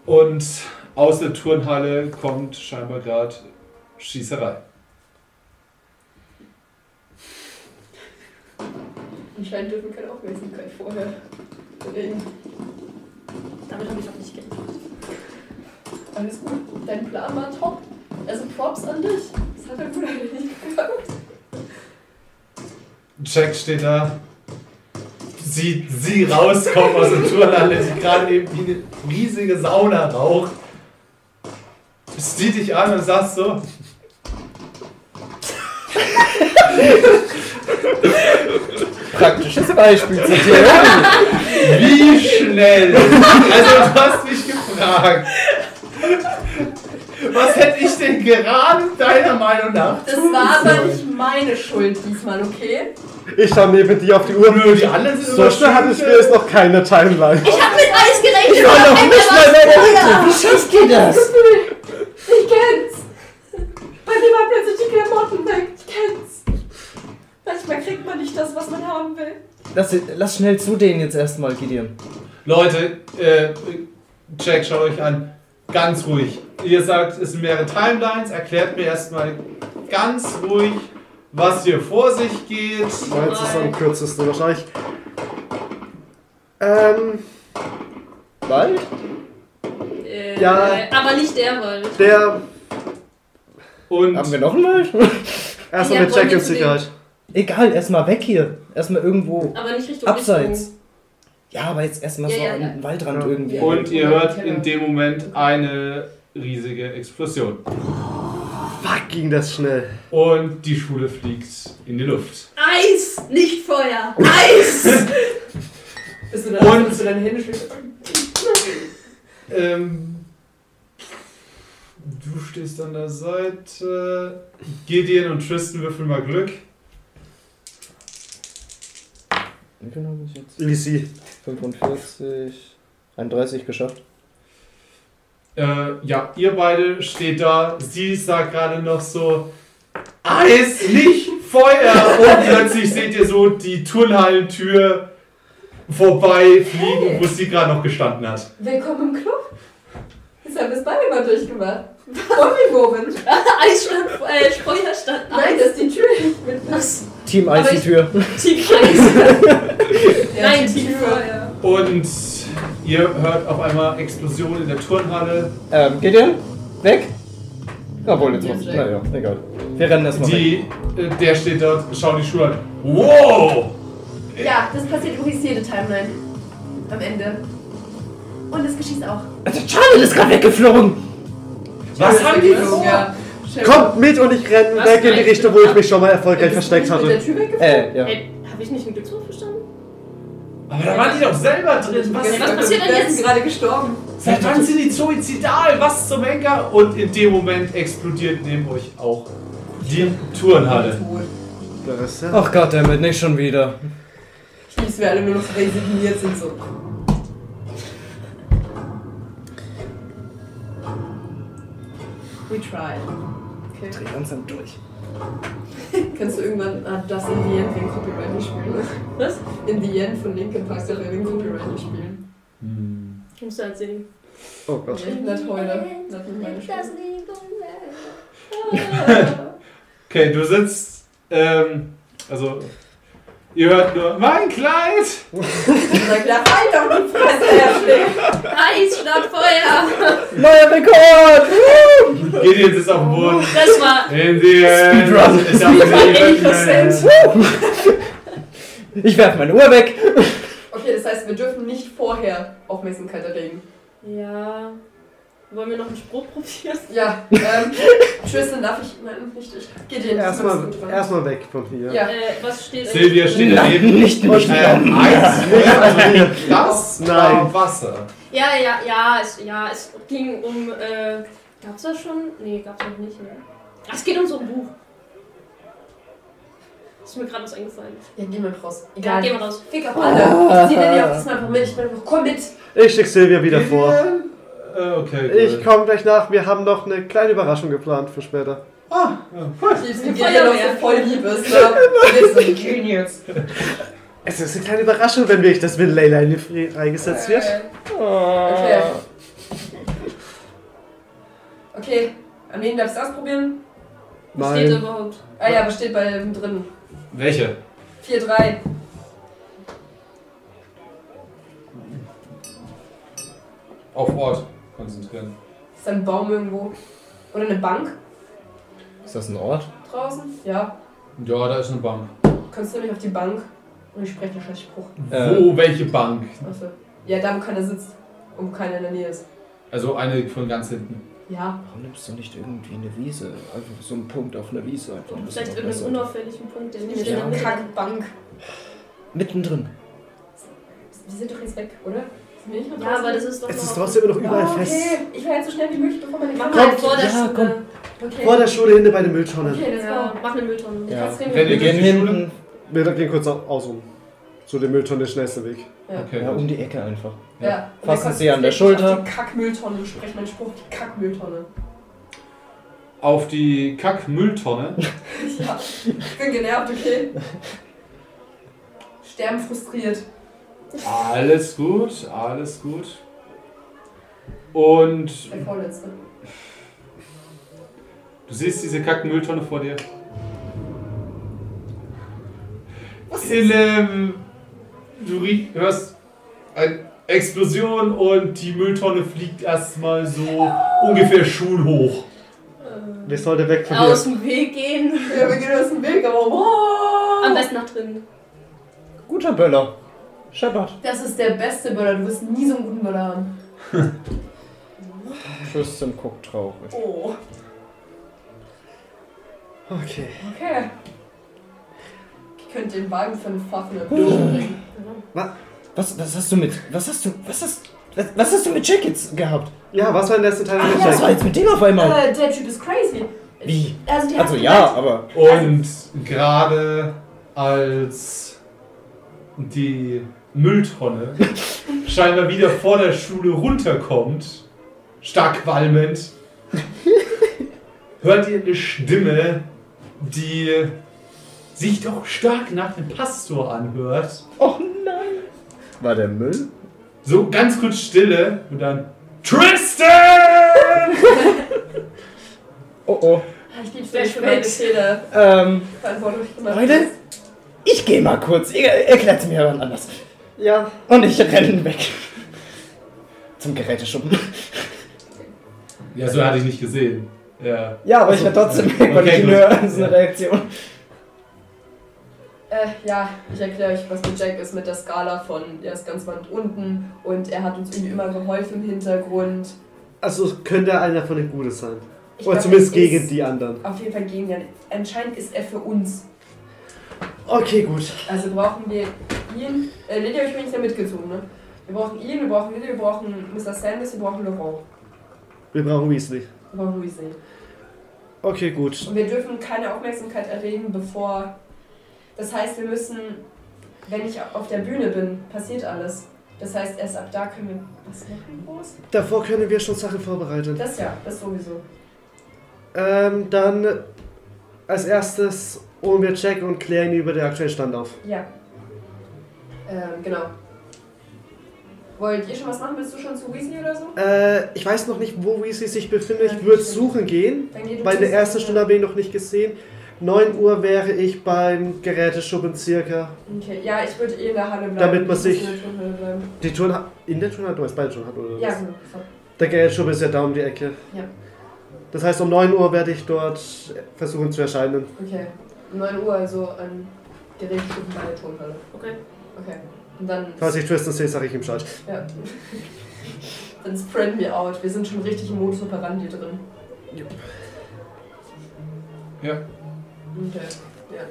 S1: Und aus der Turnhalle kommt scheinbar gerade Schießerei.
S2: Anscheinend dürfen keine Aufmerksamkeit vorher. Deswegen,
S3: Damit habe ich auch nicht gerechnet.
S2: Alles gut, dein Plan war top. Also Props an dich. Das hat er gut erledigt.
S1: Jack steht da, sieht sie rauskommen aus der Turnhalle, die gerade eben wie eine riesige Sauna raucht. Sieht dich an und sagst so.
S4: Praktisches Beispiel zur Theorie.
S1: Wie schnell? Also du hast mich gefragt. Was hätte ich denn gerade deiner Meinung nach?
S2: Das war aber nicht meine Schuld diesmal, okay?
S5: Ich schaue neben dir auf die Uhr.
S1: Nö, die anderen sind
S5: So
S1: immer
S5: schnell hatte ich
S1: schön.
S5: mir jetzt noch keine Timeline.
S3: Ich habe mit Eis gerechnet!
S5: war noch
S3: Ey,
S5: nicht
S3: was-
S5: mal mehr Wie schafft ihr das?
S2: Ich kenn's! Bei mir waren plötzlich die Klamotten weg. Ich kenn's. Manchmal kriegt man nicht das, was man haben will.
S4: Lass, lass schnell zu denen jetzt erstmal, Gideon.
S1: Leute, äh, Jack, schaut euch an. Ganz ruhig. Ihr sagt, es sind mehrere Timelines. Erklärt mir erstmal ganz ruhig, was hier vor sich geht.
S5: Oh, jetzt ist am kürzesten wahrscheinlich. Ähm,
S4: Bald?
S3: Äh,
S5: Ja.
S3: Aber nicht der Wald.
S5: der.
S1: Und
S4: Haben wir noch einen Wald?
S5: Erstmal
S3: Ja,
S5: mit
S3: wollen
S5: Jack
S3: wir
S5: in
S3: zu dem-
S5: Sicherheit.
S4: Egal, erstmal weg hier. Erstmal irgendwo
S3: Aber nicht Richtung
S4: abseits. Ja, aber jetzt erstmal
S3: Ja,
S4: so
S3: ja,
S4: am
S3: ja.
S4: Waldrand
S5: Ja.
S4: irgendwie.
S24: Und ihr hört in dem Moment eine riesige Explosion.
S5: Fuck, ging das schnell.
S24: Und die Schule fliegt in die Luft.
S3: Eis, nicht Feuer. Eis!
S2: Bist du dann, bist du deine Hände schwingst?
S1: Ähm, du stehst an der Seite. Gideon und Tristan würfeln mal Glück.
S4: Wie viel habe ich jetzt?
S5: Easy.
S4: 45, 31 geschafft.
S1: Äh, ja, ihr beide steht da. Sie sagt gerade noch so: Eis, nicht Feuer! Und plötzlich seht ihr so die Turnhallentür vorbei fliegen, wo sie gerade noch gestanden hat.
S2: Willkommen im Club. Jetzt haben wir es beide mal durchgemacht. Kombi-Moment.
S3: Eis stand, äh, Feuer stand Eis.
S2: Nein, das ist die Tür nicht mit.
S4: Team
S3: Aber
S4: Eis die
S3: ich-
S4: Tür.
S3: Team Eis. Nein,
S2: die
S3: Team
S2: Tür.
S3: Feuer.
S1: Und ihr hört auf einmal Explosionen in der Turnhalle.
S4: Ähm, Gideon? Weg? Obwohl, jetzt
S2: Ja,
S4: muss.
S2: weg.
S4: Naja, egal. Wir rennen erstmal weg.
S1: Die, äh, der steht dort, schaut die Schuhe an. Wow!
S2: Ja, das passiert übrigens jede Timeline. Am Ende. Und es geschießt auch.
S4: Also, Charlie ist gerade weggeflogen!
S1: Was haben die
S2: vor? Ja.
S5: Kommt mit und ich renne
S3: Was
S5: weg in die
S3: meinst
S5: Richtung,
S3: du?
S5: wo ich mich schon mal erfolgreich versteckt
S2: Mit der
S5: hatte.
S2: Tür weggeflogen?
S4: Äh, ja.
S3: Hey, hab ich nicht einen Glücksruf verstanden?
S1: Aber da waren die doch selber drin. Was,
S3: was passiert denn
S2: Wir
S3: jetzt?
S2: sind gerade gestorben.
S1: seit wann sind die suizidal? Was zum Henker? Und in dem Moment explodiert neben euch auch die Turnhalle.
S5: Das ist ja.
S4: Ach Gott, damit nicht schon wieder.
S2: Ich liebe es, wir alle nur noch resigniert sind. So. We tried. Okay.
S4: Dreh langsam durch.
S2: Kannst du irgendwann ah, das in the end wegen Copyright nicht spielen?
S3: Was?
S2: In the end von Linkin Park soll er wegen Copyright nicht spielen.
S3: Ich muss da halt singen.
S5: Oh Gott.
S2: Nicht heute. Lass mich meine Spiele.
S3: um
S1: Okay, du sitzt. Ähm, also, ihr hört nur mein Kleid.
S2: Sag da, halt doch die Fresse, Herr Schläger.
S3: Eis statt Feuer.
S4: Neuer Rekord!
S1: Gideon sitzt auf dem Boden.
S3: Das war
S1: In the end.
S4: Speedrun.
S1: Ich hab nicht
S3: Speedrun.
S4: Ich werf meine Uhr weg.
S2: Okay, das heißt, wir dürfen nicht vorher Aufmerksamkeit erregen.
S3: Ja. Wollen wir noch einen Spruch probieren?
S2: Ja, ähm, Tristan, darf ich. Nein, nicht ich. Gideon, du
S5: Erstmal
S2: bist gut dran.
S5: erstmal weg von hier.
S2: Ja.
S3: Äh, was steht
S1: Silvia steht
S4: Nein,
S1: daneben.
S4: nicht mich.
S1: Ähm, Eis, Feuer, das war
S5: Nein.
S1: Wasser.
S3: Ja, ja, ja, es, ja, es ging um. Äh, gab's das schon? Nee, gab's noch nicht, ne? Ah, Es geht um so ein Buch. Ist mir gerade was eingefallen.
S2: Ja, geh mal raus.
S3: Ja,
S2: Egal.
S3: gehen wir raus.
S2: Fick auf
S5: Ah.
S2: alle. Ich zieh dir die auch diesmal einfach mit. Ich bin einfach, komm mit.
S5: Ich schick Silvia wieder vor.
S1: Äh, okay, cool.
S5: Ich komme gleich nach. Wir haben noch eine kleine Überraschung geplant für später.
S2: Ich lieb's, wie Gideon noch so voll lieb ist. Ne? Wir sind Genius.
S5: Es ist eine kleine Überraschung, wenn wirklich das mit Layla in die Fri- eingesetzt wird. Ah.
S2: Okay. Okay, an wen darfst du ausprobieren?
S3: Was steht da
S5: Nein.
S3: überhaupt?
S2: Ah ja, was steht bei dem drin?
S24: Welche?
S2: 4-3.
S1: Auf Ort konzentrieren.
S2: Ist da ein Baum irgendwo? Oder eine Bank
S4: Ist das ein Ort?
S2: draußen? Ja.
S1: Ja, da ist eine Bank.
S2: Kannst du nicht auf die Bank? Und ich spreche den scheiß Spruch.
S1: Wo, Oh, welche Bank?
S2: Achso. Ja, da wo keiner sitzt. Und wo keiner in der Nähe ist.
S1: Also eine von ganz hinten.
S2: Ja.
S4: Warum nimmst du nicht irgendwie eine Wiese? Einfach so einen Punkt auf einer Wiese. Einfach ein bisschen
S3: Vielleicht irgendeinen
S4: besser.
S3: unauffälligen Punkt, der nicht
S2: Nicht
S3: in der
S2: eine
S3: Mitte
S2: Kackbank.
S4: Mittendrin.
S2: Die sind doch jetzt weg, oder? Sind wir nicht noch
S3: Ja, aber das ist doch.
S5: Es
S3: noch
S5: ist
S3: auf-
S5: trotzdem immer noch überall
S2: Ah, okay.
S5: fest.
S2: Ich war jetzt so schnell wie möglich, bevor meine
S3: Mach
S2: Mama...
S3: mal
S4: Komm,
S3: vor der
S4: ja,
S3: Schule.
S4: komm.
S2: Okay.
S5: Vor der Schule hinten bei den Mülltonnen.
S2: Okay, let's
S3: Ja,
S2: go.
S3: mach eine Mülltonne.
S4: Ja.
S2: Kannst du
S1: Wenn
S2: reden?
S1: ihr
S4: Wir gehen
S1: durch die Schule?
S4: hinten.
S5: Wir gehen kurz au- außen. Zu den Mülltonnen, der schnellste Weg.
S1: Okay.
S4: Ja, um die Ecke einfach.
S2: Ja.
S4: Fassen Sie an der Schulter.
S2: Auf die Kackmülltonne, sprech meinen Spruch, die Kackmülltonne.
S24: Auf die Kack-Mülltonne.
S2: Ja, ich bin genervt, okay? Sterben frustriert.
S24: Alles gut, alles gut. Und
S2: Der vorletzte.
S24: du siehst diese Kack-Mülltonne vor dir.
S1: In, ähm, du rie- hörst eine Explosion und die Mülltonne fliegt erstmal so ungefähr schulhoch.
S5: Wir sollten weg von
S3: Äh, Aus
S5: hier.
S3: dem Weg gehen.
S2: Ja, wir gehen aus dem Weg, aber wow!
S3: Oh.
S17: Am besten nach drinnen.
S4: Guter Böller. Shepard.
S2: Das ist der beste Böller. Du wirst nie so einen guten Böller haben.
S4: Tristan guckt traurig.
S2: Oh.
S5: Okay.
S2: Okay. Ich könnte den Wagen von Pfaffen und bringen.
S4: Was, was hast du mit. Was hast du. Was hast. Was, was hast du mit Jack jetzt gehabt?
S5: Ja, was war denn der letzte
S2: Ah,
S5: Teil
S4: Ja, was war jetzt mit dem auf einmal?
S2: Äh, der Typ ist crazy.
S4: Wie?
S2: Also, der
S4: Also
S2: hat
S4: ja, aber.
S24: Und gerade als die Mülltonne scheinbar wieder vor der Schule runterkommt, stark qualmend, hört ihr eine Stimme, die sich doch stark nach dem Pastor anhört.
S4: War der Müll?
S24: So ganz kurz Stille und dann Tristan!
S4: Oh oh.
S2: Ah, Ich liebe
S3: Sehr
S2: sehr schöne Fehler.
S4: Ähm,
S2: Verantwortlich gemacht.
S4: Leute, ich gehe mal kurz. Ihr erklärt mir jemand anders.
S5: Ja,
S4: Und ich renne weg. Zum Geräteschuppen.
S24: Ja, so hatte ich nicht gesehen. Ja.
S4: Ja, aber ich werde trotzdem weg, weil
S24: Okay,
S4: ich
S24: gut.
S4: nur so eine Reaktion.
S2: Äh, ja, ich erkläre euch, was mit Jack ist mit der Skala von, er ist ganz weit unten und er hat uns irgendwie immer geholfen im Hintergrund.
S5: also es könnte einer von den Guten sein.
S2: Ich
S5: Oder
S2: glaub,
S5: zumindest
S2: es
S5: gegen
S2: ist-
S5: die anderen.
S2: Auf jeden Fall gegen ihn. Anscheinend ist er für uns.
S5: Okay, gut.
S2: Also brauchen wir ihn. Äh, Lydia hab ich bin nicht da mitgezogen, ne? Wir brauchen ihn, wir brauchen Lydia, wir brauchen Mr. Sanders, wir brauchen Laurent.
S5: Wir brauchen Weasley.
S2: Wir brauchen Weasley.
S5: Okay, gut.
S2: Und wir dürfen keine Aufmerksamkeit erregen, bevor. Das heißt, wir müssen, wenn ich auf der Bühne bin, passiert alles. Das heißt, erst ab da können wir was machen, groß?
S5: Davor können wir schon Sachen vorbereiten.
S2: Das ja, das sowieso.
S5: Ähm, dann als erstes holen wir Jack und klären ihn über den aktuellen Stand auf.
S2: Ja. Ähm, genau. Wollt ihr schon was machen? Bist du schon zu Weasley oder so?
S5: Äh, ich weiß noch nicht, wo Weasley sich befindet. Ich würde suchen gehen.
S2: Dann geh du
S5: Bei
S2: zu
S5: der ersten
S2: Weasley.
S5: Stunde habe ich ihn noch nicht gesehen. 9 Uhr wäre ich beim Geräteschuppen circa.
S2: Okay, ja, ich würde eh in der Halle bleiben.
S5: Damit man
S2: Ich muss
S5: sich-
S2: in der Turnhalle bleiben.
S5: Die Turn in der Turnhalle, du weißt beide Turnhalle, oder?
S2: Ja,
S5: was?
S2: genau. So.
S5: Der Geräteschuppen ist ja da um die Ecke.
S2: Ja.
S5: Das heißt, um 9 Uhr werde ich dort versuchen zu erscheinen.
S2: Okay. 9 Uhr, also an Gerät in meine Turnhalle.
S3: Okay.
S2: Okay. Und dann.
S5: Falls ich Tristan sehe, sage ich ihm Bescheid.
S2: Ja. dann spread me out. Wir sind schon richtig im Modus operandi drin.
S7: Ja.
S2: Okay. Ja.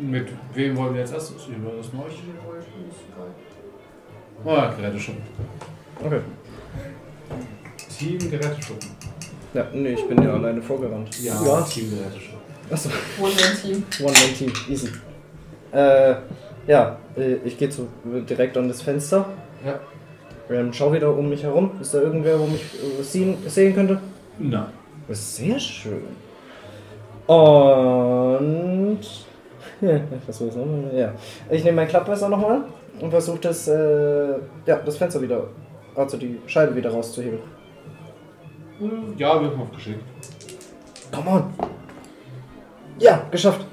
S7: Mit wem wollen wir jetzt erst? Ich überlasse euch.
S2: Wie ihr wollt, mir ist egal.
S7: Oh, ja, Geräteschuppen.
S4: Okay.
S24: Team Geräteschuppen.
S4: Ja, nee, ich bin ja alleine vorgerannt.
S24: Ja,
S5: Ja.
S24: Team Geräteschuppen.
S4: Achso,
S2: One-Man-Team.
S4: One-Man-Team. Easy. Äh, ja, äh, ich gehe zu, direkt an das Fenster.
S24: Ja.
S4: Ähm, schau wieder um mich herum. Ist da irgendwer, wo mich äh, sehen, sehen könnte?
S7: Nein.
S4: Sehr schön. Und. Was war das nochmal? Ja. Ich nehme mein Klappmesser nochmal und versuche das, äh, ja, das Fenster wieder, also die Scheibe wieder rauszuheben.
S7: Ja, wir haben aufgeschickt.
S4: Come on! Ja, geschafft!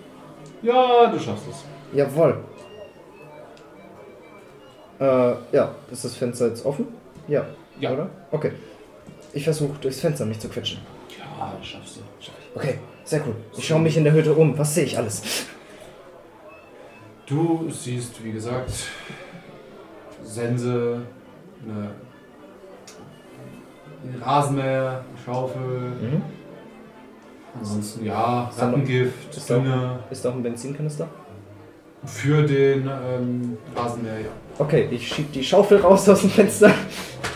S7: Ja, du schaffst es.
S4: Jawohl! Äh, ja, ist das Fenster jetzt offen? Ja.
S7: Ja.
S4: Oder? Okay. Ich versuche durchs Fenster um mich zu quetschen.
S7: Ja, das schaffst du. Schaff ich.
S4: Okay, sehr cool. Ich schaue mich in der Hütte um. Was sehe ich alles?
S7: Du siehst, wie gesagt, Sense, eine, ein Rasenmäher, eine Schaufel,
S4: Mhm.
S7: ansonsten ja,
S4: Ist da noch-
S7: Rattengift,
S4: ist da-
S7: Dünger.
S4: Ist da auch ein Benzinkanister?
S7: Für den ähm, Rasenmäher, ja.
S4: Okay, ich schieb die Schaufel raus aus dem Fenster,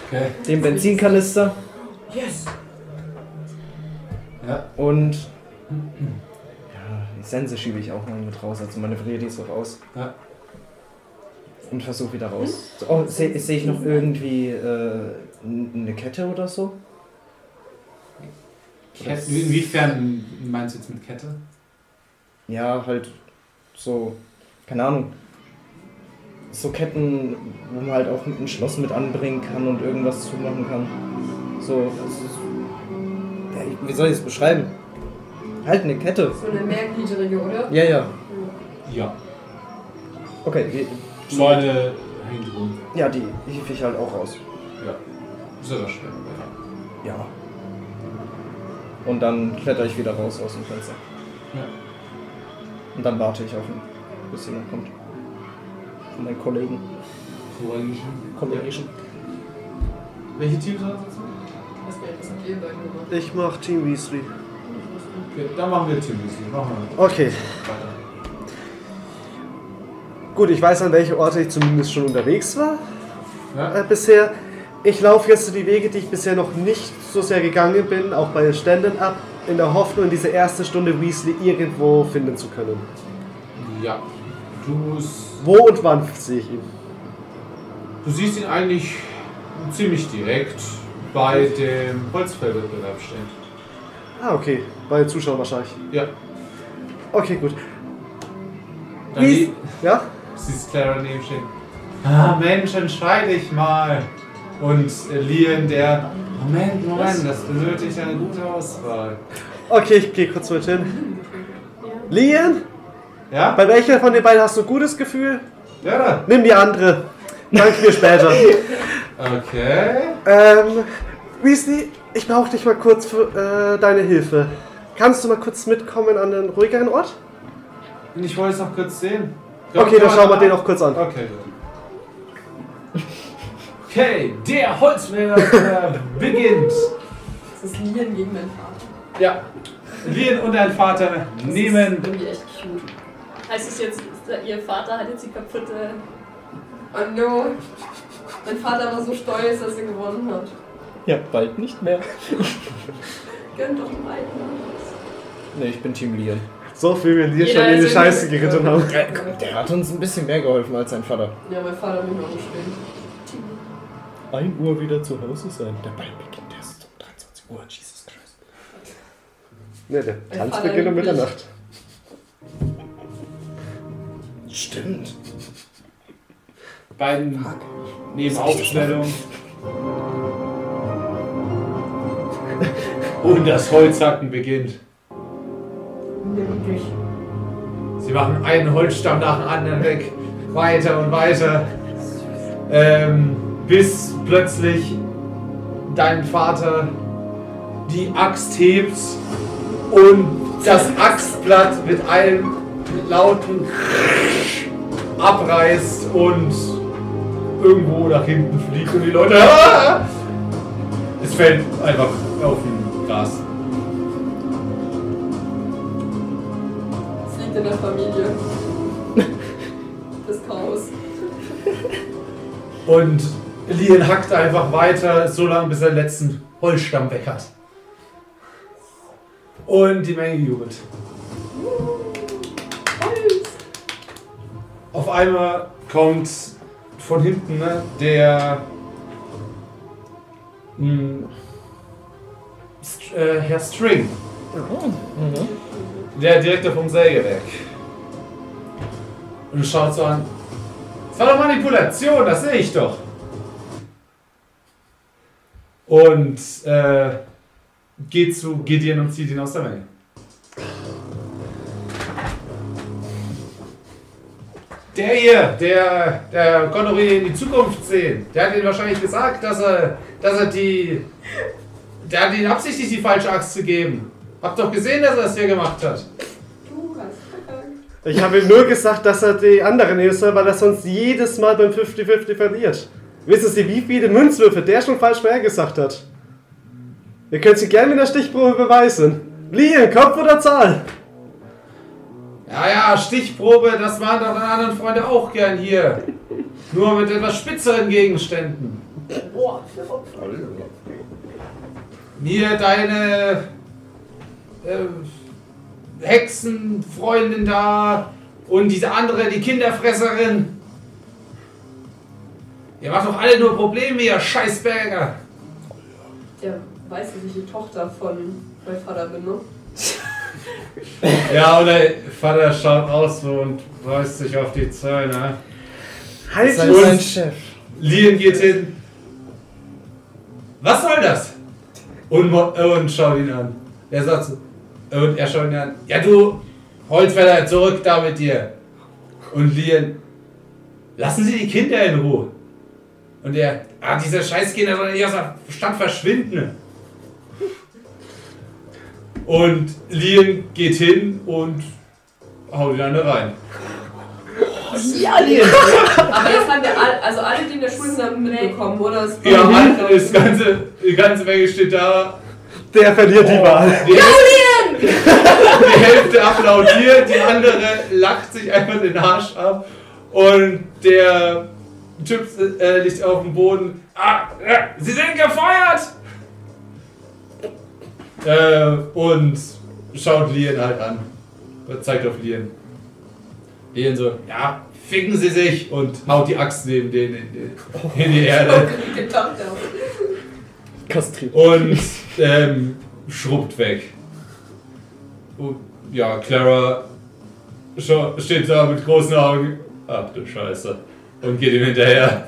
S7: Okay.
S4: den Benzinkanister
S7: Yes! Ja,
S4: und. Ja, die Sense schiebe ich auch mal mit raus, also manövriere die ist auch aus.
S7: Ja.
S4: Und versuche wieder raus. So, Oh, sehe seh ich noch irgendwie äh, n- eine Kette oder so?
S7: Kette, inwiefern meinst du jetzt mit Kette?
S4: Ja, halt so, keine Ahnung. So Ketten, wo man halt auch ein Schloss mit anbringen kann und irgendwas zumachen kann. So, das ist- ja, ich- wie soll ich es beschreiben? Halt eine Kette.
S2: So eine mehrgliedrige, oder?
S4: Ja, ja.
S7: Ja.
S4: Okay, die-
S7: So eine Hintergrund.
S4: ja, die hief ich halt auch raus.
S7: Ja. Sehr schwer. aber
S4: Ja. Und dann kletter ich wieder raus aus dem Fenster.
S7: Ja.
S4: Und dann warte ich auf ihn, bis jemand kommt. Von meinen Kollegen. Kollegen.
S1: eh Welche Teams waren das?
S2: Das wäre etwas mit ihr beiden gemacht.
S5: Ich mach Team Weasley.
S1: Okay, dann machen wir Team Weasley. Machen
S5: Okay,
S1: wir weiter.
S5: gut, ich weiß, an welche Orte ich zumindest schon unterwegs war
S1: Ja?
S5: äh, bisher. Ich laufe jetzt so die Wege, die ich bisher noch nicht so sehr gegangen bin, auch bei den Ständen ab, in der Hoffnung, diese erste Stunde Weasley irgendwo finden zu können.
S1: ja. Du, s-
S5: Wo und wann sehe ich ihn?
S1: du siehst ihn eigentlich ziemlich direkt bei dem Holzfellwettbewerb stehen.
S5: Ah, okay, bei den Zuschauern wahrscheinlich.
S1: Ja.
S5: Okay, gut.
S1: Dann
S5: Weas- ja?
S1: siehst Clara neben stehen. Ah, Mensch, entscheide ich mal. Und äh, Lian, der. Moment, Moment, das benötigt eine gute Auswahl.
S5: Okay, ich gehe kurz mit hin. Lian,
S1: Ja?
S5: bei welcher von den beiden hast du ein gutes Gefühl?
S1: Ja.
S5: Nimm die andere. Dank mir später.
S1: Okay.
S5: Ähm, Weasley, ich brauche dich mal kurz für äh, deine Hilfe. Kannst du mal kurz mitkommen an einen ruhigeren Ort?
S1: Und ich wollte es noch kurz sehen.
S5: Okay, dann schauen wir den
S1: noch.
S5: auch kurz an.
S1: Okay, gut. Okay, der Holzfellwettbewerb beginnt.
S2: Das ist Lian gegen meinen Vater.
S1: Ja. Lian und dein Vater nehmen.
S2: Irgendwie echt cute.
S3: Heißt es jetzt, ihr Vater hat jetzt die kaputte.
S2: Oh no. Mein Vater war so stolz, dass er gewonnen hat.
S4: Ja, bald nicht mehr.
S2: Gönn doch dem alten.
S4: Ne, ich bin Team Lian.
S5: So viel wir dir schon
S3: Jeder
S5: in die
S3: ist
S5: Scheiße
S3: irgendwie-
S5: geritten haben.
S4: Der hat uns ein bisschen mehr geholfen als sein Vater.
S2: Ja, mein Vater hat mich auch gespielt.
S4: 1 Uhr wieder zu Hause sein. Der Ball beginnt erst um 23 Uhr. Jesus Christ.
S5: Ne, der
S2: Mein
S5: Tanz
S2: Vater
S5: beginnt um
S2: liebt mich.
S5: Mitternacht.
S4: Stimmt.
S1: Beiden nehmen Aufstellung. Und das Holzhacken beginnt.
S2: Nimm dich.
S1: Sie machen einen Holzstamm nach dem anderen weg. Weiter und weiter. Ähm, bis plötzlich dein Vater die Axt hebt und das Axtblatt mit einem lauten abreißt und irgendwo nach hinten fliegt und die Leute. "Ah!" Es fällt einfach auf den Gras.
S2: Es liegt in der Familie. Das Chaos.
S1: Und Lien hackt einfach weiter, so lange bis er den letzten Holzstamm weg hat. Und die Menge jubelt. Auf einmal kommt von hinten ne, der mh, St äh, Herr String, der Direktor vom Sägewerk. Und schaut so an, das war doch Manipulation, das sehe ich doch. Und äh, geht zu Gideon und zieht ihn aus der Menge. Der hier, der, der konnte doch in die Zukunft sehen. Der hat ihnen wahrscheinlich gesagt, dass er, dass er die. Der hat ihnen absichtlich die falsche Axt zu geben. Habt doch gesehen, dass er das hier gemacht hat.
S2: Du hast verkackt.
S5: Ich habe ihm nur gesagt, dass er die anderen nehmen soll, weil er sonst jedes Mal beim 50-50 verliert. Wissen Sie, wie viele Münzwürfe der schon falsch vorhergesagt hat? Ihr könnt sie gerne mit der Stichprobe beweisen. Lian, Kopf oder Zahl?
S1: Ja, ja, Stichprobe, das waren doch deine anderen Freunde auch gern hier. Nur mit etwas spitzeren Gegenständen. Mir deine äh, Hexenfreundin da und diese andere, die Kinderfresserin. Ihr macht doch alle nur Probleme, ihr Scheißberger.
S2: Der weiß, dass ich die Tochter von meinem Vater bin, ne?
S1: Ja, und der Vater schaut aus und reißt sich auf die Zähne.
S5: Halt
S4: Sein,
S5: es-
S4: sein Chef.
S1: Lien geht hin. Was soll das? Und, Mo- äh, und schaut ihn an. Er sagt so. äh, Und er schaut ihn an. Ja, du Holzfäller, zurück da mit dir. Und Lien. Lassen Sie die Kinder in Ruhe. Und er. Ah, diese Scheißkinder sollen nicht aus der Stadt verschwinden. Und Lien geht hin und hau dir eine rein.
S2: Aber das haben wir alle, also alle, die in der Schule sind, haben mitbekommen, oder? Das
S1: Ja, Mann, das ganze, die ganze Menge steht da.
S5: Der verliert die Wahl.
S1: Die, die Hälfte applaudiert, die andere lacht sich einfach den Arsch ab. Und der Typ äh, liegt auf dem Boden. Ah, äh, sie sind gefeuert! Äh, und schaut Lien halt an. Oder Zeigt auf Lien. Lien so, ja, ficken sie sich! Und haut die Axt neben denen in die, in die Erde.
S2: Gedacht haben.
S5: Kastriert.
S1: Und ähm, schrubbt weg. Und, ja, Clara scha- steht da mit großen Augen. Ach du Scheiße. Und geht ihm hinterher.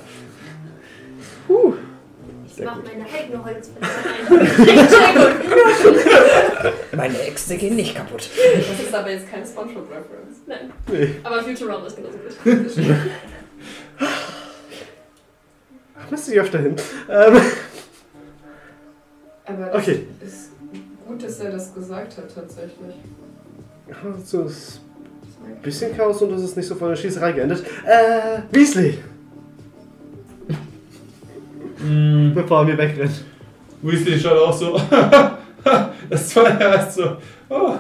S3: Ich mach meine eigene Holzfäller ein.
S7: Meine Äxte gehen nicht kaputt.
S2: Das ist aber jetzt keine Spongebob-Reference.
S3: Nein.
S5: Nee.
S3: Aber Futurama ist genauso gut.
S5: Lass dich öfter hin. Ähm,
S2: Aber das
S5: okay.
S2: ist gut, dass er das gesagt hat, tatsächlich.
S5: So ist ein bisschen Chaos und das ist nicht so von der Schießerei geendet. Äh, Weasley,
S1: Mm,
S5: bevor er mir wegrennt.
S1: Weasley schaut auch so. das war ja erst so. Oh,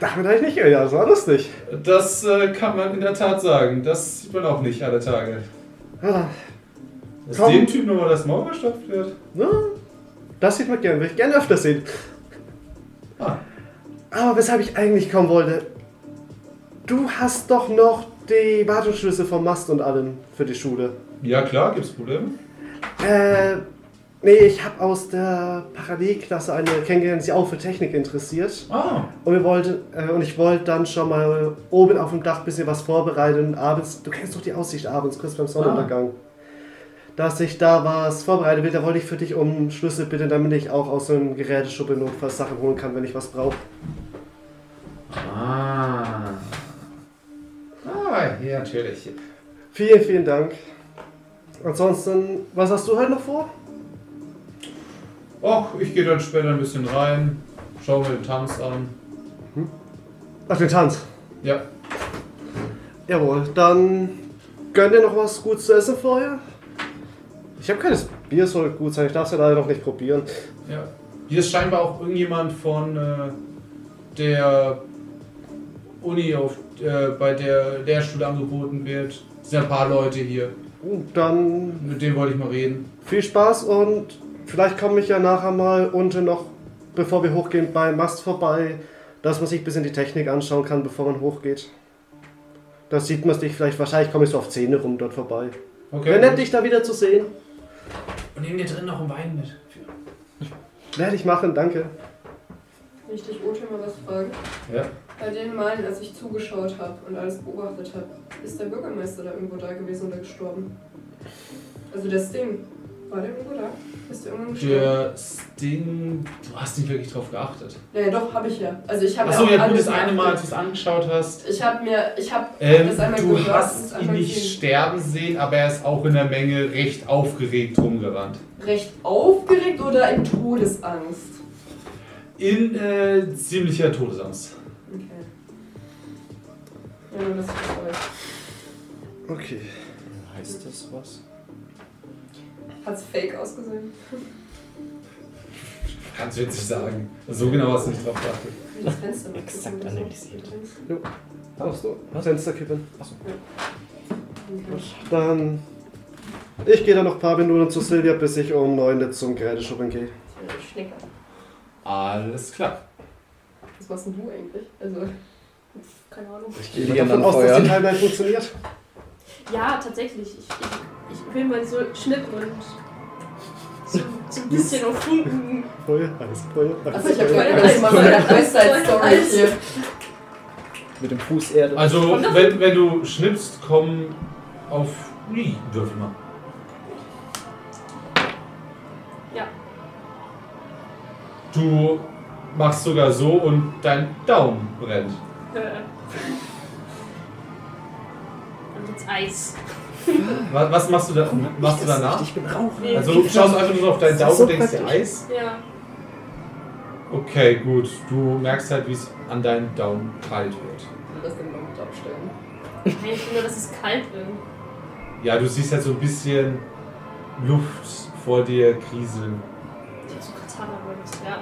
S5: Damit habe ich nicht gerechnet, das war lustig.
S1: das äh, kann man in der Tat sagen. Das sieht man auch nicht alle Tage.
S5: Ah,
S1: Dass
S5: Komm.
S1: dem Typ nochmal das Maul gestopft wird.
S5: ne? Das sieht man gerne, würde ich gerne öfter sehen.
S1: Ah.
S5: Aber weshalb ich eigentlich kommen wollte, du hast doch noch die Wartungsschlüssel vom Mast und allem für die Schule.
S1: Ja klar, gibt's Probleme.
S5: Äh, nee, ich habe aus der Parallelklasse eine kennengelernt, die sich auch für Technik interessiert.
S1: Ah,
S5: Und, wir wollten, äh, und ich wollte dann schon mal oben auf dem Dach ein bisschen was vorbereiten. Und abends, du kennst doch die Aussicht abends, kurz beim Sonnenuntergang. Dass ich da was vorbereiten will, da wollte ich für dich um Schlüssel bitten, damit ich auch aus so einem Geräteschuppen im Notfall Sachen holen kann, wenn ich was brauche.
S1: Ah. Ah, ja, natürlich.
S5: Vielen, vielen Dank. Ansonsten, was hast du heute noch vor?
S1: Och, ich gehe dann später ein bisschen rein, schau mir den Tanz an.
S5: Ach, den Tanz.
S1: Ja,
S5: Jawohl, dann gönn dir noch was Gutes zu essen vorher. Ich habe keines Bier, soll gut sein. Ich darf es ja leider noch nicht probieren.
S1: ja. Hier ist scheinbar auch irgendjemand von äh, der Uni, auf, äh, bei der Lehrstuhl angeboten wird. Es sind ein paar Leute hier.
S5: Und Dann
S1: Mit denen wollte ich mal reden.
S5: viel Spaß und vielleicht komme ich ja nachher mal unten noch, bevor wir hochgehen, beim Mast vorbei, dass man sich ein bisschen die Technik anschauen kann, bevor man hochgeht. Da sieht man dich vielleicht, wahrscheinlich komme ich so auf Zähne rum dort vorbei. Wäre nett, dich da wieder zu sehen.
S26: Und nehmen dir drin noch einen Wein mit.
S5: Werde ich machen, danke.
S2: Kann ich dich Ote mal was fragen?
S1: Ja.
S2: Bei den Malen, als ich zugeschaut habe und alles beobachtet habe, ist der Bürgermeister da irgendwo da gewesen oder gestorben? Also das Ding, war der irgendwo da? Ist der irgendwo gestorben?
S1: Der Sting, du hast nicht wirklich drauf geachtet.
S2: Naja, doch, habe ich ja. Also ich habe
S1: Achso,
S2: auch
S1: ja, du
S2: alles
S1: das eine Mal, als
S2: beachtet.
S1: du es angeschaut hast.
S2: Ich habe mir, ich habe
S1: Ähm,
S2: das einmal
S1: du
S2: gehört, das
S1: hast ihn
S2: einmal
S1: nicht
S2: gesehen.
S1: sterben sehen, aber er ist auch in der Menge recht aufgeregt rumgerannt.
S2: recht aufgeregt oder in Todesangst.
S1: In äh, ziemlicher Todesangst.
S2: Okay. Ja, nur das ist euch.
S5: Okay.
S7: Heißt das was?
S2: Hat's fake ausgesehen?
S1: Ganz witzig sagen. So genau hast du nicht drauf geachtet.
S2: Wie das Fenster mit Kissen,
S7: Exakt
S2: das
S7: analysiert.
S2: macht-
S5: Ach so, Fenster kippen.
S2: Okay.
S5: Dann. Ich gehe dann noch ein paar Minuten zu Silvia, bis ich um 9 Uhr zum Geräteshopping gehe.
S2: Schnecker.
S1: Alles klar.
S2: Was machst denn du eigentlich? Also,
S3: Keine Ahnung.
S7: Ich
S5: Ich gehe davon aus, dass die Timeline funktioniert.
S3: Ja, tatsächlich. Ich, ich, ich will mal so schnippen und so, so ein bisschen auf Funken.
S5: Feuer, alles Feuer,
S2: also
S5: alles
S2: ich habe
S5: Feuer.
S2: gerade alles mal von der Westside-Story
S3: Alles.
S2: hier.
S7: Mit dem Fuß Erde.
S1: Also, wenn, wenn du schnippst, komm auf. Ui, würfel mal.
S3: Ja.
S1: Du machst sogar so und dein Daumen brennt.
S3: Äh. Und jetzt Eis.
S1: Was, was machst du, da, machst du danach?
S7: Ich bin Rauch.
S3: Nee.
S1: Also, du schaust einfach nur auf deinen
S7: Das
S1: Daumen und
S7: ist so
S1: denkst dir
S7: praktisch.
S1: Eis.
S3: Ja.
S24: Okay, gut. Du merkst halt, wie es an deinen Daumen kalt wird.
S2: Und das den Punkt abstellen.
S3: Eigentlich nur, dass es kalt wird.
S24: Ja, du siehst halt so ein bisschen Luft vor dir kriseln.
S3: Ich hab so Katana benutzt, ja.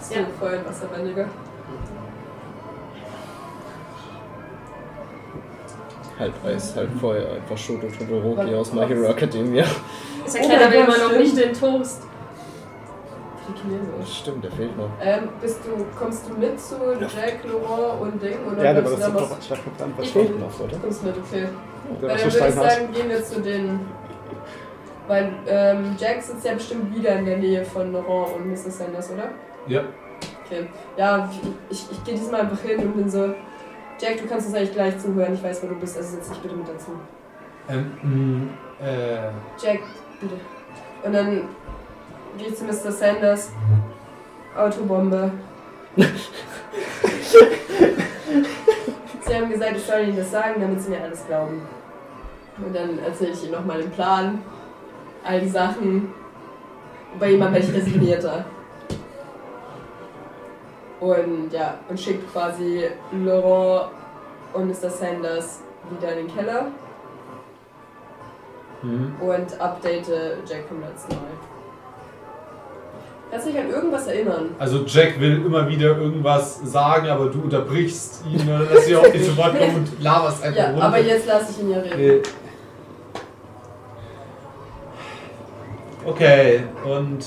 S2: So,
S3: Ja.
S2: Feuer und Wasserreiniger.
S4: Halb Eis, halb halt, Feuer, einfach Shoto Todoroki aus My Hero Academia.
S3: Ist ja
S2: Oh
S3: kleiner,
S2: mein
S3: aber
S2: Gott,
S3: immer noch
S2: stimmt.
S3: nicht den Toast.
S2: Die Chinesen.
S4: Stimmt, der fehlt noch.
S2: Ähm, bist du, kommst du mit zu Jack, Laurent und Ding? Oder
S5: Ja, aber
S2: bleibst
S5: das
S2: du
S5: sind
S2: da
S5: doch
S2: was-
S5: anschlagend an,
S4: Was
S5: was
S4: fehlt noch, oder?
S2: Du kommst mit, okay. Weil
S5: der was
S2: dann
S5: für
S2: würde ich
S5: Stein hast.
S2: sagen, gehen wir zu den. Weil ähm, Jack sitzt ja bestimmt wieder in der Nähe von Laurent und Mrs. Sanders, oder?
S24: Ja.
S2: Okay. Ja, ich, ich gehe diesmal einfach hin und bin so. Jack, du kannst uns eigentlich gleich zuhören, ich weiß, wo du bist, also setz dich bitte mit dazu.
S24: Ähm, mh, äh,
S2: Jack, bitte. Und dann gehe ich zu Mr. Sanders. Autobombe. sie haben gesagt, ich soll ihnen das sagen, damit sie mir alles glauben. Und dann erzähle ich ihnen nochmal den Plan, all die Sachen. Und bei jemandem werde ich designierter. Und ja, und schickt quasi Laurent und Mr. Sanders wieder in den Keller
S24: hm.
S2: und update Jack vom letzten Mal. Kannst du dich an irgendwas erinnern?
S24: Also Jack will immer wieder irgendwas sagen, aber du unterbrichst ihn, ne, dass sie auf dich zu Wort kommen und laberst einfach
S2: Ja,
S24: runter.
S2: aber jetzt lasse ich ihn ja reden.
S24: Äh. Okay, und.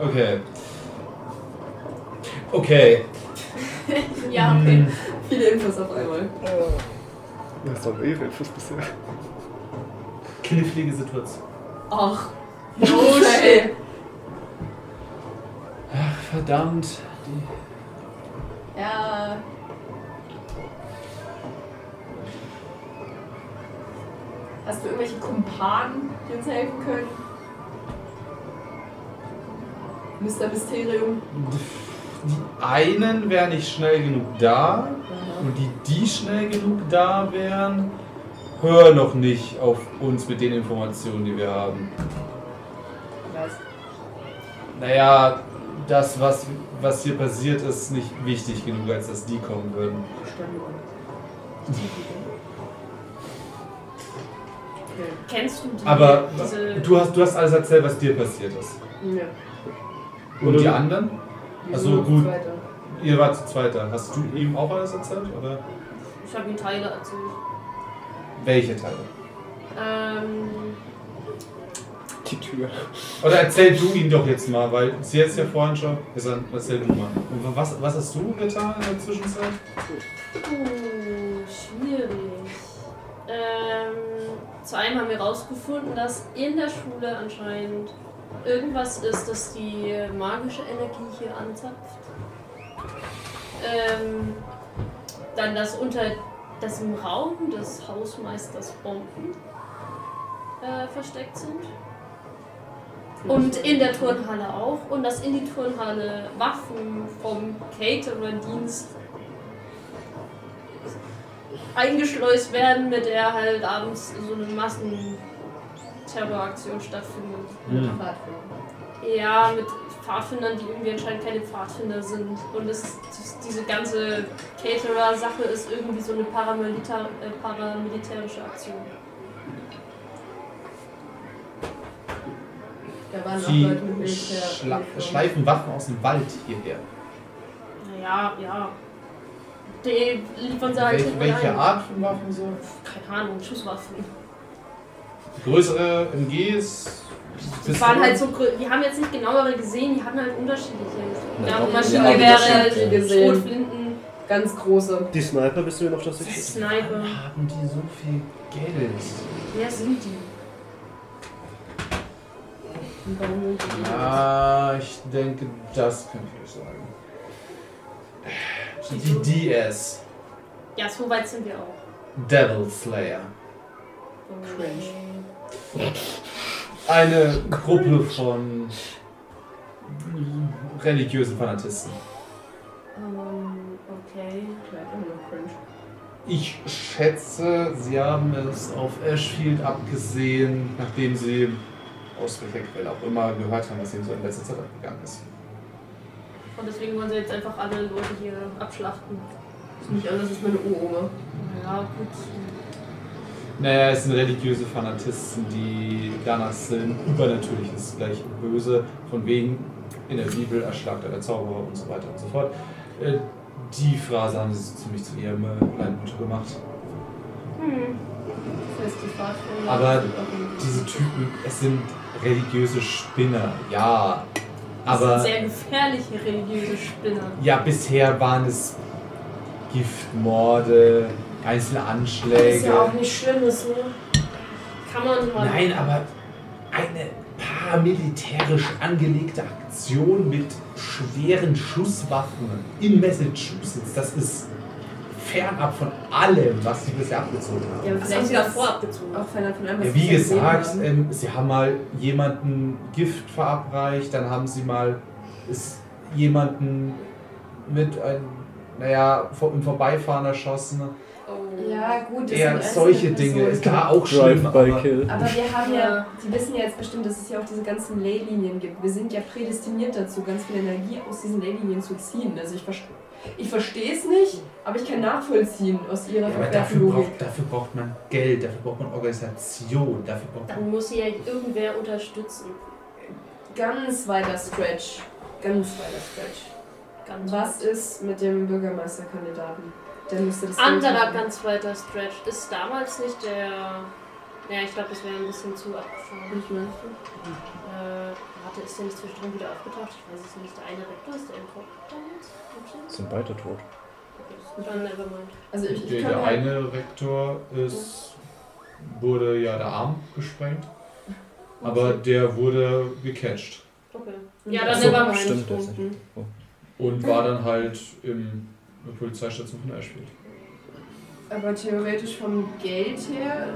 S24: Okay. Okay.
S3: Ja, okay.
S24: Hm,
S2: Viele Infos auf einmal.
S5: Das ist doch eh Infos bisher.
S24: Knifflige Situation.
S2: Ach. No shit.
S24: Verdammt.
S2: Ja. Hast du irgendwelche Kumpanen, die uns helfen können? Mr. Mysterium.
S24: Die einen wären nicht schnell genug da. Und die, die schnell genug da wären, hör noch nicht auf uns mit den Informationen, die wir haben.
S2: Was?
S24: Naja, das, was, was hier passiert, ist nicht wichtig genug, als dass die kommen würden.
S3: Kennst du die?
S24: Aber
S3: diese
S24: du hast, du hast alles erzählt, was dir passiert ist.
S2: Ja.
S24: Und die anderen?
S2: Wir
S24: Also
S2: sind noch
S24: gut.
S2: weiter.
S24: Ihr wart zu zweiter. Hast du ihm auch alles erzählt? Oder?
S3: Ich habe ihm Teile erzählt.
S24: Welche Teile?
S3: Ähm,
S4: Die Tür.
S24: Oder erzähl du ihn doch jetzt mal, weil sie jetzt ja vorhin schon gesagt, erzähl du mal. Und was, was hast du getan in der Zwischenzeit?
S3: oh, schwierig. Ähm, zu einem haben wir rausgefunden, dass in der Schule anscheinend irgendwas ist, das die magische Energie hier anzapft. Ähm, dann das unter das im Raum des Hausmeisters Bomben äh, versteckt sind. Und in der Turnhalle auch. Und dass in die Turnhalle Waffen vom Caterer-Dienst eingeschleust werden, mit der halt abends so eine Massenterroraktion stattfindet.
S2: Hm.
S3: Ja, mit Pfadfindern, die irgendwie anscheinend keine Pfadfinder sind. Und es, das, diese ganze Caterer-Sache ist irgendwie so eine paramilita- äh, paramilitärische Aktion.
S2: Da waren
S24: Sie
S2: auch Leute mit Militär.
S24: schla schleifen Waffen aus dem Wald hierher.
S3: Naja, ja. Die liefern sie halt
S24: Wel
S3: nicht mehr
S24: welche
S3: ein.
S24: Art von Waffen so?
S3: Keine Ahnung, Schusswaffen.
S24: Größere MGs?
S3: Die waren halt so, grö- die haben jetzt nicht genauere gesehen, die hatten halt unterschiedliche. Die
S4: Ja,
S3: haben
S4: doch,
S2: ja,
S3: Maschinengewehre,
S2: unterschiedliche gesehen.
S3: Schrotflinten,
S2: Ganz große.
S5: Die Sniper bist du mir noch das Wichtigste.
S3: Sniper.
S24: Haben die so viel Geld?
S3: Wer sind die?
S2: Und warum sind die
S24: Ja, ich denke, das könnte ich sagen. Die
S3: Wieso?
S24: DS,
S3: Ja, so weit sind wir auch.
S24: Devil Slayer.
S2: Cringe.
S24: Eine Gruppe von religiösen Fanatisten.
S3: Ähm, okay.
S2: Klar, immer noch cringe.
S24: Ich schätze, sie haben es auf Ashfield abgesehen, nachdem sie aus welcher Quelle auch immer gehört haben, was ihnen so in letzter Zeit abgegangen ist.
S3: Und deswegen wollen sie jetzt einfach alle Leute hier abschlachten.
S2: Nicht an, das ist meine Uroma.
S3: Ja, gut.
S24: Naja, es sind religiöse Fanatisten, die danach sind. Übernatürliches gleich böse, von wegen in der Bibel erschlagt er der Zauberer und so weiter und so fort. Äh, Die Phrase haben sie ziemlich zu ihrem äh, Leitmotto gemacht.
S2: Das heißt, die Fahrt von
S24: Aber diese Typen, es sind religiöse Spinner, ja. Aber
S3: Sehr gefährliche religiöse Spinner.
S24: ja, bisher waren es Giftmorde, einzelne Anschläge.
S6: Ist ja auch nicht Schlimmes, ne?
S3: Kann man halt mal.
S24: Nein, aber eine paramilitärisch angelegte Aktion mit schweren Schusswaffen in Massachusetts, das ist fernab von allem, was sie bisher abgezogen haben.
S2: Ja, aber
S3: Vielleicht
S2: vielleicht
S3: sie
S2: ist
S3: davor abgezogen.
S2: auch Fan von einem,
S24: Ja,
S2: was
S24: Wie
S2: wir gesehen
S24: gesagt,
S2: haben.
S24: ähm, sie haben mal jemanden Gift verabreicht, dann haben sie mal ist jemanden mit ein, naja, vor- im Vorbeifahren erschossen.
S3: Oh.
S2: Ja, gut, das
S24: Ja,
S2: sind
S24: solche
S2: einzelne
S24: Dinge,
S2: Personen.
S24: ist da auch schlimm. aber-
S4: Drive-by-Kill.
S2: Aber wir haben
S3: Ja.
S2: ja, die wissen ja jetzt bestimmt, dass es ja auch diese ganzen Leylinien gibt. Wir sind ja prädestiniert dazu, ganz viel Energie aus diesen Leylinien zu ziehen. Also ich, verste- ich verstehe es nicht, aber ich kann nachvollziehen aus ihrer
S24: Ja, aber
S2: verquerten
S24: dafür
S2: Logik.
S24: braucht, dafür braucht man Geld, dafür braucht man Organisation, dafür braucht man.
S3: Dann muss sie ja irgendwer unterstützen.
S2: Ganz weiter Stretch. Ganz weiter Stretch.
S3: Ganz
S2: Was ist mit dem Bürgermeisterkandidaten? Der müsste das
S3: Anderer
S2: hinkriegen.
S3: ganz weiter Stretch ist damals nicht der. Ja, ich glaube, das wäre ein bisschen zu abgefahren.
S2: Nicht mehr.
S3: Äh, warte, ist der nicht zwischendrin wieder aufgetaucht? Ich weiß es nicht. Der eine Rektor ist der im Kopf damals? Kann
S4: Sind beide tot.
S3: schon? Dann nevermind.
S2: Also ich, ich
S24: Der,
S2: kann
S24: der
S2: mir halt,
S24: eine Rektor ist, wurde ja der Arm gesprengt, aber der wurde gecatcht
S3: Okay. Ja, dann
S4: Ach so,
S3: nevermind.
S4: stimmt, der ist nicht.
S2: Hm?
S24: und war dann halt im, in der Polizeistation von Ashfield.
S2: aber theoretisch vom Geld her,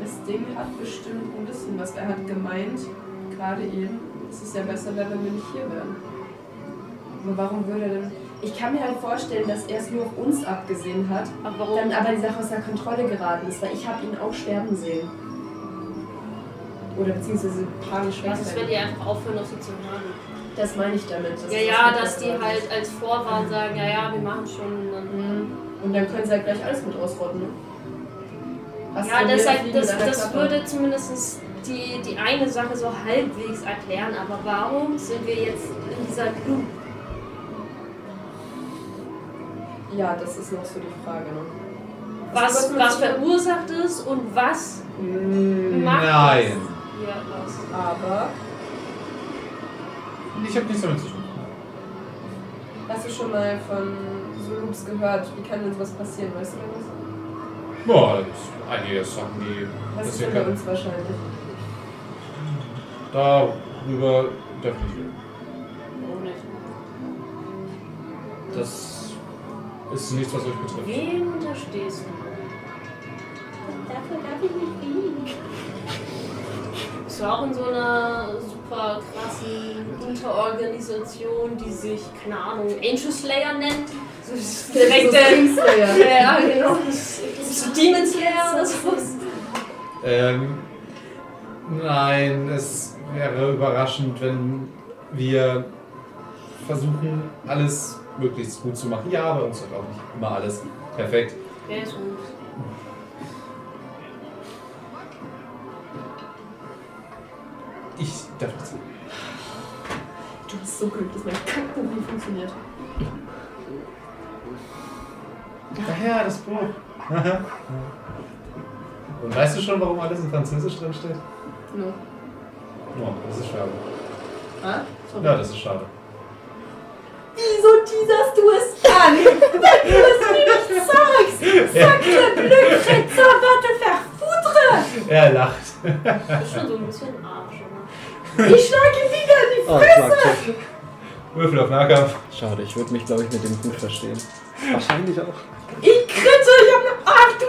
S2: das Ding hat bestimmt ein bisschen was. Er hat gemeint, gerade eben, es ist ja besser, wäre, wenn wir nicht hier wären. Aber warum würde er denn... Ich kann mir halt vorstellen, dass er es nur auf uns abgesehen hat,
S3: Aber warum?
S2: dann aber die Sache aus der Kontrolle geraten ist, weil ich habe ihn auch sterben sehen. Oder beziehungsweise panisch
S3: was ist, wenn die
S2: wegrennen.
S3: einfach aufhören, auf sie zu hören?
S2: Das meine ich damit. dass
S3: Ja,
S2: das
S3: ja,
S2: mit
S3: dass die
S2: ausrotten.
S3: halt als Vorwand sagen, ja, ja, wir machen schon. Dann
S2: Mhm. Und dann können sie halt gleich alles mit ausrotten, ne?
S3: Ja, das, halt-
S2: deshalb,
S3: das, das würde zumindest die, die eine Sache so halbwegs erklären, aber warum sind wir jetzt in dieser Club?
S2: Ja, das ist noch so die Frage, ne?
S3: Was,
S2: Also,
S3: was
S2: man-
S3: verursacht es und was macht
S24: Nein,
S3: es hier aus?
S2: Aber,
S24: ich habe nichts damit zu tun.
S2: hast du schon mal von so Loops gehört? Wie kann denn sowas passieren, weißt du das?
S24: Boah, das sind einige Sachen, die.
S2: Was
S24: das
S2: ist
S24: hier
S2: denn bei uns wahrscheinlich?
S24: Darüber darf ich nicht reden.
S3: Warum nicht?
S24: Das ist nichts, was euch betrifft.
S3: Wem unterstehst du?
S6: Dafür darf ich nicht fliegen.
S3: Bist du auch in so einer super krassen Unterorganisation, die sich, keine Ahnung, Angel Slayer nennt? So direkt der.
S2: Kingslayer.
S3: Ja, genau. So Demon Slayer oder sowas.
S24: Ähm, nein, es wäre überraschend, wenn wir versuchen, alles möglichst gut zu machen. Ja, bei uns wird auch nicht immer alles perfekt.
S3: Wer ist uns?
S24: Ich darf nicht sagen.
S2: Du bist so glücklich, dass mein Kackbuch nicht funktioniert.
S24: Ach ja, das Buch. Und weißt du schon, warum alles in Französisch drin steht?
S2: Ne?
S24: Oh, das ist schade.
S2: Ah?
S24: Ja, das ist schade.
S2: Wieso teaserst du es an? Wenn du es mir nicht sagst!
S24: Er,
S2: Der Blödfetzer wird
S24: er lacht.
S3: Das ist schon so ein bisschen Arsch, oder?
S2: verfudre! Ich schlage ihn wieder in die
S4: Oh, Schlagzeug.
S24: Würfel auf Nahkampf.
S4: Schade, ich würde mich, glaube ich, mit dem gut verstehen. Wahrscheinlich auch.
S2: Ich kritte, ich hab ne. Ach du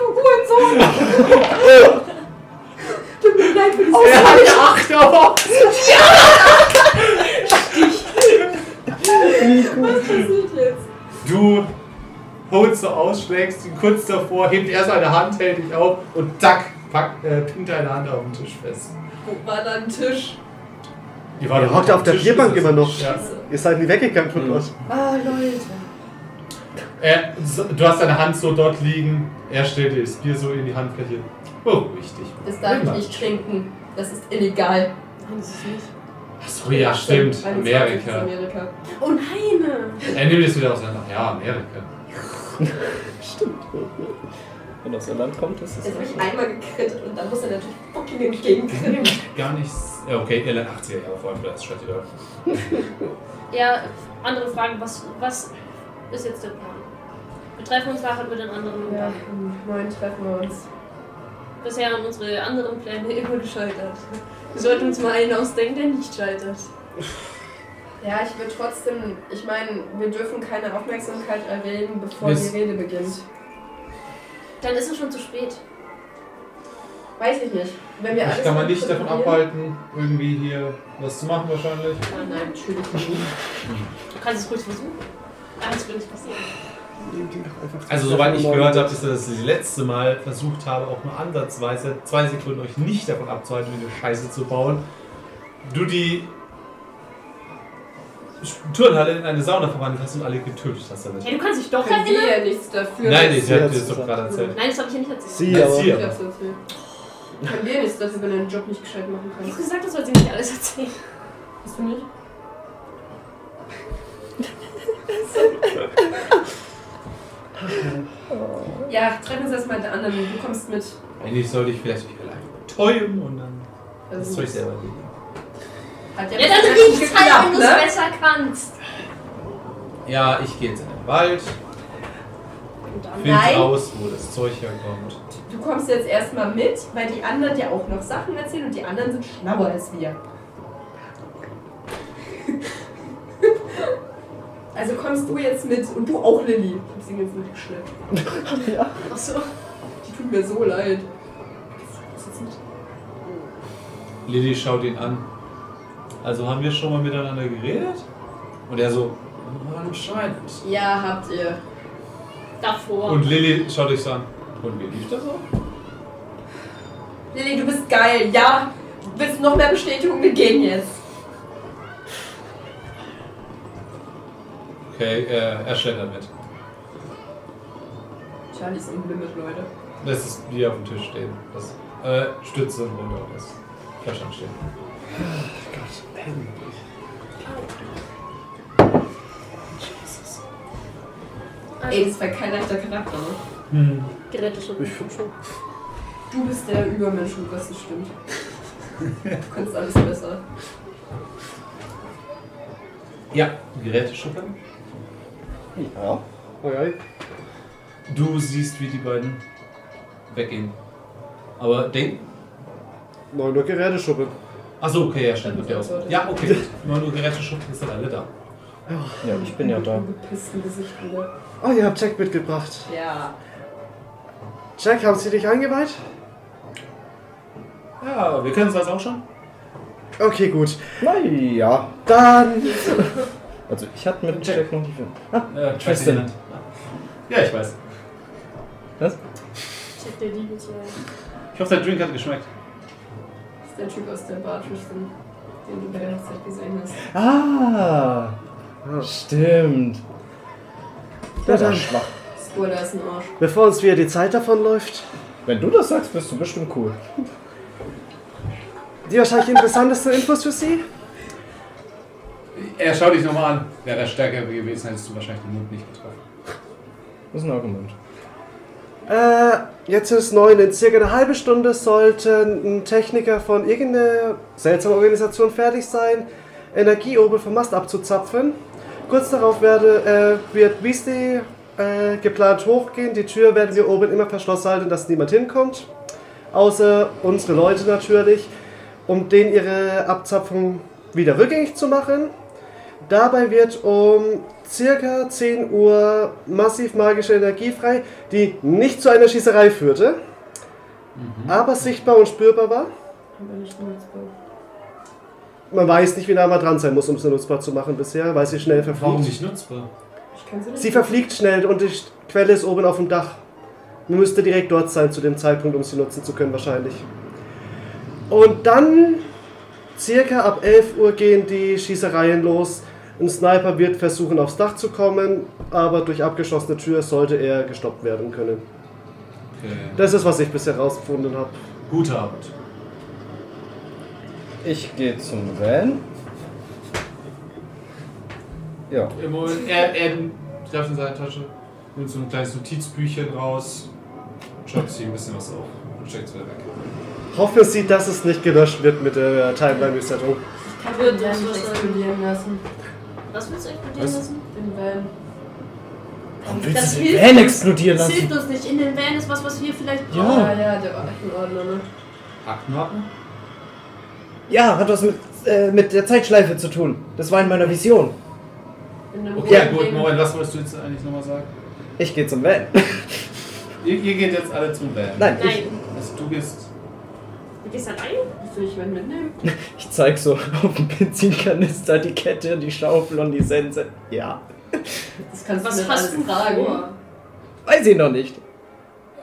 S2: Hurensohn! Tut mir leid für die
S24: Er hat eine Acht auf.
S2: Was passiert jetzt?
S24: Du holst so aus, schlägst ihn kurz davor, hebt er seine Hand, hält dich auf und zack, pack, äh, pinnt deine Hand auf den Tisch fest.
S2: Wo war da ein Tisch?
S24: Die war
S5: Er
S24: doch
S5: hockt auf der
S24: dem Tisch
S5: Bierbank
S24: gesessen.
S5: immer noch.
S24: Ja.
S2: Scheiße.
S5: Ihr seid nie weggegangen von dort.
S2: Ah, Leute.
S24: Er, Äh, so- du hast deine Hand so dort liegen, er stellt dir das Bier so in die Handfläche. Beruhig dich.
S2: Das darf ich nicht trinken. Das ist illegal.
S3: Nein, das ist nicht.
S24: Ach so, ja, stimmt.
S2: Weil es war jetzt
S24: Amerika.
S2: Amerika.
S17: Oh nein!
S24: Er nimmt es wieder auseinander. Ja, Amerika.
S4: Wenn aus Irland kommt, ist es.
S2: Jetzt habe ich einmal gekrittet und dann muss er natürlich fucking entgegenkriegen.
S24: Gar nichts. Ja, okay, Irland 80er Jahre vor allem, das steht wieder.
S17: Ja, andere Fragen. Was, was ist jetzt der Plan? Wir treffen uns nachher mit den anderen und
S2: Ja,
S17: dann.
S2: um neun treffen wir uns.
S17: Bisher haben unsere anderen Pläne immer gescheitert. Wir sollten uns mal einen ausdenken, der nicht scheitert.
S2: Ja, ich will trotzdem, ich meine, wir dürfen keine Aufmerksamkeit erregen, bevor
S1: Miss-
S2: die Rede beginnt.
S17: Dann ist es schon zu spät.
S2: Weiß ich nicht. Wenn wir
S24: Ich
S2: alles
S24: kann man nicht davon
S2: kontrollieren-
S24: abhalten, irgendwie hier was zu machen wahrscheinlich.
S2: Nein, nein, natürlich nicht.
S17: Ah, Du kannst es ruhig versuchen. Aber es wird nicht passieren.
S24: Also soweit ich gehört habe, ist das das letzte Mal versucht habe, auch nur ansatzweise zwei Sekunden euch nicht davon abzuhalten, eine Scheiße zu bauen. Du die Turnhalle in eine Sauna verwandelt hast und alle getötet hast damit.
S17: Ja, du kannst dich doch
S2: Können die
S17: erinnern.
S2: ja nichts dafür.
S24: Nein,
S2: nicht.
S24: ich habe dir das doch gerade erzählt.
S17: Nein, das habe ich ja nicht erzählt.
S5: Sie,
S24: Ja,
S5: aber
S24: sie.
S2: Ich hab so viel. Können wir nichts dafür, wenn du deinen Job nicht gescheit machen
S17: Ich habe
S2: kannst.
S17: gesagt, das soll sie nicht alles erzählen.
S2: Hast du nicht? ja, treffen uns erstmal mit den anderen. Du kommst mit.
S24: Eigentlich sollte ich vielleicht mich allein betäuben und dann das Zeug selber liegen.
S2: Also, Hat
S17: Ja, dann
S2: bisher
S17: riech's halt, wenn du es
S2: geklappt, ne?
S17: besser kannst.
S24: Ja, ich gehe jetzt in den Wald, finde
S2: Nein.
S24: raus, wo das Zeug herkommt.
S2: Du kommst jetzt erstmal mit, weil die anderen dir auch noch Sachen erzählen und die anderen sind schlauer als wir. Also kommst du jetzt mit und du auch, Lilly. Ich hab sie mir wohl geschleppt.
S17: Achso.
S2: Die tut mir so leid. Das ist nicht-
S24: Lilly schaut ihn an. Also haben wir schon mal miteinander geredet? Und er so, anscheinend.
S2: Ja, habt ihr.
S17: Davor.
S24: Und Lilly schaut euch so an. Und wie lief das so?
S2: Lilly, du bist geil. Ja, du willst noch mehr Bestätigung? Wir gehen jetzt.
S24: Okay, äh, er schlendert mit.
S2: Charlie ist im Limit, Leute.
S24: Lässt das Bier auf dem Tisch stehen. Das äh, Stütze und runter und das Flaschen stehen.
S2: Ey, das war kein leichter Charakter, ne?
S17: Geräte schon.
S2: Du bist der Übermensch, Lukas, das stimmt. Du kannst alles besser.
S24: Ja, Geräte schuppern.
S4: Ja.
S5: Okay.
S24: Du siehst, wie die beiden weggehen. Aber denk.
S5: 9 Uhr Geräteschuppe.
S24: Achso, okay, ja, schnell mit der aus. Ja, okay. 9 Uhr Geräte schuppern ist dann alle da.
S4: Ja, ich bin ja da.
S2: Gepissen Gesicht wieder.
S5: Oh, ihr habt Jack mitgebracht.
S2: Ja.
S5: Jack, haben sie dich eingeweiht?
S24: Ja, wir können das auch schon.
S5: Okay, gut.
S4: Naja.
S5: Dann.
S4: Also ich hatte mit Jack noch nie viel.
S24: Äh,
S4: Tristan.
S24: Tristan. Ja, ich weiß.
S17: Check der Liebe zu sein.
S7: Ich hoffe, der Drink hat geschmeckt.
S2: Das ist der Typ aus der Bar, Tristan, den du bei der Hochzeit gesehen hast.
S4: Ah! Stimmt.
S5: Na
S4: Der
S5: dann.
S4: war schwach.
S2: Spoiler ist ein Arsch.
S5: Bevor uns wieder die Zeit davonläuft,
S4: Wenn du das sagst, bist du bestimmt cool.
S5: die wahrscheinlich interessantesten Infos für Sie.
S7: Er schaut dich nochmal an. Wäre er stärker gewesen, hättest du wahrscheinlich den Mund nicht getroffen.
S4: Das ist ein Argument.
S5: Äh, jetzt ist neun. In circa eine halbe Stunde sollte ein Techniker von irgendeiner seltsamen Organisation fertig sein, Energieobel vom Mast abzuzapfen. Kurz darauf werde, äh, wird Beastie äh, geplant hochgehen. Die Tür werden wir oben immer verschlossen halten, dass niemand hinkommt. Außer unsere Leute natürlich, um denen ihre Abzapfung wieder rückgängig zu machen. Dabei wird um circa 10 Uhr massiv magische Energie frei, die nicht zu einer Schießerei führte,
S24: Mhm.
S5: aber sichtbar und spürbar war.
S2: Aber nicht nur als Spoiler.
S5: Man weiß nicht, wie nah man dran sein muss, um sie nutzbar zu machen bisher, weil sie schnell
S24: Warum
S5: verfliegt.
S24: nicht nutzbar?
S2: Ich kann sie nicht.
S5: Sie verfliegt schnell und die Quelle ist oben auf dem Dach. Man müsste direkt dort sein zu dem Zeitpunkt, um sie nutzen zu können wahrscheinlich. Und dann circa ab 11 Uhr gehen die Schießereien los. Ein Sniper wird versuchen, aufs Dach zu kommen, aber durch abgeschossene Tür sollte er gestoppt werden können.
S1: Okay.
S5: Das ist, was ich bisher rausgefunden habe.
S1: Gute Arbeit.
S4: Ich gehe zum Van. Ja,
S1: Im Moment, er, er greift in seine Tasche, nimmt so ein kleines Notizbüchchen raus, schreibt sich ein bisschen was auf und steckt es wieder weg.
S5: Hoffen Sie, dass es nicht gelöscht wird mit der äh, Timeline-Resettung.
S2: Ich kann
S3: Würden
S2: den Van
S3: das
S2: nicht
S3: was
S2: explodieren lassen.
S17: Was willst du explodieren
S4: Was?
S17: lassen?
S2: Den Van.
S4: warum
S3: Das
S4: willst du den
S3: hilft-
S4: Van explodieren
S17: Das
S4: lassen?
S17: hilft uns nicht. In den Van ist was, was wir vielleicht brauchen.
S4: Ja.
S2: Ah ja, der war echt in Ordnung, ne?
S1: Aktenordner?
S4: Ja, hat was mit, äh, mit der Zeitschleife zu tun. Das war in meiner Vision.
S2: In einem
S7: Okay,
S2: hohen
S7: gut,
S2: Ding.
S7: Moment, was wolltest du jetzt eigentlich nochmal sagen?
S4: Ich gehe zum Van.
S7: Ihr, ihr geht jetzt alle zum Van.
S4: Nein, ich,
S3: Nein.
S7: Also du gehst.
S3: Du gehst
S17: halt
S3: allein?
S2: Willst du nicht wen mitnehmen?
S4: ich zeig so auf den Benzinkanister die Kette, die Schaufel und die Sense. Ja.
S2: Das kannst
S3: Was
S2: du mir
S3: hast du
S2: alles fragen.
S3: vor?
S4: Weiß ich noch nicht.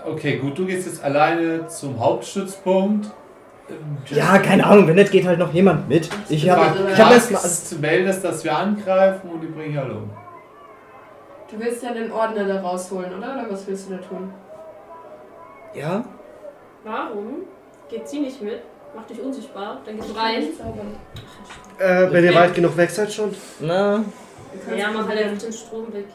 S7: Okay, gut, du gehst jetzt alleine zum Hauptstützpunkt. Ähm,
S4: Ja, keine Ahnung, wenn nicht, geht halt noch jemand mit. Ich habe ich hab erstmal.
S7: erstmal. Meldest, dass wir angreifen und die bringen hier alle um.
S2: Du willst ja den Ordner da rausholen, oder? Oder was willst du da tun?
S4: Ja?
S3: Warum geht sie nicht mit? Mach dich unsichtbar, dann gehst du rein.
S5: Äh, wenn ihr weit genug weg seid schon.
S4: Na.
S3: Ja, mach halt einfach den Strom weg.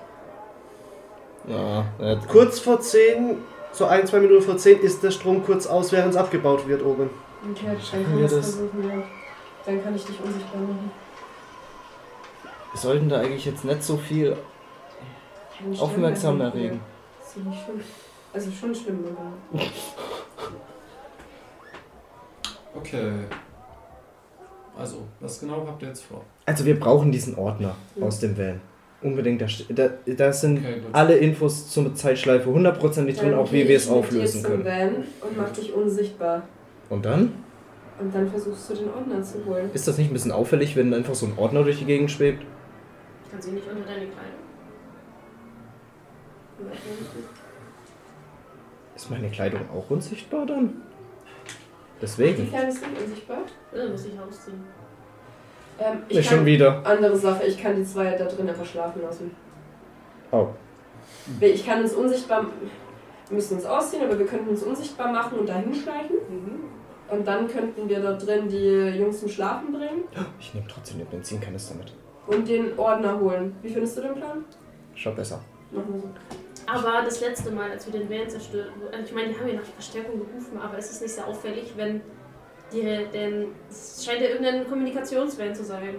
S4: Na, nicht.
S5: Kurz vor 10, so ein, zwei Minuten vor 10 ist der Strom kurz aus, während es abgebaut wird oben.
S2: Okay, dann
S4: Schaffen
S2: kann
S4: wir
S2: ich
S4: das?
S2: versuchen, ja. Dann kann ich dich unsichtbar machen.
S4: Wir sollten da eigentlich jetzt nicht so viel
S2: Keine
S4: aufmerksam
S2: Stirnbrecher.
S4: erregen.
S2: Ist ja nicht schlimm. Also schon schlimm, aber.
S7: Okay. Also, was genau habt ihr jetzt vor?
S4: Also wir brauchen diesen Ordner aus dem Van. Unbedingt. Da, st- da, da sind
S7: Okay, gut.
S4: alle Infos zur Zeitschleife hundertprozentig drin,
S2: Dann
S4: auch
S2: geh
S4: wie wir es
S2: ich mit dir
S4: auflösen
S2: zum
S4: können.
S2: Van und mach dich unsichtbar.
S4: Und dann?
S2: Und dann versuchst du den Ordner zu holen.
S4: Ist das nicht ein bisschen auffällig, wenn einfach so ein Ordner durch die Gegend schwebt?
S3: Ich kann sie nicht unter deine Kleidung.
S4: Ist meine Kleidung auch unsichtbar dann?
S2: Wie
S4: Deswegen.
S2: klein ist die unsichtbar?
S3: Äh, Dann muss ich ausziehen.
S2: Ähm, ich
S4: Nicht
S2: kann,
S4: schon wieder.
S2: andere Sache, ich kann die zwei da drin einfach schlafen lassen.
S4: Oh.
S2: Ich kann uns unsichtbar. Wir müssen uns ausziehen, aber wir könnten uns unsichtbar machen und dahin schleichen. Und dann könnten wir da drin die Jungs zum Schlafen bringen
S4: Ich nehme trotzdem den Benzinkanister mit.
S2: und den Ordner holen. Wie findest du den Plan?
S4: Schaut besser.
S2: Machen wir so.
S3: Aber das letzte Mal, als wir den Van zerstört wurden, ich meine, die haben ja nach Verstärkung gerufen, aber es ist nicht sehr auffällig, wenn die, denn es scheint ja irgendein Kommunikationsvan zu sein.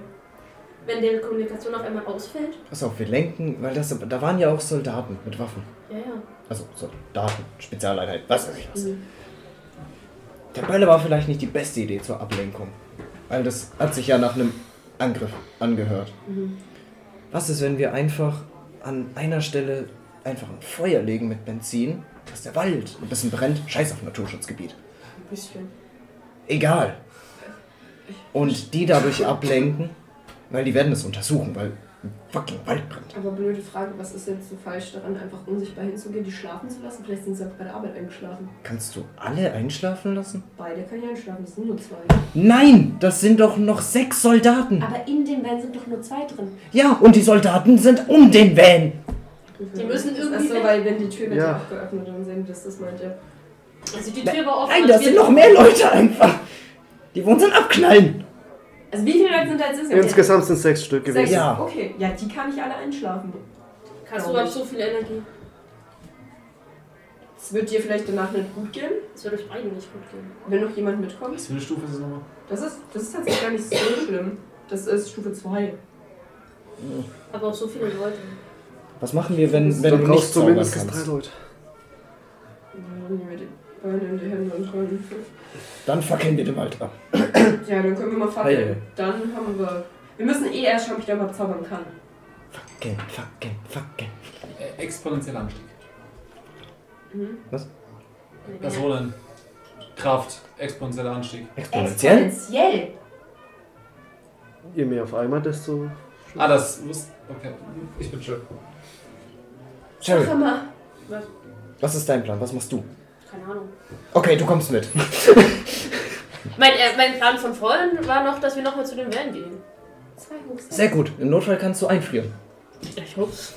S3: Wenn die Kommunikation auf einmal ausfällt.
S4: Pass auf, wir lenken, weil das, da waren ja auch Soldaten mit Waffen.
S3: Ja, ja.
S4: Also Soldaten, Spezialeinheit, was weiß ich was.
S2: Mhm.
S4: Der Bölle war vielleicht nicht die beste Idee zur Ablenkung. Weil das hat sich ja nach einem Angriff angehört.
S2: Mhm.
S4: Was ist, wenn wir einfach an einer Stelle einfach ein Feuer legen mit Benzin, dass der Wald ein bisschen brennt? Scheiß auf Naturschutzgebiet.
S2: Ein bisschen.
S4: Egal. Und die dadurch ablenken, weil die werden es untersuchen, weil ein fucking Wald brennt.
S2: Aber blöde Frage, was ist jetzt so falsch daran, einfach unsichtbar hinzugehen, die schlafen zu lassen? Vielleicht sind sie auch bei der Arbeit eingeschlafen.
S4: Kannst du alle einschlafen lassen?
S2: Beide können ja einschlafen, es sind nur zwei.
S4: Nein, das sind doch noch sechs Soldaten.
S6: Aber in dem Van sind doch nur zwei drin.
S4: Ja, und die Soldaten sind um den Van.
S3: Die müssen irgendwie.
S2: Achso,
S3: weg.
S2: weil wenn die Tür wird
S5: Ja.
S2: ja auch geöffnet, dann sehen wir das, das meint er.
S3: also die Tür war offen.
S4: Nein,
S3: als
S4: da
S3: wir-
S4: sind noch mehr Leute einfach. Die wollen uns dann abknallen.
S2: Also wie viele Leute sind da jetzt insgesamt?
S5: Insgesamt sind sechs Stück
S2: Sechs.
S5: gewesen.
S4: Ja.
S2: Okay, ja, die kann ich alle einschlafen.
S3: Hast du überhaupt so viel Energie?
S2: Es wird dir vielleicht danach nicht gut gehen,
S3: Es wird euch beiden nicht gut gehen.
S2: wenn noch jemand mitkommt.
S7: Was für eine Stufe ist es nochmal?
S2: Das ist, das ist tatsächlich gar nicht so schlimm. Das ist Stufe 2.
S3: Aber auch so viele Leute.
S4: Was machen wir, wenn, wenn
S5: Dann
S4: du nicht
S5: brauchst du
S4: zaubern
S5: mindestens drei
S4: kannst?
S5: Leute.
S2: Nehmen wir die Beine in die Hände und rollen.
S4: Dann fackeln wir den Wald ab.
S2: Ja, dann können wir mal
S4: Ei, ei.
S2: fackeln. Dann haben wir. Wir müssen eh erst schauen, ob ich da überhaupt zaubern kann.
S4: Fackeln, fackeln, fackeln.
S7: Äh, exponentiell Anstieg.
S4: Was?
S7: Was war denn? Kraft, exponentieller Anstieg.
S4: Exponentiell?
S6: Exponentiell.
S5: Je mehr auf einmal, desto.
S7: Ah, das muss. Okay, ich bin schön.
S4: Sherry,
S2: Sag mal,
S4: was ist dein Plan? Was machst du?
S3: Keine Ahnung.
S4: Okay, du kommst mit.
S3: Mein, äh, mein Plan von vorhin war noch, dass wir nochmal zu den Wellen gehen.
S6: Zwei hoch. sechs.
S4: Sehr gut. Im Notfall kannst du einfrieren.
S3: Ich hoffe.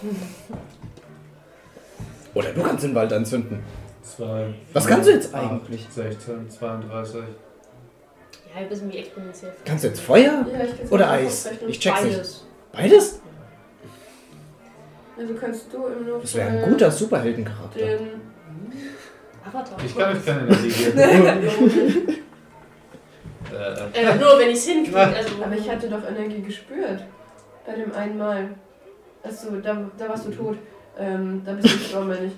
S4: Oder du kannst den Wald anzünden.
S24: Zwei,
S4: Was
S24: vier,
S4: kannst du jetzt
S24: acht,
S4: eigentlich?
S24: 16, 32.
S3: Ja, ein bisschen wie exponentiell.
S4: Kannst du jetzt Feuer?
S2: Ja, ich kann's
S4: Oder
S2: auch
S4: Eis?
S2: ausrechnen.
S4: Ich check's nicht.
S3: Beides.
S4: Beides?
S2: Also kannst du im Notfall.
S4: Das wäre ein guter Superheldencharakter.
S2: Den,
S3: Avatar.
S24: Ich kann euch keine Energie geben. äh,
S3: Äh, nur wenn ich es hinkriege. Also,
S2: aber ich hatte doch Energie gespürt. Bei dem einen Mal. Achso, da, da warst du tot. Ähm, da bist du gestorben, meine ich.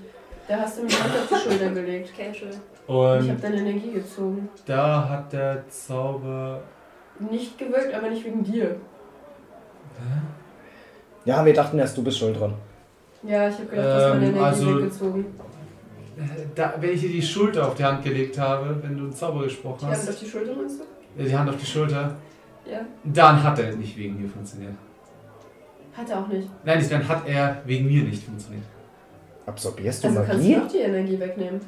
S2: Da hast du mir die Hand auf die Schulter gelegt.
S3: Okay, schön.
S2: Ich habe
S24: und
S2: deine Energie gezogen.
S24: da hat der Zauber.
S2: Nicht gewirkt, aber nicht wegen dir.
S4: Ja, wir dachten erst, du bist schuld dran.
S2: Ja, ich habe gedacht, du hast meine
S24: Ähm,
S2: Energie
S24: also-
S2: weggezogen.
S24: Da, wenn ich dir die Schulter auf die Hand gelegt habe, wenn du einen Zauber gesprochen
S2: Die haben
S24: hast,
S2: doch die Schulter, meinst du?
S24: äh, die Hand auf die Schulter,
S2: Ja.
S24: dann hat er nicht wegen mir funktioniert.
S2: Hat er auch nicht.
S24: Nein, nicht, dann hat er wegen mir nicht funktioniert.
S4: Absorbierst du
S2: Also kannst
S4: Magie?
S2: du auch die Energie wegnehmen.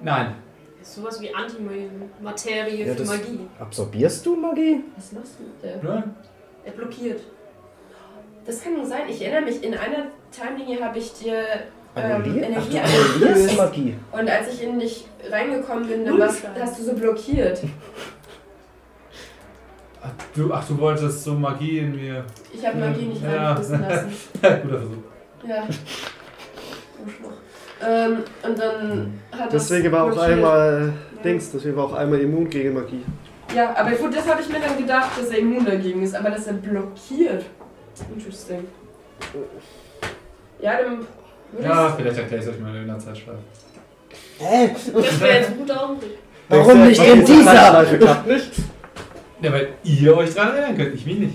S24: Nein,
S3: Ist sowas wie Antimaterie
S4: Ja,
S3: für
S4: das-
S3: Magie.
S4: Absorbierst du Magie?
S2: Was machst du mit der?
S24: oder?
S3: Er blockiert.
S2: Das kann nun sein. Ich erinnere mich, in einer Timelinie habe ich dir ähm,
S4: Annullier? Ach,
S2: Energie
S4: du annulierst
S2: eingelöst.
S4: Magie.
S2: Und als ich in dich reingekommen bin, dann
S3: Nun,
S2: warst,
S3: Scheiße.
S2: hast du so blockiert.
S24: Ach du, ach, du wolltest so Magie in mir.
S2: Ich habe Magie nicht
S24: Ja.
S2: reinfließen lassen.
S24: Guter Versuch.
S2: Ja. Du Schluch. Ähm, und dann hat das
S5: Deswegen war auch
S2: blockiert.
S5: einmal äh, Dings, deswegen war auch einmal immun gegen Magie.
S2: Ja, aber gut, das habe ich mir dann gedacht, dass er immun dagegen ist, aber dass er blockiert. Interesting. Ja, dann würde
S24: Ja, vielleicht erkläre ich es euch mal in der Zeitschleife.
S4: Äh,
S3: Das wäre jetzt ein guter Augenblick.
S4: warum nicht in dieser?
S5: Zeitschleife klappt nicht.
S24: Ja, weil ihr euch dran erinnern könnt, ich mich nicht.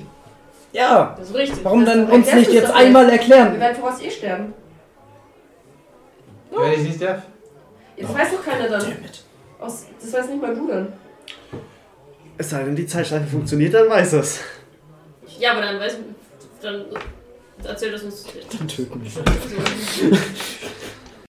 S4: Ja,
S3: Das ist richtig.
S4: warum dann
S2: doch-
S4: uns
S2: das
S4: nicht
S2: ist doch
S4: jetzt
S2: jetzt-
S4: einmal
S2: ich. Wir
S4: erklären?
S2: werden voraus eh sterben.
S24: Wenn ich nicht darf.
S2: Jetzt weiß doch keiner dann.
S4: Damn it.
S2: Aus, das weiß nicht mal du dann.
S5: Es sei denn, die Zeitschleife funktioniert, dann weiß es.
S3: Ja, aber dann weiß Dann erzählt das uns.
S4: Dann töten wir.
S3: So.